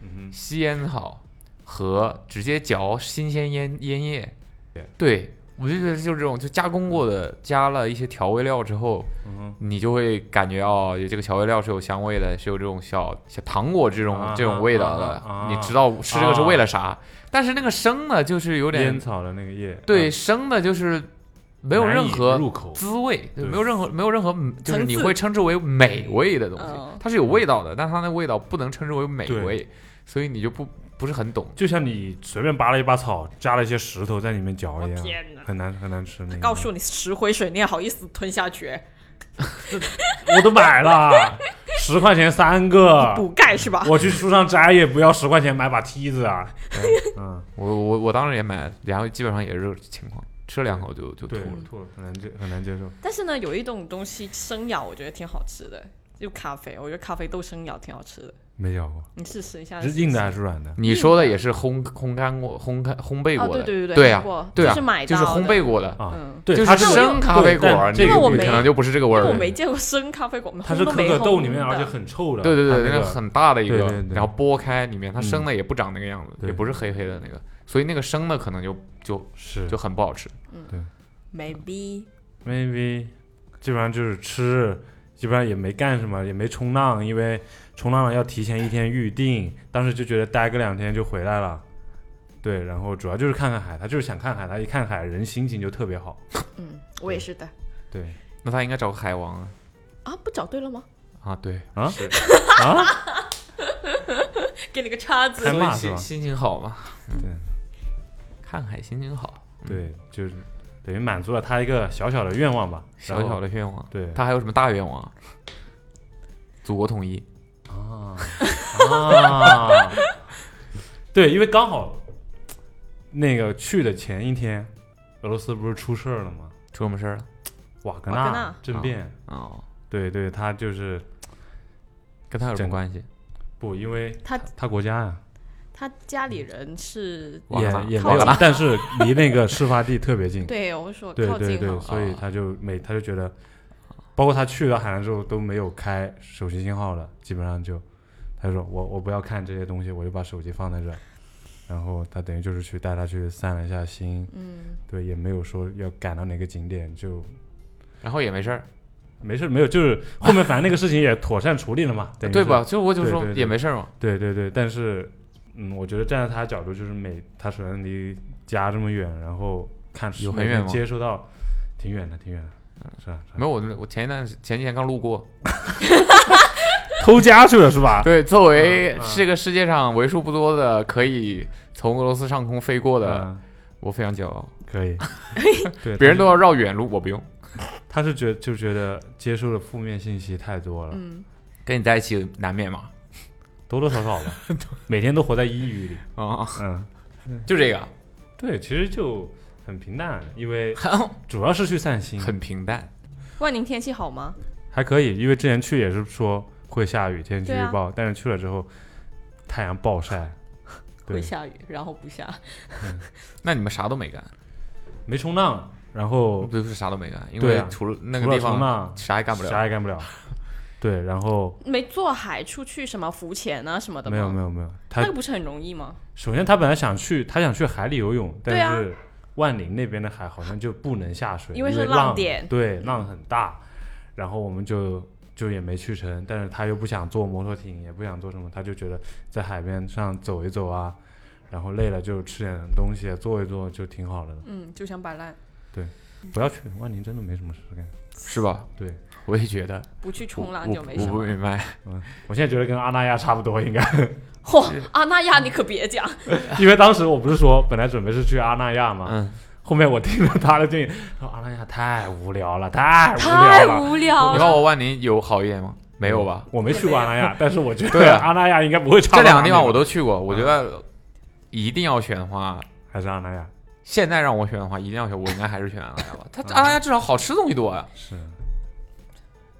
[SPEAKER 6] 嗯
[SPEAKER 3] 吸烟好和直接嚼新鲜烟烟叶
[SPEAKER 6] 对。
[SPEAKER 3] 对，我就觉得就这种就加工过的，加了一些调味料之后，
[SPEAKER 6] 哼嗯哼，
[SPEAKER 3] 你就会感觉哦，有这个调味料是有香味的，是有这种小小糖果这种、
[SPEAKER 6] 啊哈
[SPEAKER 3] 这种味道的，
[SPEAKER 6] 啊哈
[SPEAKER 3] 你知道吃这个是为了啥？但是那个生的，就是有
[SPEAKER 6] 烟
[SPEAKER 3] 点
[SPEAKER 6] 草的那个叶，
[SPEAKER 3] 对
[SPEAKER 6] 嗯，
[SPEAKER 3] 生的，就是没有
[SPEAKER 6] 难
[SPEAKER 3] 任
[SPEAKER 6] 以
[SPEAKER 3] 何
[SPEAKER 6] 入口，
[SPEAKER 3] 滋味，
[SPEAKER 6] 对
[SPEAKER 3] 没有任何没有任何嗯就是
[SPEAKER 7] 层
[SPEAKER 3] 你
[SPEAKER 7] 次
[SPEAKER 3] 会称之为美味的东西
[SPEAKER 7] 哦，
[SPEAKER 3] 它是有味道的，但它那味道不能称之为美
[SPEAKER 6] 对
[SPEAKER 3] 味，所以你就不不是很懂。
[SPEAKER 6] 就像你随便拔了一把草，加了一些石头在里面嚼一
[SPEAKER 7] 我
[SPEAKER 6] 样
[SPEAKER 7] 天哪，
[SPEAKER 6] 很难很难吃。那个
[SPEAKER 7] 告诉你石灰水，你也好意思吞下去？
[SPEAKER 6] 我都买了，十块钱三
[SPEAKER 7] 补
[SPEAKER 6] 个，
[SPEAKER 7] 钙是吧？
[SPEAKER 6] 啊我去树上摘也不要十块钱买把梯子啊。嗯，
[SPEAKER 3] 我我我当时也买，然后基本上也是这个情况，吃了两口就就吐
[SPEAKER 6] 对，
[SPEAKER 3] 了。
[SPEAKER 6] 吐了，很难接很难接受。
[SPEAKER 7] 但是呢，有一种东西生咬，我觉得挺好吃的，就咖啡。我觉得咖啡豆生咬挺好吃的。
[SPEAKER 6] 没咬过，
[SPEAKER 7] 你试试一下。
[SPEAKER 6] 是硬的还是软的？
[SPEAKER 3] 你说的也是烘烘干过、烘干烘焙
[SPEAKER 7] 哦
[SPEAKER 3] 过的，
[SPEAKER 7] 对对
[SPEAKER 3] 对
[SPEAKER 7] 对对
[SPEAKER 3] 啊
[SPEAKER 7] 烘过，
[SPEAKER 3] 对啊，
[SPEAKER 7] 就是买
[SPEAKER 3] 就是
[SPEAKER 7] 到的
[SPEAKER 3] 烘焙过的
[SPEAKER 6] 啊
[SPEAKER 7] 嗯
[SPEAKER 6] 对，
[SPEAKER 3] 就
[SPEAKER 6] 它
[SPEAKER 3] 是
[SPEAKER 7] 那我
[SPEAKER 3] 生
[SPEAKER 7] 又
[SPEAKER 3] 咖啡果儿，
[SPEAKER 6] 对但这
[SPEAKER 3] 你
[SPEAKER 6] 个
[SPEAKER 7] 我
[SPEAKER 3] 你
[SPEAKER 7] 没
[SPEAKER 3] 可能就不是这个味
[SPEAKER 7] 因为
[SPEAKER 3] 儿
[SPEAKER 7] 我
[SPEAKER 3] 了。
[SPEAKER 7] 没见过生咖啡果，我们
[SPEAKER 6] 它
[SPEAKER 7] 烘
[SPEAKER 6] 是
[SPEAKER 7] 都
[SPEAKER 6] 可
[SPEAKER 7] 没
[SPEAKER 6] 可豆
[SPEAKER 7] 烘
[SPEAKER 6] 里面，而
[SPEAKER 7] 的
[SPEAKER 6] 且很臭的，
[SPEAKER 3] 对对对，
[SPEAKER 6] 它
[SPEAKER 3] 那
[SPEAKER 6] 那
[SPEAKER 3] 个很大的一
[SPEAKER 6] 对
[SPEAKER 3] 个
[SPEAKER 6] 对，对
[SPEAKER 3] 然后剥开里面，它
[SPEAKER 6] 嗯
[SPEAKER 3] 生的也不长那个样子，也
[SPEAKER 6] 对
[SPEAKER 3] 不是黑黑的那个，所以那个生的可能就是就很不好吃。
[SPEAKER 7] maybe
[SPEAKER 6] maybe 基本上就是吃，基本上也没干什么，也没冲浪，因为冲浪要提前一天预定，当时就觉得待个两天就回来了。对，然后主要就是看看海，他就是想看海，他一看海人心情就特别好。
[SPEAKER 7] 嗯，我也是的
[SPEAKER 6] 对
[SPEAKER 3] 那他应该找个海王啊
[SPEAKER 7] 啊，不找对了吗？
[SPEAKER 3] 啊，对，
[SPEAKER 6] 啊啊，
[SPEAKER 7] 给你个叉子
[SPEAKER 6] 开，骂是
[SPEAKER 3] 心
[SPEAKER 6] 吧？
[SPEAKER 3] 心情好嘛，嗯
[SPEAKER 6] 对
[SPEAKER 3] 看海心情好，
[SPEAKER 6] 对，就是等于满足了他一个小小的愿望吧，
[SPEAKER 3] 小小
[SPEAKER 6] 的
[SPEAKER 3] 的愿望。
[SPEAKER 6] 对
[SPEAKER 3] 他还有什么大愿望啊？祖国统一。
[SPEAKER 6] 啊啊，对，因为刚好那个去的前一天，俄罗斯不是出事儿了吗？
[SPEAKER 3] 出什么事儿了？
[SPEAKER 6] 瓦格
[SPEAKER 7] 瓦格纳
[SPEAKER 6] 纳政变，
[SPEAKER 3] 哦，
[SPEAKER 6] 对对，他就是
[SPEAKER 3] 跟他有什么
[SPEAKER 6] 整
[SPEAKER 3] 关系？
[SPEAKER 6] 不因为
[SPEAKER 7] 他
[SPEAKER 6] 他国家啊呀、
[SPEAKER 7] 他家里人是，
[SPEAKER 3] 瓦
[SPEAKER 6] 也
[SPEAKER 3] 格纳
[SPEAKER 6] 也没
[SPEAKER 3] 瓦格
[SPEAKER 6] 有
[SPEAKER 3] 纳，
[SPEAKER 6] 但是离那个事发地特别近，
[SPEAKER 7] 啊对我说
[SPEAKER 6] 对
[SPEAKER 7] 靠
[SPEAKER 6] 对
[SPEAKER 7] 近啊
[SPEAKER 6] 对，
[SPEAKER 7] 哈，
[SPEAKER 6] 所以他就每他就觉得，包括他去了海南之后都没有开手机信号了，基本上就他就说我我不要看这些东西，我就把手机放在这儿。然后他等于就是去带他去散了一下心，
[SPEAKER 7] 嗯，
[SPEAKER 6] 对，也没有说要赶到哪个景点，就
[SPEAKER 3] 然后也没事儿，
[SPEAKER 6] 没事没有，就是后面反正那个事情也妥善处理了嘛，等于
[SPEAKER 3] 对
[SPEAKER 6] 是
[SPEAKER 3] 吧？就我就
[SPEAKER 6] 对
[SPEAKER 3] 说
[SPEAKER 6] 对对
[SPEAKER 3] 也没事儿嘛。
[SPEAKER 6] 对对对，但是，嗯，我觉得站在他的角度，就是每他首先离家这么远，然后看
[SPEAKER 3] 有很
[SPEAKER 6] 每天
[SPEAKER 3] 远吗嗯
[SPEAKER 6] 接收到，挺远的，挺远的，是啊吧？是吧
[SPEAKER 3] 没有，我我前一段前几天刚路过，
[SPEAKER 6] 偷家去了是吧？
[SPEAKER 3] 对，作为
[SPEAKER 6] 嗯嗯
[SPEAKER 3] 这个世界上为数不多的可以从俄罗斯上空飞过的，
[SPEAKER 6] 嗯，
[SPEAKER 3] 我非常骄傲。
[SPEAKER 6] 可 以。对，
[SPEAKER 3] 别人都
[SPEAKER 6] 他
[SPEAKER 3] 要
[SPEAKER 6] 是，
[SPEAKER 3] 绕远路，我不用。
[SPEAKER 6] 他是觉就觉得接受的负面信息太多了，
[SPEAKER 7] 嗯，
[SPEAKER 3] 跟你在一起难免嘛。
[SPEAKER 6] 多多少少 吧，每天都活在抑郁里。
[SPEAKER 3] 啊，
[SPEAKER 6] 嗯，
[SPEAKER 3] 就这个，
[SPEAKER 6] 对，其实就很平淡，因为
[SPEAKER 3] 很哦
[SPEAKER 6] 主要是去散心，
[SPEAKER 3] 很平淡。
[SPEAKER 7] 万宁天气好吗？
[SPEAKER 6] 还可以，因为之前去也是说会下雨，天气
[SPEAKER 7] 对啊
[SPEAKER 6] 预报，但是去了之后太阳暴晒，
[SPEAKER 7] 会
[SPEAKER 6] 对，
[SPEAKER 7] 下雨，然后不下，
[SPEAKER 3] 那你们啥都没干，
[SPEAKER 6] 没冲浪，然后
[SPEAKER 3] 不是啥都没干，因
[SPEAKER 6] 对
[SPEAKER 3] 为
[SPEAKER 6] 啊
[SPEAKER 3] 除了那
[SPEAKER 6] 除
[SPEAKER 3] 个
[SPEAKER 6] 了
[SPEAKER 3] 地方
[SPEAKER 6] 冲浪
[SPEAKER 3] 啥也干不
[SPEAKER 6] 啥
[SPEAKER 3] 了。
[SPEAKER 6] 也干不了。对，然后
[SPEAKER 7] 没坐海出去什么浮潜啊什么的吗？
[SPEAKER 6] 没有没有没有，他
[SPEAKER 7] 那个不是很容易吗？
[SPEAKER 6] 首先他本来想去，他想去海里游泳，
[SPEAKER 7] 对啊
[SPEAKER 6] 但是万宁那边的海好像就不能下水，
[SPEAKER 7] 因
[SPEAKER 6] 因
[SPEAKER 7] 为是浪
[SPEAKER 6] 浪
[SPEAKER 7] 点
[SPEAKER 6] 对，浪很大。然后我们就就也没去成，但是他又不想坐摩托艇，也不想做什么，他就觉得在海边上走一走啊，然后累了就吃点东西，坐一坐就挺好的。
[SPEAKER 7] 嗯，就想摆烂，
[SPEAKER 6] 不要去万宁，真的没什么事干。
[SPEAKER 3] 是吧？
[SPEAKER 6] 对，
[SPEAKER 3] 我也觉得，
[SPEAKER 7] 不去
[SPEAKER 3] 我
[SPEAKER 7] 冲浪就
[SPEAKER 3] 我
[SPEAKER 7] 没
[SPEAKER 3] 我
[SPEAKER 7] 什
[SPEAKER 3] 不
[SPEAKER 7] 么。
[SPEAKER 3] 明白，
[SPEAKER 6] 我现在觉得跟阿那亚差不多，应该，
[SPEAKER 7] 嚯，阿那亚你可别讲，
[SPEAKER 6] 因为当时我不是说本来准备是去阿那亚嘛，
[SPEAKER 3] 嗯，
[SPEAKER 6] 后面我听了他的建议， 说阿那亚太无聊了，太无
[SPEAKER 7] 太
[SPEAKER 6] 聊了。
[SPEAKER 7] 无聊
[SPEAKER 3] 你
[SPEAKER 7] 了。
[SPEAKER 3] 看我万宁有好一点吗？没有吧？
[SPEAKER 6] 我没去过阿 那亚，但是我觉
[SPEAKER 3] 对
[SPEAKER 6] 得
[SPEAKER 3] 啊
[SPEAKER 6] 阿那亚应该不会差。
[SPEAKER 3] 这两个地方我都去过，我觉
[SPEAKER 6] 嗯
[SPEAKER 3] 得一定要选的话，
[SPEAKER 6] 还是阿那亚，
[SPEAKER 3] 现在让我选的话，一定要选，我应该还是选啊阿拉亚吧。它阿拉亚哎至少好吃的东西多呀、
[SPEAKER 6] 是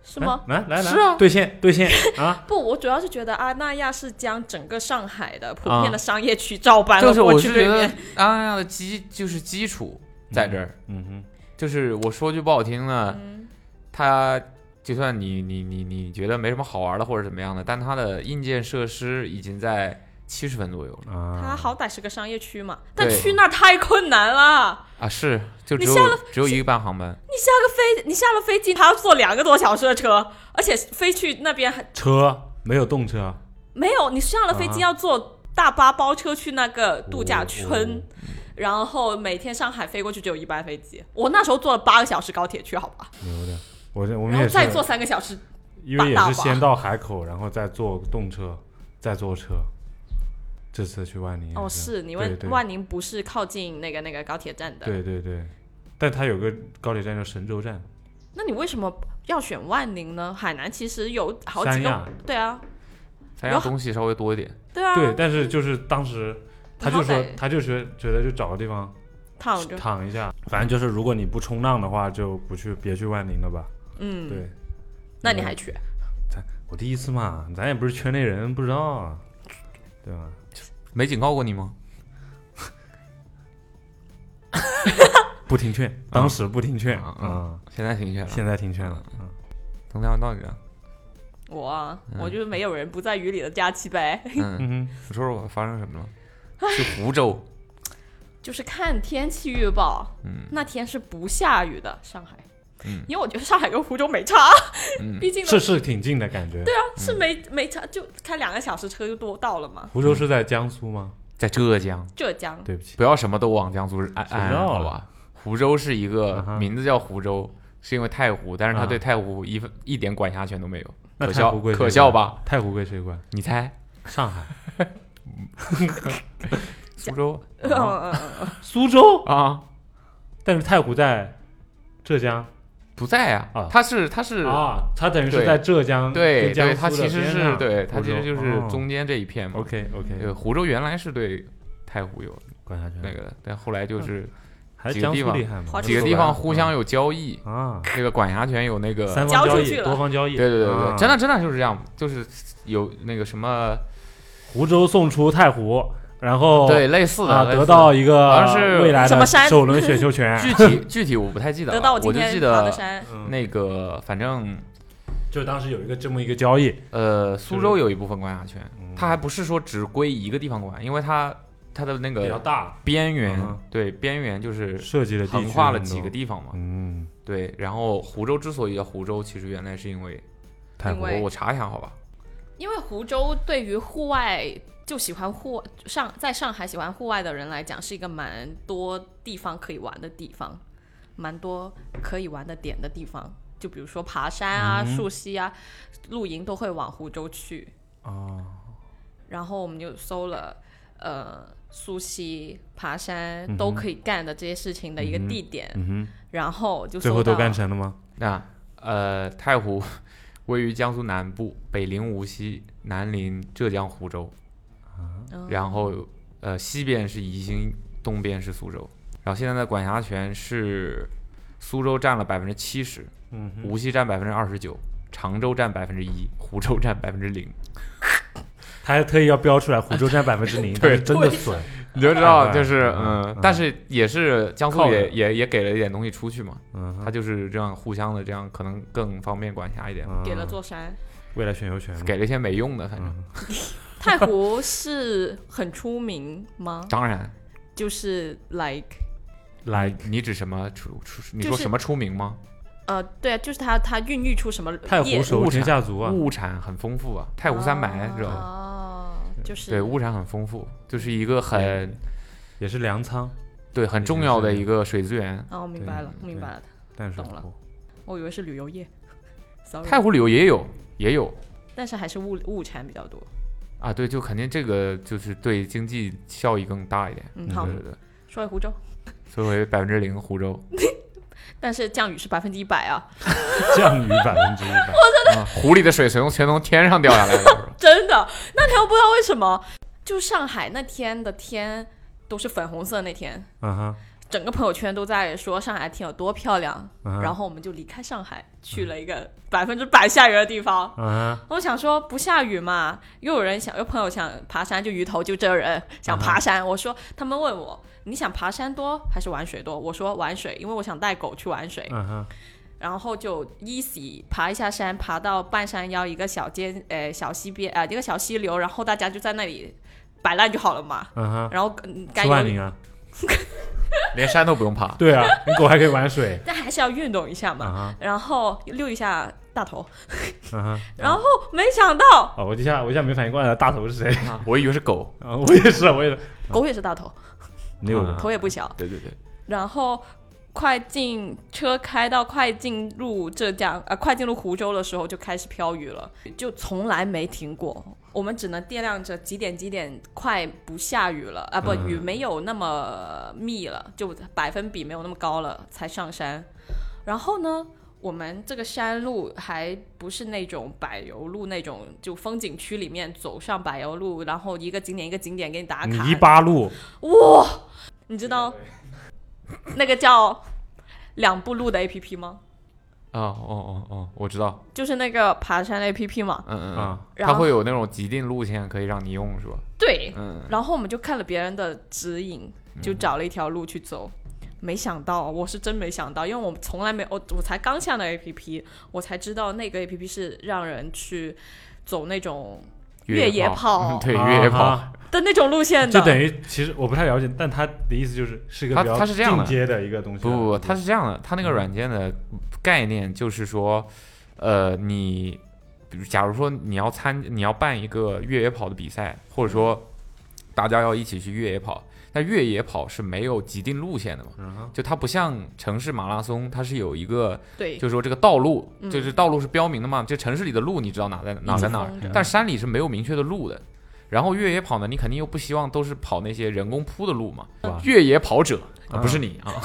[SPEAKER 7] 是吗？？
[SPEAKER 6] 来来来，
[SPEAKER 3] 是啊
[SPEAKER 6] 兑现 兑现
[SPEAKER 3] 哎
[SPEAKER 6] 啊！
[SPEAKER 7] 不，我主要是觉得阿那亚是将整个上海的普
[SPEAKER 3] 啊
[SPEAKER 7] 遍的商业区照搬
[SPEAKER 3] 就
[SPEAKER 7] 了
[SPEAKER 3] 是
[SPEAKER 7] 过
[SPEAKER 3] 我
[SPEAKER 7] 去
[SPEAKER 3] 是觉
[SPEAKER 7] 对
[SPEAKER 3] 得
[SPEAKER 7] 面。
[SPEAKER 3] 阿拉亚的基就是基础在这儿，
[SPEAKER 6] 嗯哼，
[SPEAKER 3] 就是我说句不好听的，
[SPEAKER 7] 嗯
[SPEAKER 3] 它就算你你你你觉得没什么好玩的或者怎么样的，但它的硬件设施已经在七十分左右了
[SPEAKER 6] 啊，
[SPEAKER 7] 它好歹是个商业区嘛，但
[SPEAKER 3] 对
[SPEAKER 7] 去那儿太困难了。
[SPEAKER 3] 啊，是就只
[SPEAKER 7] 你
[SPEAKER 3] 有
[SPEAKER 7] 下了
[SPEAKER 3] 只有一个班航班，
[SPEAKER 7] 你下个飞，你下了飞机，还要坐两个多小时的车，而且飞去那边还
[SPEAKER 6] 车没有动车，
[SPEAKER 7] 没有，你上了飞机
[SPEAKER 6] 啊
[SPEAKER 7] 要坐大巴包车去那个度假村，
[SPEAKER 6] 哦
[SPEAKER 7] 然后每天上海飞过去只有一班飞机。我那时候坐了八个小时高铁去，好吧，
[SPEAKER 6] 牛的！我这我们
[SPEAKER 7] 然后
[SPEAKER 6] 也
[SPEAKER 7] 再
[SPEAKER 6] 是
[SPEAKER 7] 坐，三个小时，
[SPEAKER 6] 因为也
[SPEAKER 7] 大
[SPEAKER 6] 是
[SPEAKER 7] 巴
[SPEAKER 6] 先到海口，然后再坐动车，再坐车。这次去万宁也
[SPEAKER 7] 哦，是你
[SPEAKER 6] 对
[SPEAKER 7] 问
[SPEAKER 6] 对
[SPEAKER 7] 万宁不是靠近那个那个高铁站的？
[SPEAKER 6] 对对对，但它有个高铁站叫神州站，
[SPEAKER 7] 那你为什么要选万宁呢？海南其实有好几
[SPEAKER 6] 三
[SPEAKER 7] 个
[SPEAKER 6] 亚，
[SPEAKER 7] 对啊，
[SPEAKER 3] 咱家东西稍微多一点，
[SPEAKER 7] 对啊，
[SPEAKER 6] 对，但是就是当时他就
[SPEAKER 7] 好
[SPEAKER 6] 说
[SPEAKER 7] 歹，
[SPEAKER 6] 他就觉觉得就找个地方
[SPEAKER 7] 躺着，
[SPEAKER 6] 躺一下，反正就是如果你不冲浪的话，就不去别去万宁了吧。
[SPEAKER 7] 嗯，
[SPEAKER 6] 对，
[SPEAKER 7] 那你还去？
[SPEAKER 6] 我第一次嘛，咱也不是圈内人，不知道啊，对吧？
[SPEAKER 3] 没警告过你吗？
[SPEAKER 6] 不听劝，当时不听劝
[SPEAKER 3] 啊
[SPEAKER 6] 啊，
[SPEAKER 3] 现在听劝了，
[SPEAKER 6] 现在听劝了。嗯，
[SPEAKER 3] 能聊到你啊了。
[SPEAKER 7] 我啊，
[SPEAKER 3] 嗯
[SPEAKER 7] 我就是没有人不在雨里的假期呗，
[SPEAKER 3] 嗯，你说说我发生什么了？去湖 州，
[SPEAKER 7] 就是看天气预报，
[SPEAKER 3] 嗯
[SPEAKER 7] 那天是不下雨的，上海，
[SPEAKER 3] 嗯
[SPEAKER 7] 因为我觉得上海跟湖州没差，
[SPEAKER 3] 嗯
[SPEAKER 7] 毕竟呢
[SPEAKER 6] 是是挺近的感觉。
[SPEAKER 7] 对啊，是没没差，就开两个小时车就多到了嘛。
[SPEAKER 6] 湖州是在江苏吗？
[SPEAKER 3] 在浙江。
[SPEAKER 7] 浙江，
[SPEAKER 6] 对不起，
[SPEAKER 3] 不要什么都往江苏安
[SPEAKER 6] 知道
[SPEAKER 3] 安好吧？湖州是一个名字叫湖州，是因为太湖，但是他
[SPEAKER 6] 啊
[SPEAKER 3] 对太湖一分一点管辖权都没有，
[SPEAKER 6] 那
[SPEAKER 3] 可
[SPEAKER 6] 太
[SPEAKER 3] 笑
[SPEAKER 6] 湖归谁
[SPEAKER 3] 可
[SPEAKER 6] 管
[SPEAKER 3] 笑吧？？
[SPEAKER 6] 太湖归谁管？
[SPEAKER 3] 你猜
[SPEAKER 6] 上海、
[SPEAKER 3] 苏州
[SPEAKER 7] 嗯嗯嗯嗯，
[SPEAKER 6] 苏州，
[SPEAKER 3] 啊？
[SPEAKER 6] 但是太湖在浙江
[SPEAKER 3] 不在啊
[SPEAKER 6] 啊，
[SPEAKER 3] 他是他是
[SPEAKER 6] 啊，它等于是
[SPEAKER 3] 对
[SPEAKER 6] 在浙江
[SPEAKER 3] 对
[SPEAKER 6] 跟江
[SPEAKER 3] 对，
[SPEAKER 6] 苏
[SPEAKER 3] 他
[SPEAKER 6] 的
[SPEAKER 3] 其实
[SPEAKER 6] 边
[SPEAKER 3] 是
[SPEAKER 6] 上
[SPEAKER 3] 对他
[SPEAKER 6] 湖
[SPEAKER 3] 其实
[SPEAKER 6] 州
[SPEAKER 3] 就是
[SPEAKER 6] 哦
[SPEAKER 3] 中间这一片嘛。
[SPEAKER 6] OK
[SPEAKER 3] 对，
[SPEAKER 6] OK，
[SPEAKER 3] 湖州原来是对太湖有
[SPEAKER 6] 管辖
[SPEAKER 3] 那
[SPEAKER 6] 权
[SPEAKER 3] 个的，但后来
[SPEAKER 7] 嗯
[SPEAKER 3] 就是
[SPEAKER 6] 还
[SPEAKER 3] 几
[SPEAKER 6] 是
[SPEAKER 3] 个
[SPEAKER 6] 江
[SPEAKER 3] 地
[SPEAKER 6] 苏
[SPEAKER 3] 方
[SPEAKER 6] 厉害嘛
[SPEAKER 7] 划？
[SPEAKER 3] 几个地方互相有交易，
[SPEAKER 6] 啊，
[SPEAKER 3] 那个管辖权有那个
[SPEAKER 6] 嗯三
[SPEAKER 7] 交
[SPEAKER 6] 方
[SPEAKER 7] 出
[SPEAKER 6] 交
[SPEAKER 7] 去
[SPEAKER 6] 易，
[SPEAKER 7] 了
[SPEAKER 6] 多方交易，
[SPEAKER 3] 对对对对，
[SPEAKER 6] 啊
[SPEAKER 3] 真的真的就是这样，就是有那个什么，
[SPEAKER 6] 湖州送出太湖，然后
[SPEAKER 3] 对，类似的，
[SPEAKER 6] 啊
[SPEAKER 3] 类似
[SPEAKER 6] 得
[SPEAKER 3] 的
[SPEAKER 6] 到一
[SPEAKER 3] 好
[SPEAKER 6] 个
[SPEAKER 3] 像是
[SPEAKER 6] 未来
[SPEAKER 7] 什么
[SPEAKER 6] 的
[SPEAKER 7] 山
[SPEAKER 6] 首轮选 秀权，
[SPEAKER 3] 具体具体我不太记得了，
[SPEAKER 7] 得到
[SPEAKER 3] 我
[SPEAKER 7] 今
[SPEAKER 3] 就记
[SPEAKER 7] 天爬的
[SPEAKER 3] 得
[SPEAKER 7] 山，
[SPEAKER 6] 嗯
[SPEAKER 3] 那个，反正
[SPEAKER 6] 就当时有一个这么一个交易，
[SPEAKER 3] 呃，苏州有一部分管辖权，
[SPEAKER 6] 嗯
[SPEAKER 3] 它还不是说只归一个地方管，因为它它的那
[SPEAKER 6] 比较
[SPEAKER 3] 个
[SPEAKER 6] 大，
[SPEAKER 3] 边缘
[SPEAKER 6] 嗯，
[SPEAKER 3] 对边缘就是
[SPEAKER 6] 涉及的地区
[SPEAKER 3] 横跨了
[SPEAKER 6] 很
[SPEAKER 3] 几
[SPEAKER 6] 多
[SPEAKER 3] 个，地方嘛，
[SPEAKER 6] 嗯，
[SPEAKER 3] 对。然后湖州之所以叫湖州，其实原来是因为
[SPEAKER 6] 太
[SPEAKER 7] 因
[SPEAKER 6] 湖
[SPEAKER 7] 为
[SPEAKER 3] 我我查一下好吧，
[SPEAKER 7] 因为湖州对于户外就喜欢户上在上海喜欢户外的人来讲，是一个蛮多地方可以玩的地方，蛮多可以玩的点的地方。就比如说爬山啊、
[SPEAKER 6] 嗯
[SPEAKER 7] 溯溪啊、露营都会往湖州去。
[SPEAKER 6] 啊，
[SPEAKER 7] 然后我们就搜了，呃，溯溪、爬山
[SPEAKER 6] 嗯哼
[SPEAKER 7] 都可以干的这些事情的一个
[SPEAKER 6] 嗯哼
[SPEAKER 7] 地点，
[SPEAKER 6] 嗯
[SPEAKER 7] 然后就
[SPEAKER 6] 哼，最
[SPEAKER 7] 搜
[SPEAKER 6] 后都
[SPEAKER 7] 到
[SPEAKER 6] 干成了吗？
[SPEAKER 3] 那呃，太湖位于江苏南部，北临无锡，南临浙江湖州，
[SPEAKER 7] 嗯
[SPEAKER 3] 然后呃西边是宜兴，东边是苏州。然后现在的管辖权是苏州占了百分之七十，
[SPEAKER 6] 嗯哼，
[SPEAKER 3] 无锡占百分之二十九，常州占百分之一，湖州占百分之 零。
[SPEAKER 6] 他还特意要标出来，湖州占百分 之零，但是真的损，
[SPEAKER 3] 你就知道，就是
[SPEAKER 6] 嗯
[SPEAKER 3] 嗯
[SPEAKER 6] 嗯，
[SPEAKER 3] 但是也是江苏
[SPEAKER 6] 靠
[SPEAKER 3] 也
[SPEAKER 6] 着
[SPEAKER 3] 也也给了一点东西出去嘛，
[SPEAKER 6] 嗯
[SPEAKER 3] 它
[SPEAKER 6] 哼，
[SPEAKER 3] 就是这样互相的，这样可能更方便管辖一点，
[SPEAKER 6] 嗯
[SPEAKER 7] 给了座 山。
[SPEAKER 6] 未来选秀权嘛，
[SPEAKER 3] 给了一些没用的，反正
[SPEAKER 6] 嗯
[SPEAKER 7] 太湖是很出名吗？
[SPEAKER 3] 当然。
[SPEAKER 7] 就是 like
[SPEAKER 6] 来
[SPEAKER 3] 你指什么出出？你
[SPEAKER 7] 就
[SPEAKER 3] 说
[SPEAKER 7] 是
[SPEAKER 3] 什么出名吗？
[SPEAKER 7] 呃，对啊，就是它它孕育出什么
[SPEAKER 6] 太
[SPEAKER 7] 业
[SPEAKER 6] 湖手
[SPEAKER 3] 物
[SPEAKER 6] 天
[SPEAKER 3] 产
[SPEAKER 6] 下足啊，
[SPEAKER 3] 物产很丰富啊，太湖三白知道吧？
[SPEAKER 7] 哦，就是
[SPEAKER 3] 对，物产很丰富，就是一个很
[SPEAKER 6] 也是粮仓，
[SPEAKER 3] 对很重要的一个水资源。
[SPEAKER 7] 哦，明白了，明白了，
[SPEAKER 6] 淡水
[SPEAKER 7] 懂了
[SPEAKER 6] 湖，
[SPEAKER 7] 我以为是旅游业 ，sorry，
[SPEAKER 3] 太湖旅游也有也有
[SPEAKER 7] 但是还是物物产比较多。
[SPEAKER 3] 啊，对，就肯定这个就是对经济效益更大一点。
[SPEAKER 7] 嗯，好
[SPEAKER 3] 对，对对，
[SPEAKER 7] 说回湖州，
[SPEAKER 3] 所以为百分之零湖州，
[SPEAKER 7] 但是降雨是百分之一百啊，
[SPEAKER 6] 降雨百分之一百，
[SPEAKER 3] 啊湖里的水全从全从天上掉下来的是吧。
[SPEAKER 7] 真的。那天我不知道为什么，就上海那天的天都是粉红色，那天
[SPEAKER 6] 嗯哼，
[SPEAKER 7] 整个朋友圈都在说上海天有多漂亮。
[SPEAKER 6] 嗯哼
[SPEAKER 7] 然后我们就离开上海，去了一个百分之百下雨的地方。
[SPEAKER 6] 嗯哼，
[SPEAKER 7] 我想说不下雨嘛，又有人想，有朋友想爬山，就鱼头就这人想爬
[SPEAKER 6] 嗯
[SPEAKER 7] 山。我说他们问我你想爬山多还是玩水多？我说玩水，因为我想带狗去玩水。
[SPEAKER 6] 嗯哼，
[SPEAKER 7] 然后就 easy 爬一下山，爬到半山腰一个小尖呃小溪边呃一个小溪流，然后大家就在那里摆烂就好了嘛。
[SPEAKER 6] 嗯 哼，
[SPEAKER 7] 然后嗯该
[SPEAKER 6] 吃万
[SPEAKER 7] 游，
[SPEAKER 6] 宁啊，
[SPEAKER 3] 连山都不用爬。
[SPEAKER 6] 对啊，你狗还可以玩水，
[SPEAKER 7] 但还是要运动一下嘛。
[SPEAKER 6] 啊
[SPEAKER 7] 然后溜一下大头，
[SPEAKER 6] 哈，嗯哼，
[SPEAKER 7] 然后没想到
[SPEAKER 6] 啊，我一下我一下没反应过来，大头是谁？
[SPEAKER 3] 啊我以为是狗。
[SPEAKER 6] 啊，我也是，我也是，
[SPEAKER 7] 狗也是大头，
[SPEAKER 6] 没有人
[SPEAKER 3] 啊
[SPEAKER 7] 头也不小。
[SPEAKER 3] 对对对，
[SPEAKER 7] 然后快进车开到快进入浙江，呃，快进入湖州的时候就开始飘雨了，就从来没停过。我们只能掂量着几点几点快不下雨了啊，不，
[SPEAKER 6] 嗯
[SPEAKER 7] 雨没有那么密了，就百分比没有那么高了才上山。然后呢，我们这个山路还不是那种柏油路那种，就风景区里面走上柏油路，然后一个景点一个景点给你打卡，
[SPEAKER 6] 泥巴路，
[SPEAKER 7] 哇， 你知道那个叫两步路的 A P P 吗？
[SPEAKER 8] 啊，哦哦哦，我知道，
[SPEAKER 7] 就是那个爬山 APP 嘛。
[SPEAKER 8] 嗯嗯嗯
[SPEAKER 6] 啊，
[SPEAKER 7] 然
[SPEAKER 3] 它
[SPEAKER 7] 后
[SPEAKER 3] 会有那种既定路线可以让你用是吧？
[SPEAKER 7] 对，
[SPEAKER 8] 嗯，
[SPEAKER 7] 然后我们就看了别人的指引，就找了一条路去走。没想到，我是真没想到，因为我从来没我我才刚下那 A P P，我才知道那个 A P P 是让人去走那种越 野跑
[SPEAKER 3] 嗯对越野跑，
[SPEAKER 6] 啊
[SPEAKER 7] 的那种路线
[SPEAKER 6] 就
[SPEAKER 7] 的。
[SPEAKER 6] 等于其实我不太了解，但他的意思就是是一个
[SPEAKER 3] 它
[SPEAKER 6] 比较
[SPEAKER 3] 它是这样的
[SPEAKER 6] 进阶的一个东西。
[SPEAKER 3] 不
[SPEAKER 6] 啊
[SPEAKER 3] 不不，它是这样的，它那个软件的概念就是说，呃，你比如假如说你要参你要办一个越野跑的比赛，或者说
[SPEAKER 6] 嗯
[SPEAKER 3] 大家要一起去越野跑，那越野跑是没有既定路线的嘛？
[SPEAKER 6] 嗯哼
[SPEAKER 3] 就它不像城市马拉松，它是有一个，
[SPEAKER 7] 对，
[SPEAKER 3] 就是说这个道路，
[SPEAKER 7] 嗯
[SPEAKER 3] 就是道路是标明的嘛，这城市里的路你知道哪在
[SPEAKER 6] 嗯
[SPEAKER 3] 哪在哪儿，
[SPEAKER 7] 封着
[SPEAKER 3] 但山里是没有明确的路的。然后越野跑呢，你肯定又不希望都是跑那些人工铺的路嘛
[SPEAKER 6] 哇。
[SPEAKER 3] 越野跑者啊，
[SPEAKER 6] 啊
[SPEAKER 3] 不是你啊，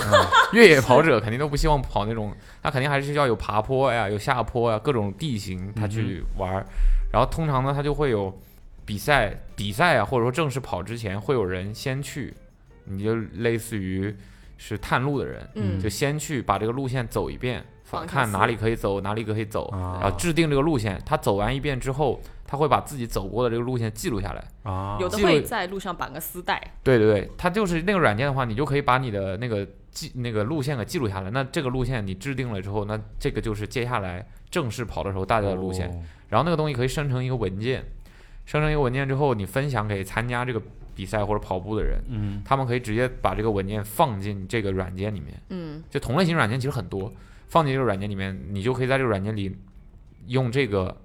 [SPEAKER 3] 越野跑者肯定都不希望跑那种，他肯定还是要有爬坡呀、有下坡呀、各种地形他嗯去玩儿。然后通常呢，他就会有比赛，比赛啊，或者说正式跑之前，会有人先去，你就类似于是探路的人，
[SPEAKER 7] 嗯
[SPEAKER 3] 就先去把这个路线走一遍，
[SPEAKER 7] 往下
[SPEAKER 3] 看
[SPEAKER 7] 思
[SPEAKER 3] 哪里可以走，哪里可以走，
[SPEAKER 6] 啊
[SPEAKER 3] 然后制定这个路线。他走完一遍之后，他会把自己走过的这个路线记录下来。
[SPEAKER 6] 啊，
[SPEAKER 7] 有的
[SPEAKER 3] 记录
[SPEAKER 7] 会在路上绑个丝带，
[SPEAKER 3] 对对对，它就是那个软件的话，你就可以把你的那个记那个路线给记录下来。那这个路线你制定了之后，那这个就是接下来正式跑的时候大家的路线。
[SPEAKER 6] 哦
[SPEAKER 3] 然后那个东西可以生成一个文件，生成一个文件之后，你分享给参加这个比赛或者跑步的人，
[SPEAKER 6] 嗯，
[SPEAKER 3] 他们可以直接把这个文件放进这个软件里面。
[SPEAKER 7] 嗯，
[SPEAKER 3] 就同类型软件其实很多，放进这个软件里面，你就可以在这个软件里用这个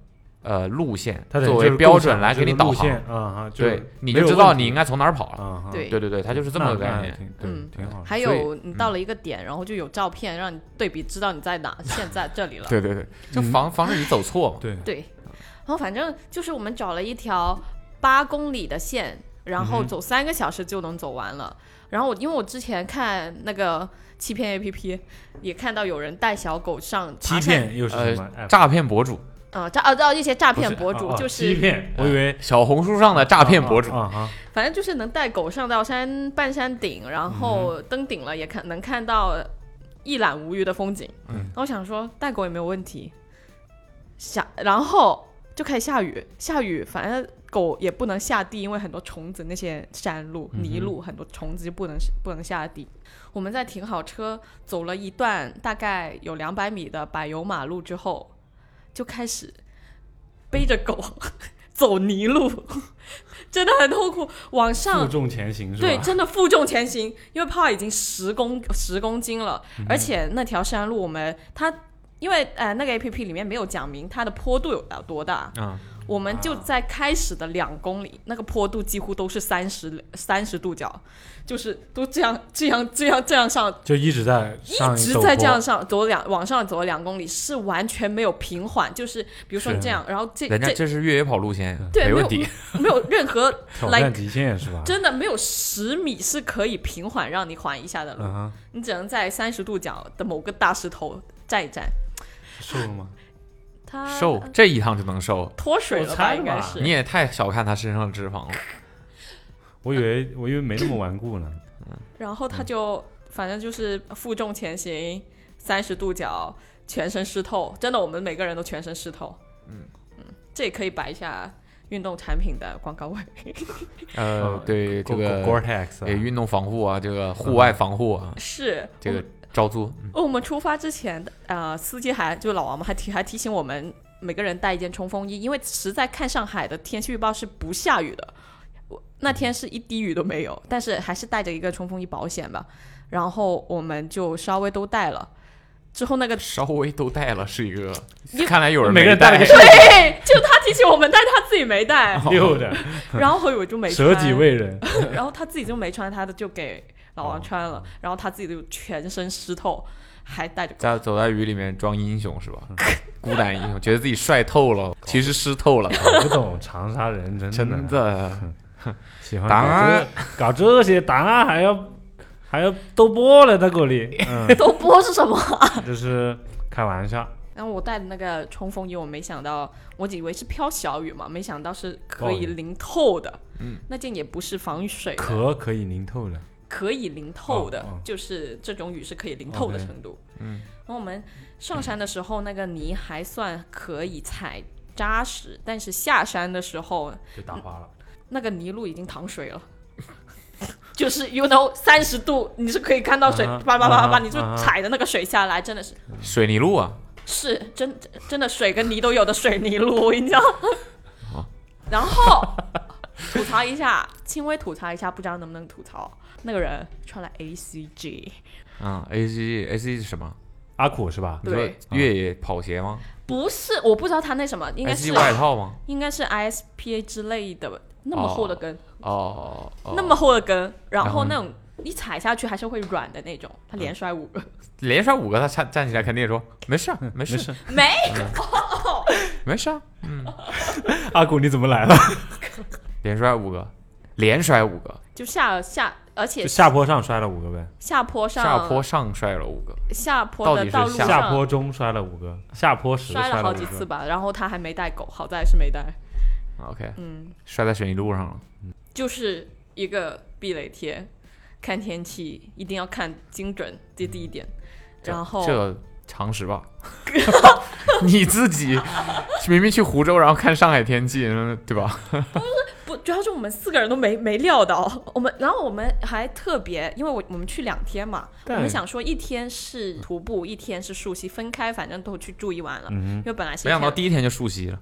[SPEAKER 3] 呃路线
[SPEAKER 6] 它
[SPEAKER 3] 作为标准来给你导
[SPEAKER 6] 路线
[SPEAKER 3] 航，
[SPEAKER 6] 啊啊，就
[SPEAKER 3] 对，你
[SPEAKER 6] 没
[SPEAKER 3] 就
[SPEAKER 6] 有
[SPEAKER 3] 知道
[SPEAKER 6] 问题
[SPEAKER 3] 你应该从哪儿跑了。
[SPEAKER 6] 啊，
[SPEAKER 7] 对
[SPEAKER 3] 对对对，它就是这么个概念。，
[SPEAKER 6] 对
[SPEAKER 7] 嗯，
[SPEAKER 6] 挺好的。
[SPEAKER 7] 还
[SPEAKER 3] 所以
[SPEAKER 7] 有你
[SPEAKER 6] 嗯
[SPEAKER 7] 到了一个点，然后就有照片让你对比，知道你在哪，现在这里了。
[SPEAKER 3] 对对对，
[SPEAKER 6] 嗯
[SPEAKER 3] 就防防止你走错嘛。
[SPEAKER 6] 对，
[SPEAKER 7] 对，然后反正就是我们找了一条八公里的线，然
[SPEAKER 6] 嗯
[SPEAKER 7] 后走三个小时就能走完了。然后我因为我之前看那个欺骗 APP，也看到有人带小狗上爬山，
[SPEAKER 6] 欺骗又是什么
[SPEAKER 3] 呃，
[SPEAKER 6] app？
[SPEAKER 3] 诈骗博主，
[SPEAKER 7] 呃诈啊到一些诈
[SPEAKER 6] 不是
[SPEAKER 7] 骗博主，
[SPEAKER 6] 哦哦
[SPEAKER 7] 就
[SPEAKER 6] 欺
[SPEAKER 7] 是
[SPEAKER 6] 骗，我以为
[SPEAKER 3] 小红书上的诈骗博主，
[SPEAKER 6] 啊啊
[SPEAKER 7] 反正就是能带狗上到山半山顶，
[SPEAKER 6] 嗯
[SPEAKER 7] 然后登顶了也看能看到一览无余的风景。
[SPEAKER 3] 嗯
[SPEAKER 7] 然后我想说带狗也没有问题，下然后就开始下雨，下雨反正狗也不能下地，因为很多虫子，那些山路
[SPEAKER 6] 嗯哼
[SPEAKER 7] 泥路很多虫子就不能不能下地。我们在停好车，走了一段大概有两百米的柏油马路之后，就开始背着狗 走泥路， 真的很痛苦。往
[SPEAKER 6] 啊，负
[SPEAKER 7] 上
[SPEAKER 6] 重前行是吧？
[SPEAKER 7] 嗯对，真的负重前行，因为怕已经十公十公斤了，而且那条山路我们它。因为呃，那个 A P P 里面没有讲明它的坡度有多大，
[SPEAKER 3] 嗯，
[SPEAKER 7] 我们就在开始的两公里，那个坡度几乎都是三十三十度角，就是都这样这样这样这样上，
[SPEAKER 6] 就一直在上
[SPEAKER 7] 一直
[SPEAKER 6] 走
[SPEAKER 7] 在这
[SPEAKER 6] 坡
[SPEAKER 7] 样上走两往上走两公里，是完全没有平缓，就是比如说
[SPEAKER 6] 是
[SPEAKER 7] 这样，然后这
[SPEAKER 3] 人家
[SPEAKER 7] 这
[SPEAKER 3] 这是越野跑路线，
[SPEAKER 7] 对
[SPEAKER 3] 没
[SPEAKER 7] 没
[SPEAKER 3] 问
[SPEAKER 7] 有
[SPEAKER 3] 题。
[SPEAKER 7] 没有任何
[SPEAKER 6] 挑
[SPEAKER 7] 来
[SPEAKER 6] 战极限是吧？
[SPEAKER 7] 真的没有十米是可以平缓让你缓一下的路，
[SPEAKER 6] 嗯哼，
[SPEAKER 7] 你只能在三十度角的某个大石头站一站。
[SPEAKER 6] 瘦了吗？
[SPEAKER 7] 它
[SPEAKER 3] 瘦这一趟就能瘦，
[SPEAKER 7] 脱水了
[SPEAKER 6] 我
[SPEAKER 7] 吧？
[SPEAKER 6] 猜
[SPEAKER 7] 应该
[SPEAKER 6] 吧
[SPEAKER 7] 是
[SPEAKER 3] 你也太小看他身上的脂肪了。
[SPEAKER 6] 我以为我以为没那么顽固呢。
[SPEAKER 7] 然后他就反正就是负重前行，三十度角，全身湿透，真的，我们每个人都全身湿透。
[SPEAKER 3] 嗯
[SPEAKER 7] 这也可以摆一下运动产品的广告位。
[SPEAKER 3] 啊
[SPEAKER 6] 哦
[SPEAKER 3] 呃，对这
[SPEAKER 6] Gore
[SPEAKER 3] 个
[SPEAKER 6] Tex
[SPEAKER 3] 给运动防护啊，这个
[SPEAKER 6] 嗯
[SPEAKER 3] 户外防护啊，
[SPEAKER 7] 是
[SPEAKER 3] 这
[SPEAKER 7] 我
[SPEAKER 3] 个
[SPEAKER 7] 们
[SPEAKER 3] 招租，嗯
[SPEAKER 7] 哦我们出发之前，呃，司机还就老王嘛，还提还提醒我们每个人带一件冲锋衣，因为实在看上海的天气预报是不下雨的，我那天是一滴雨都没有，但是还是带着一个冲锋衣保险吧。然后我们就稍微都带了，之后那个
[SPEAKER 3] 稍微都带了是一个
[SPEAKER 7] 你，
[SPEAKER 3] 看来有人
[SPEAKER 6] 每个人带
[SPEAKER 3] 带
[SPEAKER 6] 了个
[SPEAKER 7] 对，就他提醒我们，但是他自己没带，
[SPEAKER 3] 哦
[SPEAKER 6] 溜的，
[SPEAKER 7] 然后我就 没穿，
[SPEAKER 6] 舍己为人，
[SPEAKER 7] 然后他自己就没穿，他的就给老
[SPEAKER 3] 哦
[SPEAKER 7] 王穿了，然后他自己就全身湿透，还带着
[SPEAKER 3] 在走在雨里面装英雄是吧？孤胆英雄，觉得自己帅透了，其实湿透了，嗯
[SPEAKER 6] 搞不懂长沙人真的
[SPEAKER 3] 真的。
[SPEAKER 6] 喜欢
[SPEAKER 3] 档案
[SPEAKER 6] 搞这搞这些档案还要还要都播了在这里，嗯，
[SPEAKER 7] 都播是什么？
[SPEAKER 6] 这是开玩笑，
[SPEAKER 7] 然后我带的那个冲锋衣，我没想到，我以为是飘小雨嘛，没想到是可
[SPEAKER 6] 暴雨哦
[SPEAKER 7] 以淋透的。嗯，那件也不是防水的，
[SPEAKER 6] 壳可以淋透了，
[SPEAKER 7] 可以淋透的，
[SPEAKER 6] 哦哦
[SPEAKER 7] 就是这种雨是可以淋透的
[SPEAKER 6] OK
[SPEAKER 7] 程度。
[SPEAKER 3] 嗯，
[SPEAKER 7] 然后我们上山的时候，那个泥还算可以踩扎实，但是下山的时候，
[SPEAKER 6] 就打滑了。
[SPEAKER 7] 那个泥路已经淌水了。 就是 you know 三十度，你是可以看到水
[SPEAKER 6] 啊哈
[SPEAKER 7] 叭叭叭叭叭，
[SPEAKER 6] 啊哈
[SPEAKER 7] 你就
[SPEAKER 6] 啊哈
[SPEAKER 7] 踩着那个水下来，真的是
[SPEAKER 3] 水泥路啊，
[SPEAKER 7] 是真真的水跟泥都有的水泥路，我跟你讲。
[SPEAKER 3] 啊
[SPEAKER 7] 然 后吐槽一下，轻微吐槽一下，不知道能不能吐槽那个人穿了 A C G，
[SPEAKER 3] 啊，A C A C 是什么？
[SPEAKER 6] 阿苦是吧？
[SPEAKER 3] 你说
[SPEAKER 7] 对
[SPEAKER 3] 越野跑鞋吗
[SPEAKER 7] 不是我不知道他那什么，应该
[SPEAKER 3] ？S
[SPEAKER 7] 是
[SPEAKER 3] G 外套吗？
[SPEAKER 7] 应该是 I S P A 之类的，那么
[SPEAKER 3] 哦
[SPEAKER 7] 厚的跟，
[SPEAKER 3] 哦，哦
[SPEAKER 7] 那么厚的跟，然
[SPEAKER 3] 然
[SPEAKER 7] 后
[SPEAKER 3] 后
[SPEAKER 7] 那
[SPEAKER 3] 呢嗯
[SPEAKER 7] 种你踩下去还是会软的那种，他连摔五个，
[SPEAKER 3] 连摔五个，他站站起来肯定也说没事儿，没事
[SPEAKER 6] 没事
[SPEAKER 3] 儿，
[SPEAKER 7] 没
[SPEAKER 3] 没事啊儿，
[SPEAKER 6] 阿苦你怎么来了？
[SPEAKER 3] 连摔五个，连摔五个，
[SPEAKER 7] 就下下，而且
[SPEAKER 6] 就下坡上摔了五个呗，
[SPEAKER 7] 下坡上
[SPEAKER 3] 下坡上摔了五个，
[SPEAKER 7] 下坡
[SPEAKER 3] 到
[SPEAKER 7] 的
[SPEAKER 3] 底是
[SPEAKER 7] 道路上
[SPEAKER 3] 下
[SPEAKER 6] 下坡中摔了五个，下坡时
[SPEAKER 7] 摔了
[SPEAKER 6] 了
[SPEAKER 7] 好
[SPEAKER 6] 五
[SPEAKER 7] 几次
[SPEAKER 6] 个。
[SPEAKER 7] 吧，然后他还没带狗，好在是没带，
[SPEAKER 3] OK，
[SPEAKER 7] 嗯，
[SPEAKER 3] 摔在水泥路上了。
[SPEAKER 7] 就是一个避雷贴，看天气一定要看精准，这第一点，
[SPEAKER 3] 这
[SPEAKER 7] 然后
[SPEAKER 3] 这个常识吧， 你自己明明去湖州，然后看上海天气，嗯对吧？
[SPEAKER 7] 不，主要是我们四个人都没没料到，我们然后我们还特别，因为我我们去两天嘛，我
[SPEAKER 6] 对
[SPEAKER 7] 们想说一天是徒步，一天是溯溪，分开，反正都去住一晚了，
[SPEAKER 6] 嗯
[SPEAKER 7] 因为本来是
[SPEAKER 3] 没想到
[SPEAKER 7] 看
[SPEAKER 3] 第一天就溯溪了。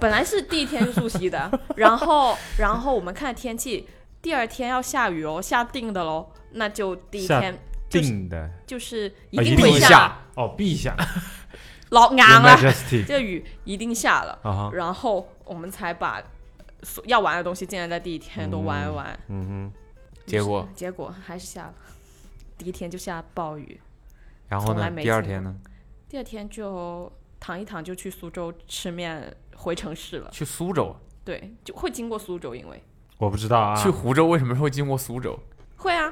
[SPEAKER 7] 本来是第一天是溯溪的，然后然后我们看天气，第二天要下雨哦，下定的喽，那就第一
[SPEAKER 6] 下
[SPEAKER 7] 天
[SPEAKER 6] 哼，定的
[SPEAKER 7] 就是一
[SPEAKER 6] 啊
[SPEAKER 7] 定
[SPEAKER 6] 一定
[SPEAKER 7] 会
[SPEAKER 6] 下
[SPEAKER 7] 下，
[SPEAKER 6] 哦，陛下
[SPEAKER 7] 老硬啊
[SPEAKER 6] ，Your
[SPEAKER 7] 了，
[SPEAKER 6] Majesty
[SPEAKER 7] 这雨一定下了，
[SPEAKER 6] 啊哈，
[SPEAKER 7] 然后我们才把所要玩的东西尽量在第一天都玩一玩。
[SPEAKER 6] 嗯
[SPEAKER 3] 结果，
[SPEAKER 7] 结果还是下了，第一天就下暴雨，
[SPEAKER 3] 然后
[SPEAKER 7] 从来
[SPEAKER 3] 呢？
[SPEAKER 7] 没
[SPEAKER 3] 第二
[SPEAKER 7] 见
[SPEAKER 3] 天呢？
[SPEAKER 7] 第二天就躺一躺就去苏州吃面回城市了。
[SPEAKER 3] 去苏州，
[SPEAKER 7] 对，就会经过苏州，因为
[SPEAKER 6] 哼，我不知道啊，
[SPEAKER 3] 去湖州为什么会经过苏州？
[SPEAKER 7] 会啊，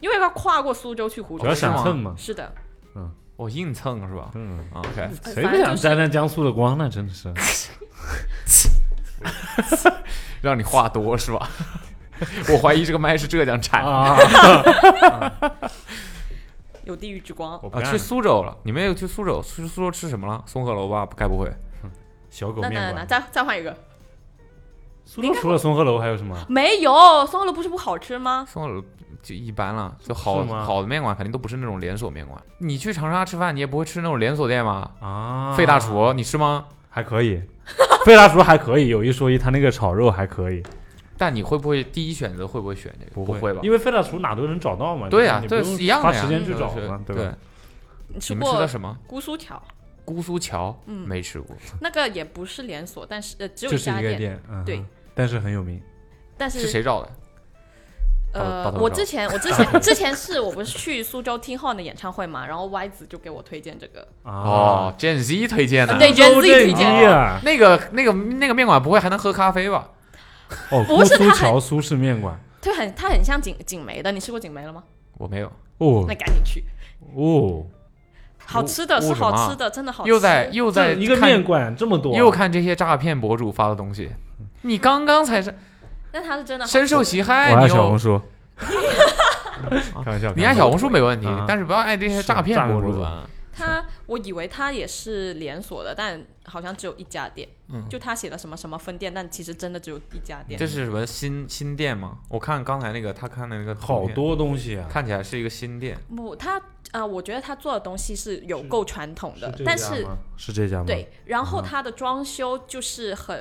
[SPEAKER 7] 因为要跨过苏州去湖州
[SPEAKER 6] 主要啊
[SPEAKER 7] 的。
[SPEAKER 6] 想蹭嘛，
[SPEAKER 7] 是的，
[SPEAKER 3] 我硬蹭是 吧？
[SPEAKER 6] 嗯，
[SPEAKER 3] 啊 OK，
[SPEAKER 7] 呃
[SPEAKER 6] 谁不想沾沾江苏的光呢？真的是，
[SPEAKER 3] 让你话多是吧？ 我怀疑这个麦是浙江
[SPEAKER 6] 哎
[SPEAKER 3] 产的啊
[SPEAKER 7] 有地狱之光。
[SPEAKER 6] 我不干
[SPEAKER 3] 去
[SPEAKER 6] 了
[SPEAKER 3] 苏州了，你们也去苏州？去苏州吃什么了？松鹤楼吧？该不会
[SPEAKER 6] 小狗
[SPEAKER 7] 那那
[SPEAKER 6] 面
[SPEAKER 7] 那，
[SPEAKER 6] 馆。
[SPEAKER 7] 再再换一个，
[SPEAKER 6] 苏州除了松鹤楼还有什么？
[SPEAKER 7] 没有松鹤楼不是不好吃吗？
[SPEAKER 3] 松鹤楼就一般了，就好
[SPEAKER 6] 是吗
[SPEAKER 3] 好的面馆肯定都不是那种连锁面馆。你去长沙吃饭，你也不会吃那种连锁店吧？
[SPEAKER 6] 啊，
[SPEAKER 3] 费大 厨你吃吗？
[SPEAKER 6] 还可以，费大厨还可以，有一说一，他那个炒肉还可以，
[SPEAKER 3] 但你会不会第一选择会不会选这个？不
[SPEAKER 6] 会
[SPEAKER 3] 吧？
[SPEAKER 6] 因为费大厨哪都能找到嘛。
[SPEAKER 3] 对呀
[SPEAKER 6] 你，不
[SPEAKER 3] 这
[SPEAKER 6] 用
[SPEAKER 3] 是一样
[SPEAKER 6] 花
[SPEAKER 3] 的呀。
[SPEAKER 6] 时间去找
[SPEAKER 3] 就是
[SPEAKER 6] 嘛，
[SPEAKER 3] 对
[SPEAKER 6] 吧？
[SPEAKER 7] 你吃
[SPEAKER 3] 你们吃
[SPEAKER 7] 过
[SPEAKER 3] 的什么？
[SPEAKER 7] 姑苏桥，
[SPEAKER 3] 姑苏桥
[SPEAKER 7] 嗯
[SPEAKER 3] 没吃过，
[SPEAKER 7] 那个也不是连锁，但是呃只有
[SPEAKER 6] 就是
[SPEAKER 7] 家
[SPEAKER 6] 一个
[SPEAKER 7] 店，
[SPEAKER 6] 店，嗯哼
[SPEAKER 7] 对，
[SPEAKER 6] 但是很有名。
[SPEAKER 7] 但
[SPEAKER 3] 是谁找的？
[SPEAKER 7] 呃
[SPEAKER 3] 大，头
[SPEAKER 7] 我
[SPEAKER 3] 照
[SPEAKER 7] 之前我 之前之前是我不是去苏州听 h 的演唱会嘛，然后 Y 子就给我推荐这 个，
[SPEAKER 6] 啊
[SPEAKER 3] 哦，，Gen Z 推荐的。
[SPEAKER 7] 对 Gen Z 推
[SPEAKER 6] 机
[SPEAKER 7] 荐，
[SPEAKER 6] 啊，
[SPEAKER 3] 那个、那个、那个面馆不会还能喝咖啡吧？
[SPEAKER 6] 哦，
[SPEAKER 7] 不
[SPEAKER 6] 姑
[SPEAKER 7] 是
[SPEAKER 6] 苏
[SPEAKER 7] 他
[SPEAKER 6] 桥苏式面馆，
[SPEAKER 7] 它很它很像锦锦梅的，你吃过锦梅了吗？
[SPEAKER 3] 我没有，
[SPEAKER 6] 哦
[SPEAKER 7] 那赶紧去，
[SPEAKER 6] 哦，
[SPEAKER 7] 好吃的
[SPEAKER 3] 为
[SPEAKER 7] 是
[SPEAKER 3] 什么啊
[SPEAKER 7] 好吃的，真的好吃。
[SPEAKER 3] 又在又在
[SPEAKER 6] 这一个
[SPEAKER 3] 看
[SPEAKER 6] 面馆这么多，啊
[SPEAKER 3] 又看这些诈骗博主发的东西。你刚刚才是
[SPEAKER 7] 但它是真的好吃
[SPEAKER 3] 深受其害，
[SPEAKER 6] 我爱
[SPEAKER 3] 你
[SPEAKER 6] 小
[SPEAKER 3] 又
[SPEAKER 6] 红 书，开玩笑，
[SPEAKER 3] 你爱小红书没问题
[SPEAKER 6] 啊，
[SPEAKER 3] 但是不要爱这些
[SPEAKER 6] 是
[SPEAKER 3] 诈骗
[SPEAKER 6] 诈骗
[SPEAKER 3] 博
[SPEAKER 6] 博
[SPEAKER 3] 主
[SPEAKER 6] 主
[SPEAKER 3] 啊。
[SPEAKER 7] 它我以为它也是连锁的，但好像只有一家店，
[SPEAKER 3] 嗯
[SPEAKER 7] 就它写了什么什么分店，但其实真的只有一家店
[SPEAKER 3] 这。是什么新新店吗？我看刚才那个他看的那个图
[SPEAKER 6] 好
[SPEAKER 3] 片，
[SPEAKER 6] 多东西啊，
[SPEAKER 3] 看起来是一个新店。
[SPEAKER 7] 不，它啊、我觉得它做的东西是有够传统的，但是
[SPEAKER 6] 是这家吗？
[SPEAKER 3] 嗯
[SPEAKER 7] 对，然后它的装修就是很。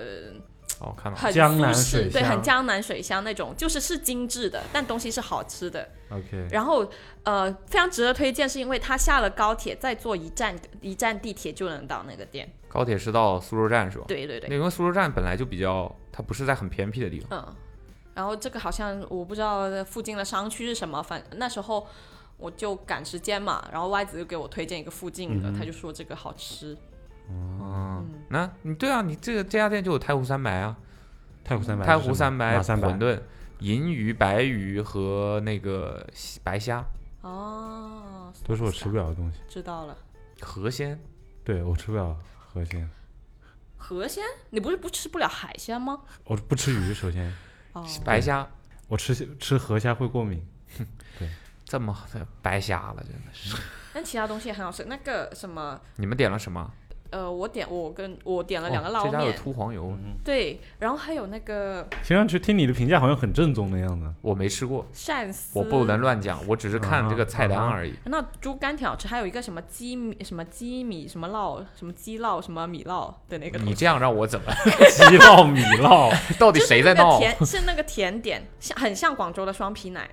[SPEAKER 3] 哦，看到了
[SPEAKER 7] 很
[SPEAKER 6] 啊江
[SPEAKER 7] 舒
[SPEAKER 6] 南
[SPEAKER 7] 适，
[SPEAKER 6] 水
[SPEAKER 7] 对，很
[SPEAKER 6] 乡
[SPEAKER 7] 江南水乡那种，就是是精致的，但东西是好吃的。
[SPEAKER 6] ，OK，
[SPEAKER 7] 然后呃，非常值得推荐，是因为它下了高铁，再坐一站一站地铁就能到那个店。
[SPEAKER 3] 高铁是到苏州站是吧？
[SPEAKER 7] 对对对，
[SPEAKER 3] 那因为苏州站本来就比较，它不是在很偏僻的地方。
[SPEAKER 7] 嗯。然后这个好像我不知道呃附近的商区是什么，反那时候我就赶时间嘛，然后歪子就给我推荐一个附近
[SPEAKER 6] 嗯
[SPEAKER 7] 的，他就说这个好吃。
[SPEAKER 3] 嗯，那你对啊，你这个这家店就有太湖三白啊，
[SPEAKER 6] 太湖三白是什
[SPEAKER 3] 太
[SPEAKER 6] 么，
[SPEAKER 3] 湖三白
[SPEAKER 5] 啊
[SPEAKER 6] 哪三白
[SPEAKER 3] 馄，饨、银鱼、白鱼和那个西白虾、
[SPEAKER 7] 哦，
[SPEAKER 6] 都是我吃不了的东西，
[SPEAKER 7] 知道了。
[SPEAKER 3] 河鲜。
[SPEAKER 6] 对我吃不了河鲜，
[SPEAKER 7] 河鲜，你不是不吃不了海鲜吗？
[SPEAKER 6] 我不吃鱼，首先
[SPEAKER 7] 哦，
[SPEAKER 3] 白虾
[SPEAKER 6] 我吃吃河虾会过敏，
[SPEAKER 3] 这么白瞎了，真的是。
[SPEAKER 7] 但其他东西也很好吃。那个什么，
[SPEAKER 3] 你们点了什么？
[SPEAKER 7] 呃，我点我跟我点呃了两个
[SPEAKER 3] 哦
[SPEAKER 7] 捞
[SPEAKER 3] 这家有
[SPEAKER 7] 面，
[SPEAKER 3] 秃黄
[SPEAKER 5] 嗯
[SPEAKER 3] 油，
[SPEAKER 7] 对，然后还有那个
[SPEAKER 6] 听上去听你的评价好像很正宗的样子。
[SPEAKER 3] 我没吃过，
[SPEAKER 7] 鳝丝，
[SPEAKER 3] 我不能乱讲，我只是看这
[SPEAKER 5] 啊
[SPEAKER 3] 个菜单而已。
[SPEAKER 7] 那猪肝挺好吃，还有一个什么鸡米、什么鸡米、什么烙、什么鸡烙、什么米烙的那个东
[SPEAKER 3] 你
[SPEAKER 7] 西，
[SPEAKER 3] 这样让我怎么？
[SPEAKER 6] 鸡烙、米烙，
[SPEAKER 3] 到底谁在
[SPEAKER 7] 那个
[SPEAKER 3] 闹？
[SPEAKER 7] 甜是那个甜点，像很像广州的双皮奶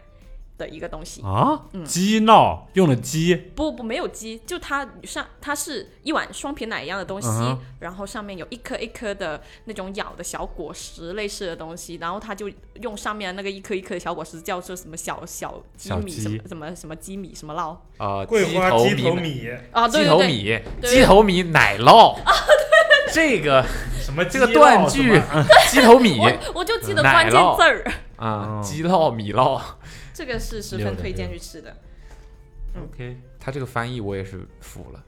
[SPEAKER 7] 的一个 东
[SPEAKER 3] 哦
[SPEAKER 7] 西。
[SPEAKER 6] 啊
[SPEAKER 7] 嗯，
[SPEAKER 6] 鸡闹用了鸡，
[SPEAKER 7] 不不，没有鸡，就它上它是一碗双皮奶一样的东西
[SPEAKER 6] 嗯哼
[SPEAKER 7] 然后上面有一颗一颗的那种咬的小果实类似的东西，然后它就用上面那个一颗一颗的小果实叫做什么小小鸡
[SPEAKER 3] 小
[SPEAKER 7] 米什么
[SPEAKER 3] 鸡
[SPEAKER 7] 什么什么鸡米什么烙
[SPEAKER 3] 呃，
[SPEAKER 5] 桂花
[SPEAKER 3] 头
[SPEAKER 5] 鸡头
[SPEAKER 3] 米
[SPEAKER 5] 米，
[SPEAKER 7] 啊，对
[SPEAKER 3] 鸡
[SPEAKER 7] 对
[SPEAKER 3] 头
[SPEAKER 7] 对，
[SPEAKER 3] 米、
[SPEAKER 7] 对啊
[SPEAKER 3] 鸡头米奶酪，这个
[SPEAKER 5] 什么
[SPEAKER 3] 这个
[SPEAKER 5] 鸡肉
[SPEAKER 3] 断
[SPEAKER 5] 什
[SPEAKER 3] 句
[SPEAKER 5] 么，
[SPEAKER 3] 鸡头米
[SPEAKER 7] 我我就记得
[SPEAKER 3] 嗯奶
[SPEAKER 7] 关键
[SPEAKER 3] 酪
[SPEAKER 7] 字儿，
[SPEAKER 3] 啊，
[SPEAKER 5] 哦
[SPEAKER 6] 嗯
[SPEAKER 3] 鸡酪、米酪。
[SPEAKER 7] 这个是十
[SPEAKER 6] 六
[SPEAKER 7] 分
[SPEAKER 6] 的
[SPEAKER 7] 推荐
[SPEAKER 6] 六
[SPEAKER 7] 去吃的。
[SPEAKER 3] OK，他这个翻译我也是服了。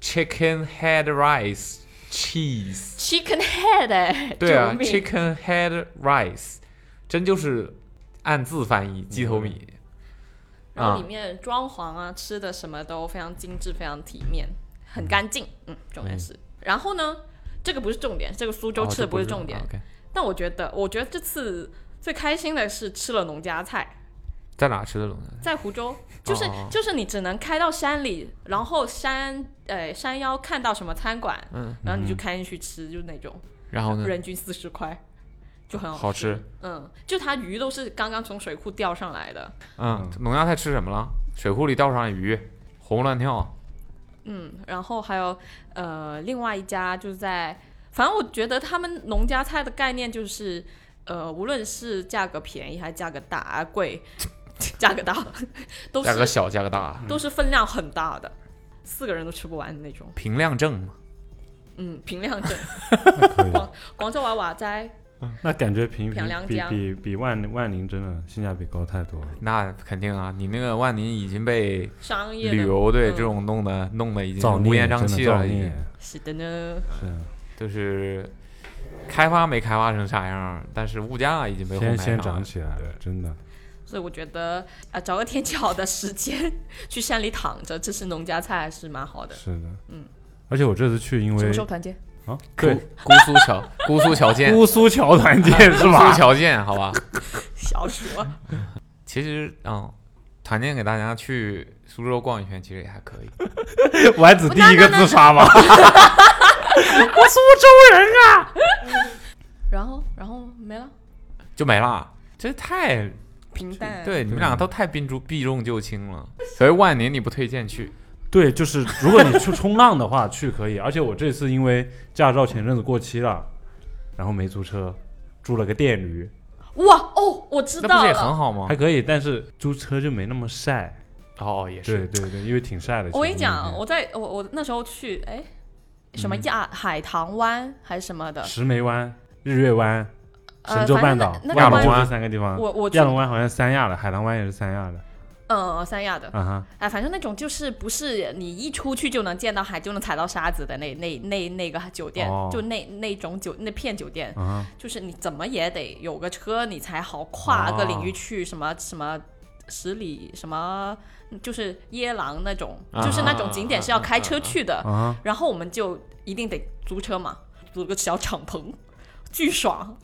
[SPEAKER 3] Chicken head rice cheese，
[SPEAKER 7] Chicken head，哎
[SPEAKER 3] 对啊
[SPEAKER 7] 救命
[SPEAKER 3] ，Chicken head rice，真就是按字翻译鸡头米。哦
[SPEAKER 7] 然后
[SPEAKER 3] 啊
[SPEAKER 7] 里面装潢啊、吃的什么都非常精致、非常体面，很干净。嗯，重点是，然后呢，这个不是重点，这个苏州
[SPEAKER 3] 哦
[SPEAKER 7] 吃
[SPEAKER 3] 这
[SPEAKER 7] 的不是
[SPEAKER 3] 是
[SPEAKER 7] 重点。
[SPEAKER 3] 啊 OK，
[SPEAKER 7] 但我觉得，我觉得这次最开心的是吃了农家菜，
[SPEAKER 3] 在哪吃的龙呢？
[SPEAKER 7] 在湖州，就是、
[SPEAKER 3] 哦
[SPEAKER 7] 就是你只能开到山里，然后山呃山腰看到什么餐馆，
[SPEAKER 3] 嗯，
[SPEAKER 7] 然后你就开进去吃，就那种
[SPEAKER 3] 然后呢？
[SPEAKER 7] 人均四十块，就很
[SPEAKER 3] 好吃。
[SPEAKER 7] 嗯，就它鱼都是刚刚从水库钓上来的，
[SPEAKER 3] 嗯，农家菜吃什么了？水库里钓上来鱼，活蹦乱跳。
[SPEAKER 7] 嗯，然后还有呃，另外一家就是在，反正我觉得他们农家菜的概念就是，呃，无论是价格便宜还是价格大啊贵， 价格大都
[SPEAKER 3] 价格
[SPEAKER 7] 是
[SPEAKER 3] 小，价格大，啊
[SPEAKER 7] 都是分量很大的，四个人都吃不完的那种。
[SPEAKER 3] 平量正嘛。
[SPEAKER 7] 嗯，平量 正，
[SPEAKER 6] 可以
[SPEAKER 7] 广广州娃娃在
[SPEAKER 6] 那感觉平
[SPEAKER 7] 漂
[SPEAKER 6] 平
[SPEAKER 7] 亮
[SPEAKER 6] 比
[SPEAKER 7] 江
[SPEAKER 6] 比比万万宁真的性价比高太多了。
[SPEAKER 3] 那肯定啊，你那个万宁已经被
[SPEAKER 7] 商业的
[SPEAKER 3] 旅游对
[SPEAKER 7] 嗯
[SPEAKER 3] 这种弄的弄的已
[SPEAKER 6] 造
[SPEAKER 3] 经
[SPEAKER 6] 孽
[SPEAKER 3] 乌烟瘴
[SPEAKER 6] 真的
[SPEAKER 3] 气
[SPEAKER 6] 造
[SPEAKER 3] 了，已
[SPEAKER 6] 孽
[SPEAKER 3] 经。
[SPEAKER 7] 是的呢，
[SPEAKER 6] 是
[SPEAKER 3] 就是开发没开发成啥样儿，哎但是物价已经被
[SPEAKER 6] 先
[SPEAKER 3] 哄抬
[SPEAKER 6] 先
[SPEAKER 3] 上
[SPEAKER 6] 涨
[SPEAKER 3] 了。
[SPEAKER 6] 起来了，真的。
[SPEAKER 7] 所以我觉得啊、呃找个天气好的时间 去山里躺着吃吃农家菜还是蛮好的。
[SPEAKER 6] 是的，
[SPEAKER 7] 嗯。
[SPEAKER 6] 而且我这次去，因
[SPEAKER 7] 什
[SPEAKER 6] 为
[SPEAKER 7] 么时候团建？
[SPEAKER 6] 啊，
[SPEAKER 3] 姑
[SPEAKER 6] 对，
[SPEAKER 3] 姑苏桥， 姑苏桥建，
[SPEAKER 6] 姑苏桥团建 是
[SPEAKER 3] 姑苏
[SPEAKER 6] 吧？
[SPEAKER 3] 桥建，好吧。
[SPEAKER 7] 小说。
[SPEAKER 3] 其实，嗯，团建给大家去苏州逛一圈，其实也还可以。
[SPEAKER 6] 丸子第一个自杀嘛，
[SPEAKER 7] 然后，然后没了，
[SPEAKER 3] 就没了，这太
[SPEAKER 7] 平淡。，
[SPEAKER 3] 对啊你们两个都太避重避重就轻了。所以万年你不推荐去，
[SPEAKER 6] 对，就是如果你去冲浪的话，去可以。而且我这次因为驾照前阵子过期了，然后没租车，租了个电驴，
[SPEAKER 7] 哇哦，我知
[SPEAKER 3] 那不
[SPEAKER 7] 道
[SPEAKER 3] 是也很
[SPEAKER 7] 了。
[SPEAKER 3] 好吗
[SPEAKER 6] 还？可以，但是租车就没那么晒。
[SPEAKER 3] 哦，也
[SPEAKER 6] 对
[SPEAKER 3] 是。
[SPEAKER 6] 对对，因为挺晒的。
[SPEAKER 7] 我跟你
[SPEAKER 6] 其实那
[SPEAKER 7] 讲，
[SPEAKER 6] 边
[SPEAKER 7] 我在我我那时候去，哎，
[SPEAKER 3] 嗯
[SPEAKER 7] 什么亚海棠湾还是什么的，
[SPEAKER 6] 石梅湾、日月湾、
[SPEAKER 7] 呃
[SPEAKER 6] 神州半岛
[SPEAKER 7] 反、正那那
[SPEAKER 6] 万
[SPEAKER 7] 个
[SPEAKER 6] 龙
[SPEAKER 7] 湾
[SPEAKER 6] 就这三个地方。
[SPEAKER 7] 我我去
[SPEAKER 6] 亚，龙湾好像三亚的，海棠湾也是三亚的。
[SPEAKER 7] 呃，三亚的，
[SPEAKER 6] 啊哈，
[SPEAKER 7] 哎，反正那种就是不是你一出去就能见到海，就能踩到沙子的那那那那个酒店
[SPEAKER 6] 哦，
[SPEAKER 7] 就那那种酒那片酒店，
[SPEAKER 6] 啊哈，
[SPEAKER 7] 就是你怎么也得有个车，你才好
[SPEAKER 6] 哦
[SPEAKER 7] 跨个领域去什么什么十里什么，就是耶郎那种，
[SPEAKER 3] 啊
[SPEAKER 7] 就是那种景点是要开车去的。
[SPEAKER 6] 啊哈，
[SPEAKER 7] 然后我们就一定得租车嘛，租个小敞篷，巨爽。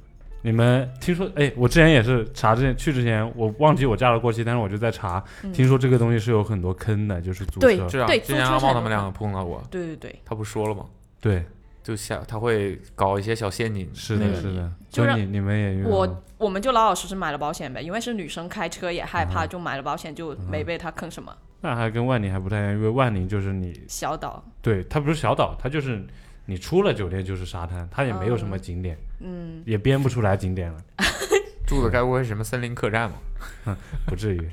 [SPEAKER 6] 你们听说？哎，我之前也是查之前去之前，我忘记我驾照过期，但是我就在查，
[SPEAKER 7] 嗯
[SPEAKER 6] 听说这个东西是有很多坑的，就是租
[SPEAKER 7] 对
[SPEAKER 6] 车。
[SPEAKER 3] 这样，
[SPEAKER 7] 对
[SPEAKER 3] 之前啊
[SPEAKER 7] 租车
[SPEAKER 3] 阿茂他
[SPEAKER 7] 才
[SPEAKER 3] 们
[SPEAKER 7] 能
[SPEAKER 3] 两个碰到过，
[SPEAKER 7] 对对对，
[SPEAKER 3] 他不说了吗？
[SPEAKER 6] 对，
[SPEAKER 3] 就下他会搞一些小陷阱，
[SPEAKER 6] 是
[SPEAKER 3] 那
[SPEAKER 6] 的，
[SPEAKER 3] 个
[SPEAKER 6] 是的。
[SPEAKER 7] 就
[SPEAKER 6] 所以
[SPEAKER 7] 让
[SPEAKER 6] 你你们也遇到
[SPEAKER 7] 我
[SPEAKER 6] 过
[SPEAKER 7] 我们就老老实实买了保险呗，因为是女生开车也
[SPEAKER 6] 嗯
[SPEAKER 7] 害怕，就买了保险，就没被他坑什么。
[SPEAKER 6] 那还跟万宁还不太一样，因为万宁就是你，
[SPEAKER 7] 小岛，
[SPEAKER 6] 对，它不是小岛，它就是你出了酒店就是沙滩，它也没有什么景点，
[SPEAKER 7] 嗯，
[SPEAKER 6] 也编不出来景点了，
[SPEAKER 3] 住的该不会是什么森林客栈吧？
[SPEAKER 6] 不至于。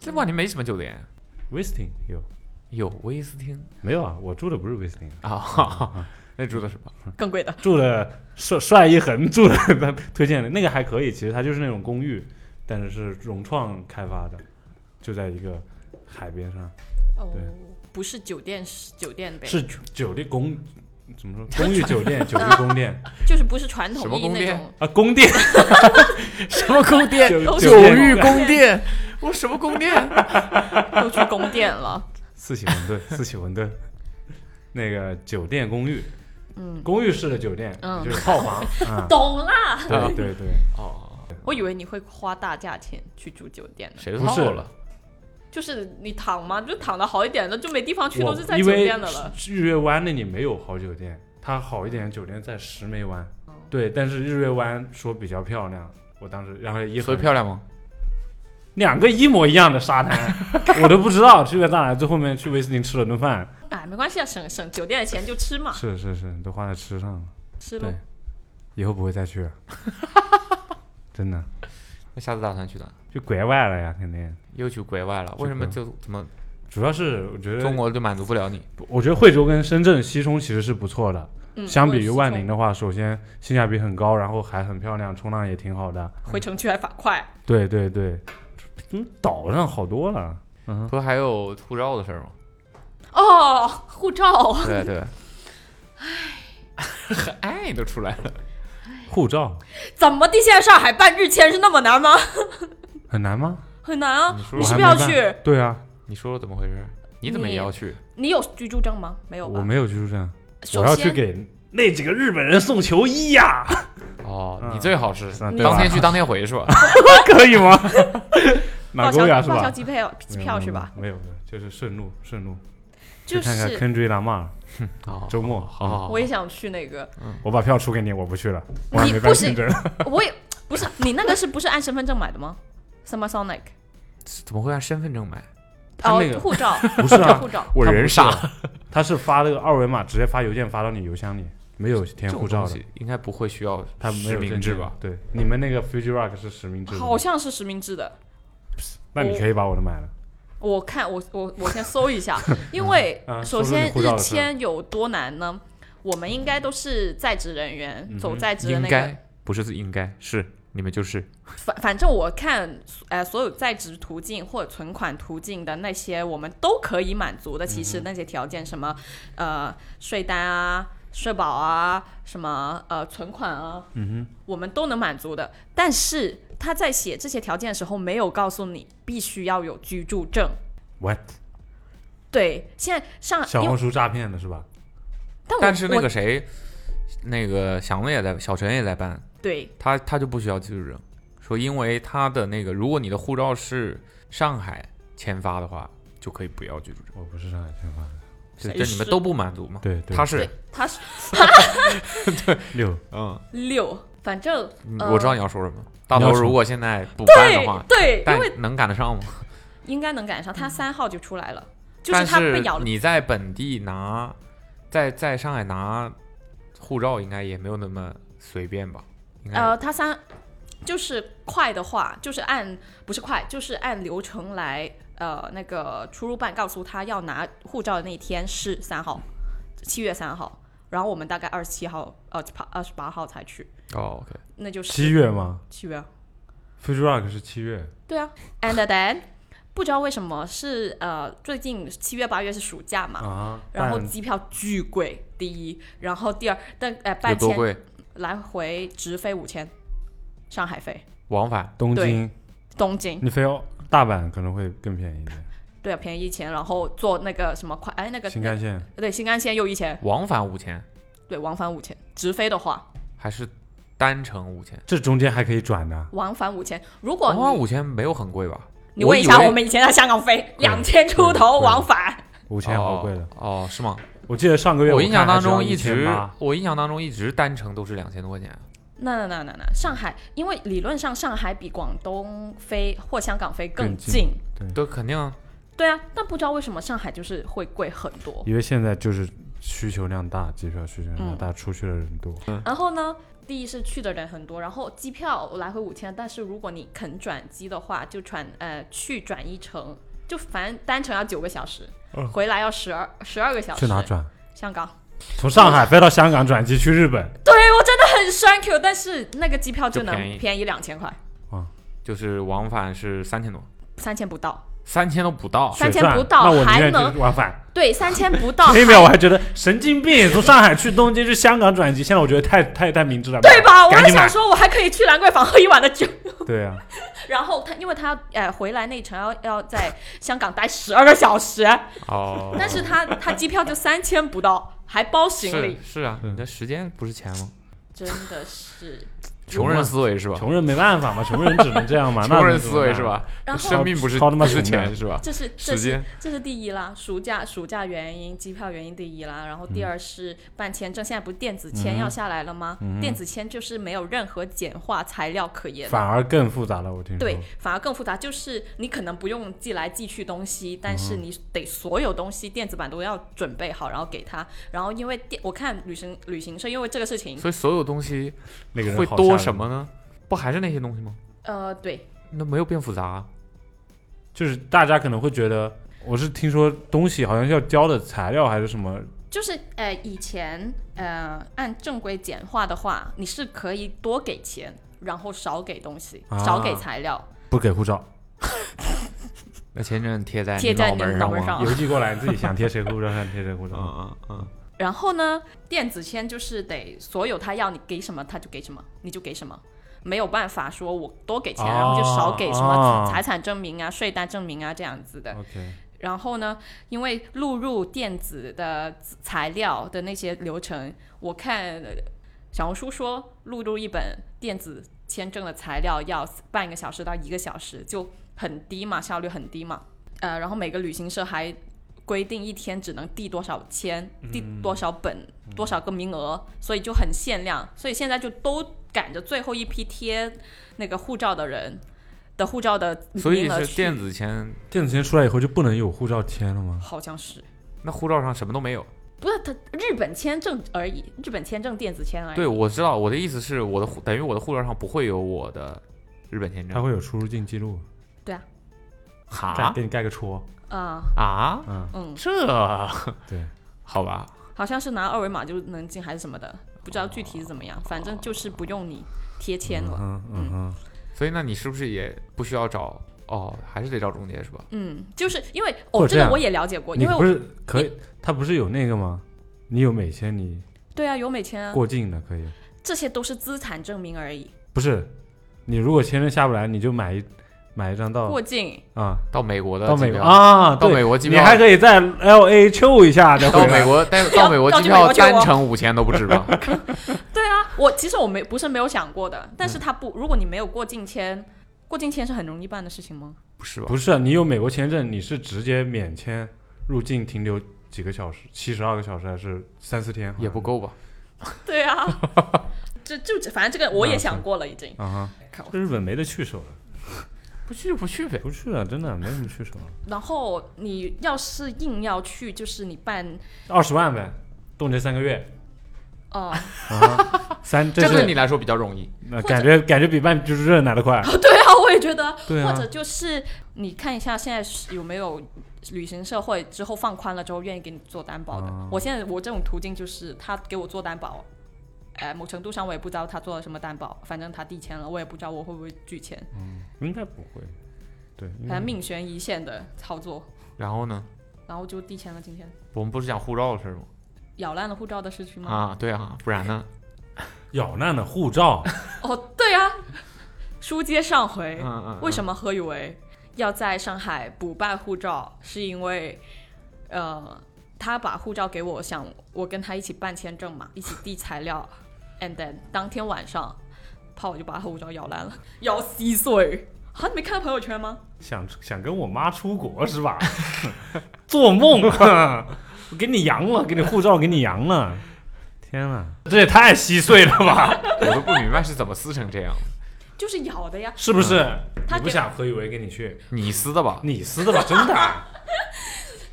[SPEAKER 3] 这万宁没什么酒店，
[SPEAKER 6] 威斯汀有
[SPEAKER 3] 有威斯汀
[SPEAKER 6] 没有啊？我住的不是威斯汀，
[SPEAKER 3] 啊，那住的什么？
[SPEAKER 7] 更贵的。
[SPEAKER 6] 住的帅帅一恒住的，他推荐的那个还可以，其实它就是那种公寓，但是是融创开发的，就在一个海边上，
[SPEAKER 7] 哦
[SPEAKER 6] 对，
[SPEAKER 7] 不是酒店，是酒店呗，
[SPEAKER 6] 是酒酒店公怎么说？公寓酒店，酒店宫殿
[SPEAKER 7] 就是不是传
[SPEAKER 3] 什
[SPEAKER 7] 统
[SPEAKER 3] 么
[SPEAKER 7] 意义
[SPEAKER 3] 宫
[SPEAKER 7] 那
[SPEAKER 3] 殿
[SPEAKER 7] 种。
[SPEAKER 6] 啊，宫殿
[SPEAKER 3] 什么宫殿？
[SPEAKER 6] 酒
[SPEAKER 7] 都是
[SPEAKER 3] 九
[SPEAKER 6] 酒
[SPEAKER 3] 域
[SPEAKER 6] 店
[SPEAKER 3] 宫殿，我
[SPEAKER 7] 我什么宫 殿？都去宫殿了。
[SPEAKER 6] 四喜馄饨，四喜馄饨，那个酒店公寓，
[SPEAKER 7] 嗯
[SPEAKER 6] 公寓式的酒店，
[SPEAKER 7] 嗯
[SPEAKER 6] 就是套房，啊
[SPEAKER 7] 懂啦
[SPEAKER 6] 对对 对，
[SPEAKER 3] 哦，
[SPEAKER 7] 我以为你会花大价钱去住酒店呢，
[SPEAKER 3] 谁
[SPEAKER 6] 不
[SPEAKER 3] 套
[SPEAKER 6] 是
[SPEAKER 3] 了？
[SPEAKER 7] 就是你躺嘛，就躺的好一点的，就没地方去，
[SPEAKER 6] 我
[SPEAKER 7] 都是在
[SPEAKER 6] 因
[SPEAKER 7] 酒
[SPEAKER 6] 为
[SPEAKER 7] 店的了。
[SPEAKER 6] 日月湾那里没有好酒店，它好一点的酒店在石梅湾，
[SPEAKER 7] 哦
[SPEAKER 6] 对，但是日月湾说比较漂亮，我当时然后一
[SPEAKER 3] 所
[SPEAKER 6] 很
[SPEAKER 3] 以漂亮吗？
[SPEAKER 6] 两个一模一样的沙滩，我都不知道去了大来，最后面去威斯汀吃了顿饭，
[SPEAKER 7] 哎，没关系啊，省省酒店的钱就吃嘛，
[SPEAKER 6] 是是是，都花在吃上了，
[SPEAKER 7] 吃
[SPEAKER 6] 对
[SPEAKER 7] 喽。，
[SPEAKER 6] 以后不会再去了， 真的，
[SPEAKER 3] 那下次打算去哪？
[SPEAKER 6] 去国外了呀，肯定。
[SPEAKER 3] 又去国外了？为什么就怎么
[SPEAKER 6] 主要是我觉得
[SPEAKER 3] 中国就满足不了你？
[SPEAKER 6] 我觉得惠州跟深圳西冲其实是不错的。
[SPEAKER 7] 嗯
[SPEAKER 6] 相比于万宁的话，首先性价比很高，然后海很漂亮，冲浪也挺好的。
[SPEAKER 7] 回城区还反快，
[SPEAKER 6] 对对对，嗯岛上好多了。嗯
[SPEAKER 3] 不是还有护照的事儿吗？
[SPEAKER 7] 哦，护照，
[SPEAKER 3] 对 对。唉，爱都出来了，
[SPEAKER 6] 护照
[SPEAKER 7] 怎么地现在上海办日签是那么难吗？
[SPEAKER 6] 很难吗？
[SPEAKER 7] 很难啊
[SPEAKER 3] 你，说
[SPEAKER 7] 你
[SPEAKER 6] 我
[SPEAKER 7] 是
[SPEAKER 6] 还
[SPEAKER 7] 不是
[SPEAKER 6] 没
[SPEAKER 7] 要
[SPEAKER 6] 办
[SPEAKER 7] 去？
[SPEAKER 6] 对啊，
[SPEAKER 3] 你说说怎么回事？你怎么也要去？
[SPEAKER 7] 你有居住证吗？没有吧？
[SPEAKER 6] 我没有居住证，我
[SPEAKER 7] 首
[SPEAKER 6] 要去
[SPEAKER 7] 先，
[SPEAKER 6] 给那几个日本人送球衣呀、
[SPEAKER 3] 哦，
[SPEAKER 6] 嗯
[SPEAKER 3] 你最好是
[SPEAKER 6] 啊对吧
[SPEAKER 3] 当天去当天回 是吧？
[SPEAKER 6] 可以吗？哪
[SPEAKER 7] 报
[SPEAKER 6] 够
[SPEAKER 7] 销
[SPEAKER 6] 呀？是
[SPEAKER 7] 报销
[SPEAKER 6] 吧？嗯
[SPEAKER 7] 机票机票是吧？
[SPEAKER 6] 没有？没有没有，就是顺路顺路，
[SPEAKER 7] 就
[SPEAKER 6] 去看看
[SPEAKER 7] 是
[SPEAKER 6] Kendry Lamar。
[SPEAKER 3] 哦，
[SPEAKER 6] 周末
[SPEAKER 3] 好好好，
[SPEAKER 7] 我也想去那个，
[SPEAKER 6] 我把票出给你，我不去了， 我还
[SPEAKER 7] 你
[SPEAKER 6] 没
[SPEAKER 7] 不
[SPEAKER 6] 办
[SPEAKER 7] 是
[SPEAKER 6] 签证。
[SPEAKER 7] 我也不是你那个是不是按身份证买的吗？Summer Sonic，
[SPEAKER 3] 怎么会按身份证买？
[SPEAKER 6] 他
[SPEAKER 7] 哦
[SPEAKER 6] 那个，
[SPEAKER 7] 护照，
[SPEAKER 6] 不是啊
[SPEAKER 7] 护照，
[SPEAKER 3] 我
[SPEAKER 6] 他不
[SPEAKER 3] 人
[SPEAKER 6] 是
[SPEAKER 3] 傻，
[SPEAKER 6] 他是发那个二维码，直接发邮件发到你邮箱里，没有
[SPEAKER 3] 这
[SPEAKER 6] 填
[SPEAKER 3] 种
[SPEAKER 6] 护照
[SPEAKER 3] 东
[SPEAKER 6] 的，
[SPEAKER 3] 西应该不会需要
[SPEAKER 6] 他没
[SPEAKER 3] 实
[SPEAKER 6] 有
[SPEAKER 3] 名
[SPEAKER 6] 证
[SPEAKER 3] 制
[SPEAKER 6] 件
[SPEAKER 3] 吧？？
[SPEAKER 6] 对，你们那个 Fuji Rock 是实名制的，
[SPEAKER 7] 好像是实名制的。
[SPEAKER 6] 那你可以把我的买了。
[SPEAKER 7] 我看我我我先搜一 下，因为
[SPEAKER 6] 啊
[SPEAKER 7] 首
[SPEAKER 6] 搜搜
[SPEAKER 7] 先
[SPEAKER 6] 你护照
[SPEAKER 7] 日
[SPEAKER 6] 的事儿
[SPEAKER 7] 签有多难呢？我们应该都是在职人员，
[SPEAKER 6] 嗯
[SPEAKER 7] 走
[SPEAKER 6] 哼
[SPEAKER 7] 在职的
[SPEAKER 3] 应
[SPEAKER 7] 那
[SPEAKER 3] 该
[SPEAKER 7] 个。
[SPEAKER 3] 不是应该是你们就是
[SPEAKER 7] 反反正我看，呃，所有在职途径或者存款途径的那些，我们都可以满
[SPEAKER 3] 嗯
[SPEAKER 7] 足的。其实那些条件，什么呃税单啊、社保啊、什么呃存款啊，
[SPEAKER 6] 嗯
[SPEAKER 7] 我们都能满足的。但是他在写这些条件的时候，没有告诉你必须要有居住证。
[SPEAKER 6] 哼，What？
[SPEAKER 7] 对，现在上
[SPEAKER 6] 小
[SPEAKER 7] 因
[SPEAKER 6] 红
[SPEAKER 7] 为
[SPEAKER 6] 书诈骗的是吧？
[SPEAKER 7] 但我
[SPEAKER 3] 但是那
[SPEAKER 7] 我
[SPEAKER 3] 个谁，那个祥子也在，小陈也在办，
[SPEAKER 7] 对
[SPEAKER 3] 他他就不需要居住证，说因为他的那个，如果你的护照是上海签发的话，就可以不要居住证，
[SPEAKER 6] 我不是上海签发的，
[SPEAKER 3] 这
[SPEAKER 7] 谁
[SPEAKER 3] 这你们
[SPEAKER 7] 是
[SPEAKER 3] 都不满足嘛？，
[SPEAKER 6] 对对，
[SPEAKER 3] 他是
[SPEAKER 7] 他是
[SPEAKER 6] 六，
[SPEAKER 3] 嗯，
[SPEAKER 7] 六，反正
[SPEAKER 3] 嗯
[SPEAKER 7] 呃
[SPEAKER 3] 我知道你要说什么。大头
[SPEAKER 6] 你要说
[SPEAKER 3] 如果现在不办的话，
[SPEAKER 7] 对对，
[SPEAKER 3] 但
[SPEAKER 7] 因为
[SPEAKER 3] 能赶得上吗？
[SPEAKER 7] 应该能赶上，他三号就出来了，就
[SPEAKER 3] 但
[SPEAKER 7] 他被咬了。
[SPEAKER 3] 你在本地拿，在在上海拿护照应该也没有那么随便吧？应该
[SPEAKER 6] 哎
[SPEAKER 7] 呃，他三就是快的话，就是按不是快，就是按流程来。呃，那个出入办告诉他要拿护照的那一天是三号，七月三号。然后我们大概二十七号，呃，二十八号才去，
[SPEAKER 3] 哦，OK，
[SPEAKER 7] 那就是
[SPEAKER 6] 七月吗
[SPEAKER 7] 七月啊。
[SPEAKER 6] ？Fuji Rock 是七月，
[SPEAKER 7] 对啊，and then 不知道为什么是呃，最近七月八月是暑假嘛，
[SPEAKER 6] 啊，
[SPEAKER 7] 然后
[SPEAKER 6] 办
[SPEAKER 7] 机票巨贵，第一，然后第二，但呃
[SPEAKER 3] 有
[SPEAKER 7] 半
[SPEAKER 3] 多
[SPEAKER 7] 天
[SPEAKER 3] 贵？
[SPEAKER 7] 来回直飞五千，上海飞
[SPEAKER 3] 往返
[SPEAKER 6] 东京，
[SPEAKER 7] 东京，
[SPEAKER 6] 你非要大阪可能会更便宜一点，
[SPEAKER 7] 对啊，便宜一千，然后坐那个什么快哎那个
[SPEAKER 6] 新干线
[SPEAKER 7] 对新干线又一千，
[SPEAKER 3] 往返五千
[SPEAKER 7] 对往返五千，直飞的话
[SPEAKER 3] 还是单程五千？
[SPEAKER 6] 这中间还可以转的，
[SPEAKER 7] 往返五千，如果
[SPEAKER 3] 往返
[SPEAKER 7] 哦
[SPEAKER 6] 哦
[SPEAKER 7] 你
[SPEAKER 3] 五千没有很贵吧？
[SPEAKER 7] 你问一下
[SPEAKER 3] 以为
[SPEAKER 7] 我们以前在香港飞两千出头
[SPEAKER 6] 对
[SPEAKER 7] 往返，
[SPEAKER 6] 五千好贵的。
[SPEAKER 3] 哦，是吗？
[SPEAKER 6] 我记得上个月
[SPEAKER 3] 我印象
[SPEAKER 6] 看
[SPEAKER 3] 当
[SPEAKER 6] 还只要
[SPEAKER 3] 中一直
[SPEAKER 6] 1800，
[SPEAKER 3] 我印象当中一直单程都是两千多块钱。
[SPEAKER 7] 那那那那那上海，因为理论上上海比广东飞或香港飞更
[SPEAKER 6] 更近
[SPEAKER 7] 近，
[SPEAKER 3] 对，肯定
[SPEAKER 7] 对啊，但不知道为什么上海就是会贵很多。
[SPEAKER 6] 因为现在就是需求量大，机票需求
[SPEAKER 7] 嗯
[SPEAKER 6] 量大，大家出去的人多。
[SPEAKER 7] 然后呢，第一是去的人很多，然后机票来回五千，但是如果你肯转机的话，就转呃去转一程，就反正单程要九个小时，
[SPEAKER 3] 嗯
[SPEAKER 7] 回来要十二十二个小时。
[SPEAKER 6] 去哪？转？
[SPEAKER 7] 香港。
[SPEAKER 6] 从上海飞到香港转机去日本，
[SPEAKER 7] 对我真的很 thank you，但是那个机票就
[SPEAKER 3] 就
[SPEAKER 7] 能
[SPEAKER 3] 便宜
[SPEAKER 7] 便宜两千块，
[SPEAKER 3] 就是往返是三千多，
[SPEAKER 7] 三千不到。
[SPEAKER 3] 三千都不到。
[SPEAKER 7] 三千
[SPEAKER 6] 血赚
[SPEAKER 7] 不到
[SPEAKER 6] 那我宁
[SPEAKER 7] 还
[SPEAKER 6] 愿
[SPEAKER 7] 能
[SPEAKER 6] 去往返。，
[SPEAKER 7] 对，三千 不到
[SPEAKER 6] 那一
[SPEAKER 3] 啊
[SPEAKER 6] 秒我还觉得神经病，从上海去东京去香港转机，现在我觉得太太太明智了，
[SPEAKER 7] 对吧？我
[SPEAKER 6] 赶
[SPEAKER 7] 还
[SPEAKER 6] 紧买
[SPEAKER 7] 想。说，我还可以去兰桂坊喝一碗的酒，
[SPEAKER 6] 对啊，
[SPEAKER 7] 然后他因为他呃回来那程要要在香港待十二个小时，
[SPEAKER 3] 哦
[SPEAKER 7] 但是他他机票就三千不到，还包行李
[SPEAKER 3] 是，是啊，
[SPEAKER 6] 嗯
[SPEAKER 3] 你的时间不是钱吗？
[SPEAKER 7] 真的是。
[SPEAKER 3] 穷人思维是吧？
[SPEAKER 6] 穷人没办法嘛，穷人只能这样嘛。那
[SPEAKER 3] 穷人
[SPEAKER 6] 能怎么
[SPEAKER 3] 思维
[SPEAKER 6] 办
[SPEAKER 3] 是吧？
[SPEAKER 7] 然后
[SPEAKER 3] 生命不是
[SPEAKER 6] 超他妈
[SPEAKER 3] 不是
[SPEAKER 6] 穷的
[SPEAKER 3] 钱是吧？
[SPEAKER 7] 这是这
[SPEAKER 3] 时
[SPEAKER 7] 是
[SPEAKER 3] 间
[SPEAKER 7] 这是第一啦，暑假暑假原因，机票原因第一啦，然后
[SPEAKER 6] 嗯
[SPEAKER 7] 第二是办签证，现在不是电子签要下来了吗？
[SPEAKER 6] 嗯
[SPEAKER 7] 电子签就是没有任何简化材料可言，
[SPEAKER 6] 反而更复杂了，我听说。
[SPEAKER 7] 对，反而更复杂，就是你可能不用寄来寄去东西，但是
[SPEAKER 6] 嗯
[SPEAKER 7] 你得所有东西电子版都要准备好，然后给他，然后因为电我看旅行旅行社因为这个事情，
[SPEAKER 3] 所以所有东西
[SPEAKER 6] 那个人
[SPEAKER 3] 会
[SPEAKER 6] 好吓
[SPEAKER 3] 多
[SPEAKER 6] 人
[SPEAKER 3] 什？么呢？不还是那些东西吗？
[SPEAKER 7] 呃，对，
[SPEAKER 3] 那没有变复杂啊，
[SPEAKER 6] 就是大家可能会觉得，我是听说东西好像要交的材料还是什么，
[SPEAKER 7] 就是呃，以前呃，按正规简化的话，你是可以多给钱，然后少给东西，
[SPEAKER 6] 啊
[SPEAKER 7] 少给材料，
[SPEAKER 6] 不给护照，
[SPEAKER 3] 那签证贴
[SPEAKER 6] 哎
[SPEAKER 3] 在
[SPEAKER 7] 贴在
[SPEAKER 3] 脑
[SPEAKER 7] 你
[SPEAKER 3] 门
[SPEAKER 7] 脑
[SPEAKER 3] 吗
[SPEAKER 7] 门上。
[SPEAKER 6] 邮寄过来，你自己想贴谁护照上贴 谁护
[SPEAKER 7] 啊
[SPEAKER 6] 照。
[SPEAKER 3] 嗯嗯嗯，
[SPEAKER 7] 然后呢，电子签就是得所有他要你给什么，他就给什么，你就给什么。没有办法说我多给钱，
[SPEAKER 6] 啊
[SPEAKER 7] 然后就少给什么
[SPEAKER 6] 啊
[SPEAKER 7] 财产证明啊、税单证明啊这样子的。
[SPEAKER 6] OK，
[SPEAKER 7] 然后呢，因为录入电子的材料的那些流程，我看呃小红书说录入一本电子签证的材料要半个小时到一个小时，就很低嘛，效率很低嘛。呃，然后每个旅行社还规定一天只能递多少签，
[SPEAKER 3] 嗯
[SPEAKER 7] 递多少本，多少个名额，所以就很限量。所以现在就都赶着最后一批贴那个护照的人的护照的
[SPEAKER 3] 所以
[SPEAKER 7] 名额
[SPEAKER 3] 是
[SPEAKER 7] 去，
[SPEAKER 3] 电子签，
[SPEAKER 6] 电子签出来以后就不能有护照签了吗？
[SPEAKER 7] 好像是。
[SPEAKER 3] 那护照上什么都没有。
[SPEAKER 7] 不是他日本签证而已，日本签证电子签而已。
[SPEAKER 3] 对，我知道，我的意思是，我的护等于我的护照上不会有我的日本签
[SPEAKER 6] 它
[SPEAKER 3] 证。
[SPEAKER 6] 会有出入境记录，再
[SPEAKER 3] 哈
[SPEAKER 6] 给你盖个戳。
[SPEAKER 7] 啊、
[SPEAKER 3] 啊，
[SPEAKER 6] 嗯，
[SPEAKER 7] 嗯，
[SPEAKER 3] 这
[SPEAKER 6] 对，
[SPEAKER 3] 好吧，
[SPEAKER 7] 好像是拿二维码就能进还是什么的，不知道具体是怎么样，反正就是不用你贴签了。
[SPEAKER 6] 嗯嗯嗯，
[SPEAKER 3] 所以那你是不是也不需要找？哦，还是得找中介是吧？
[SPEAKER 7] 嗯，就是因为
[SPEAKER 6] 或
[SPEAKER 7] 哦，这
[SPEAKER 6] 者这
[SPEAKER 7] 个
[SPEAKER 6] 样
[SPEAKER 7] 我也了解过，
[SPEAKER 6] 你
[SPEAKER 7] 因为
[SPEAKER 6] 不
[SPEAKER 7] 我
[SPEAKER 6] 是可以，它不是有那个吗？你有美签，你
[SPEAKER 7] 对啊，有美签啊，
[SPEAKER 6] 过境的可以。
[SPEAKER 7] 这些都是资产证明而已。
[SPEAKER 6] 不是，你如果签证下不来，你就买一买一张到
[SPEAKER 7] 过境
[SPEAKER 6] 啊
[SPEAKER 3] 到美国的
[SPEAKER 6] 到
[SPEAKER 3] 机
[SPEAKER 6] 美国
[SPEAKER 3] 票，
[SPEAKER 6] 啊，
[SPEAKER 3] 到
[SPEAKER 6] 对
[SPEAKER 3] 美国机
[SPEAKER 6] 你
[SPEAKER 3] 票，
[SPEAKER 6] 还可以在 L A 秋一下再回
[SPEAKER 3] 到
[SPEAKER 6] 来
[SPEAKER 3] 美国，但到美国
[SPEAKER 7] 到
[SPEAKER 3] 机
[SPEAKER 7] 去美
[SPEAKER 3] 票
[SPEAKER 7] 国去哦
[SPEAKER 3] 单程五千都不止 吧？
[SPEAKER 7] 对啊，我其实我没不是没有想过的，但是
[SPEAKER 6] 嗯
[SPEAKER 7] 他不，如果你没有过境签，过境签是很容易办的事情 吗？
[SPEAKER 3] 不是吧？
[SPEAKER 6] 不是，啊你有美国签证，你是直接免签入境停留几个小时，七十二个小时还是三四天？
[SPEAKER 3] 也不 够吧？
[SPEAKER 7] 对啊，这就反正这个我也想过了，已经。
[SPEAKER 6] 啊哈，这日本没得去手了，
[SPEAKER 3] 不去就不去呗。
[SPEAKER 6] 不去了，真的啊没什么去手了，
[SPEAKER 7] 然后你要是硬要去，就是你办
[SPEAKER 6] 二十万呗，冻结三个月，
[SPEAKER 7] 哦，啊
[SPEAKER 6] 三这
[SPEAKER 3] 这对
[SPEAKER 6] 是
[SPEAKER 3] 你来说比较容易。
[SPEAKER 6] 那感觉感觉比办就是热来的快，
[SPEAKER 7] 对啊，我也觉得，
[SPEAKER 6] 对啊
[SPEAKER 7] 或者就是你看一下现在是有没有旅行社会之后放宽了之后愿意给你做担保的。
[SPEAKER 3] 哦
[SPEAKER 6] 啊
[SPEAKER 7] 我现在我这种途径就是他给我做担保，呃，某程度上我也不知道他做了什么担保，反正他递签了，我也不知道我会不会拒签，
[SPEAKER 6] 应该不会，对，
[SPEAKER 7] 反
[SPEAKER 6] 应该
[SPEAKER 7] 正命悬一线的操作，
[SPEAKER 3] 嗯然后呢，
[SPEAKER 7] 然后就递签了。今天
[SPEAKER 3] 我们不是讲护照的事儿吗？
[SPEAKER 7] 咬烂了护照的事情吗？
[SPEAKER 3] 啊，对啊，不然呢？
[SPEAKER 6] 咬烂了护照，
[SPEAKER 7] 哦，对啊，书接上回，
[SPEAKER 3] 嗯嗯嗯
[SPEAKER 7] 为什么何雨薇要在上海补办护照？是因为，呃，他把护照给我，想我跟他一起办签证嘛，一起递材料，and then 当天晚上，怕我就把他护照咬烂了，咬稀碎。啊，你没看到朋友圈吗？
[SPEAKER 6] 想想跟我妈出国是吧？ 做梦！我给你扬了，给你护照给你扬了，天呐，这也太稀碎了吧？
[SPEAKER 3] 我都不明白是怎么撕成这样。
[SPEAKER 7] 就是咬的呀，
[SPEAKER 6] 是不是？
[SPEAKER 7] 他
[SPEAKER 6] 嗯你不
[SPEAKER 7] 给
[SPEAKER 6] 想何雨薇跟你去？
[SPEAKER 3] 你撕的吧？
[SPEAKER 6] 你撕的吧？真的？啊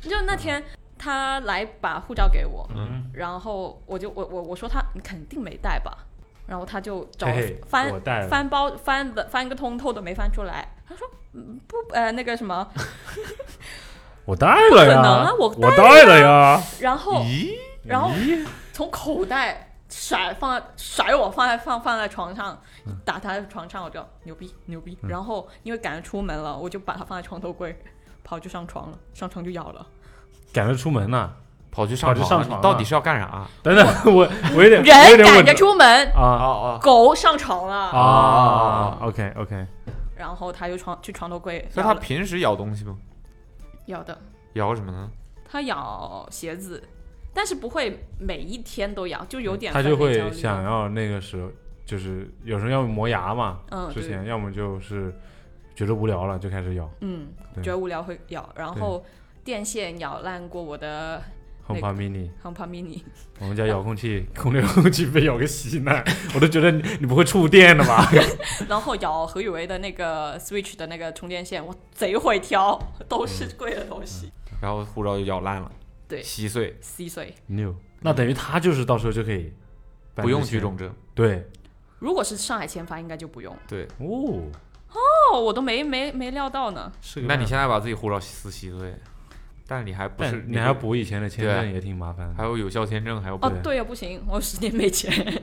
[SPEAKER 7] 就那天他来把护照给我，
[SPEAKER 6] 嗯
[SPEAKER 7] 然后我就我我我说他你肯定没带吧，然后他就找
[SPEAKER 6] 嘿嘿
[SPEAKER 7] 翻
[SPEAKER 6] 我带了
[SPEAKER 7] 翻包翻的翻个通透的没翻出来，他说嗯不呃那个什 么，
[SPEAKER 6] 我带了
[SPEAKER 7] 不可能
[SPEAKER 6] 呀
[SPEAKER 7] 啊，我带
[SPEAKER 6] 我带了呀。
[SPEAKER 7] 然后
[SPEAKER 6] 咦？
[SPEAKER 7] 然后
[SPEAKER 6] 咦
[SPEAKER 7] 从口袋甩放甩我放在放放在床上，
[SPEAKER 6] 嗯
[SPEAKER 7] 打他的床上我就牛逼牛逼，然后因为赶着出门了，我就把它放在床头柜，跑去上床了，上床就咬了，
[SPEAKER 6] 赶着出门呢？
[SPEAKER 3] 跑去上
[SPEAKER 6] 跑去
[SPEAKER 3] 床
[SPEAKER 6] 上床
[SPEAKER 3] 你到
[SPEAKER 6] 了啊
[SPEAKER 3] 底是要干啥？
[SPEAKER 6] 等等，我我有点，我
[SPEAKER 7] 人
[SPEAKER 6] 有点
[SPEAKER 7] 赶
[SPEAKER 6] 问
[SPEAKER 7] 着出门，
[SPEAKER 3] 哦
[SPEAKER 6] 啊
[SPEAKER 3] 哦，
[SPEAKER 7] 狗上床了。
[SPEAKER 6] 啊！OK OK，
[SPEAKER 7] 然后他又床去床头柜
[SPEAKER 5] 所以
[SPEAKER 7] 咬
[SPEAKER 5] 它
[SPEAKER 7] 了
[SPEAKER 5] 平时咬东西吗？
[SPEAKER 7] 咬的，
[SPEAKER 5] 咬什么呢？
[SPEAKER 7] 他咬鞋子，但是不会每一天都咬，就有点
[SPEAKER 6] 他
[SPEAKER 7] 分
[SPEAKER 6] 就
[SPEAKER 7] 离焦
[SPEAKER 6] 会
[SPEAKER 7] 虑
[SPEAKER 6] 想要那个时候，就是有时候要么磨牙嘛，
[SPEAKER 7] 嗯
[SPEAKER 6] 之
[SPEAKER 7] 对
[SPEAKER 6] 前要么就是觉得无聊了就开始咬，
[SPEAKER 7] 嗯，
[SPEAKER 6] 对
[SPEAKER 7] 觉得无聊会咬，然后电线咬烂过我的
[SPEAKER 6] HomePod mini
[SPEAKER 7] h o m mini，
[SPEAKER 6] 我们家遥控器空调遥控器被咬个稀烂，我都觉得你你不会触电的吧？
[SPEAKER 7] 然后咬何雨薇的那个 Switch 的那个充电线，我贼会挑，都是贵的东西，
[SPEAKER 5] 然后护照就咬烂了，
[SPEAKER 7] 对
[SPEAKER 5] 稀
[SPEAKER 6] 嗯
[SPEAKER 5] 碎，
[SPEAKER 7] 稀碎。
[SPEAKER 6] 牛， 那等于他就是到时候就可以办
[SPEAKER 5] 不用
[SPEAKER 6] 这些
[SPEAKER 5] 居中证，
[SPEAKER 6] 对
[SPEAKER 7] 如果是上海签发，应该就不用
[SPEAKER 5] 对，
[SPEAKER 6] 哦，
[SPEAKER 7] 哦，我都没没没料到呢。
[SPEAKER 6] 是个
[SPEAKER 5] 那你
[SPEAKER 6] 办法
[SPEAKER 5] 现在把自己护照撕稀碎，但是你还不是
[SPEAKER 6] 但你还要补以前的签
[SPEAKER 5] 对啊
[SPEAKER 6] 证也挺麻烦的
[SPEAKER 5] 还，有有效签证，还有
[SPEAKER 7] 哦
[SPEAKER 5] 补，
[SPEAKER 7] 对呀、不行，我十年没签。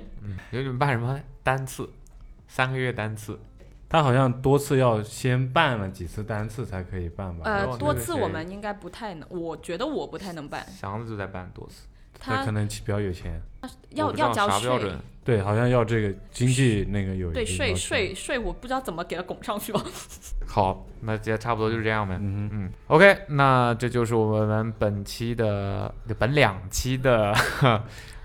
[SPEAKER 5] 有你们办什么单次，三个月单次，
[SPEAKER 6] 他好像多次要先办了几次单次才可以办吧？
[SPEAKER 7] 呃，多次
[SPEAKER 5] 谁
[SPEAKER 7] 我们应该不太能，我觉得我不太能办。
[SPEAKER 5] 祥子就在办多次，
[SPEAKER 6] 他
[SPEAKER 7] 他
[SPEAKER 6] 可能比较有钱，
[SPEAKER 7] 要
[SPEAKER 5] 我不知
[SPEAKER 7] 要
[SPEAKER 5] 道
[SPEAKER 7] 交
[SPEAKER 5] 啥标
[SPEAKER 7] 税
[SPEAKER 5] 准，，
[SPEAKER 6] 对，好像要这个经济那个有一
[SPEAKER 7] 对
[SPEAKER 6] 个
[SPEAKER 7] 税
[SPEAKER 6] 要求
[SPEAKER 7] 税税，我不知道怎么给他拱上去吧。
[SPEAKER 5] 好，那今天差不多就是这样呗。
[SPEAKER 6] 嗯哼，
[SPEAKER 5] 嗯，OK，那这就是我们本期的本两期的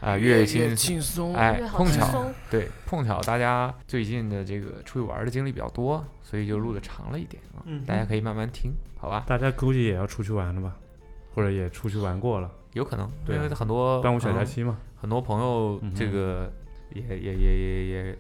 [SPEAKER 5] 啊月薪
[SPEAKER 6] 轻松
[SPEAKER 5] 哎
[SPEAKER 7] 越好
[SPEAKER 5] 碰
[SPEAKER 7] 轻
[SPEAKER 5] 巧
[SPEAKER 7] 松
[SPEAKER 5] 对碰巧大家最近的这个出去玩的经历比较多，所以就录的长了一点啊，
[SPEAKER 11] 嗯
[SPEAKER 5] 大家可以慢慢听，好吧？
[SPEAKER 6] 大家估计也要出去玩了吧，或者也出去玩过了，
[SPEAKER 5] 有可能，
[SPEAKER 6] 对啊
[SPEAKER 5] 因为很多
[SPEAKER 6] 端午小
[SPEAKER 5] 朋
[SPEAKER 6] 假
[SPEAKER 5] 友
[SPEAKER 6] 期嘛，
[SPEAKER 5] 很多朋友
[SPEAKER 6] 嗯哼
[SPEAKER 5] 这个也、也也也也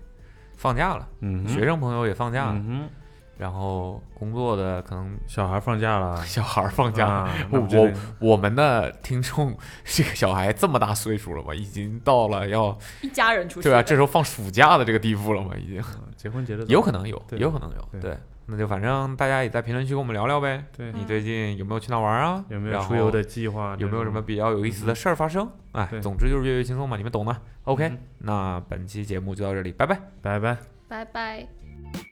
[SPEAKER 5] 放假了，
[SPEAKER 6] 嗯哼，
[SPEAKER 5] 学生朋友也放假了，
[SPEAKER 6] 嗯哼，
[SPEAKER 5] 然后工作的可能，
[SPEAKER 6] 小孩放假了
[SPEAKER 5] 小孩儿放假了。
[SPEAKER 6] 啊那
[SPEAKER 5] 我
[SPEAKER 6] 不就
[SPEAKER 5] 我
[SPEAKER 6] 得
[SPEAKER 5] 我们的听众，这个小孩这么大岁数了嘛，已经到了要
[SPEAKER 7] 一家人出去，
[SPEAKER 5] 对啊吧、这时候放暑假的这个地步了嘛，已经
[SPEAKER 6] 结婚结的
[SPEAKER 5] 有可能有，
[SPEAKER 6] 对
[SPEAKER 5] 有可能有，
[SPEAKER 6] 对
[SPEAKER 5] 对。那就反正大家也在评论区跟我们聊聊呗。
[SPEAKER 6] 对
[SPEAKER 5] 你最近有没有去哪儿玩啊？
[SPEAKER 6] 嗯有没有
[SPEAKER 5] 然后
[SPEAKER 6] 出游的计划？
[SPEAKER 5] 有没有什么？比较有意思的事儿发生？哎
[SPEAKER 6] 对，
[SPEAKER 5] 总之就是越越轻松嘛，你们懂的。OK，
[SPEAKER 6] 嗯
[SPEAKER 5] 那本期节目就到这里，拜拜。
[SPEAKER 6] 拜拜。
[SPEAKER 7] 拜拜。